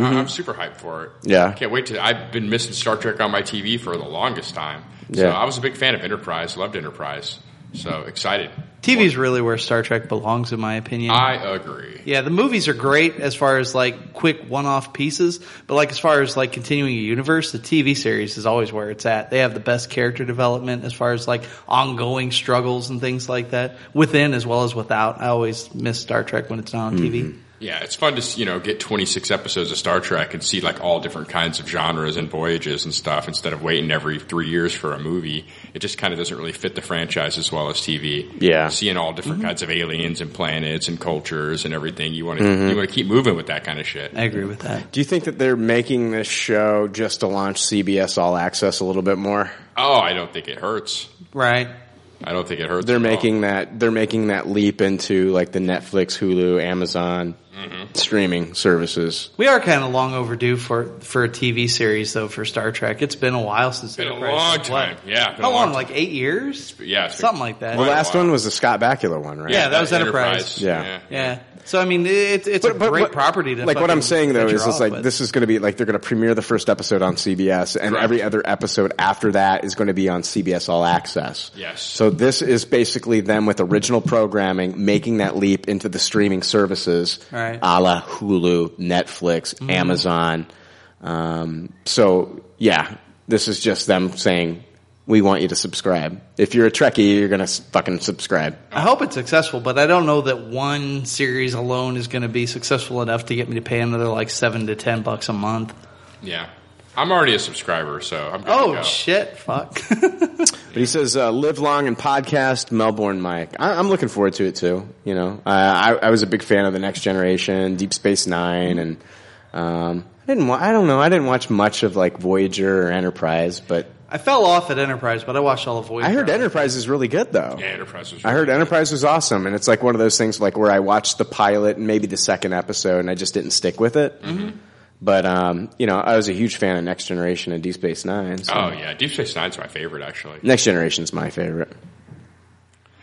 Mm-hmm. I'm super hyped for it. Yeah. Can't wait to. I've been missing Star Trek on my TV for the longest time. So Yeah. I was a big fan of Enterprise, loved Enterprise. So excited. TV's really where Star Trek belongs, in my opinion. I agree. yeah, the movies are great as far as like quick one-off pieces, but like as far as like continuing a universe, the TV series is always where it's at. They have the best character development as far as like ongoing struggles and things like that within as well as without. I always miss Star Trek when it's not on Mm-hmm. TV. Yeah, it's fun to you know get 26 episodes of Star Trek and see like all different kinds of genres and voyages and stuff instead of waiting every three years for a movie. It just kind of doesn't really fit the franchise as well as TV. Yeah. seeing all Mm-hmm. different kinds of aliens and planets and cultures and everything. You want to Mhm. you want to keep moving with that kind of shit. I agree with that. Do you think that they're making this show just to launch CBS All Access a little bit more? Oh, I don't think it hurts. Right. I don't think it hurts. They're at all. making that they're making that leap into like the Netflix, Hulu, Amazon Mm-hmm. streaming services. We are kind of long overdue for for a TV series though for Star Trek. It's been a while since Been a Enterprise long was time. left. Yeah, been How a long long? Like eight years? yeah, it's been something like that. The last one was the Scott Bakula one, right? Yeah, that was Enterprise. Yeah. Yeah. So I mean, it's it's a great property. To Like what I'm fucking saying though venture is, is off like with. this is going to be like they're going to premiere the first episode on CBS, and every other episode after that is going to be on CBS All Access. Yes. So this is basically them with original programming making that leap into the streaming services, Right. a la Hulu, Netflix, Mhm. Amazon. Um, so yeah, this is just them saying we want you to subscribe. If you're a Trekkie, you're going to fucking subscribe. I hope it's successful, but I don't know that one series alone is going to be successful enough to get me to pay another like seven to ten bucks a month. Yeah, I'm already a subscriber, so I'm. Good Oh to go. shit! Fuck. But he says, uh, "Live long and podcast, Melbourne Mike." I- I'm looking forward to it too. You know, uh, I-, I was a big fan of the Next Generation, Deep Space Nine, and um, I didn't. Wa- I don't know. I didn't watch much of like Voyager or Enterprise, but I fell off at Enterprise, but I watched all of Voyager. I heard Enterprise is really good though. Yeah, Enterprise was. I heard Enterprise was awesome, and it's like one of those things like where I watched the pilot and maybe the second episode, and I just didn't stick with it. But um, you know, I was a huge fan of Next Generation and Deep Space Nine. So. Oh yeah, Deep Space Nine's my favorite actually. Next Generation's my favorite.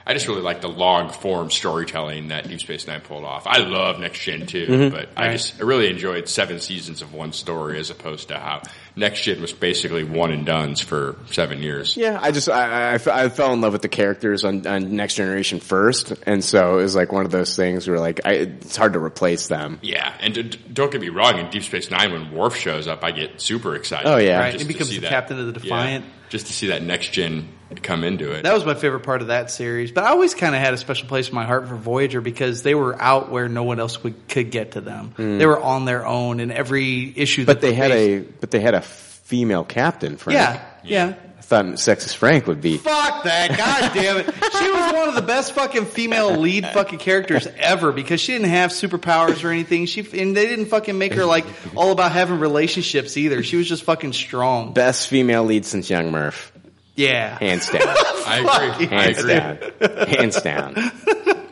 I just really like the long form storytelling that Deep Space Nine pulled off. I love Next Gen too, Mhm. but I just I really enjoyed seven seasons of one story as opposed to how Next Gen was basically one and done's for seven years. Yeah, I just I, I- I f- I fell in love with the characters on, on Next Generation first, and so it was like one of those things where like I, it's hard to replace them. Yeah, and d- d- don't get me wrong. In Deep Space Nine, when Worf shows up, I get super excited. Oh, yeah. Right, Just he to becomes see the that- captain of the yeah, Defiant. just to see that next gen come into it. That was my favorite part of that series. But I always kind of had a special place in my heart for Voyager because they were out where no one else would, could get to them. Mm. They were on their own in every issue. But that they had faced- a but they had a female captain. Frank. Yeah, yeah. I thought Sexist Frank would be. Fuck that! God damn it! She was one of the best fucking female lead fucking characters ever because she didn't have superpowers or anything. She and they didn't fucking make her like all about having relationships either. She was just fucking strong. Best female lead since Young Murph, Yeah. hands down. I agree. I Hands agree. down. Hands down.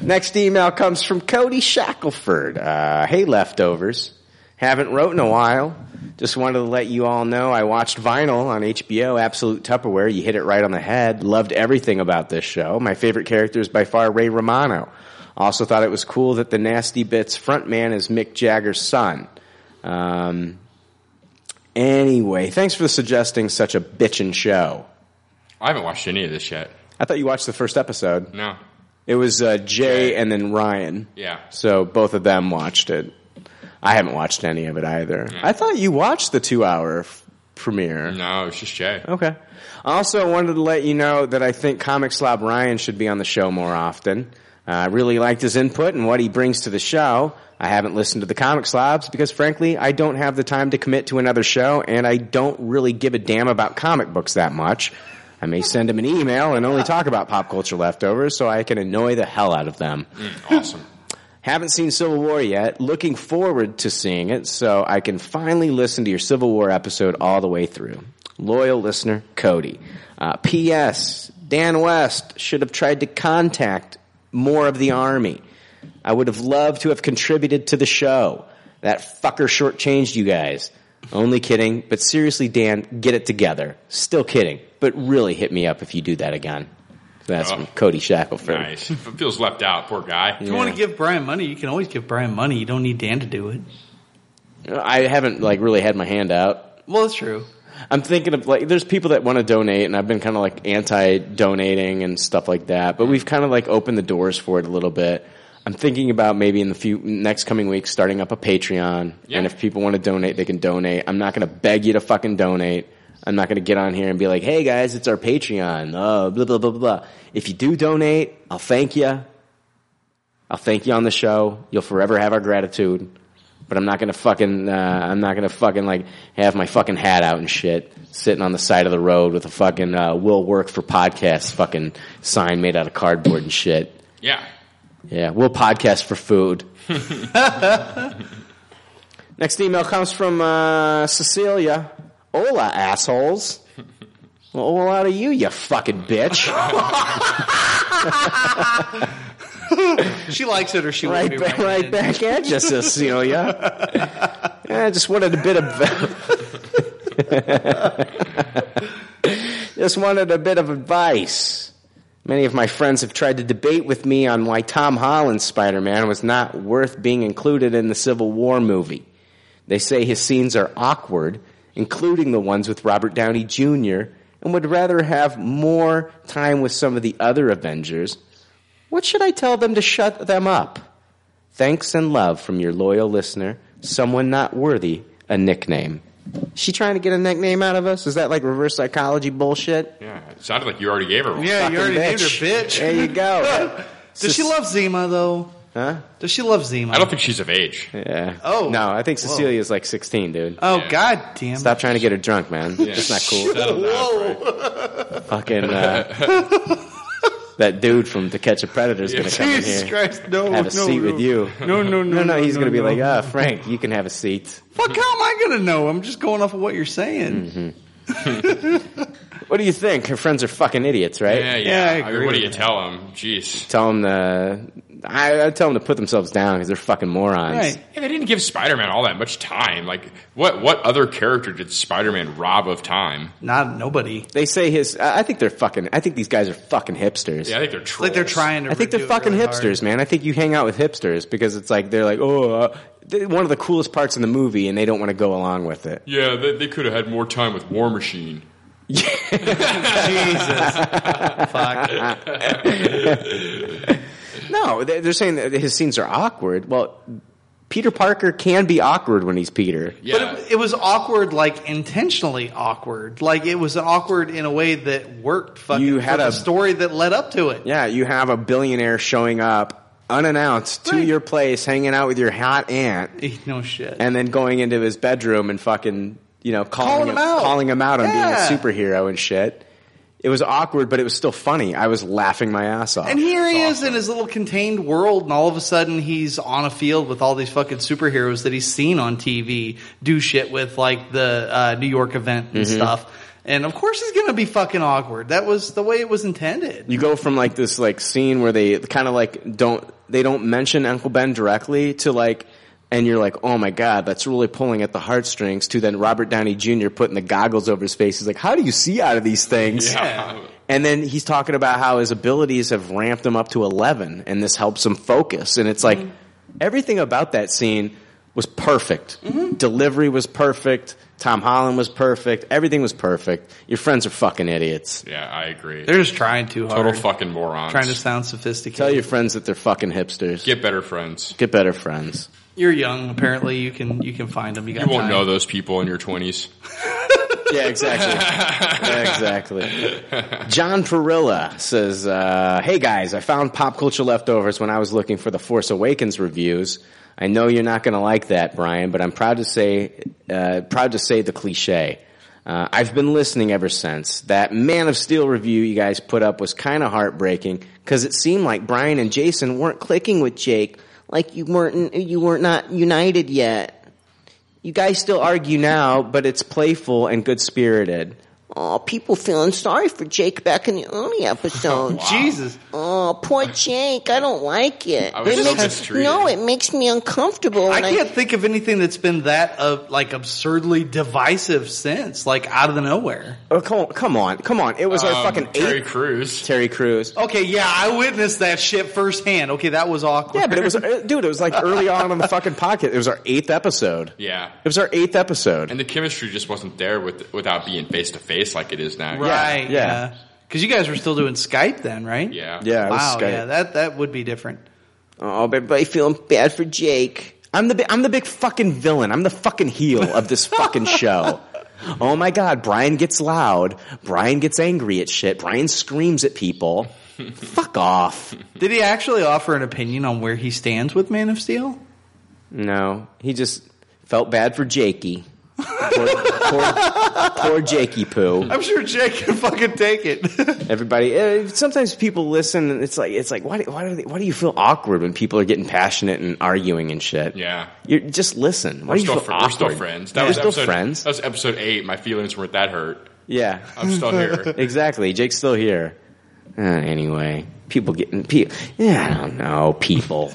Next email comes from Cody Shackelford. Uh, hey, leftovers. Haven't wrote in a while. Just wanted to let you all know I watched Vinyl on HBO, Absolute Tupperware. You hit it right on the head. Loved everything about this show. My favorite character is by far Ray Romano. Also thought it was cool that the Nasty Bits frontman is Mick Jagger's son. Um, anyway, thanks for suggesting such a bitchin' show. I haven't watched any of this yet. I thought you watched the first episode. No. It was uh, Jay and then Ryan. Yeah. So both of them watched it. I haven't watched any of it either. I thought you watched the two hour f- premiere. No, it's just Jay. Okay. I also wanted to let you know that I think Comic Slob Ryan should be on the show more often. Uh, I really liked his input and what he brings to the show. I haven't listened to the Comic Slobs because frankly, I don't have the time to commit to another show and I don't really give a damn about comic books that much. I may send him an email and only talk about pop culture leftovers so I can annoy the hell out of them. Mm, awesome. Haven't seen Civil War yet. Looking forward to seeing it so I can finally listen to your Civil War episode all the way through. Loyal listener, Cody. Uh, P.S. Dan West should have tried to contact more of the Army. I would have loved to have contributed to the show. That fucker shortchanged you guys. Only kidding, but seriously, Dan, get it together. Still kidding, but really hit me up if you do that again. That's from Cody Shackelford. Nice. F- Feels left out, poor guy. If you want to give Brian money, you can always give Brian money. You don't need Dan to do it. I haven't like really had my hand out. Well, it's true. I'm thinking of like there's people that want to donate, and I've been kind of like anti-donating and stuff like that. But we've kind of like opened the doors for it a little bit. I'm thinking about maybe in the few next coming weeks starting up a Patreon, and if people want to donate, they can donate. I'm not going to beg you to fucking donate. I'm not going to get on here and be like, "Hey guys, it's our Patreon." Uh, blah blah blah blah. blah. If you do donate, I'll thank you. I'll thank you on the show. You'll forever have our gratitude. But I'm not gonna fucking, uh, I'm not gonna fucking like have my fucking hat out and shit, sitting on the side of the road with a fucking uh, "Will Work for Podcast" fucking sign made out of cardboard and shit. Yeah. Yeah, we'll podcast for food. Next email comes from uh, Cecilia. Hola, assholes. Well, hola to you, you fucking bitch. She likes it or she right, won't be ba- right. right back at you, Cecilia. I just wanted a bit of just wanted a bit of advice. Many of my friends have tried to debate with me on why Tom Holland's Spider-Man was not worth being included in the Civil War movie. They say his scenes are awkward, including the ones with Robert Downey Jr., and would rather have more time with some of the other Avengers. What should I tell them to shut them up? Thanks and love from your loyal listener, someone not worthy a nickname. She trying to get a nickname out of us? Is that like reverse psychology bullshit? Yeah. It sounded like you already gave her one. Yeah, you already named her bitch. There you go. Does she love Zima though? Huh? Does she love Zima? I don't think she's of age. Yeah. Oh. No, I think Cecilia's like 16, dude. Oh god damn! Stop trying to get her drunk, man. It's not cool. Fucking uh, that dude from To Catch a Predator is going to come in Jesus here. Christ! No, have no, a seat no. with you. No, no, no, no, no, he's no, going to be no. like, ah, Frank, you can have a seat. Fuck! How am I gonna know? I'm just going off of what you're saying. Mm-hmm. What do you think? Her friends are fucking idiots, right? Yeah, yeah. I mean, what do you tell him? Jeez. Tell them to. I, I tell them to put themselves down because they're fucking morons. Yeah, they didn't give Spider-Man all that much time. Like, what what other character did Spider-Man rob of time? Not nobody. They say his. I I think they're fucking. I think these guys are fucking hipsters. Yeah, I think they're It's trolls. like they're trying to. I think they're do it fucking really hipsters, man. I think you hang out with hipsters because it's like they're like, oh, uh, they're one of the coolest parts in the movie, and they don't want to go along with it. Yeah, they, they could have had more time with War Machine. No, they- they're saying that his scenes are awkward. Well, Peter Parker can be awkward when he's Peter. Yeah, It was awkward, like intentionally awkward. Like it was awkward in a way that worked. Fucking You had for the a- story that led up to it. Yeah, you have a billionaire showing up unannounced to your place, hanging out with your hot aunt, No shit. and then going into his bedroom and fucking you know calling, Calling him out. calling him out on Yeah. being a superhero and shit. It was awkward, but it was still funny. I was laughing my ass off. And here he is in his little contained world, and all of a sudden he's on a field with all these fucking superheroes that he's seen on TV do shit with, like the uh, New York event and Mhm. stuff. And of course he's gonna be fucking awkward. That was the way it was intended. you go from like this like scene where they kind of like don't they don't mention Uncle Ben directly to like and you're like, oh my god, that's really pulling at the heartstrings. To then Robert Downey Jr. putting the goggles over his face. He's like, how do you see out of these things? Yeah. And then he's talking about how his abilities have ramped him up to 11 and this helps him focus. And it's like everything about that scene was perfect. Delivery was perfect. Tom Holland was perfect. Everything was perfect. Your friends are fucking idiots. Yeah, I agree. They're just trying too Total hard. fucking morons. Trying to sound sophisticated. Tell your friends that they're fucking hipsters. Get better friends. Get better friends. You're young. Apparently, you can you can find them. You, got You won't time. know those people in your twenties. yeah, exactly. Yeah, exactly. John Perilla says, uh, "Hey guys, I found pop culture leftovers when I was looking for the Force Awakens reviews. I know you're not going to like that, Brian, but I'm proud to say, uh, proud to say the cliche. Uh, I've been listening ever since. That Man of Steel review you guys put up was kind of heartbreaking because it seemed like Brian and Jason weren't clicking with Jake, like you weren't, you weren't not united yet." You guys still argue now, but it's playful and good spirited. Oh, people feeling sorry for Jake back in the early episodes. Jesus. Oh, poor Jake. I don't like it. I it was so makes, mistreated. No, it makes me uncomfortable. I and can't think of anything that's been that uh, like absurdly divisive since, like out of the nowhere. Oh come on, come on, come on! It was Um, our fucking Terry Crews. Terry Crews. Okay, yeah, I witnessed that shit firsthand. Okay, that was awkward. Yeah, but it was, uh, dude, it was like early on in the fucking pocket. It was our eighth episode. Yeah. It was our eighth episode. And the chemistry just wasn't there with without being face to face like it is now. right. Yeah, because you guys were still doing Skype then, right? Yeah. uh, Yeah, it was wow. Skype. Yeah, that that would be different. Oh, but but I feel bad for Jake. I'm the bi- I'm the big fucking villain. I'm the fucking heel of this fucking show. Oh my god, Brian gets loud. Brian gets angry at shit. Brian screams at people. Fuck off. Did he actually offer an opinion on where he stands with Man of Steel? No, he just felt bad for Jakey. poor, poor, poor Jakey poo. I'm sure Jake can fucking take it. Everybody. eh, Sometimes people listen, and it's like it's like why do- why do they, why do you feel awkward when people are getting passionate and arguing and shit? Yeah. you just listen. Why We're do you still, feel fr- we're awkward? still friends. That Yeah, was we're still episode, friends. That was episode eight. My feelings weren't that hurt. Yeah, I'm still here. exactly, Jake's still here. Uh, anyway, people getting people. Yeah, I don't know, people.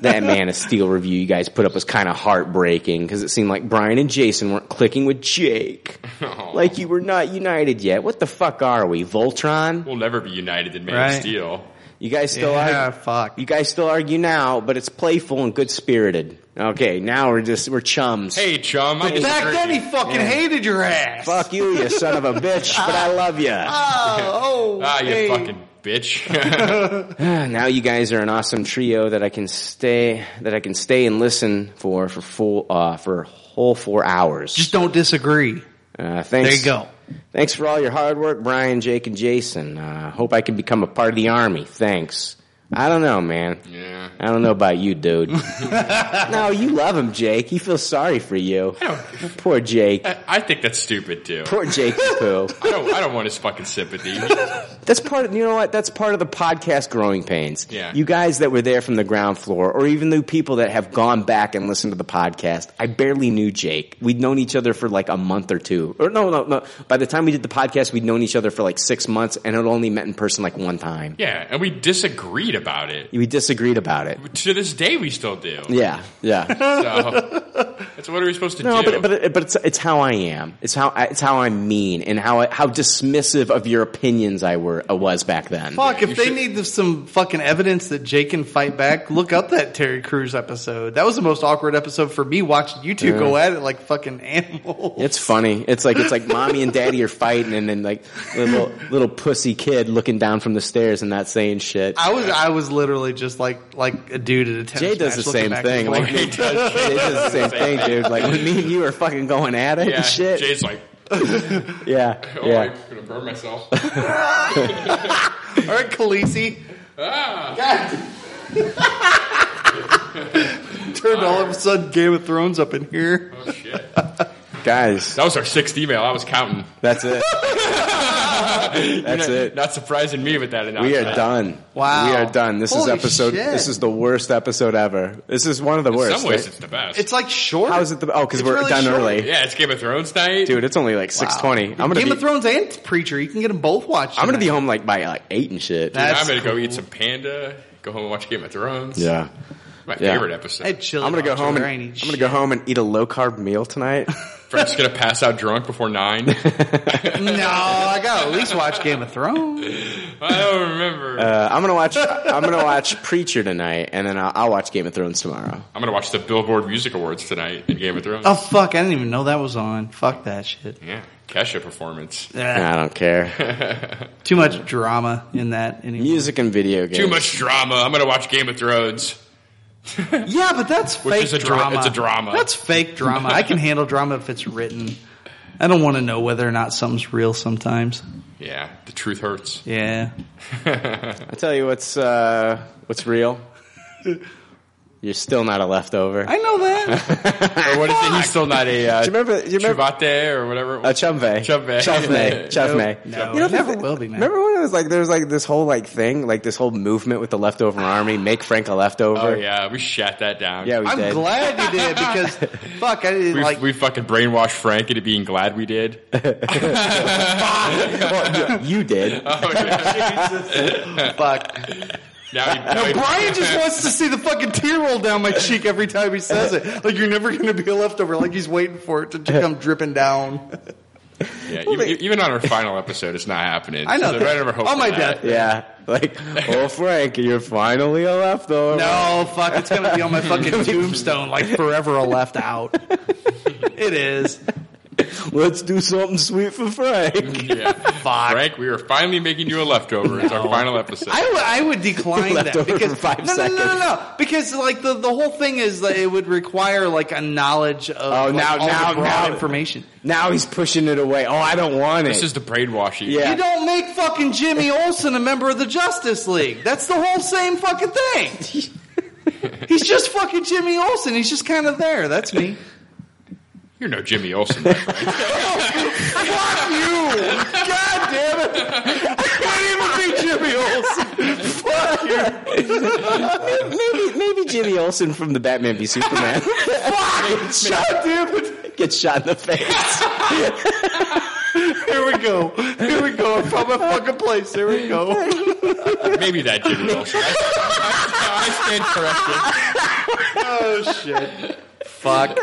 that Man of Steel review you guys put up was kind of heartbreaking because it seemed like Brian and Jason weren't clicking with Jake. Like you were not united yet. What the fuck are we, Voltron? We'll never be united in Man of Right. Steel. You guys still Yeah, argue, You guys still argue now, but it's playful and good spirited. Okay, now we're just we're chums. Hey, chum. I But back disagree. then, he fucking Yeah. hated your ass. Fuck you, you son of a bitch! But I love you. Oh, ah, you hey. fucking bitch. now you guys are an awesome trio that I can stay that I can stay and listen for for full uh, for whole four hours. Just don't disagree. Uh, thanks. There you go. Thanks for all your hard work, Brian, Jake, and Jason. Uh, hope I can become a part of the army. Thanks. I don't know, man. Yeah. I don't know about you, dude. no, you love him, Jake. He feels sorry for you. Poor Jake. I- I think that's stupid too. Poor Jake Poo. I don't. I don't want his fucking sympathy. That's part of you know what? That's part of the podcast growing pains. Yeah. You guys that were there from the ground floor, or even the people that have gone back and listened to the podcast. I barely knew Jake. We'd known each other for like a month or two. Or no, no, no. By the time we did the podcast, we'd known each other for like six months and had only met in person like one time. Yeah, and we disagreed about it. We disagreed about it. To this day, we still do. Yeah, yeah. So, that's what are we supposed to No, do? but but but it's it's how I am. It's how I, it's how I'm mean and how I, how dismissive of your opinions I were I was back then. Fuck, if they need some fucking evidence that Jake can fight back, look up that Terry Crews episode. That was the most awkward episode for me watching you two Yeah. go at it like fucking animals. It's funny. It's like it's like mommy and daddy are fighting, and then like little little pussy kid looking down from the stairs and not saying shit. I was I was literally just like like a dude at a tennis Jay does match the looking same back thing. and Like Jay forth. does, Jay does the same thing, dude. Like when me and you are fucking going at it yeah, and shit. Jay's like, yeah, oh, yeah. I'm gonna burn myself. Oh, All right, Khaleesi. Ah. God. Turned all of a sudden Game of Thrones up in here. Oh shit! Guys, that was our sixth email. I was counting. That's it. That's it. Not surprising me with that. We announcement. are done. Wow. we are done. This is Holy episode. shit. This is the worst episode ever. This is one of the In worst. some ways, right? it's the best. It's like short. How is it the? Oh, because It's we're really done short. early, Yeah, it's Game of Thrones night. dude. It's only like six twenty. I'm gonna Game be. of Thrones and Preacher. You can get them both watched. I'm gonna be tonight. home like by like eight and shit. Dude, I'm gonna go eat some panda. Go home and watch Game of Thrones. Yeah. my Yeah. favorite episode. I had chili I'm gonna go dogs home and over there. I I'm ain't eat gonna go home and eat a low carb meal tonight. Frank's gonna pass out drunk before nine. no, I gotta at least watch Game of Thrones. I don't remember. Uh, I'm gonna watch. I'm gonna watch Preacher tonight, and then I'll, I'll watch Game of Thrones tomorrow. I'm gonna watch the Billboard Music Awards tonight in Game of Thrones. Oh fuck! I didn't even know that was on. Fuck that shit. Yeah, Kesha performance. Ah. I don't care. Too much drama in that. Anymore. Music and video games. Too much drama. I'm gonna watch Game of Thrones. Yeah, but that's Which fake is a dra- drama. it's a drama. That's fake drama. I can handle drama if it's written. I don't want to know whether or not something's real sometimes. Yeah, the truth hurts. Yeah. I tell you what's uh, what's real. You're still not a leftover. I know that. or what is it? He's still not a uh, Do you remember? You remember? Chivate or whatever. it Uh, was. Chumve. Chumve. Chumve. Chumve. No, You know, it never will be, man. Remember when it was like there was like this whole like thing, like this whole movement with the leftover army, make Frank a leftover. Oh yeah, we shat that down. Yeah, we I'm did. glad you did because fuck, I didn't we like. we fucking brainwashed Frank into being glad we did. Well, you, you did. Oh, yeah. fuck. now he, now he- Brian just wants to see the fucking tear roll down my cheek every time he says it. Like you're never gonna be a leftover. Like he's waiting for it to come dripping down. Yeah, even, even on our final episode, it's not happening. I know So that. I never hope On for my that. Oh, death. Yeah, like oh Frank, you're finally a leftover. No, fuck, it's gonna be on my fucking tombstone, like forever a left out. It is. Let's do something sweet for Frank. Yeah. Frank, we are finally making you a leftover. It's our final episode. I would- I would decline Left that over because for five no, no, no, no, seconds. no, because like the, the whole thing is that it would require like a knowledge of Oh, like, now- all the now- broad now- information. Now he's pushing it away. Oh, I don't want it. this is the brainwashing. Yeah. You don't make fucking Jimmy Olsen a member of the Justice League. That's the whole same fucking thing. He's just fucking Jimmy Olsen. He's just kind of there. That's me. You're no Jimmy Olsen. my friend. Fuck you! God damn it! I can't even be Jimmy Olsen. Fuck you! maybe maybe Jimmy Olsen from the Batman v Superman God damn it! gets shot in the face. Here we go. Here we go. I found my fucking place. Here we go. Maybe that Jimmy Olsen. I, I- I stand corrected. Oh shit. Fuck.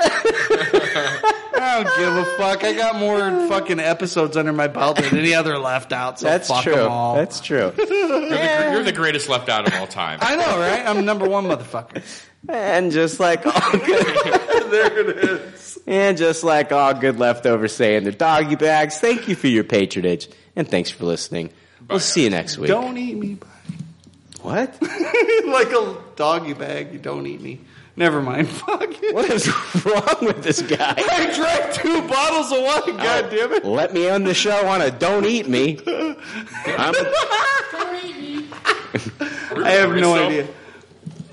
I don't give a fuck. I got more fucking episodes under my belt than any other left out, so That's fuck true. them all. That's true. You're the, gr- you're the greatest left out of all time. I know, right? I'm number one motherfucker. And just like oh, all good, there it is. And just like all good leftovers say in their doggy bags, thank you for your patronage and thanks for listening. we'll see you next week. Don't eat me. What? like a doggy bag, you don't eat me. Never mind. Fuck it. What is wrong with this guy? I drank two bottles of wine, god damn it. Let me end the show on a "Don't eat me." I'm a- I have no So- idea.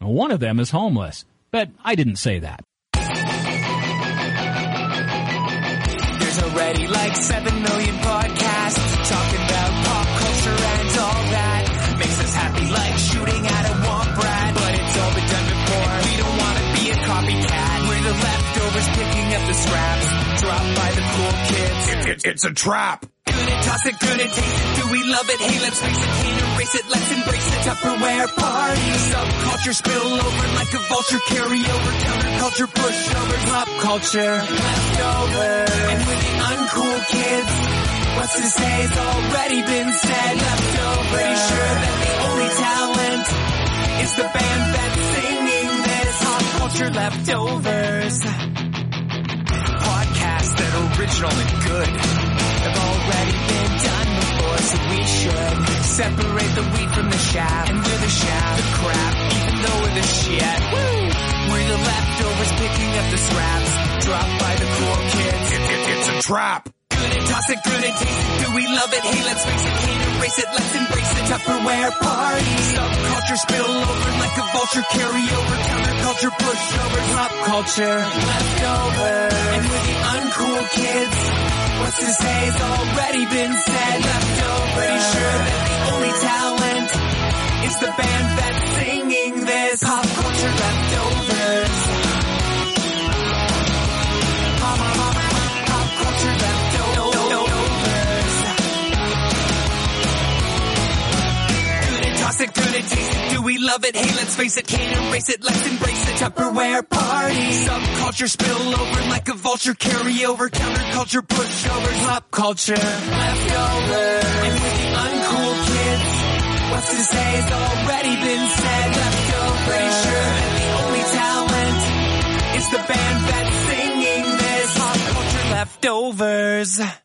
One of them is homeless, but I didn't say that. There's already like 7 million podcasts talking about pop culture and all that. Makes us happy like shooting at a womp rat. But it's all been done before. and we don't want to be a copycat. We're the leftovers picking up the scraps dropped by the cool kids. it's a trap. Good at toss it, good at taste it. Do we love it? Hey, let's face it, can't erase it. Let's embrace the Tupperware party. Subculture spill over like a vulture. Carry over counterculture, pushovers, pop culture leftovers. And we're the uncool kids. What's to say has already been said. Leftovers. Pretty sure that the only talent is the band that's singing this. Pop culture leftovers. Podcasts that are original and good have already been done before, so we should separate the wheat from the chaff. And we're the chaff, the crap, even though we're the shit. Woo! We're the leftovers picking up the scraps dropped by the cool kids. It's a trap. Good and toss it, good and taste it. Do we love it? Hey, let's face it, can't Race it, let's embrace the Tupperware party. Subculture spill over like a vulture, carry over counterculture, pushovers, pop culture, leftovers. And with the uncool kids, what's to say has already been said. Leftovers. Pretty sure that the only talent is the band that's singing this. Pop culture leftovers. Mama, mama, pop culture leftovers. Good and toss it, good and taste it. Do we love it? Hey, let's face it, can't erase it. Let's embrace the Tupperware party. Subculture spill over like a vulture, carry over counterculture, pushovers, pop culture, leftovers. And with the uncool kids, what's to say has already been said. Leftovers. Pretty sure that the only talent is the band that's singing this. Pop culture leftovers.